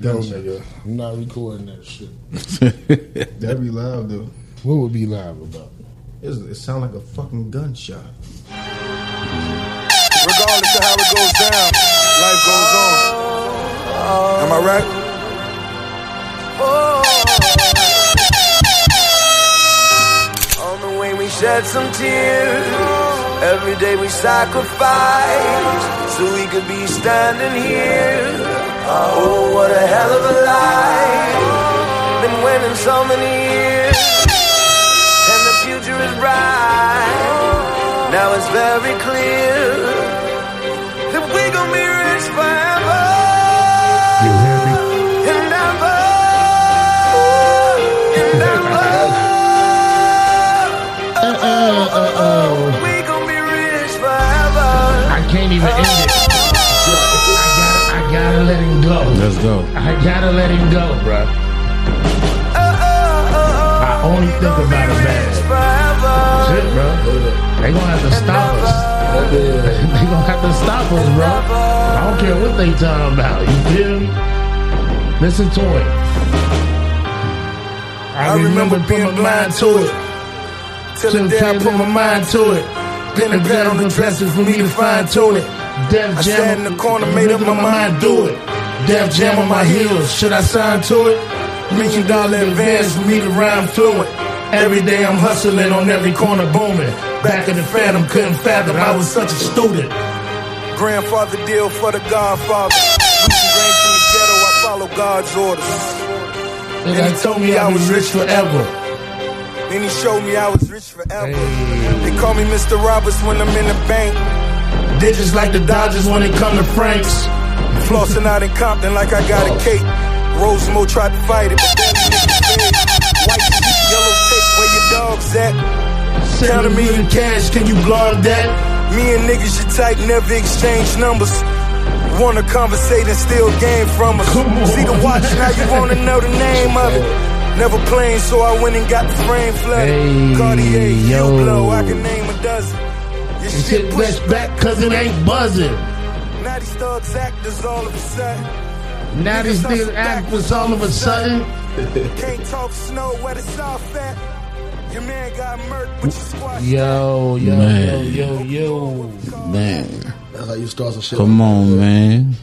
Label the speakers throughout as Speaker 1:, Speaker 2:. Speaker 1: Yo, nigga, I'm not recording that shit.
Speaker 2: That'd be loud though.
Speaker 1: What would be live about?
Speaker 2: It's, it sound like a fucking gunshot.
Speaker 3: Regardless of how it goes down, life goes on. Am I right?
Speaker 4: On the way we shed some tears. Every day we sacrifice so we could be standing here. Oh, what a hell of a life. Been winning so many years. And the future is bright. Now it's very clear that we gon' be rich forever. And ever. And ever.
Speaker 1: Uh-oh.
Speaker 4: We gon' be rich forever.
Speaker 1: I can't even end it. I gotta, I gotta let him go.
Speaker 2: Let's go.
Speaker 1: I gotta let him go, bro. I only think about it bad.
Speaker 4: bad.
Speaker 1: Shit, bro. They gonna have to stop us. They gonna have to stop us, bro. I don't care what they talking about. You feel me? Listen to it. I,
Speaker 3: I remember being
Speaker 1: putting my
Speaker 3: blind
Speaker 1: mind
Speaker 3: to it. Till the day I put my mind to it. Been a bet on the dresser for me to fine tune it.
Speaker 1: Def
Speaker 3: I
Speaker 1: Jam.
Speaker 3: sat in the corner, made up my mind, do it. Def Jam on my heels, should I sign to it? Million dollar advance for me to rhyme fluent. Every day I'm hustling on every corner, booming. Back in the phantom, couldn't fathom I was such a student.
Speaker 4: Grandfather deal for the Godfather. Lucy Grain from the ghetto, I follow God's orders.
Speaker 1: And
Speaker 3: And he told me I was rich forever.
Speaker 4: Then he showed me I was rich forever.
Speaker 1: Hey.
Speaker 4: They call me Mr. Roberts when I'm in the bank.
Speaker 3: Digits like the Dodgers when it come to Franks.
Speaker 4: Flossing out in Compton like I got a cake. Rosemo tried to fight it, but then White sheep, yellow tape, where your dog's at.
Speaker 3: Count a million cash, can you blog that?
Speaker 4: Me and niggas should type, never exchange numbers. Wanna conversate and steal game from us.
Speaker 3: Come on.
Speaker 4: See the watch, now you wanna know the name of it. Never playing, so I went and got the frame flooded.
Speaker 1: Hey,
Speaker 4: Cartier,
Speaker 1: yo.
Speaker 4: you blow, I can name a dozen. Your shit
Speaker 3: Shit
Speaker 4: pushed
Speaker 3: pushed back cause it ain't buzzing.
Speaker 4: now these thugs actors all of a sudden.
Speaker 3: Now these niggas act was all of a sudden.
Speaker 4: Can't talk snow where the soft at. Your man got murked, but you squashed
Speaker 1: Yo, yo,
Speaker 5: Man.
Speaker 1: yo, yo, yo.
Speaker 5: Man,
Speaker 2: That's how you start some shit.
Speaker 5: come on, man.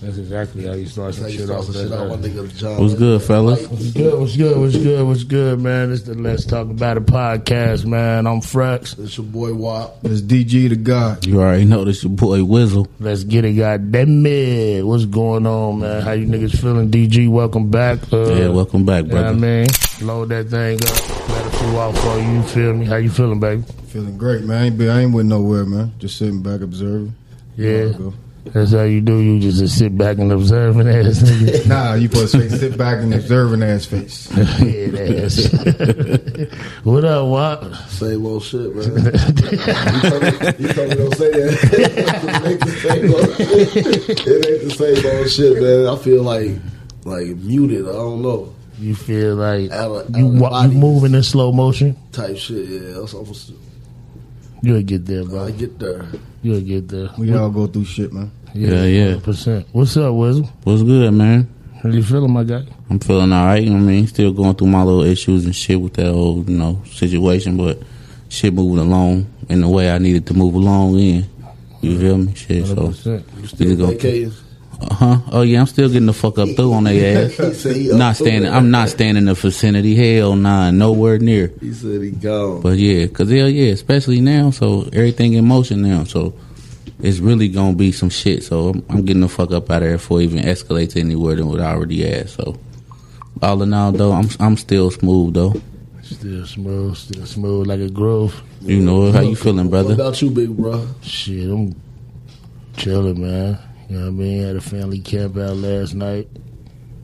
Speaker 1: That's exactly how you start some
Speaker 2: That's how
Speaker 1: shit
Speaker 2: you start
Speaker 1: off.
Speaker 2: some shit. I want to think of John.
Speaker 5: What's good, fellas?
Speaker 1: What's
Speaker 2: good?
Speaker 1: good? What's good? What's good? What's good, man? It's the Let's Talk About It podcast, man. I'm Frex.
Speaker 2: It's your boy Wop.
Speaker 6: It's DG the God.
Speaker 5: You already know this your boy Wizzle.
Speaker 1: Let's get it, goddamn it. What's going on, man? How you niggas feeling? DG, welcome back. Uh,
Speaker 5: Yeah, welcome back,
Speaker 1: You know what I
Speaker 5: brother.
Speaker 1: mean? Load that thing up. Let it flew out for you. You feel me? How you feeling, baby?
Speaker 6: Feeling great, man. I ain't, been, I ain't went nowhere, man. Just sitting back observing.
Speaker 1: Yeah.
Speaker 6: Go.
Speaker 1: That's how you do. You just, just sit back and observe an ass nigga.
Speaker 6: Nah, you supposed to say sit back and observe an ass face.
Speaker 1: Head ass. what up, Wop?
Speaker 2: Same old shit, man. you told me you told me don't say that. it ain't the same old shit. It ain't the same old shit, man. I feel like like muted. I don't know.
Speaker 1: You feel like
Speaker 2: Out of,
Speaker 1: you
Speaker 2: out of
Speaker 1: wa- you
Speaker 2: body
Speaker 1: moving in slow motion?
Speaker 2: type shit. Yeah, that's almost.
Speaker 1: You'll get there,
Speaker 2: I
Speaker 1: bro.
Speaker 2: get there.
Speaker 1: You'll get there.
Speaker 6: We all go through shit, man.
Speaker 5: Yeah, yeah.
Speaker 1: Percent. What's up, Wizzle?
Speaker 5: What's good, man?
Speaker 1: How you feeling, my guy?
Speaker 5: I'm feeling all right. I mean, still going through my little issues and shit with that old, you know, situation, but shit moving along in the way I needed to move along in. You feel me? Shit, so.
Speaker 1: 100%.
Speaker 5: Still
Speaker 2: Vacating.
Speaker 5: huh. Oh yeah, I'm still getting the fuck up through on their ass.
Speaker 2: He said he
Speaker 5: Not
Speaker 2: up to
Speaker 5: standing.
Speaker 2: it.
Speaker 5: I'm not standing in the vicinity. Hell nah, nowhere near.
Speaker 2: He said he gone.
Speaker 5: But yeah, cause hell yeah, especially now. So everything in motion now. So it's really gonna be some shit. So I'm, I'm getting the fuck up out of there before it even escalates anywhere than what I already had. So all in all, though, I'm I'm still smooth though.
Speaker 1: Still smooth, still smooth like a grove.
Speaker 5: You know how you feeling,
Speaker 2: What
Speaker 5: brother?
Speaker 2: about you, big bro?
Speaker 1: Shit, I'm chilling, man. You know what I mean? Had a family camp out last night.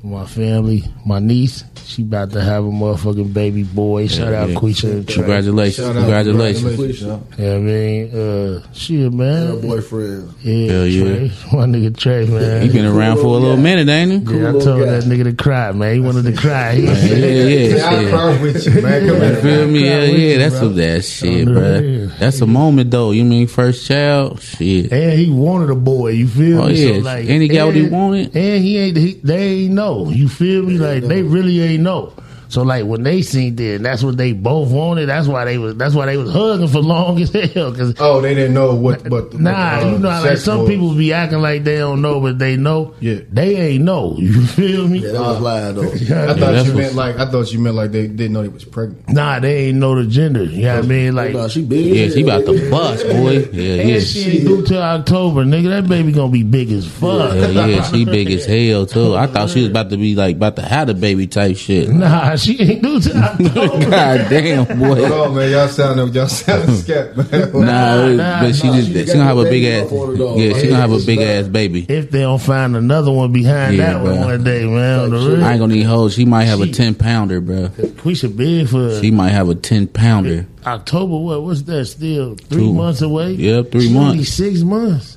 Speaker 1: my family, my niece. She about to have a motherfucking baby boy. Shout out
Speaker 5: yeah.
Speaker 1: Quisha and Trey.
Speaker 5: Congratulations.
Speaker 6: Shout out,
Speaker 5: Congratulations.
Speaker 6: congratulations.
Speaker 1: Yeah, I mean, uh, shit,
Speaker 2: Her
Speaker 1: man.
Speaker 2: boyfriend.
Speaker 1: Yeah,
Speaker 5: Hell yeah.
Speaker 1: Trey. my nigga Trey, man.
Speaker 5: He been around for a little
Speaker 2: Yeah.
Speaker 5: minute, ain't he?
Speaker 1: yeah, I
Speaker 2: cool
Speaker 1: told
Speaker 2: guy.
Speaker 1: that nigga to cry, man. He wanted to cry. He-
Speaker 5: Yeah, yeah,
Speaker 6: I
Speaker 5: yeah.
Speaker 6: cry with you, man. Come
Speaker 5: You
Speaker 6: here.
Speaker 5: feel me? Yeah,
Speaker 6: Cry with
Speaker 5: yeah.
Speaker 6: you,
Speaker 5: That's
Speaker 6: bro.
Speaker 5: some that shit,
Speaker 1: Yeah.
Speaker 5: bro. That's a moment though. You mean first child? Shit.
Speaker 1: And he wanted a boy, you feel
Speaker 5: Oh,
Speaker 1: me?
Speaker 5: yeah. And he got what he wanted?
Speaker 1: And he ain't, he, they ain't know, you feel me? Like, they really ain't know. So, like, when they seen that, that's what they both wanted. That's why they was, that's why they was hugging for long as hell. Cause,
Speaker 6: Oh, they didn't know what. But uh,
Speaker 1: nah, you know, like, some people be acting like they don't know, but they know.
Speaker 6: Yeah.
Speaker 1: They ain't know, you feel me?
Speaker 2: Yeah, that was lying though.
Speaker 6: I
Speaker 5: Yeah,
Speaker 6: thought
Speaker 5: that's
Speaker 6: you
Speaker 5: what's-
Speaker 6: meant like I thought you meant like they didn't know they was pregnant.
Speaker 1: Nah, they ain't know the gender. You know what
Speaker 6: Oh,
Speaker 1: I mean? Like,
Speaker 2: Nah, she big.
Speaker 5: Yeah, she about to bust, boy. Yeah, yeah.
Speaker 1: and she ain't due till October, nigga. That baby gonna be big as fuck.
Speaker 5: Hell yeah, she big as hell too. I thought she was about to be like about to have the baby type shit.
Speaker 1: Nah, she ain't due till October.
Speaker 5: God damn,
Speaker 6: Hold
Speaker 5: boy.
Speaker 6: on, man, y'all sound y'all sound scared, man.
Speaker 5: Nah,
Speaker 1: nah,
Speaker 5: but she
Speaker 1: nah.
Speaker 5: just
Speaker 2: She
Speaker 5: she
Speaker 2: got
Speaker 5: gonna have
Speaker 2: the
Speaker 5: a big
Speaker 2: baby
Speaker 5: ass.
Speaker 2: off on her dog.
Speaker 5: Yeah, she
Speaker 2: Hey,
Speaker 5: gonna have a
Speaker 2: it's
Speaker 5: big
Speaker 2: bad.
Speaker 5: ass baby.
Speaker 1: if they don't find another one behind
Speaker 5: Yeah,
Speaker 1: that one
Speaker 5: bruh.
Speaker 1: one day, man. On the real.
Speaker 5: I ain't gonna need hoes. She might have a
Speaker 1: She-
Speaker 5: ten pounder, bro.
Speaker 1: we should bid for
Speaker 5: She might have a ten pounder.
Speaker 1: October. What? What's that? Still three
Speaker 5: Two.
Speaker 1: months away?
Speaker 5: Yep, three
Speaker 1: She
Speaker 5: months.
Speaker 1: only Six months.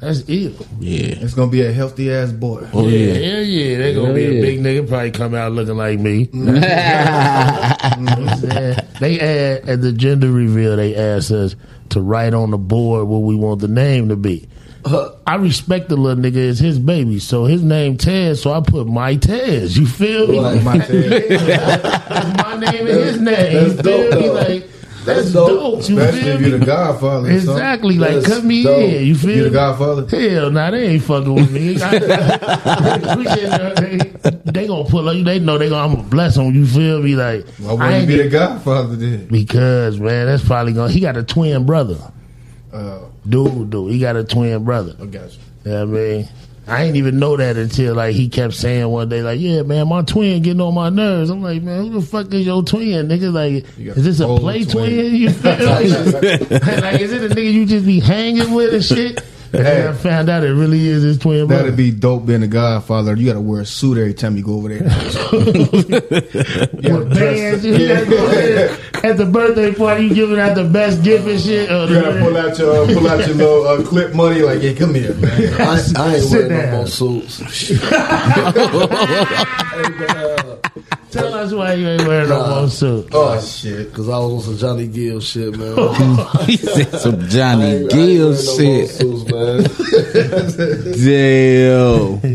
Speaker 1: That's ill.
Speaker 5: Yeah.
Speaker 6: It's gonna be a healthy ass boy.
Speaker 5: Oh
Speaker 1: yeah,
Speaker 5: yeah.
Speaker 1: hell yeah. They gonna
Speaker 5: Hell
Speaker 1: be
Speaker 5: yeah.
Speaker 1: a big nigga. Probably come out looking like me. they add at the gender reveal. They asked us to write on the board what we want the name to be. I respect the little nigga. It's his baby, so his name Taz. So I put my Taz. You feel me?
Speaker 2: Like,
Speaker 6: My dad.
Speaker 1: my name and his name.
Speaker 2: That's
Speaker 1: you feel
Speaker 2: dope,
Speaker 1: me?
Speaker 2: though.
Speaker 1: Like that's
Speaker 2: That's
Speaker 1: dope.
Speaker 2: dope.
Speaker 1: You
Speaker 6: Especially
Speaker 1: feel
Speaker 6: if you
Speaker 1: me?
Speaker 6: the godfather. or something.
Speaker 1: Exactly. Like
Speaker 2: That's
Speaker 1: cut me
Speaker 2: dope.
Speaker 1: in. You
Speaker 6: You the
Speaker 1: feel me?
Speaker 6: godfather.
Speaker 1: Hell, nah, they ain't fucking with me. I- we should- they, they gonna pull up. They know they gonna. I'm gonna bless them. You feel me? Like
Speaker 6: Why
Speaker 1: I
Speaker 6: wouldn't you
Speaker 1: ain't
Speaker 6: be
Speaker 1: get-
Speaker 6: the godfather then?
Speaker 1: because man, that's probably gonna. He got a twin brother.
Speaker 6: Uh,
Speaker 1: Dude, dude, he got a twin brother.
Speaker 6: I got you.
Speaker 1: You know what I mean? I ain't even know that until like he kept saying one day, like, "Yeah, man, my twin getting on my nerves." I'm like, "Man, who the fuck is your twin, nigga? Like,
Speaker 6: You got
Speaker 1: is this a
Speaker 6: old
Speaker 1: play twin?
Speaker 6: twin.
Speaker 1: You feel like, like, is it a nigga you just be hanging with and shit?" And then I found out it really is his twin brother.
Speaker 6: That'd be dope being a godfather. You gotta wear a suit every time you go over there.
Speaker 1: With bands, you gotta go in. At the birthday party, you giving out the best gift and shit. Oh,
Speaker 6: You gotta
Speaker 1: the-
Speaker 6: pull out your uh, pull out your little uh, clip money. Like, yeah, come here, man.
Speaker 2: I, I ain't
Speaker 1: Sit
Speaker 2: wearing no
Speaker 1: down.
Speaker 2: more suits.
Speaker 1: Tell us why you ain't wearing no more suit.
Speaker 6: Oh shit.
Speaker 2: Cause I was on some Johnny Gill shit, man. I
Speaker 5: He said some
Speaker 2: ain't- I
Speaker 5: Johnny
Speaker 2: ain't
Speaker 5: Gill
Speaker 2: wearing no more
Speaker 5: shit.
Speaker 2: suits, man.
Speaker 5: Damn.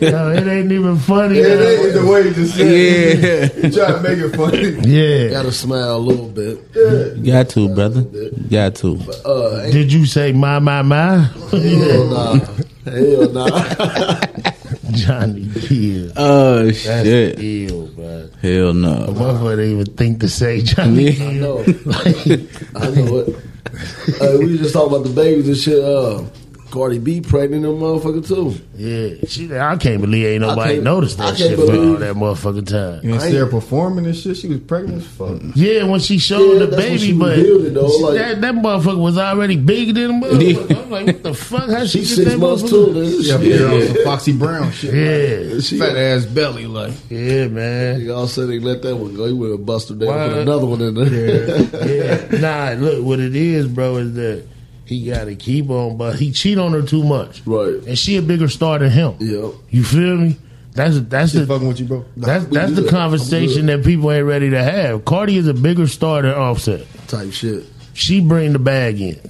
Speaker 1: Yo, it ain't even funny.
Speaker 6: It ain't the way you just said. it.
Speaker 5: Yeah.
Speaker 6: You try to make it funny.
Speaker 1: yeah.
Speaker 2: Gotta smile a little bit.
Speaker 5: Got to, brother. Got to.
Speaker 2: Uh, ain't
Speaker 1: Did you say my my my?
Speaker 2: hell nah. Hell nah.
Speaker 1: Johnny Gill.
Speaker 5: Oh shit.
Speaker 1: Ill, bro.
Speaker 5: Hell
Speaker 1: A
Speaker 5: no.
Speaker 1: motherfucker didn't even think to say Johnny
Speaker 5: Yeah.
Speaker 1: Gill.
Speaker 2: No. I know it. Uh, we just talking about the babies and shit. Uh, Cardi B pregnant and motherfucker too.
Speaker 1: Yeah. She, I can't believe ain't
Speaker 2: I
Speaker 1: nobody
Speaker 2: can't-
Speaker 1: noticed
Speaker 2: I
Speaker 1: that
Speaker 2: can't
Speaker 1: shit for all
Speaker 2: believe-
Speaker 1: that motherfucking time.
Speaker 6: You ain't
Speaker 2: I ain't-
Speaker 6: see her performing and shit. She was pregnant as fuck.
Speaker 1: Yeah, when she showed
Speaker 2: Yeah,
Speaker 1: the
Speaker 2: that's when
Speaker 1: baby,
Speaker 2: she
Speaker 1: but
Speaker 2: revealed it, though,
Speaker 1: she-
Speaker 2: like-
Speaker 1: that, that motherfucker was already bigger than the motherfucker. I'm like, what the fuck? How she
Speaker 2: She's
Speaker 1: get
Speaker 2: six
Speaker 1: that
Speaker 2: months too.
Speaker 1: motherfucker?
Speaker 2: Nigga.
Speaker 6: Yeah,
Speaker 2: Shit.
Speaker 6: yeah. some Foxy Brown shit.
Speaker 1: Yeah,
Speaker 6: Fat ass belly, like.
Speaker 1: yeah, man.
Speaker 2: Y'all said they let that one go. He would have busted down
Speaker 1: Why?
Speaker 2: put another one in there.
Speaker 1: Yeah. Nah, look, what it is, bro, is that he got to keep on, but he cheat on her too much.
Speaker 2: right.
Speaker 1: And she a bigger star than him.
Speaker 2: Yep.
Speaker 1: You feel me? That's that's
Speaker 6: She
Speaker 1: the
Speaker 6: fucking with you, bro.
Speaker 1: That's
Speaker 2: we
Speaker 1: that's
Speaker 2: good.
Speaker 1: the
Speaker 2: I'm
Speaker 1: conversation that people ain't ready to have. Cardi is a bigger star than Offset.
Speaker 2: Type shit.
Speaker 1: She bring the bag in.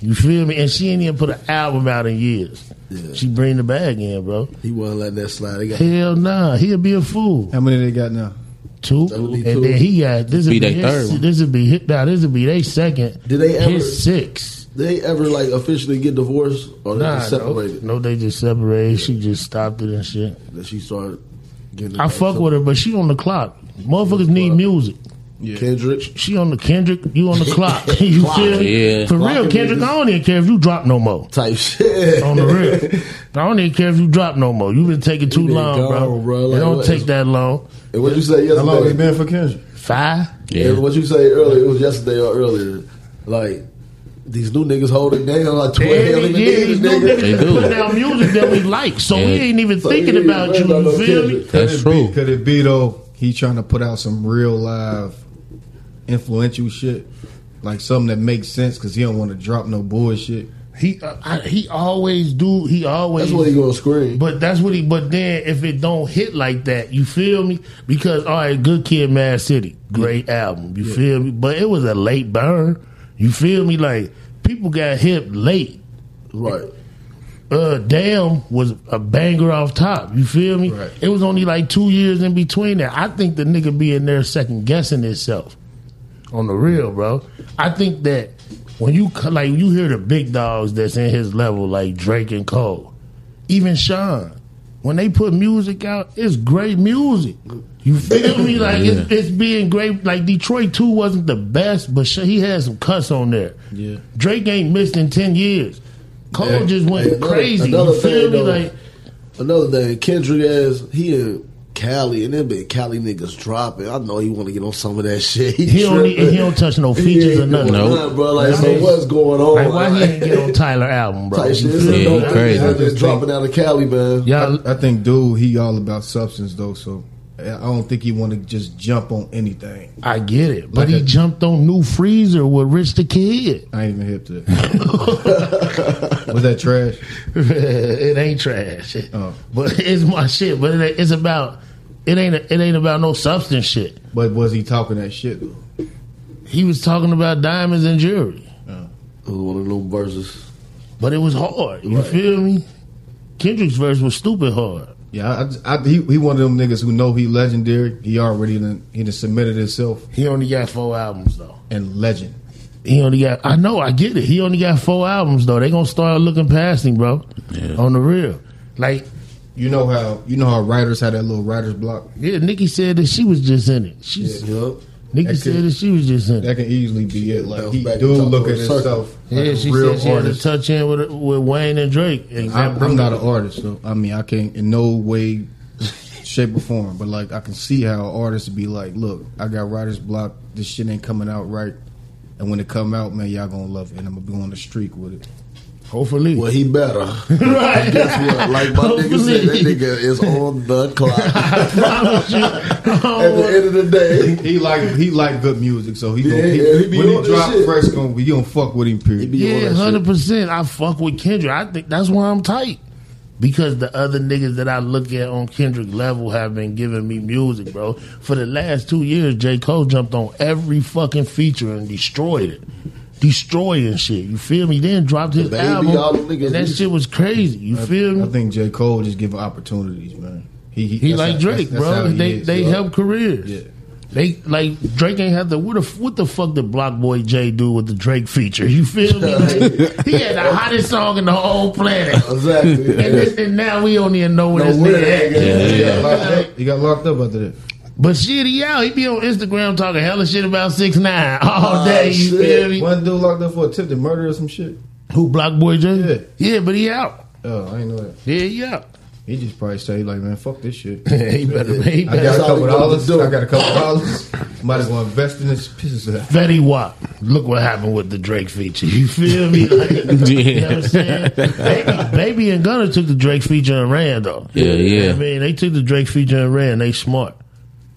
Speaker 1: You feel me? And she ain't even put an album out in years.
Speaker 2: Yeah.
Speaker 1: She bring the bag in, bro.
Speaker 2: He wasn't letting that slide. They got
Speaker 1: Hell nah, he'll be a fool.
Speaker 6: How many they got now?
Speaker 1: Two,
Speaker 2: That would be
Speaker 1: and
Speaker 2: two.
Speaker 1: then he got this would
Speaker 5: Be
Speaker 1: be,
Speaker 5: they
Speaker 1: his,
Speaker 5: third one.
Speaker 1: This would be his, nah, this would be they second.
Speaker 2: Did they ever-
Speaker 1: his six?
Speaker 2: they ever like officially get divorced or Oh, they
Speaker 1: Nah,
Speaker 2: just
Speaker 1: no,
Speaker 2: separated?
Speaker 1: no, they just separated. She just stopped it and shit.
Speaker 2: That she started getting.
Speaker 1: I fuck with her, but she on the clock. Motherfuckers need music.
Speaker 2: Kendrick.
Speaker 1: She on the Kendrick, you on the clock. You
Speaker 2: Clock,
Speaker 1: feel me?
Speaker 5: yeah.
Speaker 1: For
Speaker 2: Clock
Speaker 1: real,
Speaker 2: it
Speaker 1: Kendrick,
Speaker 2: is.
Speaker 1: I don't even care if you drop no more.
Speaker 2: Type shit.
Speaker 1: On the real. I don't even care if you drop no more. You've been taking too
Speaker 2: been
Speaker 1: long, bro.
Speaker 2: gone, bro.
Speaker 1: it
Speaker 2: Like,
Speaker 1: don't
Speaker 2: what
Speaker 1: take
Speaker 2: is-
Speaker 1: that long.
Speaker 2: And what you say
Speaker 6: How long
Speaker 2: yesterday?
Speaker 6: it been for Kendrick?
Speaker 1: Five?
Speaker 2: And
Speaker 5: Yeah.
Speaker 2: what you say earlier? It was yesterday or earlier. Like these new niggas hold it down like
Speaker 1: Yeah,
Speaker 2: twelve
Speaker 1: yeah,
Speaker 2: in the
Speaker 1: these
Speaker 2: niggas,
Speaker 1: new
Speaker 2: nigga.
Speaker 5: They
Speaker 1: niggas
Speaker 5: do.
Speaker 1: putting out music that we like, so we
Speaker 5: Yeah.
Speaker 1: ain't even
Speaker 2: So
Speaker 1: thinking
Speaker 2: you ain't
Speaker 1: about you.
Speaker 2: worried about
Speaker 1: You
Speaker 2: no
Speaker 1: feel
Speaker 2: Kendrick.
Speaker 1: me?
Speaker 6: Could
Speaker 5: That's
Speaker 6: it
Speaker 5: true.
Speaker 6: Be, could it be though? He trying to put out some real live, influential shit, like something that makes sense because he don't want to drop no bullshit.
Speaker 1: He uh, I, he always do. He always.
Speaker 2: That's what he gonna scream.
Speaker 1: but that's what he. But then if it don't hit like that, you feel me? Because all right, Good Kid, Mad City, great album. You feel me? But it was a late burn. You feel me? Like people got hip late.
Speaker 2: Right.
Speaker 1: uh, Damn was a banger off top. You feel me?
Speaker 6: Right.
Speaker 1: It was only like two years in between that. I think the nigga be in there second guessing itself. On the real, bro. I think that when you co- like you hear the big dogs that's in his level, like Drake and Cole, even Sean, when they put music out, it's great music. You feel me? Like it's, it's being great. Like Detroit Two wasn't the best, but sh- he had some cuss on there.
Speaker 6: Yeah.
Speaker 1: Drake ain't missed in ten years. Cole
Speaker 6: Yeah.
Speaker 1: just went
Speaker 2: Yeah, another-
Speaker 1: crazy.
Speaker 2: another
Speaker 1: you feel
Speaker 2: thing,
Speaker 1: me?
Speaker 2: though.
Speaker 1: Like
Speaker 2: Another thing, Kendrick ass, he in Cali, and them big Cali niggas dropping. I know he want to get on some of that shit.
Speaker 1: he don't need,
Speaker 2: tripping.
Speaker 1: he don't touch no features
Speaker 2: ain't
Speaker 1: or nothing.
Speaker 2: doing
Speaker 5: Nope.
Speaker 2: nothing, bro. Like,
Speaker 1: That
Speaker 2: so
Speaker 1: makes-
Speaker 2: what's going on?
Speaker 1: Like why he ain't get on Tyler album, bro?
Speaker 2: Type shit. This
Speaker 1: You
Speaker 2: is
Speaker 5: Yeah,
Speaker 1: feel
Speaker 2: no
Speaker 1: me?
Speaker 5: he crazy.
Speaker 2: I'm just dropping out of Cali, man.
Speaker 1: Y'all,
Speaker 6: I think dude, he all about substance though, so I don't think he want to just jump on anything.
Speaker 1: I get it, but
Speaker 6: Like
Speaker 1: he
Speaker 6: a-
Speaker 1: jumped on New Freezer with Rich the Kid.
Speaker 6: I ain't even hip to that. Was that trash?
Speaker 1: it ain't trash,
Speaker 6: Oh.
Speaker 1: but it's my shit. But it, ain't- it's about it ain't it ain't about no substance shit.
Speaker 6: But was he talking that shit though?
Speaker 1: He was talking about diamonds and jewelry,
Speaker 2: It was one of them verses.
Speaker 1: but it was hard. You feel me? Kendrick's verse was stupid hard.
Speaker 6: Yeah, I, I, he, he one of them niggas who know he legendary. He already done, he done submitted himself
Speaker 1: He only got four albums though.
Speaker 6: and legend.
Speaker 1: He only got. I know. I get it. He only got four albums though. They gonna start looking past him, bro. On the real, like
Speaker 6: You know how you know how writers had that little writer's block
Speaker 1: yeah, Nikki said that she was just in it. She's
Speaker 2: Yep.
Speaker 1: Nikki
Speaker 6: That could-
Speaker 1: said that she was just in it.
Speaker 6: that can easily be it. Like he
Speaker 2: Bounce back
Speaker 6: do
Speaker 2: and talk
Speaker 6: look
Speaker 2: to
Speaker 6: at
Speaker 2: a circle.
Speaker 6: himself like
Speaker 1: Yeah,
Speaker 6: a
Speaker 1: she
Speaker 6: real
Speaker 1: said she
Speaker 6: artist.
Speaker 1: had a touch in with with Wayne and Drake.
Speaker 6: I'm,
Speaker 1: Example.
Speaker 6: I'm not an artist, so I mean I can't in no way, shape or form. But like I can see how artists be like, look, I got writer's block. This shit ain't coming out right. And when it come out, man, y'all gonna love it, and I'm gonna be on the streak with it.
Speaker 1: Hopefully,
Speaker 2: Well, he better.
Speaker 1: right?
Speaker 2: Yeah, like my nigga said, that
Speaker 1: Hopefully.
Speaker 2: nigga is on the clock. At
Speaker 1: I promise you. I don't
Speaker 2: the
Speaker 1: want-
Speaker 2: end of the day,
Speaker 6: He like he like good music, so he
Speaker 2: Yeah,
Speaker 6: gonna, he,
Speaker 2: yeah, he be
Speaker 6: when
Speaker 2: on
Speaker 6: he
Speaker 2: that
Speaker 6: drop
Speaker 2: shit.
Speaker 6: Fresco, we gonna fuck with him. Period.
Speaker 2: he be
Speaker 1: Yeah,
Speaker 2: on that
Speaker 1: hundred
Speaker 2: shit.
Speaker 1: percent. I fuck with Kendrick. I think that's why I'm tight. Because the other niggas that I look at on Kendrick level have been giving me music, bro. For the last two years, J. Cole jumped on every fucking feature and destroyed it. Destroying shit. You feel me? Then dropped his
Speaker 2: Baby,
Speaker 1: album.
Speaker 2: all them niggas
Speaker 1: and that
Speaker 2: is-
Speaker 1: shit was crazy. You feel me?
Speaker 6: I think J. Cole just give opportunities, man. He he,
Speaker 1: he
Speaker 6: that's
Speaker 1: like
Speaker 6: how-
Speaker 1: Drake,
Speaker 6: that's- that's
Speaker 1: bro.
Speaker 6: how he
Speaker 1: they
Speaker 6: is,
Speaker 1: they
Speaker 6: yo.
Speaker 1: help careers.
Speaker 6: Yeah.
Speaker 1: They like Drake ain't have the what the what the fuck did Block Boy J do with the Drake feature? You feel me? Like, he had the hottest song in the whole planet.
Speaker 2: Exactly.
Speaker 1: And,
Speaker 2: Yeah.
Speaker 1: this, and now we don't even know where
Speaker 2: No
Speaker 1: this
Speaker 2: way,
Speaker 1: nigga at.
Speaker 2: nigga.
Speaker 6: He
Speaker 2: Yeah.
Speaker 6: got locked up. He got locked up after that.
Speaker 1: But shit, he out. He be on Instagram talking hella shit about six nine all
Speaker 2: Ah,
Speaker 1: day. You
Speaker 2: shit.
Speaker 1: feel me?
Speaker 6: One dude locked up for attempted murder or some shit.
Speaker 1: Who Block Boy J?
Speaker 6: Yeah.
Speaker 1: yeah, but he out.
Speaker 6: Oh, I ain't know that.
Speaker 1: Yeah, he out.
Speaker 6: He just probably say like, man, fuck this shit.
Speaker 1: he better. He
Speaker 6: I got
Speaker 1: better.
Speaker 2: all
Speaker 6: a
Speaker 2: he
Speaker 6: couple
Speaker 2: wanted
Speaker 6: dollars.
Speaker 2: to do.
Speaker 6: I got a couple dollars. Might as well invest in this piece of that.
Speaker 1: Fetty Wap. Look what happened with the Drake feature. You feel me? Like, You know what I'm saying? Baby, Baby and Gunna took the Drake feature and ran though.
Speaker 5: Yeah,
Speaker 1: You know what
Speaker 5: yeah.
Speaker 1: I mean, they took the Drake feature and ran. They smart.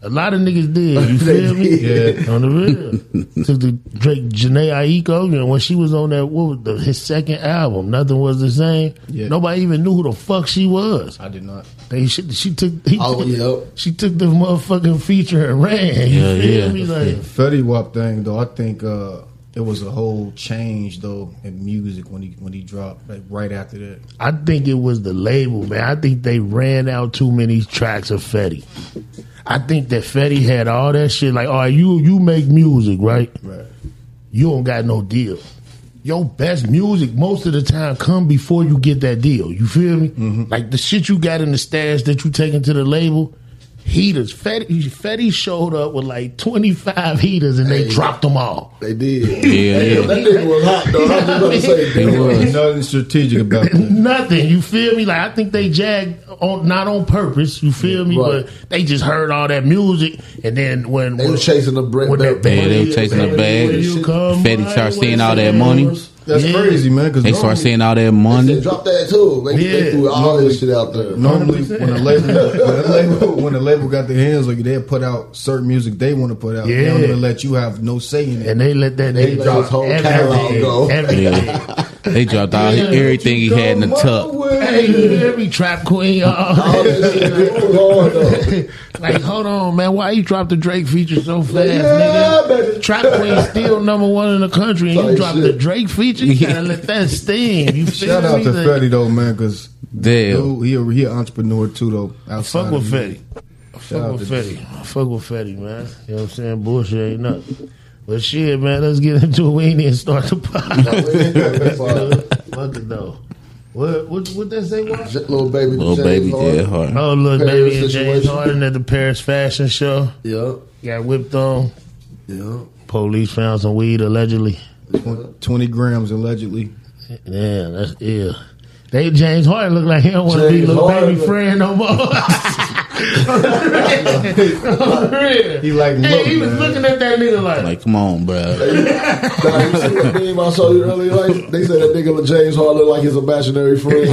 Speaker 1: A lot of niggas did. You
Speaker 2: They
Speaker 1: feel me?
Speaker 6: did.
Speaker 1: On the real. took the Drake Janae Aiko. You know, when she was on that, what was the, his second album? Nothing was the same.
Speaker 6: Yeah.
Speaker 1: Nobody even knew who the fuck she was.
Speaker 6: I did not.
Speaker 1: They she, she took. He
Speaker 2: Oh,
Speaker 1: took
Speaker 2: yep.
Speaker 1: She took the motherfucking feature and ran. You
Speaker 5: Yeah,
Speaker 1: feel
Speaker 5: yeah.
Speaker 1: me? Like,
Speaker 6: Fetty Wap thing though, I think uh, it was a whole change though in music when he when he dropped like right after that.
Speaker 1: I think it was the label, man. I think they ran out too many tracks of Fetty. I think that Fetty had all that shit. Like, all right, you you make music, right?
Speaker 6: Right.
Speaker 1: You don't got no deal. Your best music most of the time come before you get that deal. You feel me? Like the shit you got in the stash that you taking to the label, heaters. Fetty, Fetty showed up with like twenty five heaters and they
Speaker 2: Hey.
Speaker 1: dropped them all.
Speaker 2: They did.
Speaker 5: Yeah,
Speaker 2: Damn,
Speaker 5: yeah.
Speaker 2: That nigga was hot though. I was just gonna say,
Speaker 5: He
Speaker 2: damn.
Speaker 5: was.
Speaker 6: Nothing strategic about that.
Speaker 1: Nothing. You feel me? Like I think they jagged on not on purpose. You feel me?
Speaker 2: Right.
Speaker 1: But they just heard all that music, and then when
Speaker 2: They was chasing the bread.
Speaker 1: when that
Speaker 5: Yeah, they was chasing the
Speaker 1: when
Speaker 5: bag.
Speaker 1: you come
Speaker 5: Fetty
Speaker 1: my
Speaker 5: start seeing all
Speaker 1: way,
Speaker 5: that money.
Speaker 6: That's
Speaker 1: Yeah.
Speaker 6: crazy, man. Because
Speaker 5: They start
Speaker 6: normally,
Speaker 5: seeing all that
Speaker 2: They
Speaker 5: money.
Speaker 2: said, drop that too. They,
Speaker 1: Yeah.
Speaker 2: they threw all this shit out there.
Speaker 6: normally when a label when a label when a label got their hands on you, they put out certain music they want to put out. They don't
Speaker 1: Yeah.
Speaker 6: even let you have no say in it.
Speaker 1: And they let that they,
Speaker 2: They let
Speaker 1: drop
Speaker 2: his whole catalog go.
Speaker 1: everything, everything.
Speaker 5: Yeah. They dropped all everything he had in the tuck.
Speaker 1: Hey, you hear me, trap queen?
Speaker 2: All
Speaker 1: Uh,
Speaker 2: that shit they were going on.
Speaker 1: like, hold on, man. Why you dropped the Drake feature so fast,
Speaker 2: Yeah, baby.
Speaker 1: nigga? Trap queen still number one in the country, and you
Speaker 2: Type
Speaker 1: dropped
Speaker 2: shit.
Speaker 1: the Drake feature. You gotta let that sting. You feel
Speaker 6: Shout out
Speaker 1: me?
Speaker 6: to
Speaker 1: Like,
Speaker 6: Fetty though, man, because
Speaker 5: Damn.
Speaker 6: he a, he an entrepreneur too though. Outside
Speaker 1: Fuck with
Speaker 6: of music.
Speaker 1: Fetty. Fuck
Speaker 6: out
Speaker 1: with
Speaker 6: to-
Speaker 1: Fetty. Fuck with Fetty, Ah, man. You know what I'm saying? Bullshit ain't nothing. But shit, man, let's get into it. We ain't even start the podcast.
Speaker 2: That's why
Speaker 1: Fuck it though. What what what they say? What?
Speaker 2: J- Little baby,
Speaker 5: Little
Speaker 2: James
Speaker 5: baby
Speaker 2: Harden.
Speaker 5: did hard.
Speaker 1: Oh, look,
Speaker 2: Paris
Speaker 1: baby and James
Speaker 2: situation.
Speaker 1: Harden at the Paris fashion show
Speaker 2: Yeah,
Speaker 1: got whipped on.
Speaker 2: yeah.
Speaker 1: Police found some weed allegedly.
Speaker 6: Twen- Twenty grams allegedly.
Speaker 1: Yeah, that's ill. They James Harden look like he don't want to be
Speaker 2: James
Speaker 1: little
Speaker 2: Harden.
Speaker 1: baby friend no more. On the real.
Speaker 6: He like,
Speaker 1: Hey,
Speaker 6: look,
Speaker 1: he was
Speaker 6: man.
Speaker 1: looking at that nigga like,
Speaker 5: Like, come on, bro.
Speaker 2: Nah, you see what meme I showed you earlier? Like, they said that nigga James Harden looked like his imaginary friend.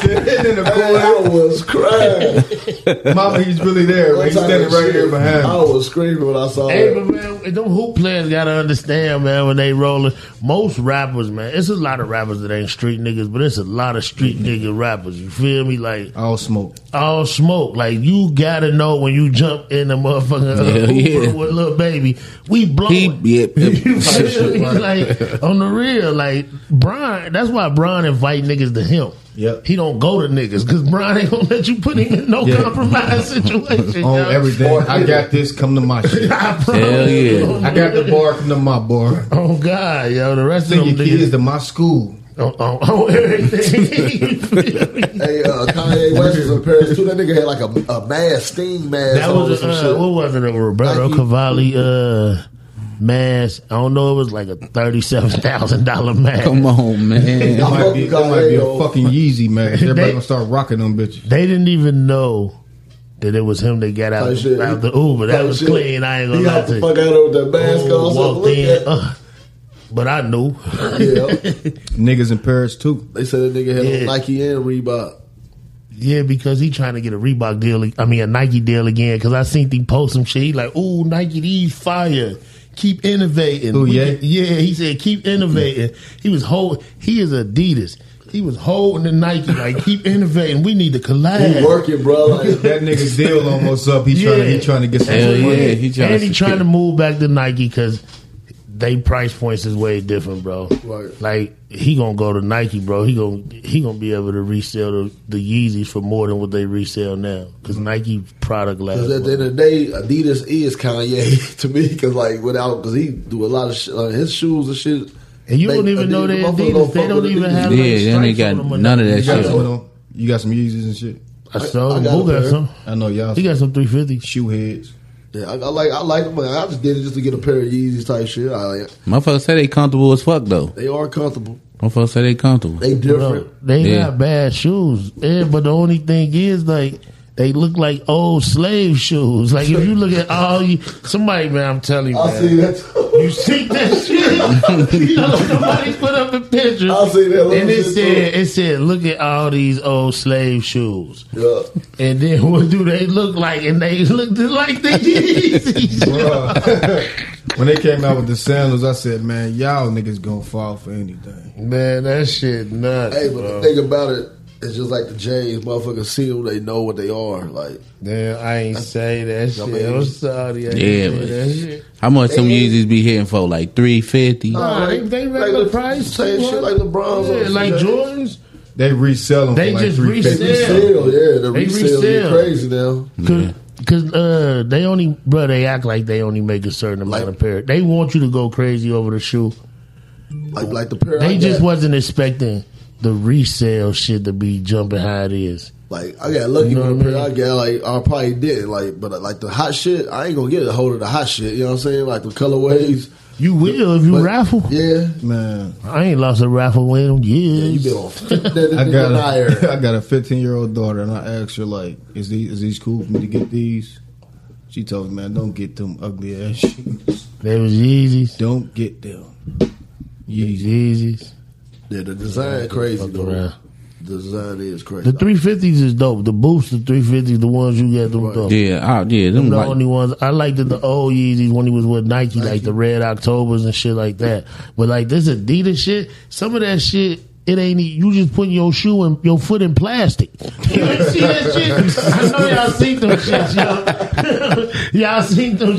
Speaker 2: Sitting in the corner. I was crying.
Speaker 6: Mama, he's really there. man. He's standing right here behind.
Speaker 2: I
Speaker 6: me.
Speaker 2: was screaming when I saw
Speaker 1: Hey,
Speaker 2: that.
Speaker 1: but man, them hoop players gotta understand, man, when they rolling. Most rappers, man, it's a lot of rappers that ain't street niggas, but it's a lot of street nigga rappers. You feel me? Like
Speaker 6: All smoke.
Speaker 1: all smoke. Like you gotta know when you jump in the motherfucking uh,
Speaker 5: Yeah,
Speaker 1: Uber
Speaker 5: yeah.
Speaker 1: with little baby, we
Speaker 5: He,
Speaker 1: blowing.
Speaker 5: yeah,
Speaker 1: You feel me?
Speaker 5: yeah.
Speaker 1: like on the real, like Brian. That's why Brian invite niggas to him.
Speaker 6: Yep.
Speaker 1: He don't go to niggas because Brian ain't gonna let you put him in no
Speaker 6: Yeah.
Speaker 1: compromise situation.
Speaker 6: On
Speaker 1: y'all.
Speaker 6: everything.
Speaker 2: Or-
Speaker 6: I got this. Come to my shit.
Speaker 1: I promise
Speaker 5: Hell
Speaker 1: you,
Speaker 5: yeah.
Speaker 1: on
Speaker 6: I got the bar. Come to my bar.
Speaker 1: Oh God, yo, the rest
Speaker 6: Send
Speaker 1: of
Speaker 6: your
Speaker 1: them
Speaker 6: kids
Speaker 1: niggas Oh,
Speaker 6: to my school.
Speaker 1: on, on, on everything.
Speaker 2: Hey, uh, Kanye West was in Paris too. That nigga had like a, a mad steam mask
Speaker 1: that
Speaker 2: on or
Speaker 1: was
Speaker 2: some
Speaker 1: uh,
Speaker 2: shit.
Speaker 1: what was it? A Roberto
Speaker 2: Nike.
Speaker 1: Cavalli uh, mask. I don't know. It was like a thirty-seven thousand dollar mask.
Speaker 5: Come on, man.
Speaker 6: That might be, that might be a
Speaker 2: Yo.
Speaker 6: fucking Yeezy, man. Everybody
Speaker 1: They-
Speaker 6: gonna start rocking them bitches.
Speaker 1: They didn't even know that it was him that got out,
Speaker 2: Type shit.
Speaker 1: out the Uber. That
Speaker 2: Type
Speaker 1: was
Speaker 2: shit.
Speaker 1: clean. I ain't gonna
Speaker 2: He
Speaker 1: lie
Speaker 2: got
Speaker 1: to
Speaker 2: the
Speaker 1: you.
Speaker 2: fuck out of that mask
Speaker 1: Ooh,
Speaker 2: on. So
Speaker 1: walked
Speaker 2: look
Speaker 1: in,
Speaker 2: at
Speaker 1: uh, but I knew.
Speaker 2: yeah.
Speaker 6: Niggas in Paris too.
Speaker 2: They said that nigga had
Speaker 1: Yeah.
Speaker 2: on Nike and Reebok.
Speaker 1: Yeah, because he trying to get a Reebok deal. I mean, a Nike deal again. Because I seen he post some shit. He like, "Ooh, Nike, these fire. Keep innovating."
Speaker 6: Ooh,
Speaker 1: We
Speaker 6: yeah?
Speaker 1: can- yeah. He said, "Keep innovating." He was hold. He is Adidas. He was holding the Nike like, "Keep innovating. We need to collab."
Speaker 2: He working, bro. Like,
Speaker 6: That nigga's deal almost up. He trying to
Speaker 1: Yeah.
Speaker 6: he trying to get some
Speaker 5: Hell
Speaker 6: money.
Speaker 5: yeah. He trying
Speaker 1: and he trying to move back to Nike because they price points is way different, bro.
Speaker 2: Right.
Speaker 1: Like he gonna go to Nike, bro. He gonna he gonna be able to resell the, the Yeezys for more than what they resell now because Nike product lasts.
Speaker 2: Because at the end of the day, Adidas is Kanye to me. Because like without, because he do a lot of sh- uh, his shoes and shit.
Speaker 1: And you
Speaker 2: They-
Speaker 1: don't even know
Speaker 2: Adidas-
Speaker 1: they're
Speaker 2: motherfuckers
Speaker 1: Adidas.
Speaker 2: don't
Speaker 1: They
Speaker 2: fuck
Speaker 1: don't
Speaker 2: with
Speaker 1: even
Speaker 2: Adidas.
Speaker 1: have like
Speaker 5: Yeah, they ain't
Speaker 1: stripes on
Speaker 5: got
Speaker 1: them or
Speaker 5: none of that
Speaker 6: You got
Speaker 5: shit.
Speaker 6: some of them? You got some Yeezys and shit.
Speaker 1: I saw
Speaker 2: I
Speaker 1: him.
Speaker 2: got
Speaker 1: Who
Speaker 2: a
Speaker 1: got
Speaker 2: pair.
Speaker 1: some?
Speaker 6: I know y'all.
Speaker 1: He got some 350s.
Speaker 6: shoe heads.
Speaker 2: Yeah, I, I like I like them. but I just did it just to get a pair of Yeezys type shit. I like,
Speaker 5: Motherfuckers say they comfortable as fuck though.
Speaker 2: they are comfortable.
Speaker 5: Motherfuckers say they comfortable.
Speaker 2: They different.
Speaker 1: Bro, they
Speaker 5: Yeah.
Speaker 1: got bad shoes. Yeah, but the only thing is, like, they look like old slave shoes. Like, if you look at all you, somebody, man, I'm telling you,
Speaker 2: I
Speaker 1: man,
Speaker 2: see that.
Speaker 1: you see that shit? Yo, somebody put up a picture.
Speaker 2: I see that little
Speaker 1: And it
Speaker 2: shit,
Speaker 1: said, it said, look at all these old slave shoes.
Speaker 2: Yeah.
Speaker 1: And then what do they look like? And they look just like the Yeezys.
Speaker 6: Bruh. when they came out with the sandals, I said, "Man, y'all niggas gonna fall for anything."
Speaker 1: Man, that shit nuts.
Speaker 2: Hey, but
Speaker 1: bro.
Speaker 2: the thing about it, it's just like the Jays. Motherfuckers see them, they know what they are. Like
Speaker 1: Damn, I ain't say that shit.
Speaker 2: mean-
Speaker 1: I'm sorry. I
Speaker 5: Yeah,
Speaker 1: ain't say
Speaker 5: but-
Speaker 1: that shit. Oh.
Speaker 5: How much some Yeezys be hitting for? Like three fifty.
Speaker 1: Nah, they,
Speaker 2: like-
Speaker 1: they
Speaker 2: like
Speaker 1: regular
Speaker 2: the-
Speaker 1: price.
Speaker 2: same shit
Speaker 1: 200.
Speaker 2: like LeBron's or
Speaker 1: Yeah, like
Speaker 2: shit.
Speaker 1: Jordans.
Speaker 6: They resell them.
Speaker 1: They
Speaker 6: for like
Speaker 1: just
Speaker 6: 350.
Speaker 1: resell.
Speaker 2: resale, yeah, the
Speaker 1: They
Speaker 2: resale,
Speaker 1: resell.
Speaker 2: is crazy now.
Speaker 1: Cause, 'cause, uh, they only, bro, they act like they only make a certain amount
Speaker 2: Like-
Speaker 1: of pair. They want you to go crazy over the shoe.
Speaker 2: Like like the pair.
Speaker 1: They
Speaker 2: I
Speaker 1: just
Speaker 2: got,
Speaker 1: wasn't expecting the resale shit to be jumping how it is.
Speaker 2: like I got lucky
Speaker 1: You know
Speaker 2: with
Speaker 1: what
Speaker 2: the
Speaker 1: I
Speaker 2: pair I got. Like I probably did. Like but uh, like the hot shit, I ain't gonna get a hold of the hot shit. You know what I'm saying? Like the colorways.
Speaker 1: You will if you
Speaker 2: But-
Speaker 1: raffle.
Speaker 2: Yeah,
Speaker 6: Man,
Speaker 1: I ain't lost a raffle in them
Speaker 2: yeah, you
Speaker 1: years.
Speaker 2: been on that
Speaker 6: I got
Speaker 2: nigga higher.
Speaker 6: a, I got a 15 year old daughter, and I asked her like, "Is these is these cool for me to get these?" She told me, "Man, don't get them ugly ass shoes.
Speaker 1: they was Yeezys.
Speaker 6: Don't get them." Yeezy.
Speaker 1: Yeezys.
Speaker 2: Yeah, the design crazy
Speaker 1: fuck
Speaker 2: though.
Speaker 1: around.
Speaker 2: The design is crazy.
Speaker 1: The three fifties is dope. The boosts, the three fifties, the ones you get them dope.
Speaker 5: Yeah, I, yeah, them
Speaker 1: Them the
Speaker 5: like,
Speaker 1: only ones I liked the, the old Yeezys when he was with Nike, like the Red Octobers and shit like that. But like this Adidas shit, some of that shit. It ain't e- you just putting your shoe and your foot in plastic. You ain't see that shit? I know y'all seen them shit, yo. y'all seen them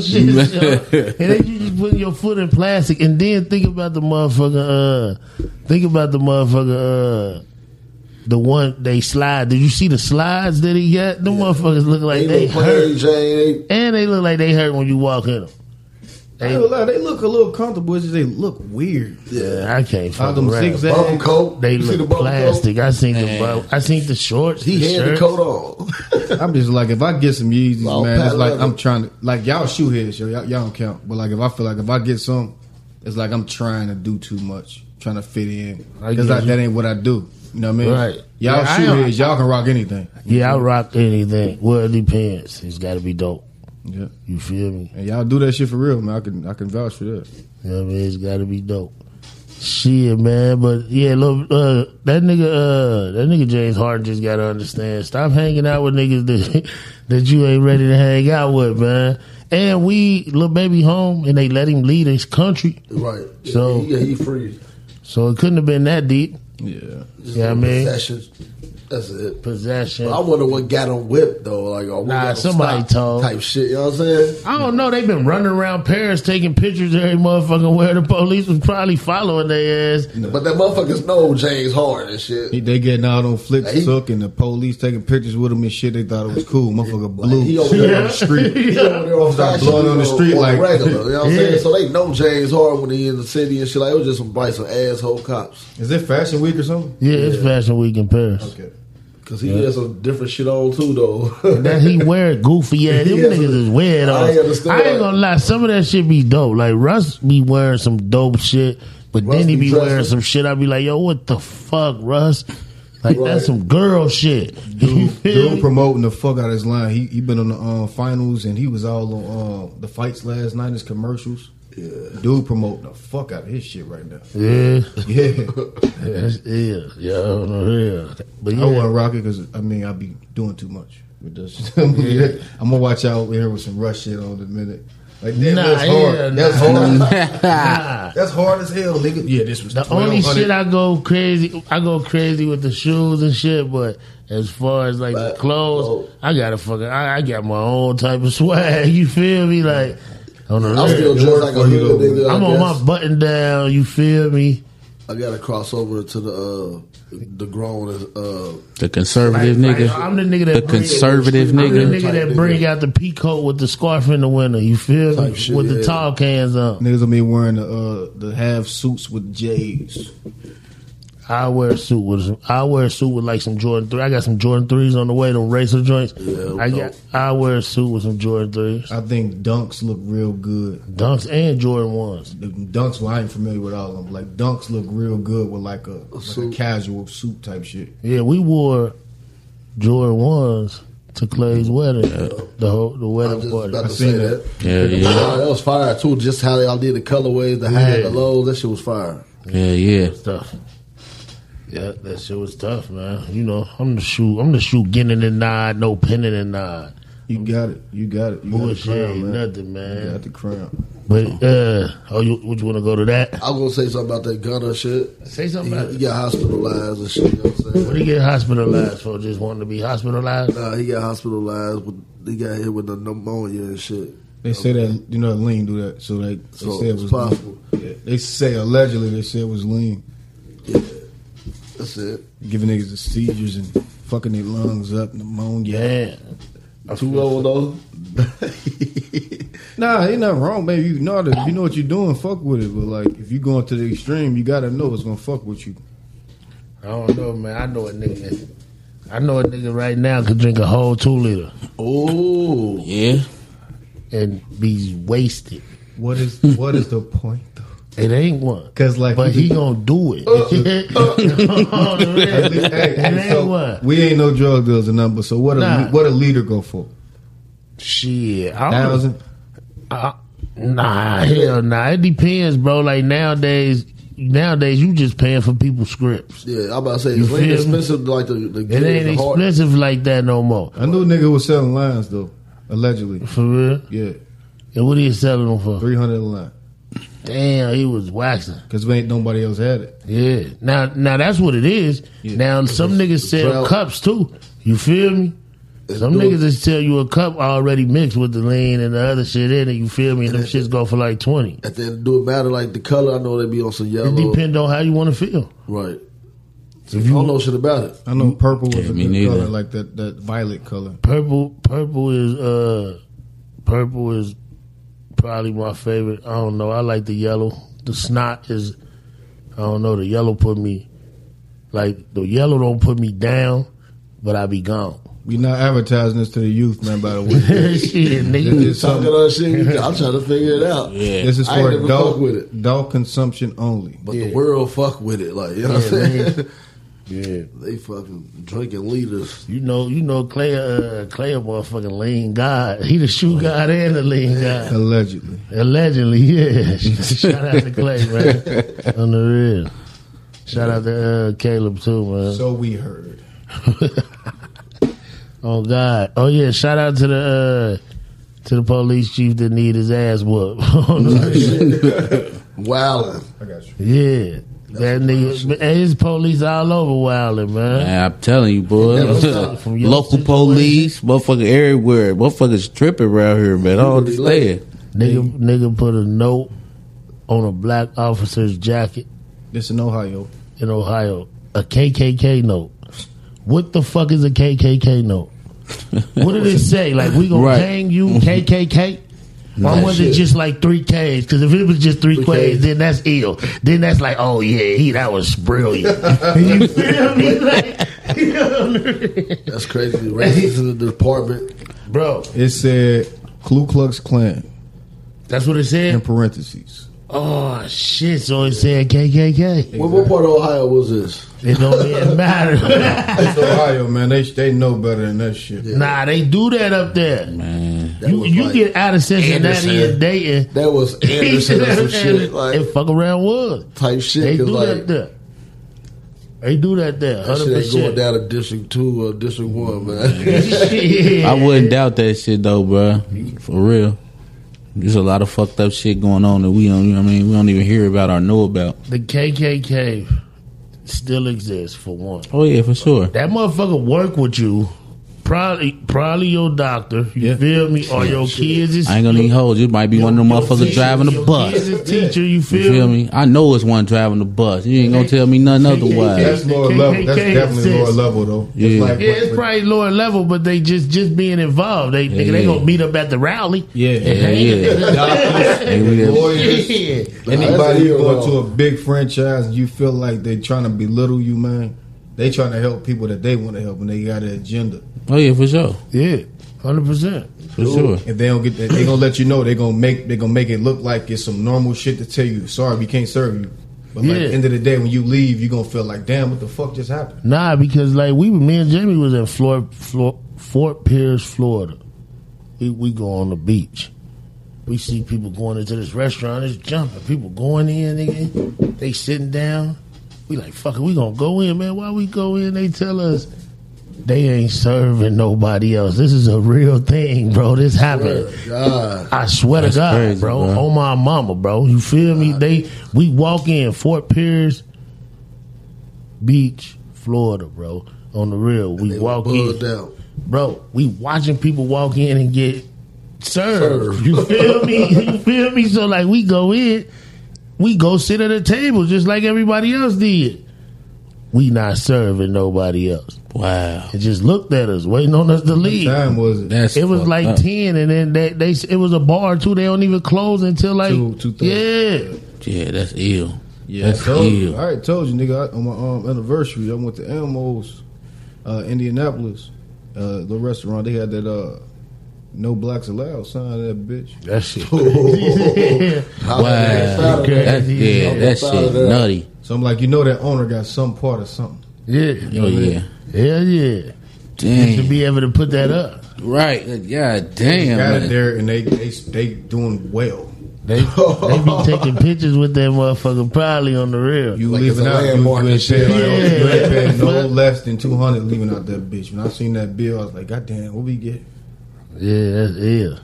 Speaker 1: shit, yo. And then you just putting your foot in plastic, and then think about the motherfucker. Uh, think about the motherfucker. Uh, the one they slide. Did you see the slides that he got? Them motherfuckers look like
Speaker 2: Ain't
Speaker 1: they
Speaker 2: no
Speaker 1: hurt.
Speaker 2: plain Jane. ain't-
Speaker 1: And they look like they hurt when you walk in them.
Speaker 6: I ain't gonna lie, they look a little comfortable. It's just they look weird.
Speaker 1: Yeah, I can't
Speaker 6: How
Speaker 1: fuck
Speaker 6: them
Speaker 1: around.
Speaker 6: zigzag?
Speaker 2: Bubble coat.
Speaker 1: They
Speaker 2: You see the
Speaker 1: look
Speaker 2: bubble Coat?
Speaker 1: plastic. I seen the
Speaker 5: Man.
Speaker 1: bub- I seen the shorts.
Speaker 2: He
Speaker 1: the
Speaker 2: had
Speaker 1: shirts.
Speaker 2: the coat on.
Speaker 6: I'm just like, if I get some Yeezys,
Speaker 2: Long
Speaker 6: man, it's
Speaker 2: Pat
Speaker 6: like
Speaker 2: leather.
Speaker 6: I'm trying to, like y'all shoe heads, yo, y'all, y'all don't count. But like, if I feel like if I get some, it's like I'm trying to do too much, trying to fit in,
Speaker 1: I
Speaker 6: because
Speaker 1: get you.
Speaker 6: that ain't what I do. You know what I mean?
Speaker 1: Right.
Speaker 6: Y'all
Speaker 1: Yeah, I
Speaker 6: shoe
Speaker 1: am-
Speaker 6: heads, y'all can rock anything.
Speaker 1: Yeah, I rock anything. Well, it depends. It's got to be dope.
Speaker 6: Yeah.
Speaker 1: You feel me?
Speaker 6: And y'all do that shit for real, man. I can, I can vouch for that.
Speaker 1: You know what I mean? It's got to be dope. Shit, man. But yeah, look, uh, that nigga, uh, that nigga James Harden just got to understand. Stop hanging out with niggas that, that you ain't ready to hang out with, man. And we, little baby home, and they let him lead his country.
Speaker 2: right.
Speaker 1: So-
Speaker 2: yeah, he free.
Speaker 1: So it couldn't have been that deep.
Speaker 6: Yeah.
Speaker 2: Just
Speaker 1: Yeah, I mean-
Speaker 2: possessions. That's it.
Speaker 1: Possession.
Speaker 2: I wonder what got him whipped though. Like, or what
Speaker 1: Nah,
Speaker 2: got him
Speaker 1: somebody
Speaker 2: stopped
Speaker 1: told.
Speaker 2: type shit. You know what I'm saying?
Speaker 1: I don't know. They've been running around Paris taking pictures every motherfucking where the police was probably following their ass.
Speaker 2: But that motherfuckers know Oh, James Harden and shit.
Speaker 6: He, they getting out on flicks
Speaker 2: He-
Speaker 6: took and the police taking pictures with him and shit. They thought it was cool. Motherfucker blue.
Speaker 2: he over
Speaker 6: shit
Speaker 2: there.
Speaker 6: on the street.
Speaker 2: He over there on
Speaker 6: Stop
Speaker 2: fashion,
Speaker 6: blowing on the
Speaker 2: you know,
Speaker 6: street
Speaker 2: on
Speaker 6: like-
Speaker 2: regular. You know what I'm
Speaker 1: Yeah.
Speaker 2: saying? So they know James Harden when he in the city and shit. Like it was just some bites of asshole cops
Speaker 6: Is it Fashion Week or something?
Speaker 1: Yeah, it's Fashion Week in Paris.
Speaker 6: Okay.
Speaker 2: because he has some different shit on too though.
Speaker 1: That he wear it goofy ass. Them
Speaker 2: Yeah.
Speaker 1: niggas is weird.
Speaker 2: I
Speaker 1: I,
Speaker 2: understand.
Speaker 1: I ain't gonna lie. Some of that shit be dope. Like Russ be wearing some dope shit, but
Speaker 2: Russ
Speaker 1: then he
Speaker 2: be
Speaker 1: be wearing
Speaker 2: dressing-
Speaker 1: some shit. I be like, yo, what the fuck, Russ? Like
Speaker 2: Right.
Speaker 1: that's some girl shit. You
Speaker 6: Dude,
Speaker 1: feel
Speaker 6: dude
Speaker 1: me?
Speaker 6: promoting the fuck out of his line. He he been on the um, finals and he was all on um, the fights last night. His commercials. Yeah. Dude promoting the fuck out of his shit right now.
Speaker 1: Yeah,
Speaker 6: Yeah.
Speaker 1: that's, yeah, yeah, I don't know, yeah. But
Speaker 6: I
Speaker 1: yeah,
Speaker 6: want rock it because I mean I be doing too much. With this. I'm gonna watch out here with some rush shit on in a minute. Like damn,
Speaker 1: Nah,
Speaker 6: that's hard.
Speaker 1: yeah,
Speaker 6: that's
Speaker 1: nah,
Speaker 6: hard.
Speaker 1: nah.
Speaker 6: That's hard as hell, nigga. Yeah, this was
Speaker 1: The only shit I go crazy, I go crazy with the shoes and shit. But as far as like
Speaker 2: But-
Speaker 1: the clothes,
Speaker 2: oh.
Speaker 1: I got a fucking, I, I got my own type of swag. You feel me? Like on the
Speaker 2: I'm
Speaker 1: real.
Speaker 2: still dressed like a
Speaker 6: for you,
Speaker 2: hood
Speaker 6: though.
Speaker 2: nigga. I
Speaker 1: I'm on
Speaker 2: guess.
Speaker 1: my button down. You feel me?
Speaker 2: I got to cross over to the uh, the grown as uh,
Speaker 5: the conservative
Speaker 1: Like,
Speaker 5: nigga.
Speaker 1: I'm the nigga that
Speaker 5: the
Speaker 1: bring-
Speaker 5: conservative
Speaker 1: I'm the
Speaker 5: nigga.
Speaker 1: nigga that
Speaker 2: Type
Speaker 1: bring
Speaker 2: nigga.
Speaker 1: out the peacoat with the scarf in the winter. You feel me?
Speaker 2: Type shit,
Speaker 1: with the
Speaker 2: yeah.
Speaker 1: tall cans on.
Speaker 6: niggas gonna be wearing the uh, the half suits with J's.
Speaker 1: I wear a suit with I wear a suit with like some Jordan three. I got some Jordan threes on the way. Them racer joints. I got I wear a suit with some Jordan threes,
Speaker 6: I think dunks look real good.
Speaker 1: dunks, and Jordan ones.
Speaker 6: The dunks, well, I ain't familiar with all of them. Like dunks look real good with like a, like a
Speaker 2: suit.
Speaker 6: casual suit type shit.
Speaker 1: Yeah, we wore Jordan ones to Clay's wedding. The whole the
Speaker 2: I'm
Speaker 1: wedding
Speaker 2: just about
Speaker 1: party.
Speaker 2: to
Speaker 6: seen
Speaker 2: say that.
Speaker 6: that.
Speaker 5: Yeah, yeah,
Speaker 2: Wow, that was fire too. Just how y'all did the colorways, the high, and the low. That shit was fire.
Speaker 5: yeah, yeah.
Speaker 1: Stuff. Yeah, that shit was tough, man. You know, I'm the shoe. I'm the shoe getting it nod, no pinning and nod.
Speaker 6: You got it. You got it. You
Speaker 1: Bullshit,
Speaker 6: got the crown,
Speaker 1: ain't
Speaker 6: man.
Speaker 1: nothing,
Speaker 6: You
Speaker 1: man.
Speaker 6: got the crown.
Speaker 1: But uh, oh, you, would you want to go to that?
Speaker 2: I was gonna say something about that gunner shit.
Speaker 1: Say something about
Speaker 2: He, he
Speaker 1: it.
Speaker 2: got hospitalized and shit. You know what I'm saying?
Speaker 1: What do you get hospitalized for? Just wanting to be hospitalized?
Speaker 2: Nah, he got hospitalized. With, he got hit with the pneumonia and shit.
Speaker 6: They say that you know lean do that, so they, they
Speaker 2: So
Speaker 6: say it
Speaker 2: it's
Speaker 6: was
Speaker 2: possible.
Speaker 6: Yeah, they say allegedly they said it was lean,
Speaker 2: That's it.
Speaker 6: giving niggas the seizures and fucking their lungs up, pneumonia.
Speaker 1: Yeah.
Speaker 2: Too old though.
Speaker 6: Nah, ain't nothing wrong, baby. You know that you know what you're doing. Fuck with it, but like if you going to the extreme, you gotta know it's gonna fuck with you.
Speaker 1: I don't know, man. I know a nigga. I know a nigga right now could drink a whole two liter
Speaker 2: Oh,
Speaker 5: Yeah.
Speaker 1: and be wasted.
Speaker 6: What is what is the point though?
Speaker 1: It ain't one.
Speaker 6: Cause like
Speaker 1: But he gonna do it.
Speaker 6: Hey,
Speaker 1: it ain't
Speaker 6: so,
Speaker 1: one.
Speaker 6: we ain't no drug dealers or number. So what a
Speaker 1: Nah.
Speaker 6: what a leader go for?
Speaker 1: Shit. I don't-
Speaker 6: Thousand.
Speaker 1: I- Nah, hell nah. It depends, bro. Like nowadays, nowadays you just paying for people's scripts.
Speaker 2: Yeah, I'm about to say
Speaker 1: You
Speaker 2: it's really
Speaker 1: feel me?
Speaker 2: expensive. Like the, the
Speaker 1: It ain't
Speaker 2: the hard-
Speaker 1: expensive like that no more.
Speaker 6: I knew a nigga was selling lines though, allegedly.
Speaker 1: For real?
Speaker 6: Yeah,
Speaker 1: And what are you selling them for?
Speaker 6: three hundred a line
Speaker 1: Damn, he was waxing.
Speaker 6: because ain't nobody else had it.
Speaker 1: Yeah. Now, now that's what it is. Now some niggas sell
Speaker 2: Well-
Speaker 1: cups too. You feel me? Some
Speaker 2: doing-
Speaker 1: niggas just tell you a cup already mixed with the lean and the other shit in it. You feel me? And them shits go for like twenty.
Speaker 2: At the end, do it matter like the color? I know they be on some yellow,
Speaker 1: It depend on how you want to feel.
Speaker 2: right? Oh, I don't know shit about it.
Speaker 6: I know purple was
Speaker 5: Yeah,
Speaker 6: a
Speaker 5: me
Speaker 6: good
Speaker 5: neither.
Speaker 6: color, like that that violet color.
Speaker 1: Purple, purple is uh, purple is probably my favorite. I don't know. I like the yellow. The snot is, I don't know. The yellow put me, like the yellow don't put me down, but I be gone.
Speaker 6: We not advertising this to the youth, man. By the way,
Speaker 1: Shit,
Speaker 6: this
Speaker 1: nigga.
Speaker 6: is
Speaker 2: Talking
Speaker 6: something.
Speaker 2: other shit, I'm trying to figure it out.
Speaker 5: Yeah.
Speaker 6: This is
Speaker 2: I ain't
Speaker 6: for
Speaker 2: never
Speaker 6: adult
Speaker 2: fucked with it.
Speaker 6: adult consumption only.
Speaker 2: But the world fuck with it, like you know what I'm
Speaker 1: Yeah,
Speaker 2: saying?
Speaker 1: Yeah.
Speaker 2: they fucking drinking liters.
Speaker 1: You know, you know, Clay, uh, Clay, a motherfucking lean god. He the shoe god and the lean god.
Speaker 6: Allegedly,
Speaker 1: Allegedly, yeah. Shout out to Clay, man. On the real. Shout out to uh, Caleb too, man.
Speaker 6: so we heard.
Speaker 1: oh God. Oh yeah. Shout out to the uh, to the police chief that need his ass whooped. On the real.
Speaker 2: Wildin'.
Speaker 6: I got you.
Speaker 1: yeah. That nigga, and his police all over wilding, man.
Speaker 5: Man, I'm telling you, boy.
Speaker 2: Never stop
Speaker 1: from your
Speaker 5: Local
Speaker 1: situation.
Speaker 5: police, motherfucker everywhere. Motherfuckers tripping around here, man. I don't
Speaker 2: You really
Speaker 5: understand.
Speaker 1: Nigga, nigga put a note on a black officer's jacket
Speaker 6: This in Ohio.
Speaker 1: in Ohio, a KKK note. What the fuck is a KKK note? What did it say? Like we gonna
Speaker 5: Right.
Speaker 1: hang you
Speaker 2: Mm-hmm.
Speaker 1: KKK? Why was it just like three K's? Because if it was just three, K's,
Speaker 2: Ks.
Speaker 1: then that's ill. Then that's like, oh yeah, he that was brilliant. you feel me? Like, you know what I mean?
Speaker 2: That's crazy. Ran to the department.
Speaker 1: bro,
Speaker 6: It said Ku Klux Klan
Speaker 1: that's what it
Speaker 6: in
Speaker 1: said.
Speaker 6: parentheses.
Speaker 1: Oh shit! So it said KKK.
Speaker 2: What, what part of Ohio was this?
Speaker 1: It don't even matter.
Speaker 6: It's Ohio, man. They they know better than that shit.
Speaker 1: nah, they do that up there.
Speaker 5: Man,
Speaker 2: That
Speaker 1: You,
Speaker 2: was
Speaker 1: you
Speaker 2: like-
Speaker 1: get out of Cincinnati
Speaker 2: Anderson.
Speaker 1: and Dayton.
Speaker 2: that was Anderson or some shit like
Speaker 1: and fuck around wood.
Speaker 2: type shit.
Speaker 1: They
Speaker 2: 'cause,
Speaker 1: do
Speaker 2: like,
Speaker 1: that there. They do that there.
Speaker 2: That shit ain't going
Speaker 1: Hundred
Speaker 2: down to District Two or District One, man.
Speaker 1: percent.
Speaker 5: I wouldn't doubt that shit though, bro. For real. There's a lot of fucked up shit going on that we don't. You know what I mean, we don't even hear about or know about.
Speaker 1: The KKK still exists for one.
Speaker 5: Oh yeah, for sure.
Speaker 1: That motherfucker work with you. Probably, probably your doctor. You
Speaker 6: Yeah.
Speaker 1: feel me? Or your kids is
Speaker 5: I ain't gonna even hold you. Might be one of them
Speaker 1: your
Speaker 5: motherfuckers
Speaker 1: teacher-
Speaker 5: driving the
Speaker 1: your kids
Speaker 5: bus.
Speaker 1: is teacher. You feel,
Speaker 5: You feel me? I know it's one driving the bus. You ain't gonna tell me nothing otherwise.
Speaker 6: That's lower level. That's
Speaker 1: KKK
Speaker 6: definitely lower
Speaker 1: exists.
Speaker 6: level though. It's
Speaker 5: Yeah.
Speaker 1: Yeah, it's probably lower level, but they just just being involved. They nigga, they
Speaker 5: yeah.
Speaker 1: gonna meet up at the rally.
Speaker 6: Yeah.
Speaker 5: Yeah, yeah. Hey, we there.
Speaker 6: Lawyers,
Speaker 1: Yeah.
Speaker 2: That's
Speaker 6: anybody who
Speaker 2: real,
Speaker 6: going to
Speaker 2: though.
Speaker 6: a big franchise, you feel like they trying to belittle you, man. They trying to help people that they want to help, and they got an agenda.
Speaker 5: Oh yeah, for sure,
Speaker 1: Yeah, hundred percent.
Speaker 5: for sure.
Speaker 6: If they don't get that, they gonna let you know. They gonna make they gonna make it look like it's some normal shit to tell you. Sorry, we can't serve you. But like
Speaker 1: Yeah.
Speaker 6: end of the day, when you leave, you gonna feel like, damn, what the fuck just happened?
Speaker 1: Nah, because like we, me and Jamie was in Flor, Flor, Fort Pierce, Florida. We we go on the beach. We see people going into this restaurant. It's jumping. People going in. Nigga. They sitting down. We like fuck. it, We gonna go in, man. Why we go in? They tell us they ain't serving nobody else. This is a real thing, bro. This happened.
Speaker 2: God,
Speaker 1: I swear
Speaker 5: That's
Speaker 1: to God,
Speaker 5: crazy,
Speaker 1: bro.
Speaker 5: bro.
Speaker 1: On my mama, bro. You feel me? They we walk in Fort Pierce Beach, Florida, bro. On the real, we
Speaker 2: they
Speaker 1: walk in,
Speaker 2: bugged out.
Speaker 1: bro. We watching people walk in and get served.
Speaker 2: Served.
Speaker 1: You feel me? You feel me? So like we go in, we go sit at a table just like everybody else did. We not serving nobody else.
Speaker 5: Wow,
Speaker 1: It just looked at us, waiting on us to leave.
Speaker 6: Time was it?
Speaker 5: that's
Speaker 1: It was
Speaker 5: fucked
Speaker 1: like
Speaker 5: up.
Speaker 1: ten, and then they, they it was a bar too. They don't even close until like
Speaker 6: Two- two thirty.
Speaker 1: yeah.
Speaker 5: Yeah, that's ill.
Speaker 6: Yeah,
Speaker 5: that's
Speaker 6: I told you.
Speaker 5: ill.
Speaker 6: I already told you, nigga. I, on my um, anniversary, I went to Elmo's, uh, Indianapolis, uh, the restaurant. They had that uh, "No Blacks Allowed" sign. That bitch.
Speaker 1: That shit.
Speaker 2: How
Speaker 5: Wow,
Speaker 2: they get found?
Speaker 1: Okay.
Speaker 5: that's, yeah,
Speaker 1: Yeah.
Speaker 5: that shit nutty.
Speaker 6: So I'm like, you know, that owner got some part of something.
Speaker 1: yeah,
Speaker 5: Oh yeah,
Speaker 1: hell yeah. To
Speaker 5: damn.
Speaker 1: be able to
Speaker 5: uh,
Speaker 1: put that up,
Speaker 5: Right, god
Speaker 6: They
Speaker 5: damn.
Speaker 6: got it
Speaker 5: man.
Speaker 6: there, and they they they doing well.
Speaker 1: They they be taking pictures with that motherfucker probably on the real.
Speaker 6: You
Speaker 2: Like it's
Speaker 6: leaving
Speaker 2: a
Speaker 6: out, you,
Speaker 2: landmark
Speaker 6: you
Speaker 2: and
Speaker 6: ain't
Speaker 2: shit.
Speaker 6: paying, no- you ain't paying no
Speaker 1: Yeah.
Speaker 6: less than 200 leaving out that bitch. When I seen that bill, I was like, God damn, what we get?
Speaker 1: Yeah, that's ill.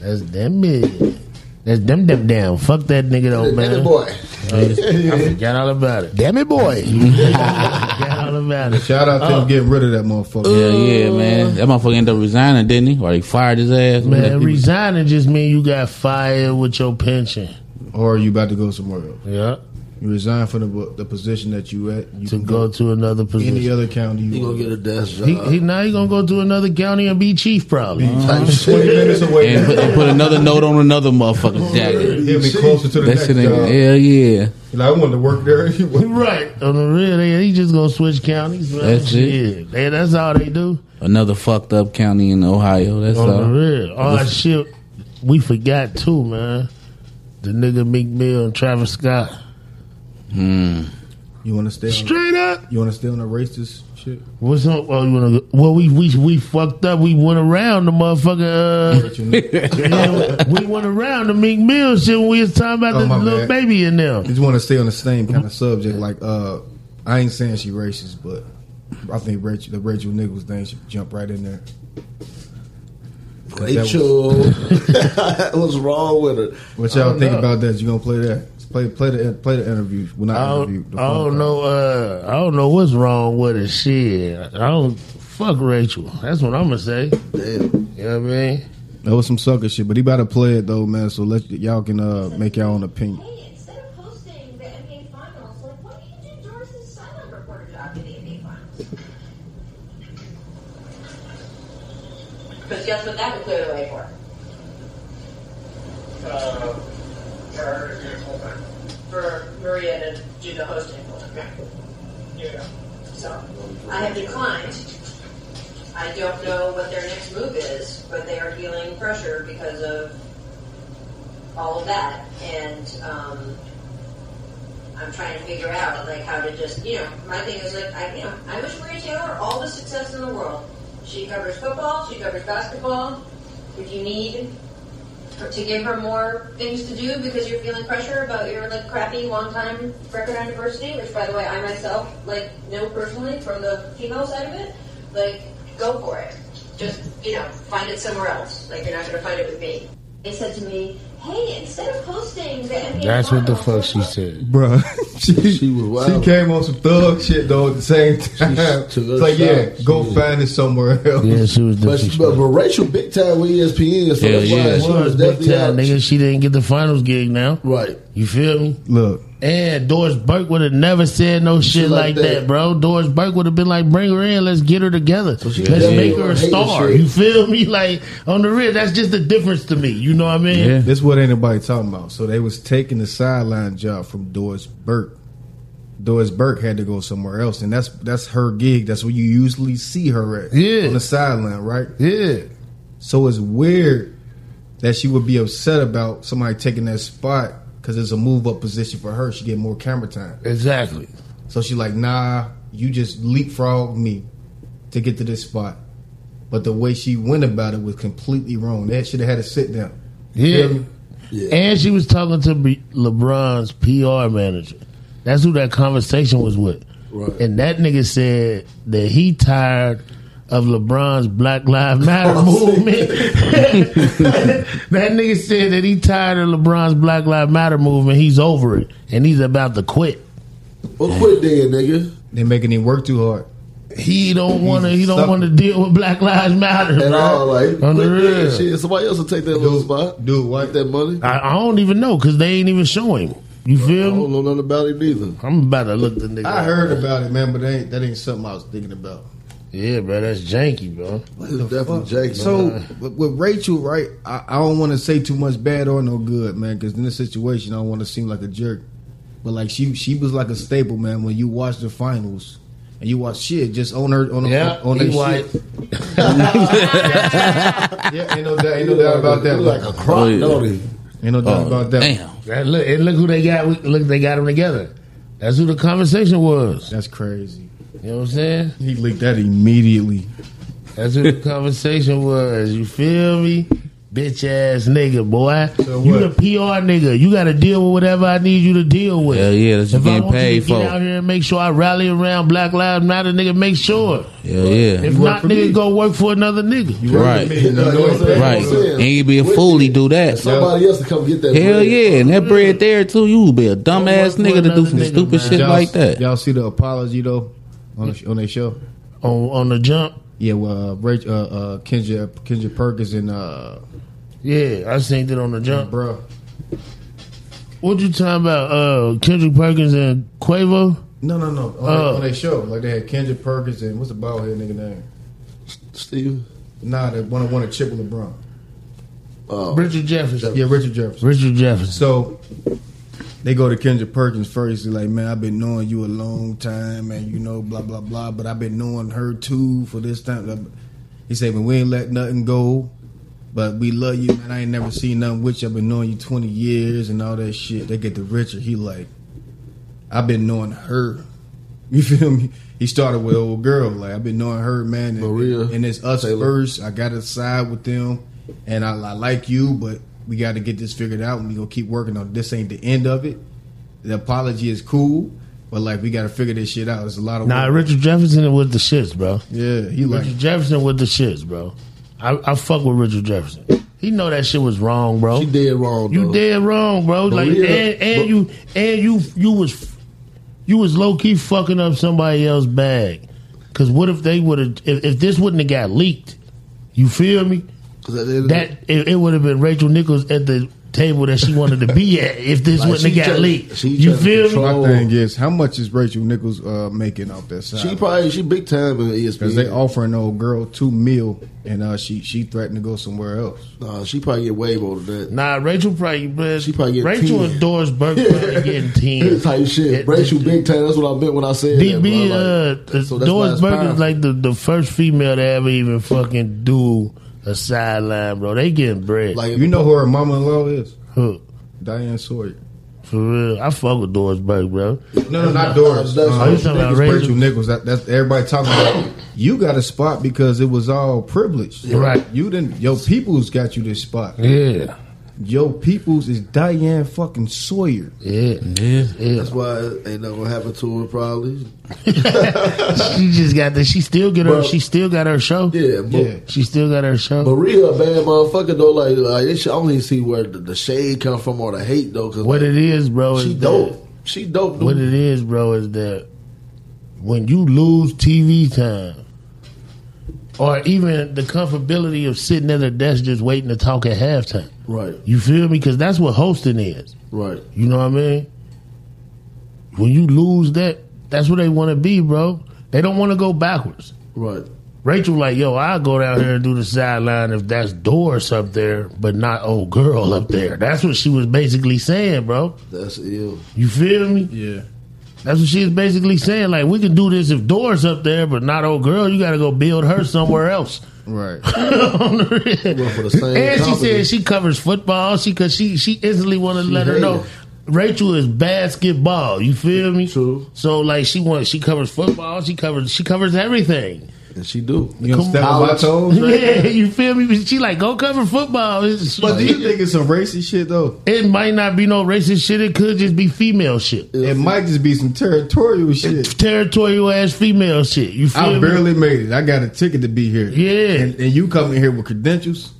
Speaker 1: That's them it. That's them them down. Fuck that nigga though,
Speaker 2: Hey,
Speaker 1: man.
Speaker 2: boy.
Speaker 1: I forgot all about it.
Speaker 7: Damn it, boy.
Speaker 1: Forgot all about it.
Speaker 6: Shout out to him getting rid of that motherfucker.
Speaker 5: Yeah, yeah, man. That motherfucker ended up resigning, didn't he? Or he fired his ass.
Speaker 1: Man,
Speaker 5: He-
Speaker 1: resigning just mean you got fired with your pension.
Speaker 6: Or you about to go somewhere else.
Speaker 1: Yeah.
Speaker 6: You resign from the, the position that you at. You
Speaker 1: To go to another position.
Speaker 6: any other county you
Speaker 2: You gonna
Speaker 6: want.
Speaker 2: get a desk job.
Speaker 1: He, he now he gonna go to another county and be chief probably.
Speaker 6: Mm-hmm.
Speaker 2: Type shit.
Speaker 6: 20 minutes away.
Speaker 5: and, put, and put another note on another motherfucker's jacket.
Speaker 6: He'll be closer to the
Speaker 5: That
Speaker 6: next
Speaker 5: shit
Speaker 6: job.
Speaker 5: ain't. Hell yeah.
Speaker 6: Like, I wanted to work there. He went-
Speaker 1: right on the real, they, he just gonna switch counties. man.
Speaker 5: That's it.
Speaker 1: Yeah, they- that's all they do
Speaker 5: Another fucked up county in Ohio. That's
Speaker 1: on the
Speaker 5: all.
Speaker 1: real. Oh shit, we forgot too, man. The nigga Meek Mill and Travis Scott.
Speaker 6: You want to stay? On,
Speaker 1: Straight up,
Speaker 6: you want to stay on the racist shit?
Speaker 1: what's up? Oh, you wanna go? Well, we we we fucked up. We went around the motherfucker. Uh,
Speaker 6: But you know,
Speaker 1: yeah, we went around the Meek Mill shit when we was talking about
Speaker 6: Oh,
Speaker 1: the
Speaker 6: my
Speaker 1: little
Speaker 6: bad.
Speaker 1: baby in there.
Speaker 6: I just want to stay on the same kind of subject. Like, uh, I ain't saying she racist, but I think Rachel, the Rachel Nichols thing should jump right in there.
Speaker 2: Rachel. What's wrong with her?
Speaker 6: What y'all
Speaker 1: don't
Speaker 6: think
Speaker 1: know.
Speaker 6: about that? You gonna play that? Play, play the, play the interview. When
Speaker 1: I
Speaker 6: I interview,
Speaker 1: don't, I don't know. Uh, I don't know what's wrong with it. Shit, I don't fuck Rachel. That's what I'm gonna say.
Speaker 2: Damn.
Speaker 1: You know what I mean?
Speaker 6: That was some sucker shit, but he about to play it though, man. So let y'all can uh, make y'all own opinion.
Speaker 8: Hey, instead of hosting the NBA Finals, like, why don't you do Doris's silent reporter job for the NBA Finals? Because guess what that would clear the way for? Uh, for, for Maria to do the hosting full time. Yeah. So, I have declined. I don't know what their next move is, but they are feeling pressure because of all of that. And um, I'm trying to figure out like how to just you know my thing is like I you know I wish Maria Taylor all the success in the world. She covers football. She covers basketball. If you need her- to give her more things to do because you're feeling pressure about your like crappy long time record on diversity, which by the way I myself like know personally from the female side of it, like go for it. Just you know find it somewhere else. Like you're not going to find it with me. They said to me, "Hey, instead of posting the NBA
Speaker 1: That's what the fuck
Speaker 8: finals,
Speaker 1: she said.
Speaker 6: Bruh, she,
Speaker 2: She was
Speaker 6: She
Speaker 2: wild.
Speaker 6: came on some thug shit though at the same time.
Speaker 2: She's-
Speaker 6: It's like, yeah,
Speaker 2: She
Speaker 6: go
Speaker 2: was-
Speaker 6: find it somewhere else.
Speaker 1: Yeah, she was
Speaker 2: But, she, but,
Speaker 1: disrespectful.
Speaker 2: but Rachel big time
Speaker 6: E
Speaker 2: with ESPN, so
Speaker 5: Hell
Speaker 2: that's
Speaker 5: yeah.
Speaker 2: why
Speaker 1: She
Speaker 2: she was
Speaker 1: was big
Speaker 2: definitely out.
Speaker 1: time, nigga. She didn't get the finals gig now.
Speaker 2: Right.
Speaker 1: You feel me?
Speaker 6: Look,
Speaker 1: And Doris Burke would have never said no shit like,
Speaker 2: like
Speaker 1: that.
Speaker 2: that.
Speaker 1: bro. Doris Burke would have been like, bring her in, let's get her together.
Speaker 2: she
Speaker 1: let's
Speaker 2: definitely
Speaker 1: make her a
Speaker 2: hated
Speaker 1: star.
Speaker 2: shit.
Speaker 1: You feel me? Like, on the real, that's just the difference to me. You know what I mean?
Speaker 5: Yeah.
Speaker 6: this what ain't nobody talking about. So they was taking the sideline job from Doris Burke. Doris Burke had to go somewhere else, and that's that's her gig. That's where you usually see her at.
Speaker 1: Yeah.
Speaker 6: on the sideline, right?
Speaker 1: Yeah.
Speaker 6: So it's weird that she would be upset about somebody taking that spot because it's a move up position for her. She get more camera time.
Speaker 1: Exactly.
Speaker 6: So she like, nah, you just leapfrog me to get to this spot. But the way she went about it was completely wrong. That should have had a sit down.
Speaker 1: Yeah.
Speaker 6: Feel me?
Speaker 1: And she was talking to B- LeBron's PR manager. That's who that conversation was with.
Speaker 2: Right.
Speaker 1: And that nigga said that he tired of LeBron's Black Lives Matter
Speaker 2: Oh,
Speaker 1: movement. that nigga said that he tired of LeBron's Black Lives Matter movement. He's over it and he's about to quit.
Speaker 2: Well, quit then, nigga.
Speaker 6: They making him work too hard.
Speaker 1: He don't want to. He don't
Speaker 6: sucking.
Speaker 1: want to deal with Black Lives Matter.
Speaker 2: And
Speaker 1: bro.
Speaker 2: all like,
Speaker 1: On the
Speaker 2: quit
Speaker 1: real.
Speaker 2: then. Shit, somebody else will take that little spot.
Speaker 6: dude, what?
Speaker 2: Get that money? I
Speaker 1: I, I don't even know because they ain't even show him. You feel me?
Speaker 2: don't know nothing about him neither.
Speaker 1: I'm about to look the nigga.
Speaker 6: I
Speaker 1: up.
Speaker 6: heard about it, man, but that ain't, that ain't something I was thinking about.
Speaker 1: Yeah, bro, that's janky, bro.
Speaker 2: It's definitely Jake.
Speaker 6: So with, with Rachel, right? I, I don't want to say too much bad or no good, man, because in this situation, I don't want to seem like a jerk. But like she, she was like a staple, man. When you watch the finals and you watch shit, just on her, on her,
Speaker 1: Yeah,
Speaker 6: on
Speaker 1: he
Speaker 6: her
Speaker 1: white.
Speaker 6: shit. yeah, ain't no doubt, ain't no doubt about that.
Speaker 2: Like a croc,
Speaker 5: Oh, yeah. Oh,
Speaker 2: don't he?
Speaker 6: Ain't no doubt about that.
Speaker 5: Damn.
Speaker 1: That look, and look who they got. Look, they got them together. That's who the conversation was.
Speaker 6: That's crazy.
Speaker 1: You know what I'm saying?
Speaker 6: He leaked that immediately.
Speaker 1: That's who the conversation was. You feel me? bitch ass nigga, boy.
Speaker 6: So
Speaker 1: you
Speaker 6: what?
Speaker 1: the PR nigga. You got to deal with whatever I need you to deal with.
Speaker 5: Hell yeah, that's what
Speaker 1: if
Speaker 5: you
Speaker 1: I
Speaker 5: getting
Speaker 1: want you
Speaker 5: paid
Speaker 1: to
Speaker 5: for.
Speaker 1: get out here and make sure I rally around Black Lives Matter, nigga, make sure.
Speaker 5: Hell yeah.
Speaker 1: If
Speaker 6: work
Speaker 1: not,
Speaker 6: for
Speaker 1: nigga,
Speaker 6: me.
Speaker 1: go work for another nigga.
Speaker 5: Right.
Speaker 6: You know
Speaker 2: You know what I'm saying?
Speaker 5: Right.
Speaker 2: That's what I'm saying.
Speaker 5: And you be a
Speaker 2: With
Speaker 5: fool
Speaker 2: you.
Speaker 5: to do that.
Speaker 2: Somebody else to come get that.
Speaker 5: Hell
Speaker 2: bread.
Speaker 5: yeah, and that bread there too. You would be a dumbass
Speaker 1: work for
Speaker 5: nigga to do
Speaker 1: another
Speaker 5: some
Speaker 1: nigga,
Speaker 5: stupid
Speaker 1: man.
Speaker 5: shit
Speaker 6: Y'all-
Speaker 5: like that.
Speaker 6: Y'all see the apology though on the, on their show.
Speaker 1: On on the jump,
Speaker 6: Yeah, well, uh, Rach, uh, uh, Kendra Kendra Perkins and uh,
Speaker 1: yeah, I seen it on the jump.
Speaker 6: bro.
Speaker 1: What you talking about? Uh, Kendrick Perkins and Quavo,
Speaker 6: No, no, no. On,
Speaker 1: Oh.
Speaker 6: their, on their show, like they had Kendra Perkins and what's the bald head nigga name?
Speaker 2: Steve.
Speaker 6: Nah, they want to want to chip with LeBron.
Speaker 2: Oh,
Speaker 1: Richard Jefferson,
Speaker 6: Yeah, Richard Jefferson.
Speaker 1: Richard Jefferson.
Speaker 6: So they go to Kendra Perkins first. He's like, man, I've been knowing you a long time, and you know, blah blah blah. But I've been knowing her too for this time. He said, but we ain't let nothing go. But we love you, man. I ain't never seen nothing with you. I've been knowing you twenty years and all that shit. They get to Richard. He like, I've been knowing her. You feel me? He started with old girl. Like I've been knowing her, man. And,
Speaker 2: Maria
Speaker 6: and it's us
Speaker 2: Taylor.
Speaker 6: first. I gotta side with them, and I, I like you, but we got to get this figured out, and we gonna keep working on it. this. Ain't the end of it. The apology is cool, but like we gotta figure this shit out. There's a lot of
Speaker 1: Nah,
Speaker 6: work.
Speaker 1: Richard Jefferson with the shits, bro.
Speaker 6: Yeah, he like
Speaker 1: Richard Jefferson with the shits, bro. I, I fuck with Richard Jefferson. He know that shit was wrong, bro.
Speaker 2: she did wrong.
Speaker 1: You
Speaker 2: though.
Speaker 1: dead wrong, bro.
Speaker 2: But
Speaker 1: like
Speaker 2: we-
Speaker 1: and,
Speaker 2: but-
Speaker 1: and you and you you was you was low key fucking up somebody else's bag. Cause what if they would have if, if this wouldn't have got leaked? You feel me?
Speaker 2: 'Cause at the end of
Speaker 1: That it, it would have been Rachel Nichols at the table that she wanted to be at if this
Speaker 2: Like,
Speaker 1: wouldn't
Speaker 2: she
Speaker 1: have got
Speaker 2: tried-
Speaker 1: leaked.
Speaker 2: she
Speaker 1: You
Speaker 2: tried to
Speaker 1: feel me?
Speaker 2: control-
Speaker 6: My
Speaker 2: Oh.
Speaker 6: thing is, how much is Rachel Nichols uh, making off that side?
Speaker 2: She probably she big time in E ESPN.
Speaker 6: because they offering old girl two mil, and uh, she she threatened to go somewhere else.
Speaker 2: nah, she probably get way more than that.
Speaker 1: Nah, Rachel probably man,
Speaker 2: She probably get
Speaker 1: Rachel
Speaker 2: 10.
Speaker 1: and Doris Burke probably getting ten.
Speaker 2: type shit.
Speaker 1: It-
Speaker 2: Rachel big time. That's what I meant when I said that. bro.
Speaker 1: DB,
Speaker 2: Like,
Speaker 1: uh,
Speaker 2: so that's why
Speaker 1: Doris
Speaker 2: it's
Speaker 1: Burke is
Speaker 2: powerful.
Speaker 1: like the, the first female to ever even fucking do a sideline, bro. They getting bread. Like,
Speaker 2: Like,
Speaker 6: You know who her mama in law is?
Speaker 1: for
Speaker 6: Diane Sawyer.
Speaker 1: real. I fuck with Doris Burke, bro.
Speaker 6: No, no, not Doris.
Speaker 2: That's-
Speaker 1: Oh, you talking about
Speaker 6: Nichols,
Speaker 1: Rachel?
Speaker 6: Rachel Nichols. That, that's everybody talking about. You got a spot because it was all privileged,
Speaker 1: Right.
Speaker 6: You didn't. Your peoples got you this spot.
Speaker 1: Yeah.
Speaker 6: Your peoples is Diane fucking Sawyer.
Speaker 1: Yeah.
Speaker 5: Yeah.
Speaker 1: yeah.
Speaker 2: that's why it ain't nothing gonna happen to her probably.
Speaker 1: She just got this. She still get her.
Speaker 2: Bro.
Speaker 1: she still got her show.
Speaker 2: Yeah, but
Speaker 6: Yeah.
Speaker 1: She still got her show.
Speaker 2: but Rhea a bad motherfucker though. Like, like it should, I don't even see where the, the shade come from or the hate though. Cause
Speaker 1: what
Speaker 2: like,
Speaker 1: it is, bro?
Speaker 2: she
Speaker 1: is
Speaker 2: dope.
Speaker 1: That,
Speaker 2: She dope.
Speaker 1: what
Speaker 2: dude.
Speaker 1: it is, bro, is that when you lose TV time, or even the comfortability of sitting at a desk just waiting to talk at halftime.
Speaker 2: Right,
Speaker 1: You feel me? Because that's what hosting is.
Speaker 2: right.
Speaker 1: You know what I mean? When you lose that, that's what they want to be, bro. They don't want to go backwards.
Speaker 2: Right.
Speaker 1: Rachel, like, yo, I'll go down here and do the sideline if that's Doris up there, but not old girl up there. That's what she was basically saying, bro.
Speaker 2: That's ill.
Speaker 1: You feel me?
Speaker 6: Yeah.
Speaker 1: That's what she was basically saying. Like, we can do this if Doris up there, but not old girl. You got to go build her somewhere else.
Speaker 6: Right.
Speaker 1: On the real.
Speaker 2: Well, for the same
Speaker 1: and she
Speaker 2: company.
Speaker 1: said she covers football. She cause she she instantly want to let her
Speaker 2: hated.
Speaker 1: know Rachel is basketball. You feel me?
Speaker 2: True.
Speaker 1: So like she wants she covers football. She covers she covers everything.
Speaker 2: And she do.
Speaker 6: You don't
Speaker 1: Come
Speaker 6: step on my
Speaker 2: college.
Speaker 6: toes. right?
Speaker 1: Yeah, you feel me? But She like go cover football. It's-
Speaker 6: But do you think it's some racist shit though?
Speaker 1: it might not be no racist shit. It could just be female shit,
Speaker 6: It might just be some territorial shit.
Speaker 1: territorial ass female shit. You feel
Speaker 6: I
Speaker 1: me?
Speaker 6: barely made it. I got a ticket to be here.
Speaker 1: Yeah.
Speaker 6: And, and you coming here with credentials,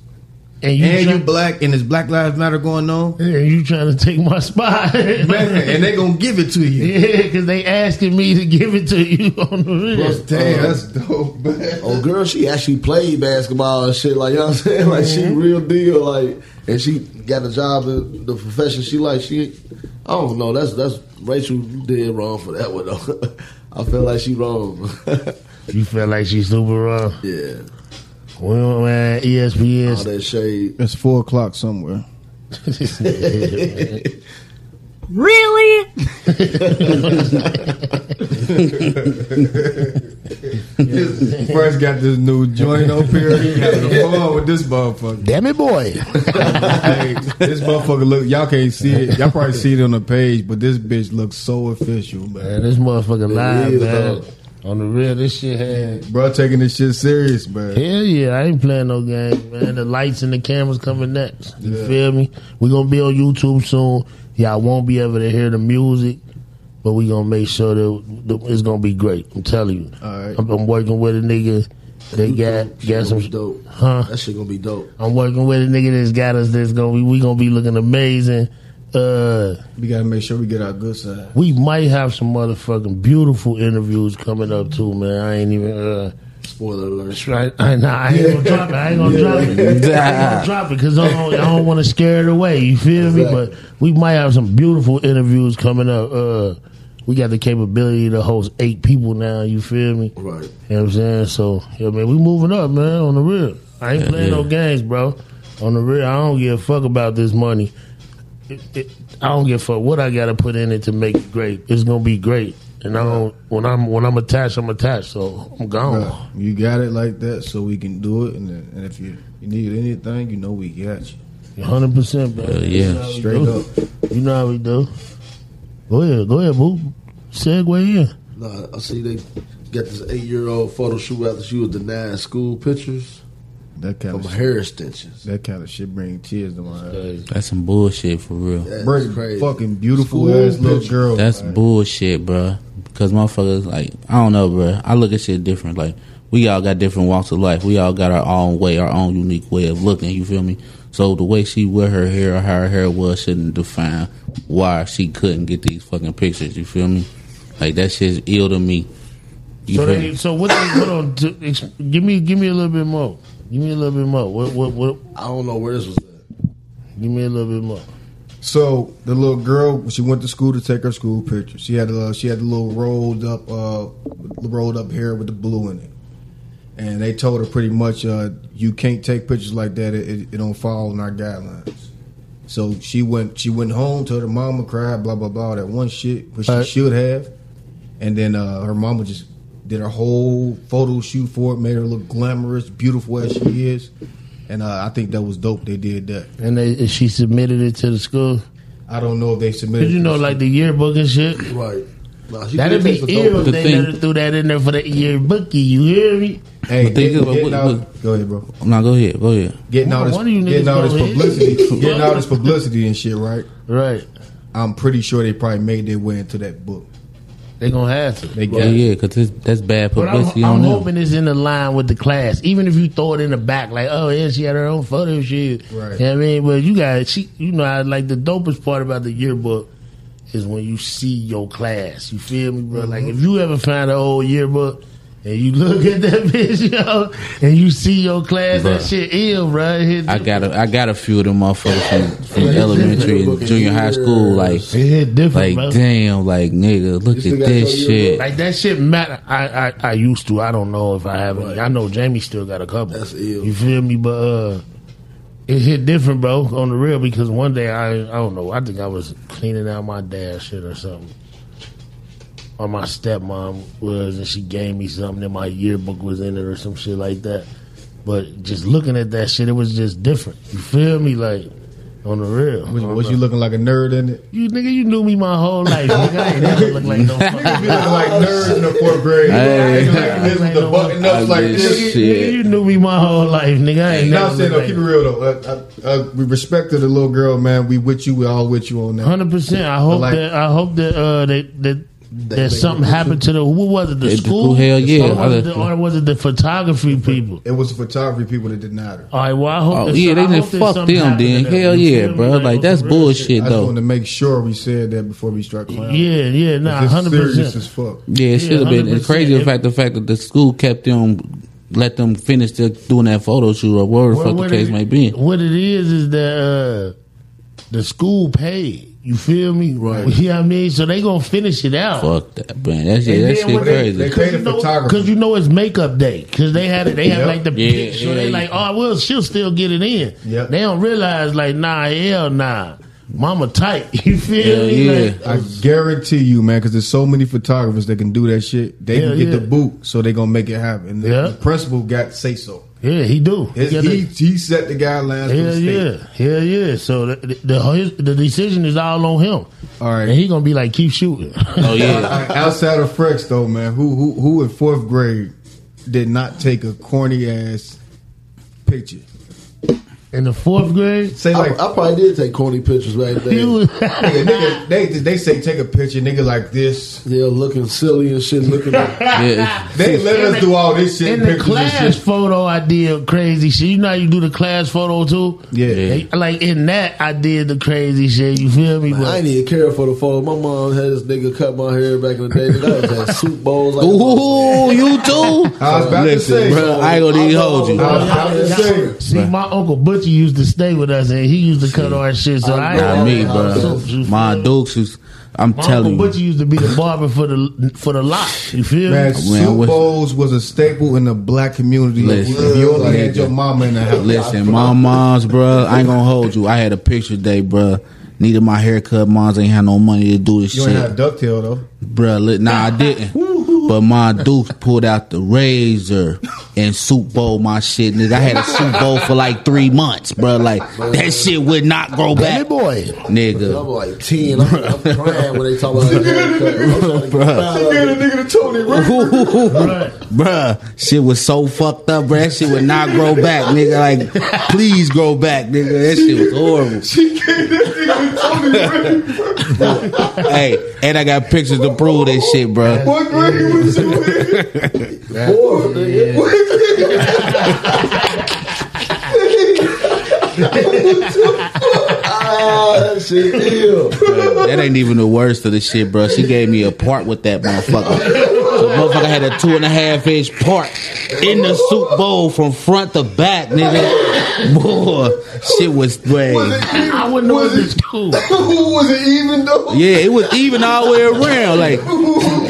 Speaker 1: and you
Speaker 6: and
Speaker 1: try-
Speaker 6: you black, and it's Black Lives Matter going on,
Speaker 1: and you trying to take my spot,
Speaker 6: man. And they gonna give it to you.
Speaker 1: Yeah, because they asking me to give it to you on the real.
Speaker 2: Plus,
Speaker 6: Damn,
Speaker 2: uh,
Speaker 6: that's dope. man.
Speaker 2: Oh, girl, she actually played basketball and shit. Like you know what I'm saying? Like she
Speaker 1: Mm-hmm.
Speaker 2: real deal. Like and she got a job in the profession she like. She, I don't know. That's that's Rachel did wrong for that one though. I feel like she wrong.
Speaker 1: You feel like she's super wrong.
Speaker 2: yeah,
Speaker 1: Well, man, E
Speaker 2: all
Speaker 1: ESPN.
Speaker 2: that shade.
Speaker 6: It's four o'clock somewhere.
Speaker 7: Really?
Speaker 6: First got this new joint up here. He having a fun with this motherfucker.
Speaker 1: Damn it, boy.
Speaker 6: Hey, this motherfucker look. Y'all can't see it. Y'all probably see it on the page, but this bitch looks so official, man.
Speaker 1: Man, this motherfucker live,
Speaker 2: is,
Speaker 1: man.
Speaker 2: dog.
Speaker 1: On the real, this shit had.
Speaker 6: Bro, taking this shit serious, man.
Speaker 1: Hell yeah, I ain't playing no game, man. The lights and the cameras coming next. You
Speaker 6: Yeah.
Speaker 1: feel me? we gonna be on YouTube soon. Y'all won't be able to hear the music, but we gonna make sure that that it's gonna be great. I'm telling you.
Speaker 6: All right.
Speaker 1: I'm, I'm working with a nigga. They got got
Speaker 2: Shit gonna
Speaker 1: some.
Speaker 2: be dope.
Speaker 1: Huh?
Speaker 2: That shit gonna be dope.
Speaker 1: I'm working with a nigga that's got us. That's gonna be we gonna be looking amazing. Uh,
Speaker 6: We gotta make sure we get our good side.
Speaker 1: we might have some motherfucking beautiful interviews coming up too, man. I ain't even. Uh,
Speaker 2: Spoiler alert.
Speaker 1: Right, I, nah, I ain't gonna drop it. I ain't gonna drop it. I ain't gonna drop it because I don't, I don't want to scare it away. You feel me?
Speaker 2: Exactly.
Speaker 1: But we might have some beautiful interviews coming up. Uh, we got the capability to host eight people now. You feel me?
Speaker 2: Right.
Speaker 1: You know what I'm saying? So, yeah, man, we moving up, man, on the real. I ain't
Speaker 5: Yeah,
Speaker 1: playing no
Speaker 5: yeah.
Speaker 1: games, bro. On the real, I don't give a fuck about this money. It, it, I don't give a fuck what I got to put in it to make it great. It's gonna be great. And I don't when I'm when I'm attached, I'm attached. So I'm gone.
Speaker 6: Bro, you got it like that, so we can do it. And, then- and if you, you need anything, you know we got you.
Speaker 1: Hundred percent, bro.
Speaker 5: Hell yeah.
Speaker 6: Straight
Speaker 1: do.
Speaker 6: up.
Speaker 1: You know how we do. Go ahead, go ahead, boo. Segway in.
Speaker 2: Nah, I see they got this eight year old photo shoot after she was denied school pictures
Speaker 6: That kind
Speaker 2: from
Speaker 6: of
Speaker 2: hair extensions.
Speaker 6: that kind of shit bring tears to my eyes.
Speaker 5: That's some bullshit for real.
Speaker 2: That's
Speaker 6: Bring
Speaker 2: crazy.
Speaker 6: fucking beautiful
Speaker 2: School
Speaker 6: ass little
Speaker 2: picture.
Speaker 6: girl.
Speaker 5: That's
Speaker 6: man.
Speaker 5: bullshit, bruh. Because motherfuckers, like, I don't know, bruh. I look at shit different. Like, we all got different walks of life. We all got our own way, our own unique way of looking. You feel me? So the way she wear her hair or how her hair was shouldn't define why she couldn't get these fucking pictures. You feel me? Like that shit's ill to me. You
Speaker 1: So
Speaker 5: feel
Speaker 1: they,
Speaker 5: me?
Speaker 1: so what they put on? To, ex- give me give me a little bit more. Give me a little bit more. What what what?
Speaker 2: I don't know where this was at.
Speaker 1: Give me a little bit more.
Speaker 6: So the little girl, she went to school to take her school picture. She had a she had a little rolled up uh rolled up hair with the blue in it, and they told her pretty much uh you can't take pictures like that. It, it, it don't follow in our guidelines. So she went she went home to her mama cried blah blah blah that one shit which she
Speaker 1: Right.
Speaker 6: should have, and then uh her mama just did her whole photo shoot for it, made her look glamorous, beautiful as she is, and uh, I think that was dope. They did that.
Speaker 1: And they and she submitted it to the school.
Speaker 6: I don't know if they submitted.
Speaker 1: Cause you
Speaker 6: it.
Speaker 1: know, like the yearbook and shit.
Speaker 2: Right. Nah, she
Speaker 1: That'd be
Speaker 2: could've taken some
Speaker 1: ill
Speaker 2: dope
Speaker 1: if
Speaker 5: The
Speaker 1: they
Speaker 5: thing-
Speaker 1: never threw that in there for the yearbookie. You hear me?
Speaker 6: Hey,
Speaker 5: But they
Speaker 6: getting,
Speaker 5: good, but
Speaker 6: getting
Speaker 5: what-
Speaker 6: out,
Speaker 5: what-
Speaker 6: go ahead, bro.
Speaker 5: Now go ahead, go ahead.
Speaker 6: Getting
Speaker 1: Why-
Speaker 6: all
Speaker 1: why do you niggas
Speaker 6: this, getting all
Speaker 1: go
Speaker 6: this
Speaker 1: ahead?
Speaker 6: publicity, getting all this publicity and shit, right?
Speaker 1: Right.
Speaker 6: I'm pretty sure they probably made their way into that book.
Speaker 1: They gonna have to.
Speaker 6: They got
Speaker 5: Yeah, yeah, because that's bad
Speaker 1: But I'm,
Speaker 5: publicity
Speaker 1: I'm
Speaker 5: on them.
Speaker 1: hoping it's in the line with the class. Even if you throw it in the back, like, oh yeah, she had her own photo shoot.
Speaker 6: Right.
Speaker 1: You know what I mean? But you got she you know, I like the dopest part about the yearbook is when you see your class. You feel me, bro? Like if you ever find an old yearbook and you look at that bitch, yo, and you see your class, that
Speaker 5: Bruh.
Speaker 1: shit ill, bro. It hit,
Speaker 5: I got a, I got a few of them motherfuckers from, from
Speaker 2: Yeah,
Speaker 5: elementary
Speaker 2: yearbook
Speaker 5: and
Speaker 2: is
Speaker 5: junior high school. Like,
Speaker 2: years.
Speaker 1: it hit different,
Speaker 5: like
Speaker 1: bro.
Speaker 5: damn, like nigga, look
Speaker 2: still
Speaker 5: at
Speaker 2: got your
Speaker 5: this shit.
Speaker 2: yearbook?
Speaker 1: Like that shit matter. I, I I used to. I don't know if I have any. I know Jamie still got a couple.
Speaker 2: That's ill.
Speaker 1: You feel me? But uh, it hit different, bro, on the real because one day I I don't know. I think I was cleaning out my dad's shit or something. Or my stepmom was, and she gave me something, and my yearbook was in it or some shit like that. But just looking at that shit, it was just different. You feel me? Like on the real.
Speaker 6: was, was you looking like a nerd in it?
Speaker 1: You nigga, you knew me my whole life. Nigga, I ain't never looked like no fucking
Speaker 6: You looking like nerds in the fourth grade.
Speaker 5: Hey.
Speaker 6: You looking like this with the button ups like this.
Speaker 1: Nigga, you knew me my whole life, nigga. I ain't
Speaker 6: No,
Speaker 1: never
Speaker 6: I'm saying, no, keep it
Speaker 1: no,
Speaker 6: real though. Uh, uh, uh, we respect to the little girl, man. We with you. We all with you on that.
Speaker 1: Hundred percent. I hope
Speaker 6: Like-
Speaker 1: that I hope that uh, that that. That something happened to the who was it the
Speaker 5: It-
Speaker 1: school?
Speaker 5: hell yeah.
Speaker 1: Or was, it the,
Speaker 5: Other-
Speaker 1: or was it the photography people?
Speaker 6: It was the photography people that denied her.
Speaker 1: All right, well I hope.
Speaker 5: Oh
Speaker 1: that-
Speaker 5: yeah,
Speaker 1: so
Speaker 5: they
Speaker 1: I hope
Speaker 5: just
Speaker 1: that
Speaker 5: fuck
Speaker 1: something
Speaker 5: them
Speaker 1: happened to
Speaker 5: then.
Speaker 1: them.
Speaker 5: Hell
Speaker 1: You
Speaker 5: yeah,
Speaker 1: feel me?
Speaker 5: bro. Like
Speaker 1: on
Speaker 5: that's
Speaker 1: some real
Speaker 5: bullshit
Speaker 6: I just wanted
Speaker 5: though.
Speaker 6: to make sure we said that before we start clowning.
Speaker 1: shit. Yeah, yeah, nah,
Speaker 6: It's
Speaker 1: hundred
Speaker 6: serious
Speaker 1: percent.
Speaker 6: as fuck.
Speaker 5: Yeah, it
Speaker 1: Yeah,
Speaker 5: should have been it's
Speaker 1: 100%.
Speaker 5: crazy. In fact, the fact that the school kept them, let them finish their, doing that photo shoot or whatever the fuck the case
Speaker 1: it,
Speaker 5: may be.
Speaker 1: What it is is that uh, the school paid. You feel me?
Speaker 2: Right.
Speaker 1: You know what I mean? So they gonna finish it out.
Speaker 5: Fuck that, man. That shit,
Speaker 1: And
Speaker 5: that
Speaker 1: then
Speaker 5: shit
Speaker 1: when they-
Speaker 5: crazy.
Speaker 6: they-
Speaker 1: Cause
Speaker 6: Paid
Speaker 1: you,
Speaker 6: a
Speaker 1: know,
Speaker 6: photographer.
Speaker 1: 'cause you know it's makeup day. Cause they had it. They have
Speaker 6: Yep.
Speaker 1: like the
Speaker 5: Yeah,
Speaker 1: picture.
Speaker 5: yeah,
Speaker 1: they
Speaker 5: yeah.
Speaker 1: like, oh, we'll she'll still get it in.
Speaker 6: Yep.
Speaker 1: They don't realize like, nah, hell nah. Mama tight. You feel
Speaker 5: Hell
Speaker 1: me?
Speaker 5: yeah.
Speaker 1: Like,
Speaker 6: I guarantee you, man, because there's so many photographers that can do that shit. They
Speaker 1: Yeah,
Speaker 6: can get
Speaker 1: yeah.
Speaker 6: the boot, so they gonna make it happen. The,
Speaker 1: Yeah.
Speaker 6: the principal got say so.
Speaker 1: yeah, he do.
Speaker 6: His,
Speaker 1: got
Speaker 6: he,
Speaker 1: that-
Speaker 6: he set the guidelines. for
Speaker 1: Hell
Speaker 6: the state.
Speaker 1: yeah, hell yeah. So the the, the, his, the decision is all on him.
Speaker 6: All right.
Speaker 1: and he gonna be like, keep shooting.
Speaker 5: Oh yeah.
Speaker 6: Alright, Uh, Outside of Frex though, man, who who who in fourth grade did not take a corny ass picture?
Speaker 1: In the fourth grade,
Speaker 6: Say
Speaker 2: I,
Speaker 6: like
Speaker 2: I probably did take corny pictures back
Speaker 1: he
Speaker 2: then.
Speaker 1: was
Speaker 6: nigga, nigga, they they say take a picture, nigga like this.
Speaker 2: Yeah, looking silly and shit. Looking, like,
Speaker 5: yeah.
Speaker 6: They let us do all this
Speaker 1: in
Speaker 6: shit
Speaker 1: the
Speaker 6: pictures and
Speaker 1: class
Speaker 6: shit.
Speaker 1: photo. I did crazy shit. You know how you do the class photo too.
Speaker 6: Yeah.
Speaker 1: They- like in that, I did the crazy shit. You feel me?
Speaker 2: I ain't even care for the photo. My mom had this nigga cut my hair back in the day. Nigga, I was at soup bowls. Like,
Speaker 5: Ooh, you too.
Speaker 6: I was about to say,
Speaker 5: bro, I ain't gonna even hold you.
Speaker 6: I was about to say,
Speaker 1: See, my uncle Butchie used to stay with us, and he used to cut our shit. So I,
Speaker 5: Not me,
Speaker 1: ain't
Speaker 5: bro.
Speaker 1: You
Speaker 5: My
Speaker 1: feel me?
Speaker 5: Dukes is. I'm
Speaker 1: My uncle
Speaker 5: telling you.
Speaker 1: Butchie used to be the barber for the for the lot. You feel me?
Speaker 6: man,
Speaker 5: Man,
Speaker 6: soup
Speaker 5: what-
Speaker 6: bowls was a staple in the black community.
Speaker 5: Listen.
Speaker 6: if you only had your mama in the house,
Speaker 5: Listen, my mom's, bruh, I ain't gonna hold you. I had a picture day, bruh. Needed my haircut. Mom's ain't had no money to do this
Speaker 6: you ain't
Speaker 5: shit,
Speaker 6: had ducktail though.
Speaker 5: bruh. Li- nah, I didn't. but my Dukes pulled out the razor and soup bowl my shit, nigga. I had a soup bowl for like three months, bruh. Like that shit would not grow
Speaker 1: Hey,
Speaker 5: back,
Speaker 1: boy.
Speaker 2: I'm
Speaker 5: nigga.
Speaker 2: like 10. I'm, I'm crying when they talk about haircut. Bro,
Speaker 5: bruh, shit was so fucked up, bruh. That shit would not grow back, nigga. Like, please grow back, nigga. That shit was horrible. hey, and I got pictures to prove that shit, bruh.
Speaker 6: What grade was you in?
Speaker 2: Four, nigga. ah, that shit ill.
Speaker 5: that ain't even the worst of the shit, bro. She gave me a part with that motherfucker. So motherfucker had a two and a half inch part in the soup bowl from front to back, nigga. Boy, shit was way.
Speaker 1: I wouldn't know what to do.
Speaker 2: was it even though?
Speaker 5: Yeah, it was even all the way around. Like,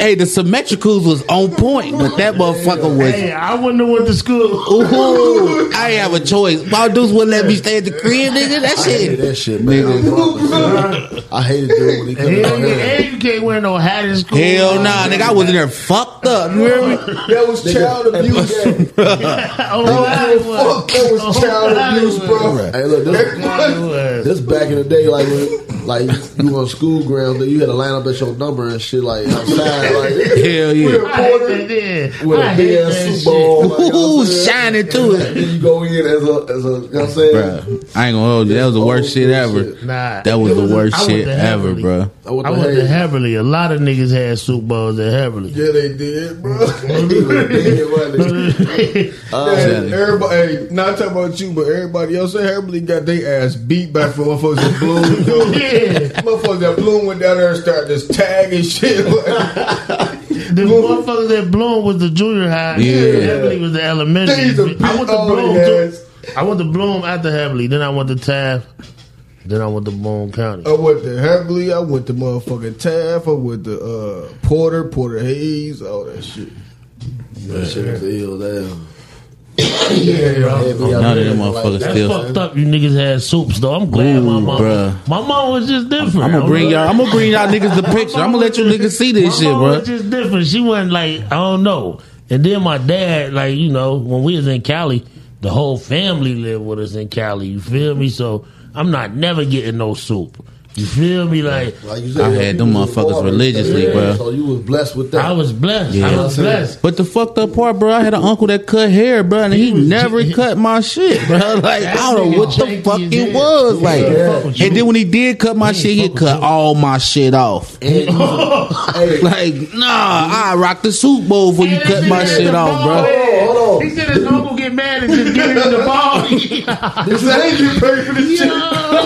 Speaker 5: hey, the symmetricals was on point, but that motherfucker was.
Speaker 1: Hey, I wouldn't have went to school.
Speaker 5: Ooh, I ain't have a choice. My dudes wouldn't let me stay at the crib, nigga. That
Speaker 2: I hated
Speaker 5: shit.
Speaker 2: that shit, man. Nigga. I hated doing when he cut
Speaker 1: Hell
Speaker 2: my
Speaker 1: yeah,
Speaker 2: hair.
Speaker 1: and you can't wear no hat in school.
Speaker 5: Hell nah, nigga. I was in there fucked up. You hear me?
Speaker 2: That was child abuse. That
Speaker 1: Oh, God, it was.
Speaker 2: was child abuse, bro. Hey, look,
Speaker 1: God, it
Speaker 2: this,
Speaker 1: was.
Speaker 2: this back in the day, like when, like you on school grounds, you had to line up at your number and shit, like outside, like
Speaker 5: Hell yeah.
Speaker 1: I hate that, yeah.
Speaker 2: with
Speaker 1: I
Speaker 2: a
Speaker 1: hate
Speaker 2: big
Speaker 1: that
Speaker 2: ass Super
Speaker 1: shit.
Speaker 2: Bowl. like, you know what
Speaker 5: Ooh,
Speaker 2: I'm saying?
Speaker 5: shining through it.
Speaker 2: Then you go in as a, as a, you know what I'm saying?
Speaker 5: Bruh, I ain't gonna hold you. That was the worst shit ever.
Speaker 1: Nah,
Speaker 5: That was the worst
Speaker 1: I went
Speaker 5: shit
Speaker 1: to
Speaker 5: ever,
Speaker 1: Heverly.
Speaker 5: bruh.
Speaker 2: I went
Speaker 1: I
Speaker 2: to
Speaker 1: went to
Speaker 2: Hayes.
Speaker 1: Heverly. A lot of niggas had soup bowls at Heverly.
Speaker 2: Yeah, they did, bro. Everybody,
Speaker 5: Oh,
Speaker 6: Hey, everybody, hey, not talking about you, but everybody else, everybody got their ass beat by from motherfuckers that bloom. Yo.
Speaker 1: Yeah.
Speaker 6: Motherfuckers that bloom went down there and started just tagging shit. Like,
Speaker 1: The motherfuckers that Bloom was the junior high.
Speaker 5: Yeah.
Speaker 1: Heverly was the elementary.
Speaker 6: They used to
Speaker 1: I went
Speaker 6: beat
Speaker 1: to
Speaker 6: all
Speaker 1: Bloom.
Speaker 6: their
Speaker 1: too. I went to Bloom after Heverly. Then I went to Taft. Then I went to Boone County.
Speaker 6: I went to Heavily, I went to motherfucking Taft, I went to uh, Porter, Porter Hayes, all that shit.
Speaker 2: that shit was ill, damn.
Speaker 6: Yeah,
Speaker 2: Had me out
Speaker 5: None of Oh, them
Speaker 2: there looking like
Speaker 5: motherfuckers
Speaker 2: that.
Speaker 1: That's
Speaker 5: still.
Speaker 1: fucked up. You niggas had soups though. I'm glad my
Speaker 5: Ooh,
Speaker 1: mom.
Speaker 5: bruh.
Speaker 1: My mom was just different.
Speaker 5: I'm gonna bring y'all. I'm gonna bring y'all niggas the picture. I'm gonna let you niggas see this shit,
Speaker 1: my mom
Speaker 5: bro.
Speaker 1: was just different. She wasn't like I don't know. And then my dad, like you know, when we was in Cali, the whole family lived with us in Cali. You feel me? So I'm not never getting no soup. You feel me? Like
Speaker 2: Like you said,
Speaker 5: I had them
Speaker 2: people was
Speaker 5: motherfuckers
Speaker 2: born
Speaker 5: religiously,
Speaker 2: with that.
Speaker 5: bruh.
Speaker 2: So you was blessed with that.
Speaker 1: I was blessed. I
Speaker 5: Yeah.
Speaker 1: was blessed.
Speaker 5: But the fucked up part, bro, I had an uncle that cut hair, bro, and he,
Speaker 1: was-
Speaker 5: never
Speaker 1: he-
Speaker 5: cut my shit, bro. Like I
Speaker 1: That
Speaker 5: don't know
Speaker 1: nigga
Speaker 5: what the
Speaker 1: janky
Speaker 5: fuck
Speaker 1: as
Speaker 5: it
Speaker 1: hell.
Speaker 5: was,
Speaker 1: Yeah.
Speaker 5: like.
Speaker 1: Fuck with you.
Speaker 5: And then when he did cut my
Speaker 1: He
Speaker 5: shit, he
Speaker 1: fuck with
Speaker 5: cut
Speaker 1: you.
Speaker 5: all my shit off.
Speaker 2: And you was- hey,
Speaker 5: Like nah, I rocked the soup bowl before you
Speaker 1: Man, that
Speaker 5: cut my
Speaker 1: nigga had
Speaker 5: shit
Speaker 1: the
Speaker 5: off,
Speaker 1: ball
Speaker 5: bro.
Speaker 1: head.
Speaker 2: Hold on.
Speaker 1: He said his uncle get mad and just give him the ball.
Speaker 2: this ain't you pay for this shit.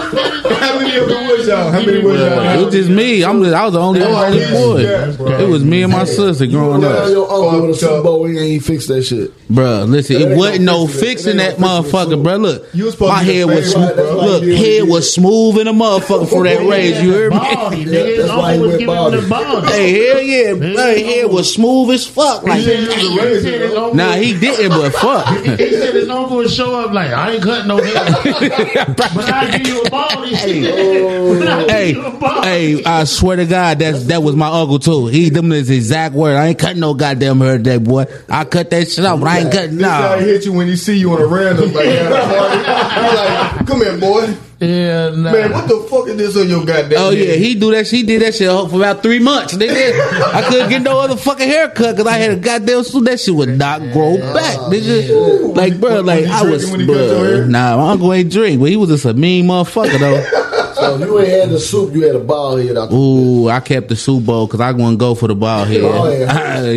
Speaker 6: How many of them was y'all? How many was
Speaker 5: It
Speaker 6: y'all?
Speaker 5: was just me. I'm. The, I was the only
Speaker 2: That's
Speaker 5: only
Speaker 2: crazy.
Speaker 5: boy.
Speaker 6: That's
Speaker 5: It was me and my sister growing
Speaker 2: Down
Speaker 5: up.
Speaker 2: your uncle with a
Speaker 6: Fucked up.
Speaker 2: Super Bowl, he ain't fix that shit.
Speaker 5: Bruh, listen, it
Speaker 2: ain't
Speaker 5: wasn't
Speaker 2: no
Speaker 5: no
Speaker 2: fixing it.
Speaker 5: fixing
Speaker 2: It
Speaker 5: that
Speaker 2: ain't no fixing it,
Speaker 5: motherfucker, bruh. Look,
Speaker 6: You was supposed
Speaker 5: my
Speaker 6: to be
Speaker 5: head
Speaker 6: the
Speaker 5: was
Speaker 6: favorite.
Speaker 5: smooth.
Speaker 2: That's why
Speaker 5: Look,
Speaker 2: you did what
Speaker 5: head
Speaker 2: you
Speaker 5: was smooth in a motherfucker for that raise. You heard me?
Speaker 1: Baldy,
Speaker 2: Yeah,
Speaker 1: nigga. His
Speaker 2: that's why he
Speaker 1: uncle was
Speaker 2: went
Speaker 1: giving him the ball.
Speaker 5: Hey, hell yeah, my head was smooth as fuck.
Speaker 1: He said
Speaker 5: Like,
Speaker 1: his-
Speaker 6: He was a
Speaker 1: he said his uncle-
Speaker 5: nah, he didn't, but fuck.
Speaker 1: He said his uncle would show up like, I ain't cutting no hair. but I give you a ball. He said,
Speaker 5: hey, hey, I swear to God, that's that was my uncle too. He them is exact word. I ain't cut no goddamn hair today, boy. I cut that shit off, Oh, but I ain't cut
Speaker 6: This guy
Speaker 5: no.
Speaker 6: hit you when you see you on a random. Like, at a party. You're like, come here, boy.
Speaker 1: Yeah, nah.
Speaker 6: Man, what the fuck is this on your goddamn?
Speaker 5: Oh yeah,
Speaker 6: head?
Speaker 5: he do that. She did that shit for about three months. They did. I couldn't get no other fucking haircut because I had a goddamn suit. That shit would not grow back, nigga. Like, bro, like
Speaker 6: he
Speaker 5: I was.
Speaker 6: drinking when he cut your hair?
Speaker 5: Bruh, nah, my uncle ain't drink, but he was just a mean motherfucker though.
Speaker 2: So if you ain't had the soup, you had a ball head out there.
Speaker 5: Ooh, I kept the Super Bowl because I want to go for the ball head.
Speaker 2: Ball head.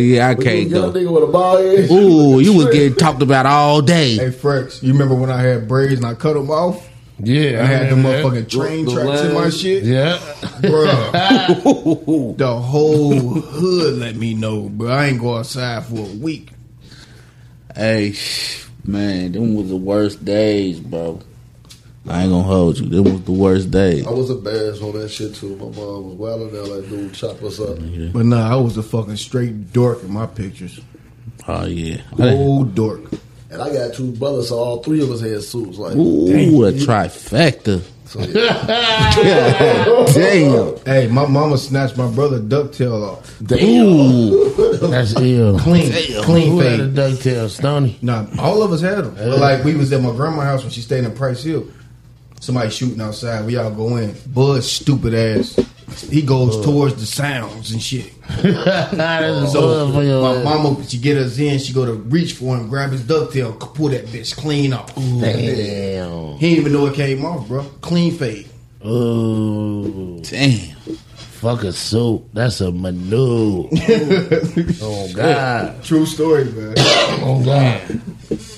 Speaker 5: yeah, I
Speaker 2: When you a
Speaker 5: can't
Speaker 2: young
Speaker 5: though.
Speaker 2: nigga with a ball head.
Speaker 5: Ooh, you was getting talked about all day.
Speaker 6: Hey, Frex, you remember when I had braids and I cut them off?
Speaker 1: yeah.
Speaker 6: I had the
Speaker 1: remember that.
Speaker 6: motherfucking train tracks in my shit,
Speaker 1: Yeah.
Speaker 6: bro. the whole hood let me know, bro. I ain't go outside for a week.
Speaker 5: Hey, sh- man, them was the worst days, bro. I ain't gonna hold you. Them was the worst days.
Speaker 2: I was embarrassed on that shit too. My mom was wilding there like, dude, chop us up.
Speaker 6: But nah, I was a fucking straight dork in my pictures.
Speaker 5: Oh yeah. I done-
Speaker 6: Old dork.
Speaker 2: And I got two brothers, so all three of us had soups. Like,
Speaker 5: Ooh, a trifecta. Damn.
Speaker 6: Hey, my mama snatched my brother ducktail off.
Speaker 5: Ooh.
Speaker 1: That's ill.
Speaker 6: Clean, clean
Speaker 1: Who had a
Speaker 6: fade.
Speaker 1: ducktail, Stoney?
Speaker 6: Nah, all of us had them. But, Like we was at my grandma's house when she stayed in Price Hill. Somebody shooting outside. We all go in. Bud's stupid ass. He goes towards the sounds and shit.
Speaker 1: Nah, that's a
Speaker 6: So
Speaker 1: bug for your
Speaker 6: my
Speaker 1: ass.
Speaker 6: mama, she get us in. She go to reach for him, grab his ducktail, pull that bitch clean off.
Speaker 1: Damn.
Speaker 6: He didn't even know it came off, bro. Clean fade.
Speaker 1: Ooh.
Speaker 5: Damn.
Speaker 1: Oh. Fuck a soup. That's a manu. oh, God.
Speaker 6: True story, man.
Speaker 1: Oh, God.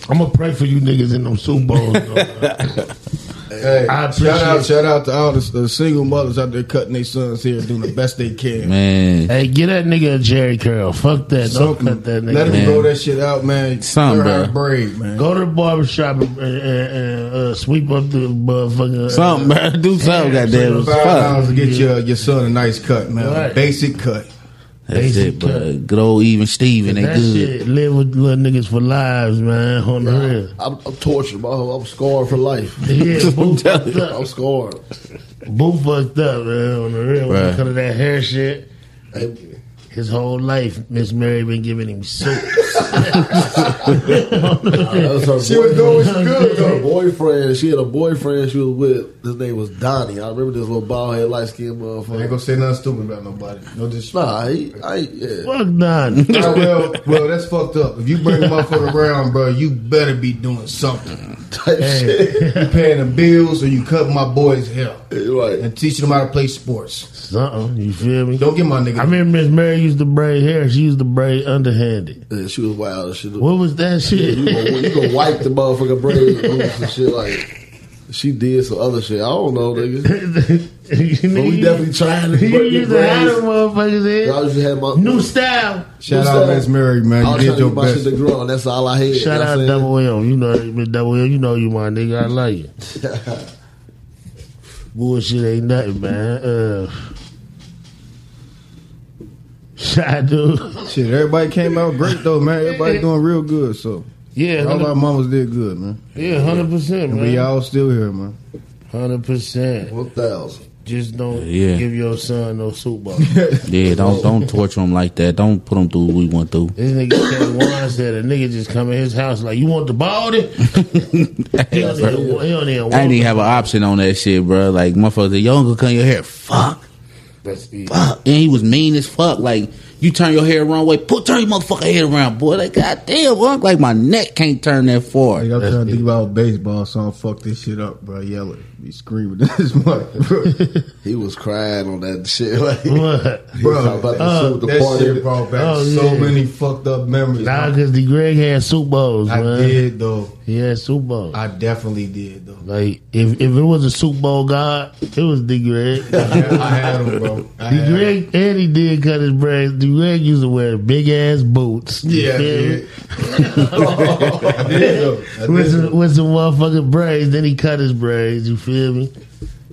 Speaker 1: I'm going to pray for you niggas in them soup bowls. though.
Speaker 6: hey,
Speaker 1: I
Speaker 6: shout
Speaker 1: appreciate
Speaker 6: out,
Speaker 1: it.
Speaker 6: shout out to all the uh, single mothers out there cutting their sons hair, doing the best they can.
Speaker 5: Man.
Speaker 1: hey, get that nigga a Jerry Curl. Fuck that. Don't
Speaker 6: Something.
Speaker 1: cut that nigga.
Speaker 6: Let him
Speaker 5: Man.
Speaker 6: grow that shit out, man.
Speaker 5: Something,
Speaker 6: Learn how to
Speaker 5: bruh.
Speaker 6: braid, man.
Speaker 1: Go to the barbershop and, and, and uh, sweep up the motherfucker.
Speaker 5: Something, bro. Do something, goddamn.
Speaker 6: Five
Speaker 5: Fuck.
Speaker 6: dollars to get your, your son a nice cut, man.
Speaker 1: Right.
Speaker 6: Basic cut.
Speaker 5: That's it, bro. Good old even Steven. They
Speaker 1: That
Speaker 5: good.
Speaker 1: shit live with little niggas for lives, man. On the real.
Speaker 2: I'm, I'm tortured. My whole- I'm scarred for life.
Speaker 1: Yeah, boo fucked
Speaker 2: I'm
Speaker 1: up.
Speaker 2: scarred.
Speaker 1: Boo fucked up, man. On the real, when
Speaker 5: Right.
Speaker 1: it comes to that hair shit.
Speaker 2: Hey,
Speaker 1: His whole life, Miss Mary been giving him soup.
Speaker 2: That was her
Speaker 6: She was doing what she could,
Speaker 2: Her
Speaker 6: though.
Speaker 2: boyfriend, she had a boyfriend she was with. His name was Donnie. I remember this little bald head, light skinned
Speaker 6: I ain't
Speaker 2: motherfucker.
Speaker 6: gonna say nothing stupid about nobody. No disrespect.
Speaker 2: Nah, he, I, yeah.
Speaker 1: Fuck none.
Speaker 6: Nah, well, well, that's fucked up. If you bring a motherfucker around, bro, you better be doing something.
Speaker 2: Type shit.
Speaker 1: Hey,
Speaker 6: You paying the bills or you cut my boy's hair
Speaker 2: Right.
Speaker 6: and teaching them how to play sports.
Speaker 1: something. You feel me?
Speaker 6: Don't get my nigga.
Speaker 1: I remember Miss Mary used to braid hair. She used to braid underhanded.
Speaker 2: Yeah, she was wild. She, you
Speaker 1: What was that shit?
Speaker 2: gonna, you gonna wipe the motherfucker brain and shit like. She did some other shit. I don't know, nigga. But we definitely trying to.
Speaker 1: You
Speaker 2: break your
Speaker 1: used to have
Speaker 2: braids.
Speaker 1: them motherfuckers
Speaker 2: I
Speaker 1: in.
Speaker 2: just had my
Speaker 1: New style.
Speaker 6: Shout out Miss Mary,
Speaker 2: I was
Speaker 6: man. You
Speaker 2: trying
Speaker 6: did
Speaker 2: to
Speaker 6: your
Speaker 2: get my shit
Speaker 6: best.
Speaker 2: to grow, and that's all I had. you
Speaker 1: Shout
Speaker 2: know what I'm
Speaker 1: out
Speaker 2: saying?
Speaker 1: Double M. You know Miss Double M. You know you my nigga. I like you. Bullshit ain't nothing, man. Uh, Shadu.
Speaker 6: Shit, everybody came out great though, man. Everybody doing real good. So
Speaker 1: Yeah,
Speaker 6: all
Speaker 1: 100,
Speaker 6: our mamas did good, man.
Speaker 1: yeah, hundred percent,
Speaker 6: But
Speaker 1: man.
Speaker 6: y'all still here, man.
Speaker 1: Hundred percent.
Speaker 2: One thousand.
Speaker 1: Just don't
Speaker 5: Yeah.
Speaker 1: give your son no soup box.
Speaker 5: Yeah, don't don't torture him like that. Don't put him through what we went through.
Speaker 1: This nigga Kevin Warren said a nigga just come in his house like you want the baldy. he don't even, he don't even want
Speaker 5: I didn't
Speaker 1: it.
Speaker 5: even have an option on that shit, bro. Like, motherfucker, said, your uncle cut your hair. Fuck.
Speaker 1: That's it.
Speaker 5: fuck. And he was mean as fuck. Like, you turn your hair wrong way, put turn your motherfucking head around, boy. Like, goddamn, look like my neck can't turn that far.
Speaker 6: Like, I'm trying to think about baseball, so I don't fuck this shit up, bro. Yell it. Be screaming at this mic, bro.
Speaker 2: He was crying on that shit. Like,
Speaker 1: What?
Speaker 2: He was talking about the
Speaker 1: uh,
Speaker 2: shit with the
Speaker 6: that
Speaker 2: party.
Speaker 6: shit brought back
Speaker 1: Oh,
Speaker 6: so
Speaker 1: yeah.
Speaker 6: many fucked up memories.
Speaker 1: Nah,
Speaker 6: man.
Speaker 1: cause the Greg had soup bowls,
Speaker 6: I
Speaker 1: man.
Speaker 6: did though.
Speaker 1: He had soup bowls.
Speaker 6: I definitely did though.
Speaker 1: Like if if it was a Super Bowl god, it was D Greg.
Speaker 6: I had them, bro. I
Speaker 1: D
Speaker 6: had 'em.
Speaker 1: Greg and he did cut his braids. D Greg used to wear big ass boots. You
Speaker 6: Yeah, I
Speaker 1: feel me?
Speaker 6: did. I did though. I
Speaker 1: With
Speaker 6: did,
Speaker 1: some,
Speaker 6: though.
Speaker 1: with some motherfucking braids, then he cut his braids. You feel me?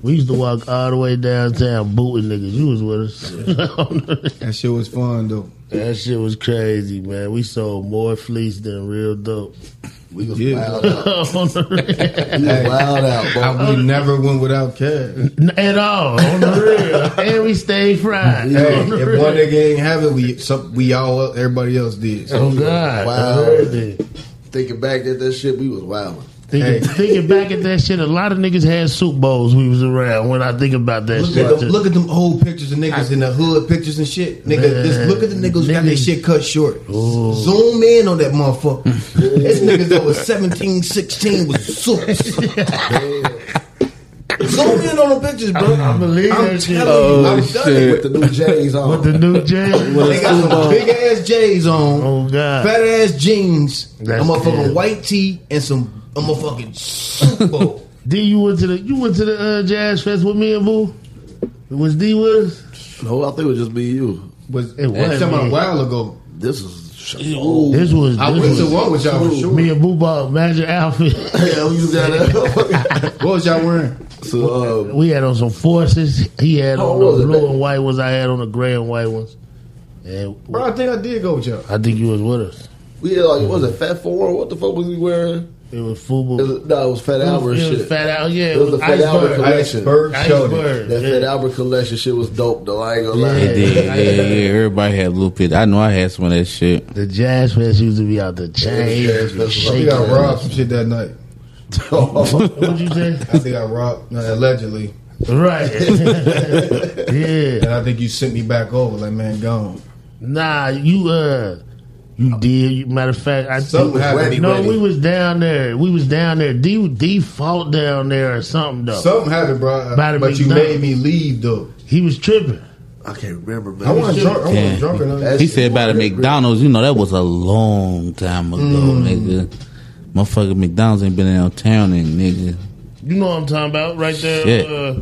Speaker 1: We used to walk all the way downtown booting niggas. You was with us.
Speaker 6: That shit was fun though.
Speaker 1: that shit was crazy, man. We sold more fleece than real dope.
Speaker 2: We was
Speaker 6: Yeah.
Speaker 2: wild out.
Speaker 1: on the
Speaker 2: We was wild out, bro.
Speaker 6: I, we never went without cash.
Speaker 1: real. At all. On the real. And we stayed fried.
Speaker 6: Hey,
Speaker 1: On the
Speaker 6: if
Speaker 1: real.
Speaker 6: one nigga ain't have it, we some, we all everybody else did. So,
Speaker 1: Oh God!
Speaker 2: Wow.
Speaker 1: I heard that.
Speaker 2: Thinking back at that shit, we was wilding.
Speaker 1: Thinking,
Speaker 6: Hey.
Speaker 1: thinking back at that shit, a lot of niggas had soup bowls. We was around when I think about that
Speaker 6: look,
Speaker 1: shit.
Speaker 6: at them, look at them old pictures of niggas in the hood pictures and shit. Nigga,
Speaker 1: Man,
Speaker 6: just look at the niggas who got their
Speaker 1: niggas-
Speaker 6: shit cut short. Zoom in on that motherfucker. this niggas that was 17, 16 was suits. Zoom in on the pictures, bro.
Speaker 1: I believe
Speaker 6: I'm
Speaker 1: that shit.
Speaker 6: telling you,
Speaker 5: Oh,
Speaker 6: I've done it.
Speaker 5: shit.
Speaker 2: With the new J's on.
Speaker 1: with the new jam.
Speaker 6: They got some big ass J's on.
Speaker 1: oh God!
Speaker 6: fat ass jeans,
Speaker 1: That's
Speaker 6: a motherfucking
Speaker 1: good.
Speaker 6: white tee, and some a motherfucking Super Bowl.
Speaker 1: D, you went to the you went to the uh, jazz fest with me and Boo. Was D with us?
Speaker 2: no, I think it was just me and you.
Speaker 6: Was
Speaker 1: It was,
Speaker 6: that's talking about
Speaker 1: man.
Speaker 6: a while ago?
Speaker 2: This is old.
Speaker 1: This was
Speaker 6: Oh, I
Speaker 1: this
Speaker 6: went to
Speaker 1: was-
Speaker 6: one with y'all for sure.
Speaker 1: me and Boo bought magic outfit.
Speaker 2: Yeah, we was down there.
Speaker 6: What was y'all wearing?
Speaker 2: so, um,
Speaker 1: we had on some forces. He had
Speaker 2: How
Speaker 1: on
Speaker 2: was
Speaker 1: the
Speaker 2: it,
Speaker 1: blue
Speaker 2: man?
Speaker 1: and white ones. I had on the gray and white ones. And
Speaker 6: Bro, I think I did go with y'all.
Speaker 1: I think you was with us.
Speaker 2: we had like, what was it, Fat Four? What the fuck was we wearing?
Speaker 1: It was
Speaker 2: It
Speaker 1: Fubu.
Speaker 2: was, no, it was Fat Albert
Speaker 1: it was
Speaker 2: shit.
Speaker 1: Fat Al. Yeah,
Speaker 2: It was the Fat Albert
Speaker 1: Iceberg.
Speaker 2: collection.
Speaker 6: Iceberg shoulders.
Speaker 1: Iceberg.
Speaker 2: that Fat
Speaker 1: yeah.
Speaker 2: Albert collection shit was dope, though. I ain't gonna
Speaker 1: Yeah.
Speaker 5: It
Speaker 2: lie.
Speaker 5: did, yeah, yeah. Everybody had a little bit. I know I had some of that shit.
Speaker 1: The Jazz Fest used to be out the chain.
Speaker 2: Jazz Fest was
Speaker 6: We
Speaker 1: shaking.
Speaker 6: got robbed some shit that night.
Speaker 1: What'd you say?
Speaker 6: I think I robbed no, allegedly,
Speaker 1: right. yeah.
Speaker 6: and I think you sent me back over. Like man, gone.
Speaker 1: Nah, you uh, you did. You, matter of fact, I
Speaker 6: Something
Speaker 1: think.
Speaker 6: happened.
Speaker 2: ready,
Speaker 1: No,
Speaker 2: ready.
Speaker 1: we was down there. We was down there. D D fought down there or something though.
Speaker 6: Something happened, bro.
Speaker 1: About to
Speaker 6: But
Speaker 1: be
Speaker 6: you
Speaker 1: done.
Speaker 6: made me leave though.
Speaker 1: he was tripping.
Speaker 2: I can't remember, man.
Speaker 6: I wasn't
Speaker 2: Shit.
Speaker 6: drunk. I wasn't
Speaker 5: Yeah.
Speaker 6: drunk or nothing.
Speaker 5: He said about a McDonald's. You know that was a long time ago,
Speaker 6: Mm.
Speaker 5: nigga. Motherfucking McDonald's ain't been in town and nigga.
Speaker 1: You know what I'm talking about, right
Speaker 5: Shit.
Speaker 1: there, uh,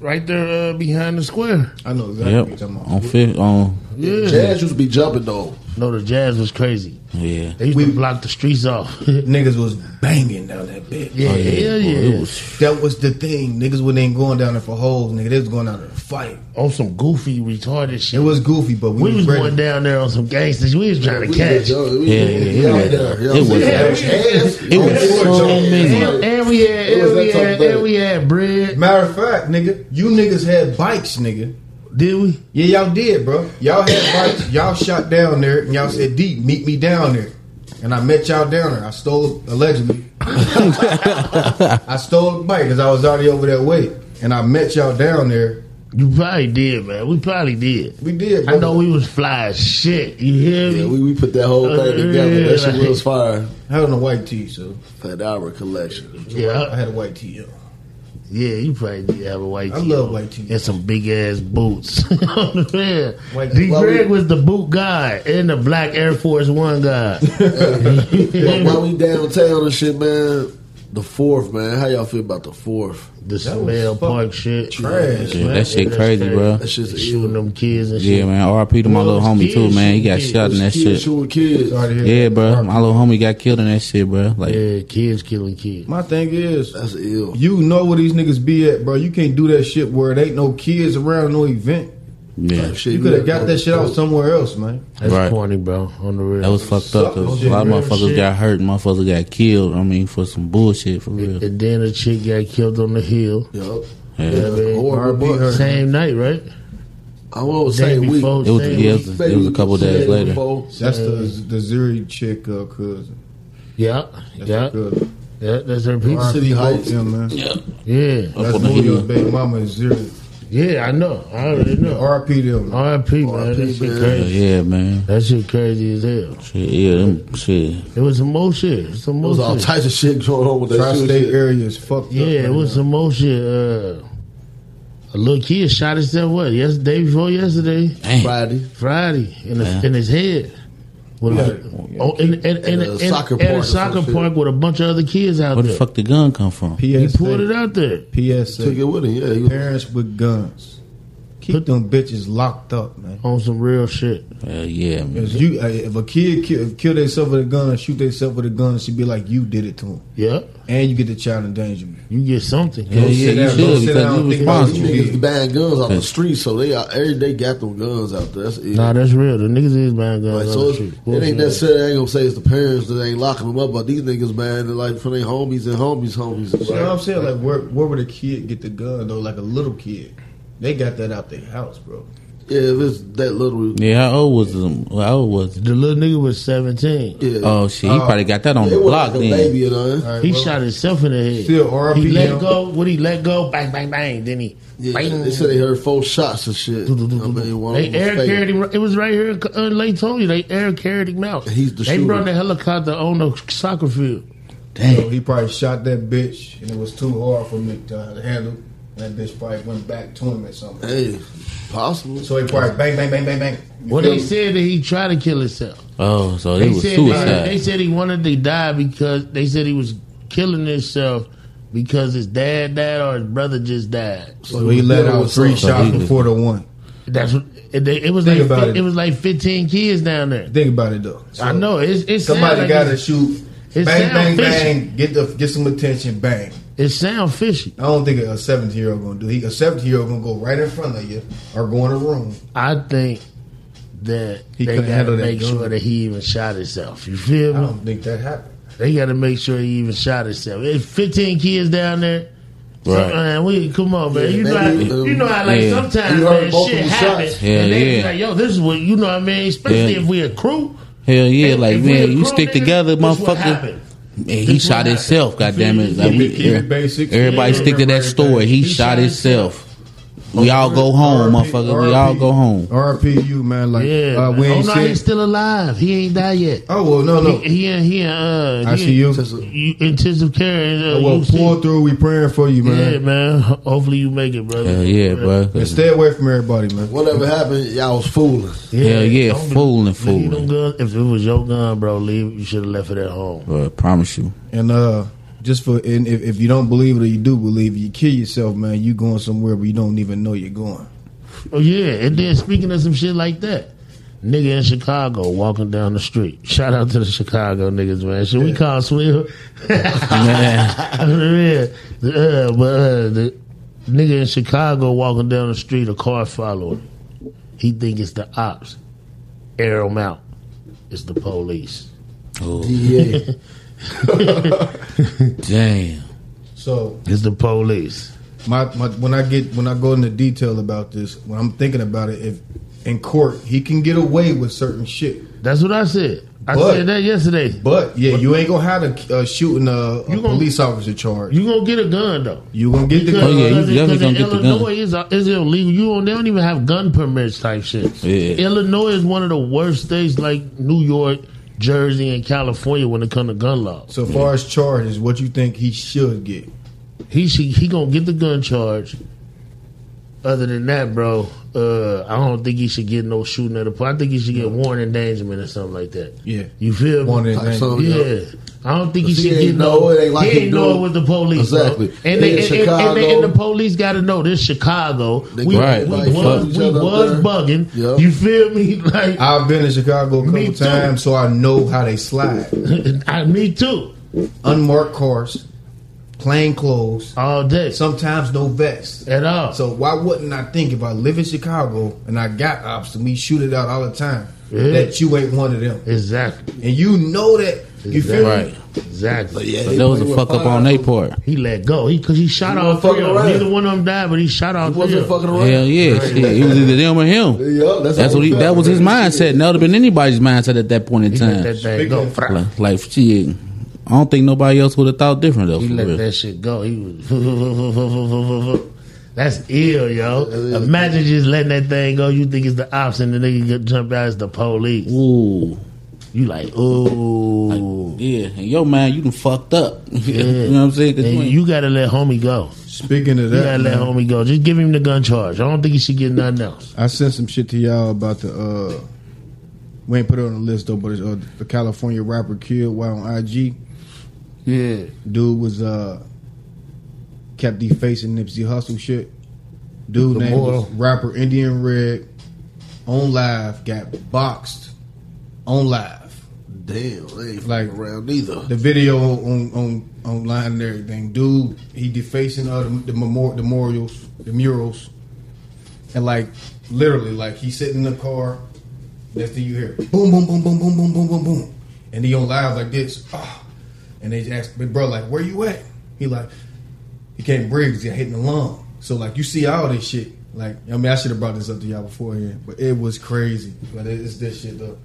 Speaker 1: right there uh, behind the square.
Speaker 6: I know exactly what you're
Speaker 5: Yep.
Speaker 6: talking about.
Speaker 5: On fifth. On
Speaker 1: Yeah.
Speaker 2: Jazz used to be jumping, though.
Speaker 1: No, the Jazz was crazy.
Speaker 5: yeah.
Speaker 1: They used
Speaker 6: We-
Speaker 1: to block the streets off.
Speaker 6: Niggas was banging down that bitch.
Speaker 1: yeah,
Speaker 5: Oh,
Speaker 1: yeah,
Speaker 5: boy,
Speaker 1: yeah.
Speaker 5: It was
Speaker 6: That was the thing. Niggas would ain't going down there for holes, nigga. They was going down there to fight.
Speaker 1: on some goofy retarded
Speaker 6: It
Speaker 1: shit.
Speaker 6: was goofy, but we,
Speaker 1: we was
Speaker 6: ready.
Speaker 1: going down there on some gangsters. We was trying to
Speaker 2: We
Speaker 1: catch.
Speaker 2: was young. We
Speaker 5: Yeah,
Speaker 2: was
Speaker 5: yeah,
Speaker 2: young
Speaker 5: yeah.
Speaker 2: there, you
Speaker 5: It
Speaker 2: know what I'm
Speaker 5: was-
Speaker 2: saying?
Speaker 5: it was
Speaker 2: Yeah.
Speaker 5: so
Speaker 2: Yeah.
Speaker 5: many.
Speaker 1: And, and we had,
Speaker 2: It was
Speaker 1: and we
Speaker 2: that type
Speaker 1: had,
Speaker 2: of
Speaker 1: and we had bread.
Speaker 6: Matter of fact, nigga, you niggas had bikes, nigga.
Speaker 1: Did we?
Speaker 6: Yeah, y'all did, bro. Y'all had bikes. Y'all shot down there, and y'all said, "D, meet me down there." And I met y'all down there. I stole allegedly. I stole a bike because I was already over that way, and I met y'all down there.
Speaker 1: You probably did, man. We probably did.
Speaker 6: We did. Bro.
Speaker 1: I know we was fly as shit. You hear me?
Speaker 2: Yeah, we, we put that whole
Speaker 1: Uh,
Speaker 6: Mm-hmm.
Speaker 2: thing together. That
Speaker 1: yeah,
Speaker 2: shit
Speaker 1: like-
Speaker 2: was fire.
Speaker 6: I had on a white tee, so
Speaker 2: Fat Albert collection.
Speaker 1: yeah,
Speaker 6: I had a white tee. on.
Speaker 1: yeah. You probably did have a white.
Speaker 6: I
Speaker 1: tee
Speaker 6: love
Speaker 1: on.
Speaker 6: white tee.
Speaker 1: and some big ass boots. yeah.
Speaker 6: White-
Speaker 1: D.
Speaker 2: Why
Speaker 1: Greg
Speaker 2: we-
Speaker 1: was the boot guy and the black Air Force One guy.
Speaker 6: Mm-hmm.
Speaker 2: But while we downtown and shit, man, the fourth, man. How y'all feel about the fourth?
Speaker 1: the
Speaker 6: That was
Speaker 1: smell
Speaker 6: fuck-
Speaker 1: park shit.
Speaker 6: Trash.
Speaker 5: yeah, that shit
Speaker 1: That's
Speaker 5: crazy, bro.
Speaker 2: That shit's
Speaker 1: Shooting them kids and shit.
Speaker 5: Yeah, man. R.I.P. to my
Speaker 1: Well,
Speaker 5: little homie
Speaker 1: kids
Speaker 5: too, man. He
Speaker 1: shoot
Speaker 5: got
Speaker 1: kids.
Speaker 5: shot in that
Speaker 2: Kids
Speaker 5: shit.
Speaker 2: shooting kids.
Speaker 6: Sorry to hear
Speaker 5: Yeah,
Speaker 6: that.
Speaker 5: bro. My little homie got killed in that shit, bro. Like
Speaker 1: Yeah, kids killing kids.
Speaker 6: My thing is,
Speaker 2: That's ill.
Speaker 6: You know where these niggas be at, bro. You can't do that shit where it ain't no kids around, no event.
Speaker 5: yeah.
Speaker 2: Shit,
Speaker 6: You could have
Speaker 2: gotta
Speaker 6: got that shit
Speaker 2: go-
Speaker 6: out somewhere else, man.
Speaker 1: That's
Speaker 5: Right.
Speaker 1: corny, bro. On the real.
Speaker 5: That was fucked up. 'cause
Speaker 6: Shit,
Speaker 5: a lot of
Speaker 1: real
Speaker 5: motherfuckers
Speaker 1: shit.
Speaker 5: got hurt. Motherfuckers got killed. I mean, for some bullshit, for real.
Speaker 1: and then a chick got killed on the hill.
Speaker 2: Yup.
Speaker 5: Yeah.
Speaker 2: Horrible
Speaker 6: R.I.P. her.
Speaker 2: bunch.
Speaker 1: Same night, right?
Speaker 2: I won't
Speaker 1: Day
Speaker 2: say week.
Speaker 1: before,
Speaker 5: It was-
Speaker 1: same
Speaker 5: yeah,
Speaker 1: week.
Speaker 5: it was- a couple days
Speaker 2: Day
Speaker 5: later.
Speaker 2: before.
Speaker 6: That's the the Zuri chick uh, cousin.
Speaker 1: yeah,
Speaker 6: That's
Speaker 1: yeah,
Speaker 6: her cousin.
Speaker 1: yeah. That's her people.
Speaker 2: City Heights.
Speaker 6: Yeah, man.
Speaker 1: Yeah,
Speaker 6: That's
Speaker 5: on the
Speaker 6: Julio's
Speaker 5: hill.
Speaker 6: baby mama is Zuri.
Speaker 1: yeah. I know. I already know.
Speaker 6: R.I.P. them.
Speaker 1: R.I.P. Man, that shit
Speaker 2: man.
Speaker 5: Yeah,
Speaker 1: crazy.
Speaker 5: yeah, man.
Speaker 1: That shit crazy as hell.
Speaker 5: Shit, yeah, them, shit.
Speaker 1: It was some more shit. Some
Speaker 2: There
Speaker 1: more
Speaker 2: was all
Speaker 1: shit.
Speaker 2: types of shit going on with that
Speaker 6: Tri-state
Speaker 2: shooting shit.
Speaker 6: area is fucked up.
Speaker 1: Yeah,
Speaker 6: right
Speaker 1: it was
Speaker 6: now.
Speaker 1: some more shit. Uh, a little kid shot himself what? Yes, day before yesterday,
Speaker 5: Damn.
Speaker 2: Friday.
Speaker 1: Friday, in, the,
Speaker 5: Yeah.
Speaker 1: in his head. With a, oh, in, in, in,
Speaker 2: At a
Speaker 1: in-
Speaker 2: soccer
Speaker 1: at
Speaker 2: park
Speaker 1: a
Speaker 2: or
Speaker 1: soccer
Speaker 2: some shit.
Speaker 1: park with a bunch of other kids out
Speaker 5: Where the
Speaker 1: there.
Speaker 5: fuck the gun come from?
Speaker 1: He
Speaker 6: PSA.
Speaker 1: pulled it out there.
Speaker 6: PSA.
Speaker 2: Took it with him. Yeah, he was
Speaker 6: Parents with guns. Keep them bitches locked up, man.
Speaker 1: on some real shit.
Speaker 5: Hell yeah, man.
Speaker 6: If you, uh, if a kid kill, kill themselves with a gun or shoot themselves with a gun, she'd be like, "You did it to him,"
Speaker 1: Yeah,
Speaker 6: and you get the child in danger. Man.
Speaker 1: you get something.
Speaker 5: Hell yeah,
Speaker 6: sit
Speaker 5: you
Speaker 6: down, don't
Speaker 5: should
Speaker 6: sit
Speaker 5: because
Speaker 6: down,
Speaker 5: you
Speaker 6: think about
Speaker 2: These
Speaker 5: responsible.
Speaker 6: it.
Speaker 2: niggas buying guns off the street, so they are, every day got them guns out there. That's it.
Speaker 1: Nah, that's real. The niggas is buying guns.
Speaker 2: Like,
Speaker 1: on
Speaker 2: so
Speaker 1: the
Speaker 2: it's,
Speaker 1: street.
Speaker 2: it ain't necessarily, I ain't gonna say it's the parents that ain't locking them up, but these niggas, man, they're like for their homies and homies, homies. and
Speaker 6: You know what I'm
Speaker 2: shit.
Speaker 6: saying? Like, where where would a kid get the gun though? Like a little kid, they got that out their house, bro.
Speaker 2: Yeah, if it's that little.
Speaker 5: Yeah, how old was him? How old was?
Speaker 1: The little nigga was 17.
Speaker 2: Yeah.
Speaker 5: Oh shit, he probably got that on
Speaker 2: It
Speaker 5: the
Speaker 2: wasn't
Speaker 5: block
Speaker 2: like a
Speaker 5: then.
Speaker 2: baby, you know.
Speaker 6: All right,
Speaker 1: He
Speaker 6: well,
Speaker 1: shot himself in the head.
Speaker 6: Still RIP
Speaker 1: He let
Speaker 6: him.
Speaker 1: go. What he let go? Bang, bang, bang. Then he.
Speaker 2: Yeah,
Speaker 1: bang.
Speaker 2: they said they heard four shots and shit. I mean, one
Speaker 1: They
Speaker 2: of them
Speaker 1: air
Speaker 2: was
Speaker 1: carried
Speaker 2: fake.
Speaker 1: him. It was right here in uh, Lake Tony. They air carried him out.
Speaker 2: He's the
Speaker 1: they
Speaker 2: shooter.
Speaker 1: brought the helicopter on the soccer field.
Speaker 6: So he probably shot that bitch, and it was too hard for me to uh, handle. That bitch probably went back to him or something.
Speaker 2: Hey, possible.
Speaker 6: So he probably bang, bang, bang, bang, bang. You
Speaker 1: Well,
Speaker 6: feel
Speaker 1: they
Speaker 6: me?
Speaker 1: said that he tried to kill himself.
Speaker 5: Oh, so it
Speaker 1: They
Speaker 5: was
Speaker 1: said they, they
Speaker 5: suicide.
Speaker 1: said he wanted to die because they said he was killing himself because his dad died or his brother just died.
Speaker 6: So he let out three shots
Speaker 5: he was-
Speaker 6: before the one.
Speaker 1: That's what it, they, it was
Speaker 6: Think
Speaker 1: like.
Speaker 6: about
Speaker 1: fi-
Speaker 6: it.
Speaker 1: It was like 15 kids down there.
Speaker 6: Think about it though. So
Speaker 1: I know it's it's
Speaker 6: Somebody
Speaker 1: like
Speaker 6: got
Speaker 1: it's-
Speaker 6: to shoot.
Speaker 1: it
Speaker 6: Bang,
Speaker 1: sound
Speaker 6: bang,
Speaker 1: fishy.
Speaker 6: bang. Get the get some attention. Bang.
Speaker 1: It sound fishy.
Speaker 6: I don't think a 17 year old gonna do. He a 17 year old gonna go right in front of you or go in a room.
Speaker 1: I think that
Speaker 6: He
Speaker 1: they
Speaker 6: couldn't
Speaker 1: got to
Speaker 6: handle that
Speaker 1: make
Speaker 6: gun.
Speaker 1: sure that he even shot himself. You feel
Speaker 6: I
Speaker 1: me?
Speaker 6: don't think that happened.
Speaker 1: They got to make sure he even shot himself. There's 15 kids down there. So,
Speaker 5: Right.
Speaker 1: man, we come on, man.
Speaker 2: Yeah,
Speaker 1: you know,
Speaker 2: maybe,
Speaker 1: how,
Speaker 2: um,
Speaker 1: you know how like
Speaker 5: Yeah.
Speaker 1: sometimes
Speaker 2: You heard
Speaker 1: man,
Speaker 2: both of
Speaker 1: shit
Speaker 2: them
Speaker 1: happens,
Speaker 2: shots.
Speaker 1: and
Speaker 5: Yeah,
Speaker 1: they be
Speaker 5: yeah.
Speaker 1: like, yo, this is what you know. what I mean, especially
Speaker 5: Yeah.
Speaker 1: if we a crew.
Speaker 5: Hell yeah,
Speaker 1: If-
Speaker 5: like
Speaker 1: if we a
Speaker 5: man, you
Speaker 1: crew,
Speaker 5: stick
Speaker 1: nigga,
Speaker 5: together,
Speaker 1: this what
Speaker 5: motherfucker.
Speaker 1: happened.
Speaker 5: Man,
Speaker 1: This
Speaker 5: he
Speaker 1: what
Speaker 5: shot
Speaker 1: happened.
Speaker 5: himself. God damn it!
Speaker 1: Keep
Speaker 5: Like,
Speaker 1: it-
Speaker 5: we,
Speaker 6: keep it
Speaker 5: every-
Speaker 6: basic.
Speaker 5: everybody
Speaker 6: Yeah,
Speaker 5: stick to that
Speaker 6: everybody
Speaker 5: story. He,
Speaker 6: basic.
Speaker 1: He
Speaker 5: shot
Speaker 1: shot
Speaker 5: himself. We all go home, motherfucker. We all go home.
Speaker 6: RPU man, like
Speaker 1: Yeah.
Speaker 6: uh, we
Speaker 1: oh
Speaker 6: ain't
Speaker 1: no, he's
Speaker 6: said.
Speaker 1: still alive. He ain't died yet.
Speaker 6: Oh well, no, no.
Speaker 1: He he in- he in, uh
Speaker 6: I
Speaker 1: he
Speaker 6: see you.
Speaker 1: in- you intensive care. and, Uh,
Speaker 6: Oh, well,
Speaker 1: UC.
Speaker 6: pull through. We praying for you, man.
Speaker 1: Yeah, man. Ho- Hopefully you make it, brother.
Speaker 5: Hell yeah, bro.
Speaker 6: And stay away from everybody, man.
Speaker 2: Whatever happened, y'all was fooling.
Speaker 5: Hell yeah,
Speaker 1: Don't be-
Speaker 5: fooling,
Speaker 1: leave them
Speaker 5: fooling.
Speaker 1: guns- If it was your gun, bro, leave. You should have left it at home.
Speaker 5: Bro, I promise you.
Speaker 6: And uh, just for and if, if you don't believe it or you do believe it, you kill yourself, man. You going somewhere, but you don't even know you're going.
Speaker 1: Oh yeah, and then speaking of some shit like that, nigga in Chicago walking down the street. Shout out to the Chicago niggas, man. Should we call Swill? yeah, uh, but uh, the nigga in Chicago walking down the street, a car followed him. He think it's the ops. Air him out. It's the police.
Speaker 2: Yeah,
Speaker 5: Damn.
Speaker 6: So
Speaker 1: It's the police.
Speaker 6: my, my when I get when I go into detail about this, when I'm thinking about it, if in court he can get away with certain shit,
Speaker 1: That's what I said. I
Speaker 6: But-
Speaker 1: said that yesterday.
Speaker 6: but yeah, you ain't gonna have a uh, shooting a, a
Speaker 1: You gonna-
Speaker 6: police officer charge. You,
Speaker 1: You gonna get a gun though.
Speaker 6: gonna get the
Speaker 1: Because,
Speaker 5: Oh, yeah, you
Speaker 1: because
Speaker 5: definitely gonna
Speaker 1: in
Speaker 5: get the gun.
Speaker 1: Illinois is, is illegal. You don't, they don't even have gun permits type shit.
Speaker 5: Yeah.
Speaker 1: Illinois is one of the worst states, like New York, Jersey, and California, when it comes to gun laws.
Speaker 6: So far as charges, what you think he should get?
Speaker 1: He should, he gonna get the gun charge. Other than that, bro, uh, I don't think he should get no shooting at a. I think he should get warrant endangerment or something like that.
Speaker 6: Yeah,
Speaker 1: You feel me?
Speaker 6: Wanted
Speaker 2: Like, so-
Speaker 1: Yeah. I don't think he
Speaker 2: He
Speaker 1: should
Speaker 2: ain't
Speaker 1: get
Speaker 2: know
Speaker 1: no.
Speaker 2: it, ain't like
Speaker 1: he
Speaker 2: he
Speaker 1: ain't know
Speaker 2: do
Speaker 1: it
Speaker 2: it.
Speaker 1: was the police.
Speaker 2: Exactly.
Speaker 1: Bro. And,
Speaker 2: They
Speaker 1: they,
Speaker 2: in
Speaker 1: and, and- and they- and the
Speaker 2: Chicago.
Speaker 1: police got to know this Chicago.
Speaker 2: They
Speaker 1: we
Speaker 5: Right,
Speaker 1: we
Speaker 5: like, fuck
Speaker 1: was,
Speaker 2: each
Speaker 1: we
Speaker 2: other up
Speaker 1: was
Speaker 2: there.
Speaker 1: bugging.
Speaker 2: Yep.
Speaker 1: You feel me? Like
Speaker 6: I've been in Chicago a
Speaker 1: Me
Speaker 6: couple
Speaker 1: too.
Speaker 6: times, so I know how they slide.
Speaker 1: I, me too.
Speaker 6: unmarked cars, plain clothes,
Speaker 1: All day.
Speaker 6: sometimes no vest.
Speaker 1: at all.
Speaker 6: So why wouldn't I think if I live in Chicago and I got ops and we shoot it out all the time
Speaker 1: Yeah.
Speaker 6: that you ain't one of them,
Speaker 1: exactly.
Speaker 6: and you know that you feel me?
Speaker 5: Right.
Speaker 1: Exactly.
Speaker 2: yeah.
Speaker 5: That was a fuck up on their part.
Speaker 1: He let go. He because he shot
Speaker 2: He
Speaker 1: all
Speaker 2: wasn't fucking
Speaker 1: three of them.
Speaker 2: around.
Speaker 1: Neither one of them died, but he shot all
Speaker 2: He
Speaker 1: three
Speaker 2: wasn't
Speaker 1: of them.
Speaker 2: fucking around.
Speaker 5: Hell yeah. Shit. It was either them or him.
Speaker 2: Yeah, that's,
Speaker 5: That's
Speaker 2: how
Speaker 5: what he,
Speaker 2: felt,
Speaker 5: that was his
Speaker 2: man.
Speaker 5: mindset. That would have been anybody's mindset at that point in
Speaker 1: He let
Speaker 5: time.
Speaker 1: that thing go.
Speaker 5: Like, like shit. I don't think nobody else would have thought different though.
Speaker 1: He
Speaker 5: For
Speaker 1: let
Speaker 5: real.
Speaker 1: that shit go. He was. That's ill, yo. Imagine just letting that thing go. You think it's the ops, and the nigga get jump out. It's the police.
Speaker 5: Ooh.
Speaker 1: You like, ooh,
Speaker 5: Yeah, in your mind, you done fucked up. you
Speaker 1: yeah.
Speaker 5: know what I'm saying? 'Cause you
Speaker 1: And
Speaker 5: ain't-
Speaker 1: you gotta let homie go.
Speaker 6: Speaking of
Speaker 1: You gotta
Speaker 6: that,
Speaker 1: let
Speaker 6: man,
Speaker 1: homie go. Just give him the gun charge. I don't think he should get nothing else.
Speaker 6: I sent some shit to y'all about the. uh We ain't put it on the list though, but it's, uh, the California rapper killed while on IG.
Speaker 1: Yeah,
Speaker 6: Dude was uh kept defacing Nipsey Hustle shit. Dude
Speaker 1: The
Speaker 6: named
Speaker 1: moral.
Speaker 6: was rapper Indian Red on live got boxed on live.
Speaker 2: Damn, they ain't
Speaker 6: Like-
Speaker 2: like around either.
Speaker 6: The video on on online and everything. Dude, he defacing uh, the the, memor- the memorials, the murals, and like literally, like he sitting in the car. Next thing you hear, boom, boom, boom, boom, boom, boom, boom, boom, boom, and he on live like this. Ah. And they asked, "Big bro, like where you at?" He like, he can't breathe because he hitting the lung. So like you see all this shit. Like I mean, I should have brought this up to y'all beforehand, but it was crazy. But it- it's this shit though.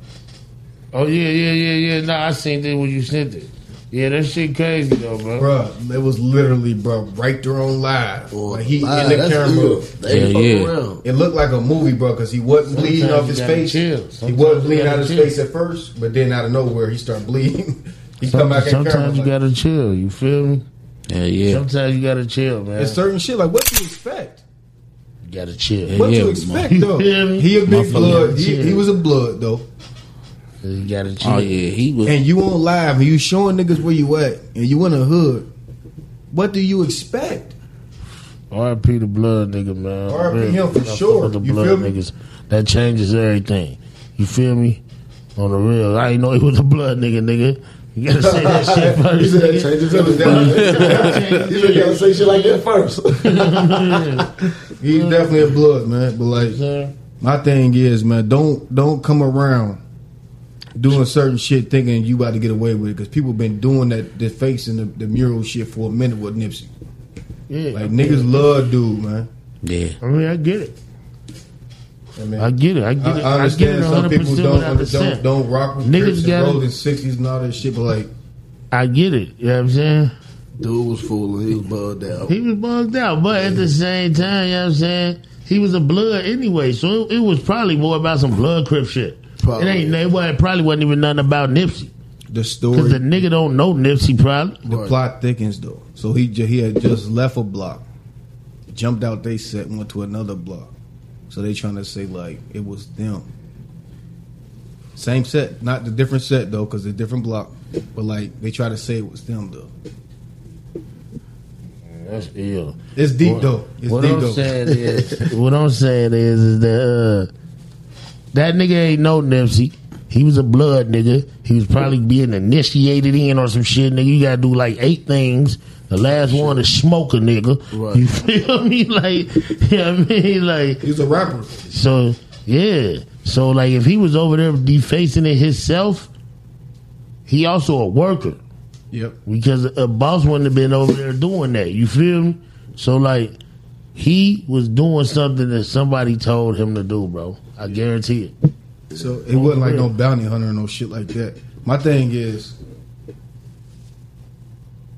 Speaker 1: Oh yeah, yeah, yeah, yeah. Nah, I seen it when you sent it. Yeah, that shit crazy though, bro.
Speaker 6: Bruh, it was literally, bruh, right there on live.
Speaker 2: Or
Speaker 6: like he
Speaker 2: live,
Speaker 6: in the
Speaker 2: that's
Speaker 6: camera.
Speaker 2: ill. They ain't
Speaker 5: Yeah,
Speaker 2: fucking
Speaker 5: yeah.
Speaker 2: around.
Speaker 6: It looked like a movie, bruh, because he wasn't
Speaker 1: Sometimes
Speaker 6: bleeding off
Speaker 1: you
Speaker 6: his
Speaker 1: gotta
Speaker 6: face.
Speaker 1: chill.
Speaker 6: He
Speaker 1: Sometimes
Speaker 6: wasn't
Speaker 1: you
Speaker 6: bleeding out
Speaker 1: gotta
Speaker 6: his
Speaker 1: chill.
Speaker 6: face at first, but then out of nowhere he started bleeding. he come back
Speaker 1: Sometimes,
Speaker 6: at camera.
Speaker 1: sometimes you
Speaker 6: like,
Speaker 1: gotta chill. You feel me?
Speaker 5: Yeah, yeah.
Speaker 1: Sometimes you gotta chill, man.
Speaker 6: it's certain shit like what you expect.
Speaker 1: you gotta chill.
Speaker 5: Yeah.
Speaker 6: What you expect
Speaker 1: You
Speaker 6: though?
Speaker 1: feel me?
Speaker 6: He a big
Speaker 5: Motherfucker
Speaker 6: blood.
Speaker 1: gotta
Speaker 6: He,
Speaker 1: chill.
Speaker 6: he was a blood though.
Speaker 1: You gotta chill.
Speaker 5: Oh yeah, he was.
Speaker 6: And you on live and you showing niggas where you at and you in the hood. What do you expect?
Speaker 1: R.I.P. the blood nigga, man.
Speaker 6: R.I.P.
Speaker 1: Really,
Speaker 6: him for
Speaker 1: I fuck
Speaker 6: sure.
Speaker 1: with The
Speaker 6: You
Speaker 1: blood
Speaker 6: feel me?
Speaker 1: niggas. That changes everything. You feel me? On the real, I ain't know he was a blood nigga, nigga. You gotta say that shit
Speaker 2: He
Speaker 1: first.
Speaker 2: said that
Speaker 1: nigga.
Speaker 2: changes everything. He said you gotta say shit like that first.
Speaker 6: He's definitely a blood man, but like
Speaker 1: Sir,
Speaker 6: My thing is, man, don't don't come around doing certain shit thinking you about to get away with it because people been doing that the face and the, the mural shit for a minute with Nipsey.
Speaker 1: Yeah.
Speaker 6: Like niggas love dude, man.
Speaker 5: Yeah,
Speaker 1: I mean, I get it.
Speaker 6: I mean,
Speaker 1: I get it. I get
Speaker 6: I,
Speaker 1: it.
Speaker 6: I
Speaker 1: I get it
Speaker 6: understand
Speaker 1: 100%
Speaker 6: some people don't,
Speaker 1: without
Speaker 6: under,
Speaker 1: the
Speaker 6: don't
Speaker 1: cent.
Speaker 6: don't rock with
Speaker 1: Niggas
Speaker 6: niggas
Speaker 1: gotta-
Speaker 6: and rolling sixties and all that shit, but like
Speaker 1: I get it. You know what I'm saying?
Speaker 2: Dude was fooling. He was bugged out.
Speaker 1: He was bugged out, but at the same time, you know what I'm saying? He was a blood anyway, so it, it was probably more about some blood crip shit.
Speaker 2: Probably.
Speaker 1: It ain't. It wasn't- probably wasn't even nothing about Nipsey
Speaker 6: the
Speaker 1: because
Speaker 6: story,
Speaker 1: the
Speaker 6: the,
Speaker 1: nigga don't know Nipsey. Probably.
Speaker 2: Right.
Speaker 6: plot thickens though. So he ju- he had just left a block, jumped out they set, and went to another block. So they trying to say like it was them. Same set, not the different set though, because a different block. But like they try to say it was them though.
Speaker 1: That's ill.
Speaker 6: It's deep though. It's
Speaker 1: what
Speaker 6: deep
Speaker 1: I'm
Speaker 6: though.
Speaker 1: saying is, what I'm saying is, is that uh, that nigga ain't no Nipsey. He was a blood nigga. He was probably being initiated in or some shit. Nigga, you gotta do like eight things. The last one is smoke a nigga.
Speaker 2: Right.
Speaker 1: You feel me? Like, you know what I mean? Like,
Speaker 6: He's a rapper.
Speaker 1: so yeah. So like, if he was over there defacing it himself, he also a worker
Speaker 6: Yep.
Speaker 1: because a boss wouldn't have been over there doing that. You feel me? So like he was doing something that somebody told him to do, bro. I guarantee it.
Speaker 6: So it wasn't like no bounty hunter or no shit like that. My thing is,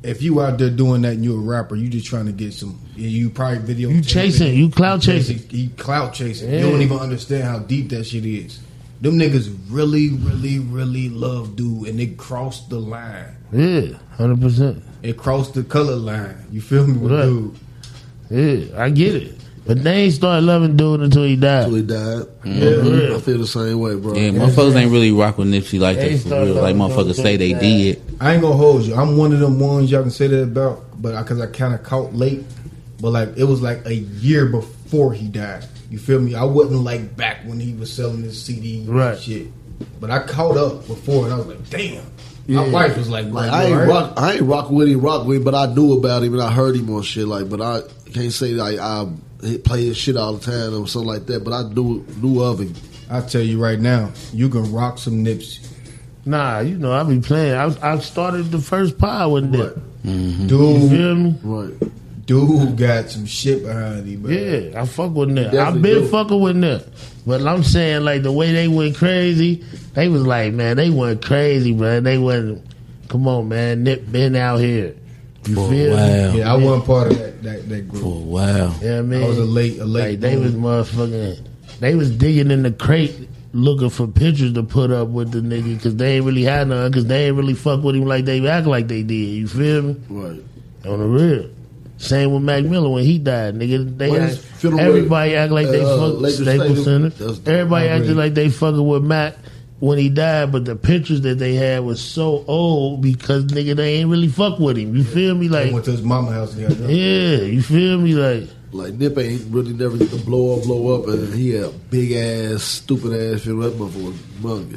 Speaker 6: if you out there doing that and you a rapper, you just trying to get some. You probably video.
Speaker 1: You chasing, you clout chasing.
Speaker 6: He clout chasing.
Speaker 1: Yeah.
Speaker 6: You don't even understand how deep that shit is. Them niggas really, really, really love dude, and it crossed the line.
Speaker 1: Yeah, hundred percent.
Speaker 6: It crossed the color line. You feel me, with
Speaker 1: Right.
Speaker 6: dude?
Speaker 1: Yeah, I get it. But they ain't start loving dude until he
Speaker 2: Till
Speaker 1: died.
Speaker 2: he died. Mm-hmm.
Speaker 1: Yeah.
Speaker 2: I feel the same way, bro.
Speaker 5: yeah. Motherfuckers ain't really rock with Nipsey like
Speaker 1: They
Speaker 5: that for
Speaker 1: started
Speaker 5: real. Like
Speaker 1: off
Speaker 5: motherfuckers
Speaker 1: doing
Speaker 5: say they
Speaker 1: that.
Speaker 5: did.
Speaker 6: I ain't gonna hold you. I'm one of them ones y'all can say that about, but because I kind of caught late. But like it was like a year before he died. You feel me? I wasn't like back when he was selling his CD and
Speaker 1: Right.
Speaker 6: shit. But I caught up before, and I was like, damn. My
Speaker 2: Yeah.
Speaker 6: wife was like,
Speaker 2: Like
Speaker 6: "Bro,
Speaker 2: I
Speaker 6: you
Speaker 2: ain't
Speaker 6: alright?"
Speaker 2: rock, I ain't rock with him, rock with him, but I knew about him and I heard him on shit. Like, but I can't say like I he play his shit all the time or something like that. But I knew knew of him.
Speaker 6: I tell you right now, you can rock some Nipsey.
Speaker 1: Nah, you know I be playing. I, I started the first pod with
Speaker 2: Right,
Speaker 1: that.
Speaker 5: Mm-hmm.
Speaker 1: You
Speaker 6: Dude,
Speaker 1: feel me?
Speaker 2: right.
Speaker 6: dude got some shit behind him, man.
Speaker 1: Yeah, I fuck with Nip. I've
Speaker 2: Definitely
Speaker 1: been
Speaker 2: do.
Speaker 1: fucking with Nip. But I'm saying, like, the way they went crazy, they was like, man, they went crazy, man. They went, come on, man, Nip been out here. You
Speaker 5: For a
Speaker 1: feel me?
Speaker 5: while.
Speaker 6: Yeah, I wasn't part of that that, that group.
Speaker 5: For a while.
Speaker 1: Yeah, I mean,
Speaker 6: I was a late, a late.
Speaker 1: like, they was
Speaker 6: bloomer.
Speaker 1: motherfucking, they was digging in the crate looking for pictures to put up with the nigga because they ain't really had none because they ain't really fuck with him like they act like they did. You feel me?
Speaker 2: Right.
Speaker 1: On the real. Same with Mac Miller when he died, nigga. They
Speaker 2: When
Speaker 1: act-
Speaker 2: his funeral-
Speaker 1: everybody act like they
Speaker 2: uh,
Speaker 1: fuck
Speaker 2: Lakers
Speaker 1: Staples Center.
Speaker 2: Stadium, that's-
Speaker 1: Everybody
Speaker 6: I
Speaker 1: acted
Speaker 6: agree.
Speaker 1: like they fucking with Mac when he died, but the pictures that they had was so old because nigga they ain't really fuck with him. You feel me?
Speaker 6: I
Speaker 1: Like
Speaker 6: went to his mama house. The other day.
Speaker 1: yeah, you feel me? Like
Speaker 2: Like Nip ain't really never get to blow up, blow up, and he a big ass, stupid ass figure. That motherfucker was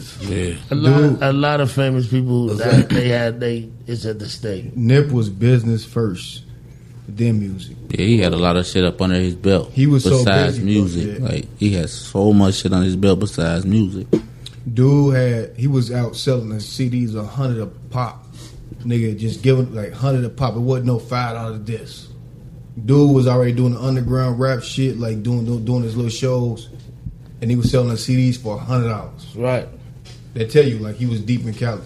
Speaker 2: humongous.
Speaker 5: Yeah.
Speaker 1: A lot, a lot of famous people that they had they it's at the stake.
Speaker 6: Nip was business first, then music.
Speaker 5: Yeah, he had a lot of shit up under his belt.
Speaker 6: He was so
Speaker 5: besides
Speaker 6: busy, though,
Speaker 5: music.
Speaker 6: yeah.
Speaker 5: Like he had so much shit on his belt besides music.
Speaker 6: Dude had he was out selling his CDs a hundred a pop. Nigga just giving like hundred a pop. It wasn't no five dollar this. Dude was already doing the underground rap shit, like doing doing, doing his little shows, and he was selling his CDs for hundred dollars.
Speaker 1: Right.
Speaker 6: They tell you like he was deep in Cali.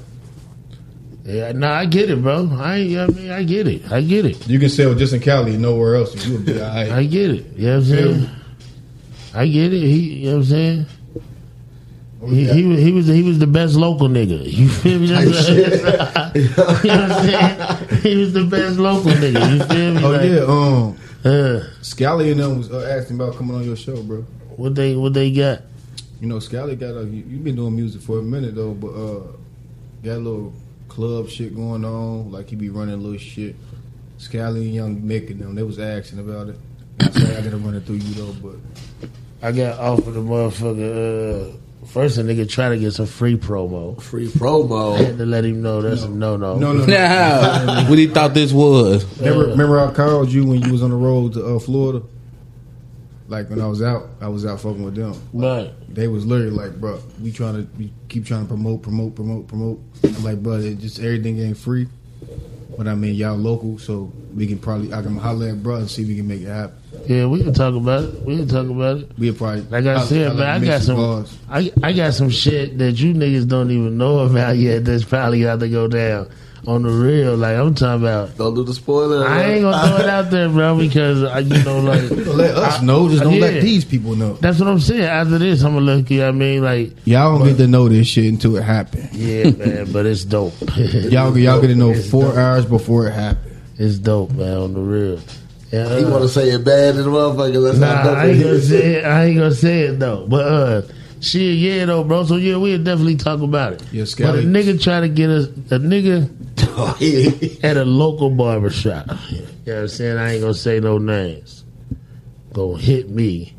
Speaker 1: Yeah, no, I get it, bro. I, I mean, I get it. I get it.
Speaker 6: You can sell just in Cali, nowhere else, and you would be alright.
Speaker 1: I get it. You know what I'm saying? I get it. He, you know what I'm saying? He, he, was- he was he was the best local nigga. You feel me? That's what- you know what I'm saying? He was the best local nigga. You feel me?
Speaker 6: Oh
Speaker 1: Like,
Speaker 6: yeah, um,
Speaker 1: Uh,
Speaker 6: Scally and them was uh, asking about coming on your show, bro.
Speaker 1: what they what they got?
Speaker 6: You know, Scally got a. You, you been doing music for a minute though, but uh, got a little club shit going on. Like he be running a little shit. Scally and Young Mick and them, they was asking about it. I said I gotta run it through you though, but
Speaker 1: I got offered a motherfucker. Uh, first, a nigga try to get some free promo.
Speaker 2: Free promo.
Speaker 1: I had to let him know that's a no no.
Speaker 6: no, no, no.
Speaker 5: Now, what he thought this was.
Speaker 6: Remember,
Speaker 1: Uh,
Speaker 6: remember I called you when you was on the road to uh, Florida. Like when I was out, I was out fucking with them.
Speaker 1: Right.
Speaker 6: They was literally like, bro, we trying to we keep trying to promote, promote, promote, promote. I'm like, bro, it just everything ain't free. But I mean, y'all local, so we can probably I can holler at bro and see if we can make it happen.
Speaker 1: Yeah, we can talk about it. We can talk about it.
Speaker 6: We'll probably
Speaker 1: Like I
Speaker 6: holler-
Speaker 1: said,
Speaker 6: holler at
Speaker 1: man, I got
Speaker 6: Mitch's
Speaker 1: some,
Speaker 6: boss.
Speaker 1: I, I got some shit that you niggas don't even know about yet. That's probably got to go down on the real. Like I'm talking about,
Speaker 2: Don't do the spoiler.
Speaker 1: I ain't gonna throw it out there, bro, because I, you know, like
Speaker 6: Let us know, just don't
Speaker 1: Yeah.
Speaker 6: let these people know.
Speaker 1: that's what I'm saying. After this, I'm gonna look. You know what I mean, like,
Speaker 6: Y'all don't get to know this shit until it happen.
Speaker 1: yeah, man, but it's dope.
Speaker 6: Y'all y'all get to know
Speaker 1: It's
Speaker 6: four
Speaker 1: dope.
Speaker 6: hours before it happened.
Speaker 1: It's dope, man. On the real. Yeah,
Speaker 2: He
Speaker 1: uh,
Speaker 2: want to say it bad to the motherfucker. That's not
Speaker 1: Nah, I ain't gonna
Speaker 2: nothing.
Speaker 1: say it. I ain't gonna say it though. But uh, shit, yeah, though, bro. So yeah, we'll definitely talk about it.
Speaker 6: Yeah,
Speaker 1: but
Speaker 6: Scally.
Speaker 1: a nigga try to get us a nigga at a local barber shop. You know what I'm saying? I ain't gonna say no names. Go hit me.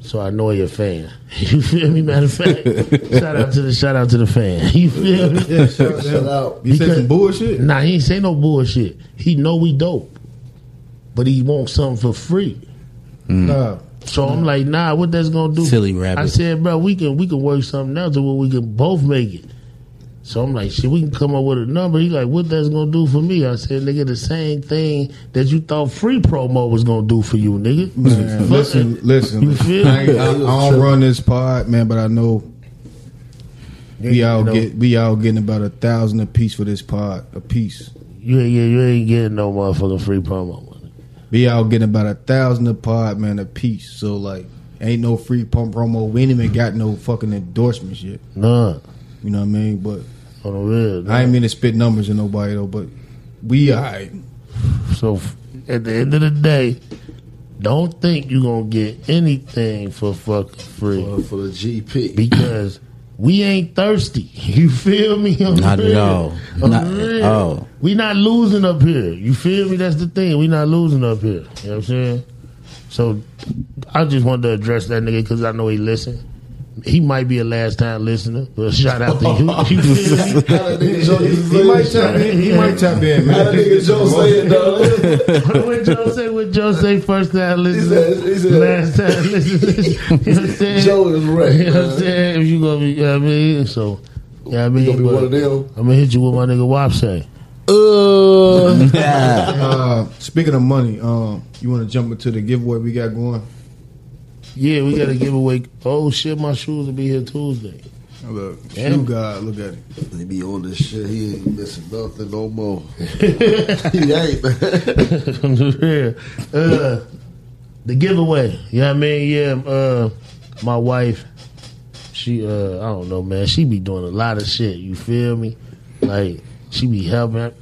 Speaker 1: So I know you're a fan. You feel me? Matter of fact, shout out to the shout out to the fan. You feel me?
Speaker 6: Yeah, shut,
Speaker 2: Shut out.
Speaker 6: You said
Speaker 1: Because-
Speaker 6: some bullshit.
Speaker 1: Nah, he ain't say no bullshit. He know we dope, but he wants something for free. Mm.
Speaker 6: Nah.
Speaker 1: Uh, So
Speaker 6: Mm.
Speaker 1: I'm like, nah, what that's gonna do?
Speaker 5: Silly rabbit.
Speaker 1: I said, bro, we can we can work something out to where we can both make it. So I'm like, shit, we can come up with a number. He like, what that's gonna do for me? I said, nigga, the same thing that you thought free promo was gonna do for you, nigga.
Speaker 6: Man, listen, listen.
Speaker 1: You feel
Speaker 6: I, ain't-
Speaker 1: me?
Speaker 6: I- I don't run this pod, man, but I know we all get we all getting about a thousand a piece for this pod a piece.
Speaker 1: You ain't, get- you ain't getting no motherfucking free promo money.
Speaker 6: We all getting about a thousand a pod, man, a piece. So like, ain't no free pump promo. We ain't even got no fucking endorsements yet.
Speaker 1: Nah,
Speaker 6: You know what I mean? But
Speaker 1: on the real. nah.
Speaker 6: I ain't mean to spit numbers in nobody though. But we alright.
Speaker 1: So f- at the end of the day, don't think you gonna get anything for fucking free.
Speaker 2: For, for the GP.
Speaker 1: because we ain't thirsty. You feel me? I'm
Speaker 5: Not at
Speaker 1: real.
Speaker 5: all.
Speaker 1: I'm
Speaker 5: Not at
Speaker 1: real.
Speaker 5: all.
Speaker 1: We not losing up here. You feel me? That's the thing. We not losing up here. You know what I'm saying? So I just wanted to address that nigga because I know he listen. He might be a last time listener, but shout out to you. You feel me?
Speaker 2: How that nigga Joe used to
Speaker 6: He
Speaker 2: say
Speaker 6: might
Speaker 2: it?
Speaker 6: tap in. He might tap in,
Speaker 2: How that
Speaker 6: man.
Speaker 2: nigga Joe say it, dog?
Speaker 1: what Joe say? What Joe say? First time
Speaker 2: He
Speaker 1: listener,
Speaker 2: said, he said
Speaker 1: last time listener. You know what I'm saying?
Speaker 2: Joe is right.
Speaker 1: You know what I'm
Speaker 2: man.
Speaker 1: saying? If you gonna be, you know what I mean, so. You know what I mean,
Speaker 2: He gonna be
Speaker 1: But
Speaker 2: one of them.
Speaker 1: I'm gonna hit you with my nigga Wap say.
Speaker 6: Uh, speaking of money, um, you want to jump into the giveaway we got going?
Speaker 1: Yeah, we got a giveaway. Oh shit, my shoes will be here Tuesday.
Speaker 6: Look,
Speaker 1: Damn.
Speaker 6: shoe God, look at it.
Speaker 2: He be on this shit. He ain't missing nothing no more. he ain't, man.
Speaker 1: Yeah. uh, the giveaway. You know what I mean? Yeah, uh, my wife, she uh I don't know, man. She be doing a lot of shit, you feel me? Like she be helping.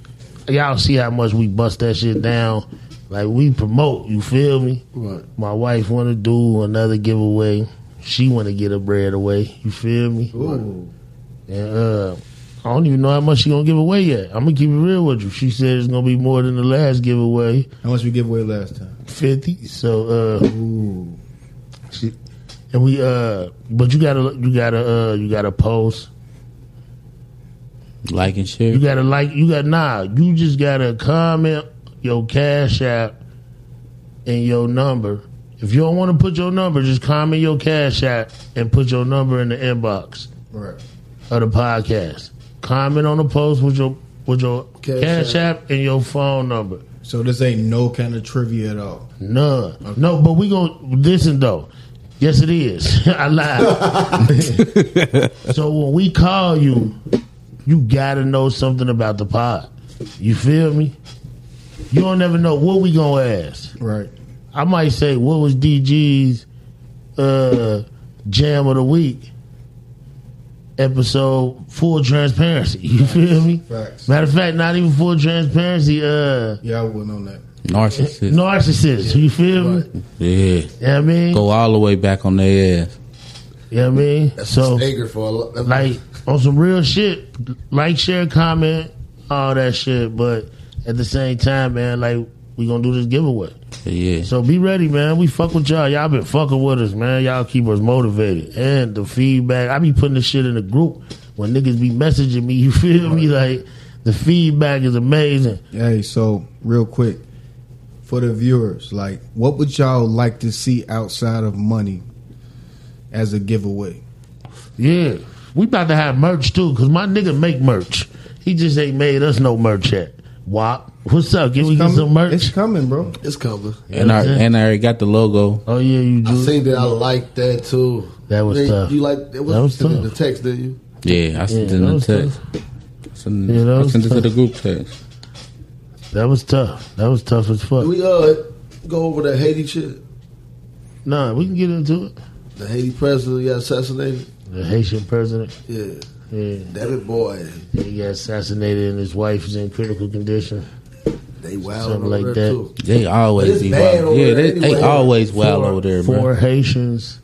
Speaker 1: Y'all see how much we bust that shit down. Like we promote, you feel me?
Speaker 2: Right.
Speaker 1: My wife wanna do another giveaway. She wanna get her bread away, you feel me?
Speaker 6: Ooh.
Speaker 1: And uh, I don't even know how much she gonna give away yet. I'm gonna keep it real with you. She said it's gonna be more than the last giveaway.
Speaker 6: How much we give away last time?
Speaker 1: Fifty. So, uh, she, and we, uh, but you gotta, you gotta, uh, you gotta post.
Speaker 5: Like and share.
Speaker 1: You gotta like. You got nah. You just gotta comment your cash app and your number. If you don't want to put your number, just comment your cash app and put your number in the inbox
Speaker 6: Right.
Speaker 1: of the podcast. Comment on the post with your with your
Speaker 2: Cash
Speaker 1: cash, app and your phone number.
Speaker 6: So this ain't no kind of trivia at all.
Speaker 1: None. No, but we going listen though. Yes, it is. I lied. so when we call you, you gotta know something about the pod. You feel me? You don't never know what we gonna ask.
Speaker 6: Right.
Speaker 1: I might say, what was DG's uh, jam of the week? Episode full transparency. You feel me?
Speaker 6: Facts.
Speaker 1: Matter of fact, not even full transparency. Uh,
Speaker 6: Yeah, I wouldn't on that.
Speaker 5: Narcissist.
Speaker 1: narcissist. You feel me?
Speaker 5: Yeah.
Speaker 1: Yeah, I mean,
Speaker 5: Go all the way back on their ass.
Speaker 1: yeah, I mean. So,
Speaker 2: Anger for a lot. that's-
Speaker 1: like, on some real shit, like, share, comment, all that shit. But at the same time, man, like, we gonna do this giveaway.
Speaker 5: Yeah.
Speaker 1: So be ready, man. We fuck with y'all. Y'all been fucking with us, man. Y'all keep us motivated. And the feedback, I be putting this shit in the group when niggas be messaging me. You feel me? Like the feedback is amazing.
Speaker 6: Hey, so real quick for the viewers, like, what would y'all like to see outside of money as a giveaway?
Speaker 1: Yeah, we about to have merch too, cause my nigga make merch. He just ain't made us no merch yet. Wop, what's up? Can we get some
Speaker 6: It's
Speaker 1: merch?
Speaker 6: coming, bro.
Speaker 2: It's coming.
Speaker 5: And I, and I already got the logo.
Speaker 1: Oh yeah, you
Speaker 2: I
Speaker 1: do.
Speaker 2: seen that. I like that too.
Speaker 1: That was
Speaker 2: They-
Speaker 1: tough.
Speaker 2: You like that was,
Speaker 1: That was
Speaker 2: sent in
Speaker 1: tough.
Speaker 2: the text, didn't you?
Speaker 5: Yeah, I sent
Speaker 1: Yeah,
Speaker 5: in the
Speaker 1: those
Speaker 5: text. Send-
Speaker 1: Yeah,
Speaker 5: I
Speaker 1: those
Speaker 5: sent it to
Speaker 1: tough.
Speaker 5: the group text.
Speaker 1: That was tough. That was tough as
Speaker 2: Did
Speaker 1: fuck.
Speaker 2: we uh go over that Haiti shit?
Speaker 1: Nah, we can get into it.
Speaker 2: The Haiti president got assassinated.
Speaker 1: The Haitian president.
Speaker 2: Yeah,
Speaker 1: Yeah.
Speaker 2: that it boy.
Speaker 1: He got assassinated and his wife is in critical condition.
Speaker 2: They wild
Speaker 1: Something
Speaker 2: over
Speaker 1: like that.
Speaker 2: there too.
Speaker 5: They
Speaker 2: But
Speaker 5: always
Speaker 2: it's
Speaker 5: be
Speaker 2: bad
Speaker 5: wild.
Speaker 2: over
Speaker 5: Yeah,
Speaker 2: there
Speaker 5: they,
Speaker 2: anyway.
Speaker 5: they always wild
Speaker 1: Four-
Speaker 5: over there,
Speaker 1: Four
Speaker 5: bro.
Speaker 1: Haitians,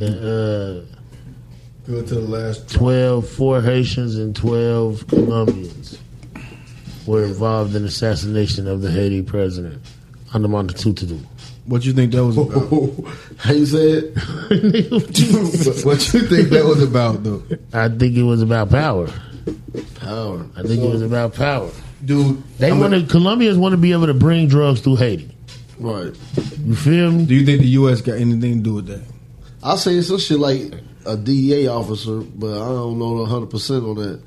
Speaker 1: and, uh,
Speaker 6: Go to the last.
Speaker 1: 12, four Haitians and 12 Colombians were involved in the assassination of the Haiti president. Andamanda Tutadu.
Speaker 6: What you think that was about?
Speaker 2: How you say it?
Speaker 6: what what you think that was about, though?
Speaker 1: I think it was about power.
Speaker 2: Power.
Speaker 1: I think it was about power.
Speaker 6: Dude,
Speaker 1: They
Speaker 6: I'm
Speaker 1: want to, Colombians want to be able to bring drugs through Haiti.
Speaker 2: Right.
Speaker 1: You feel me?
Speaker 6: do you think the U.S. got anything to do with that?
Speaker 2: I seen some shit like a DEA officer, but I don't know hundred percent on that.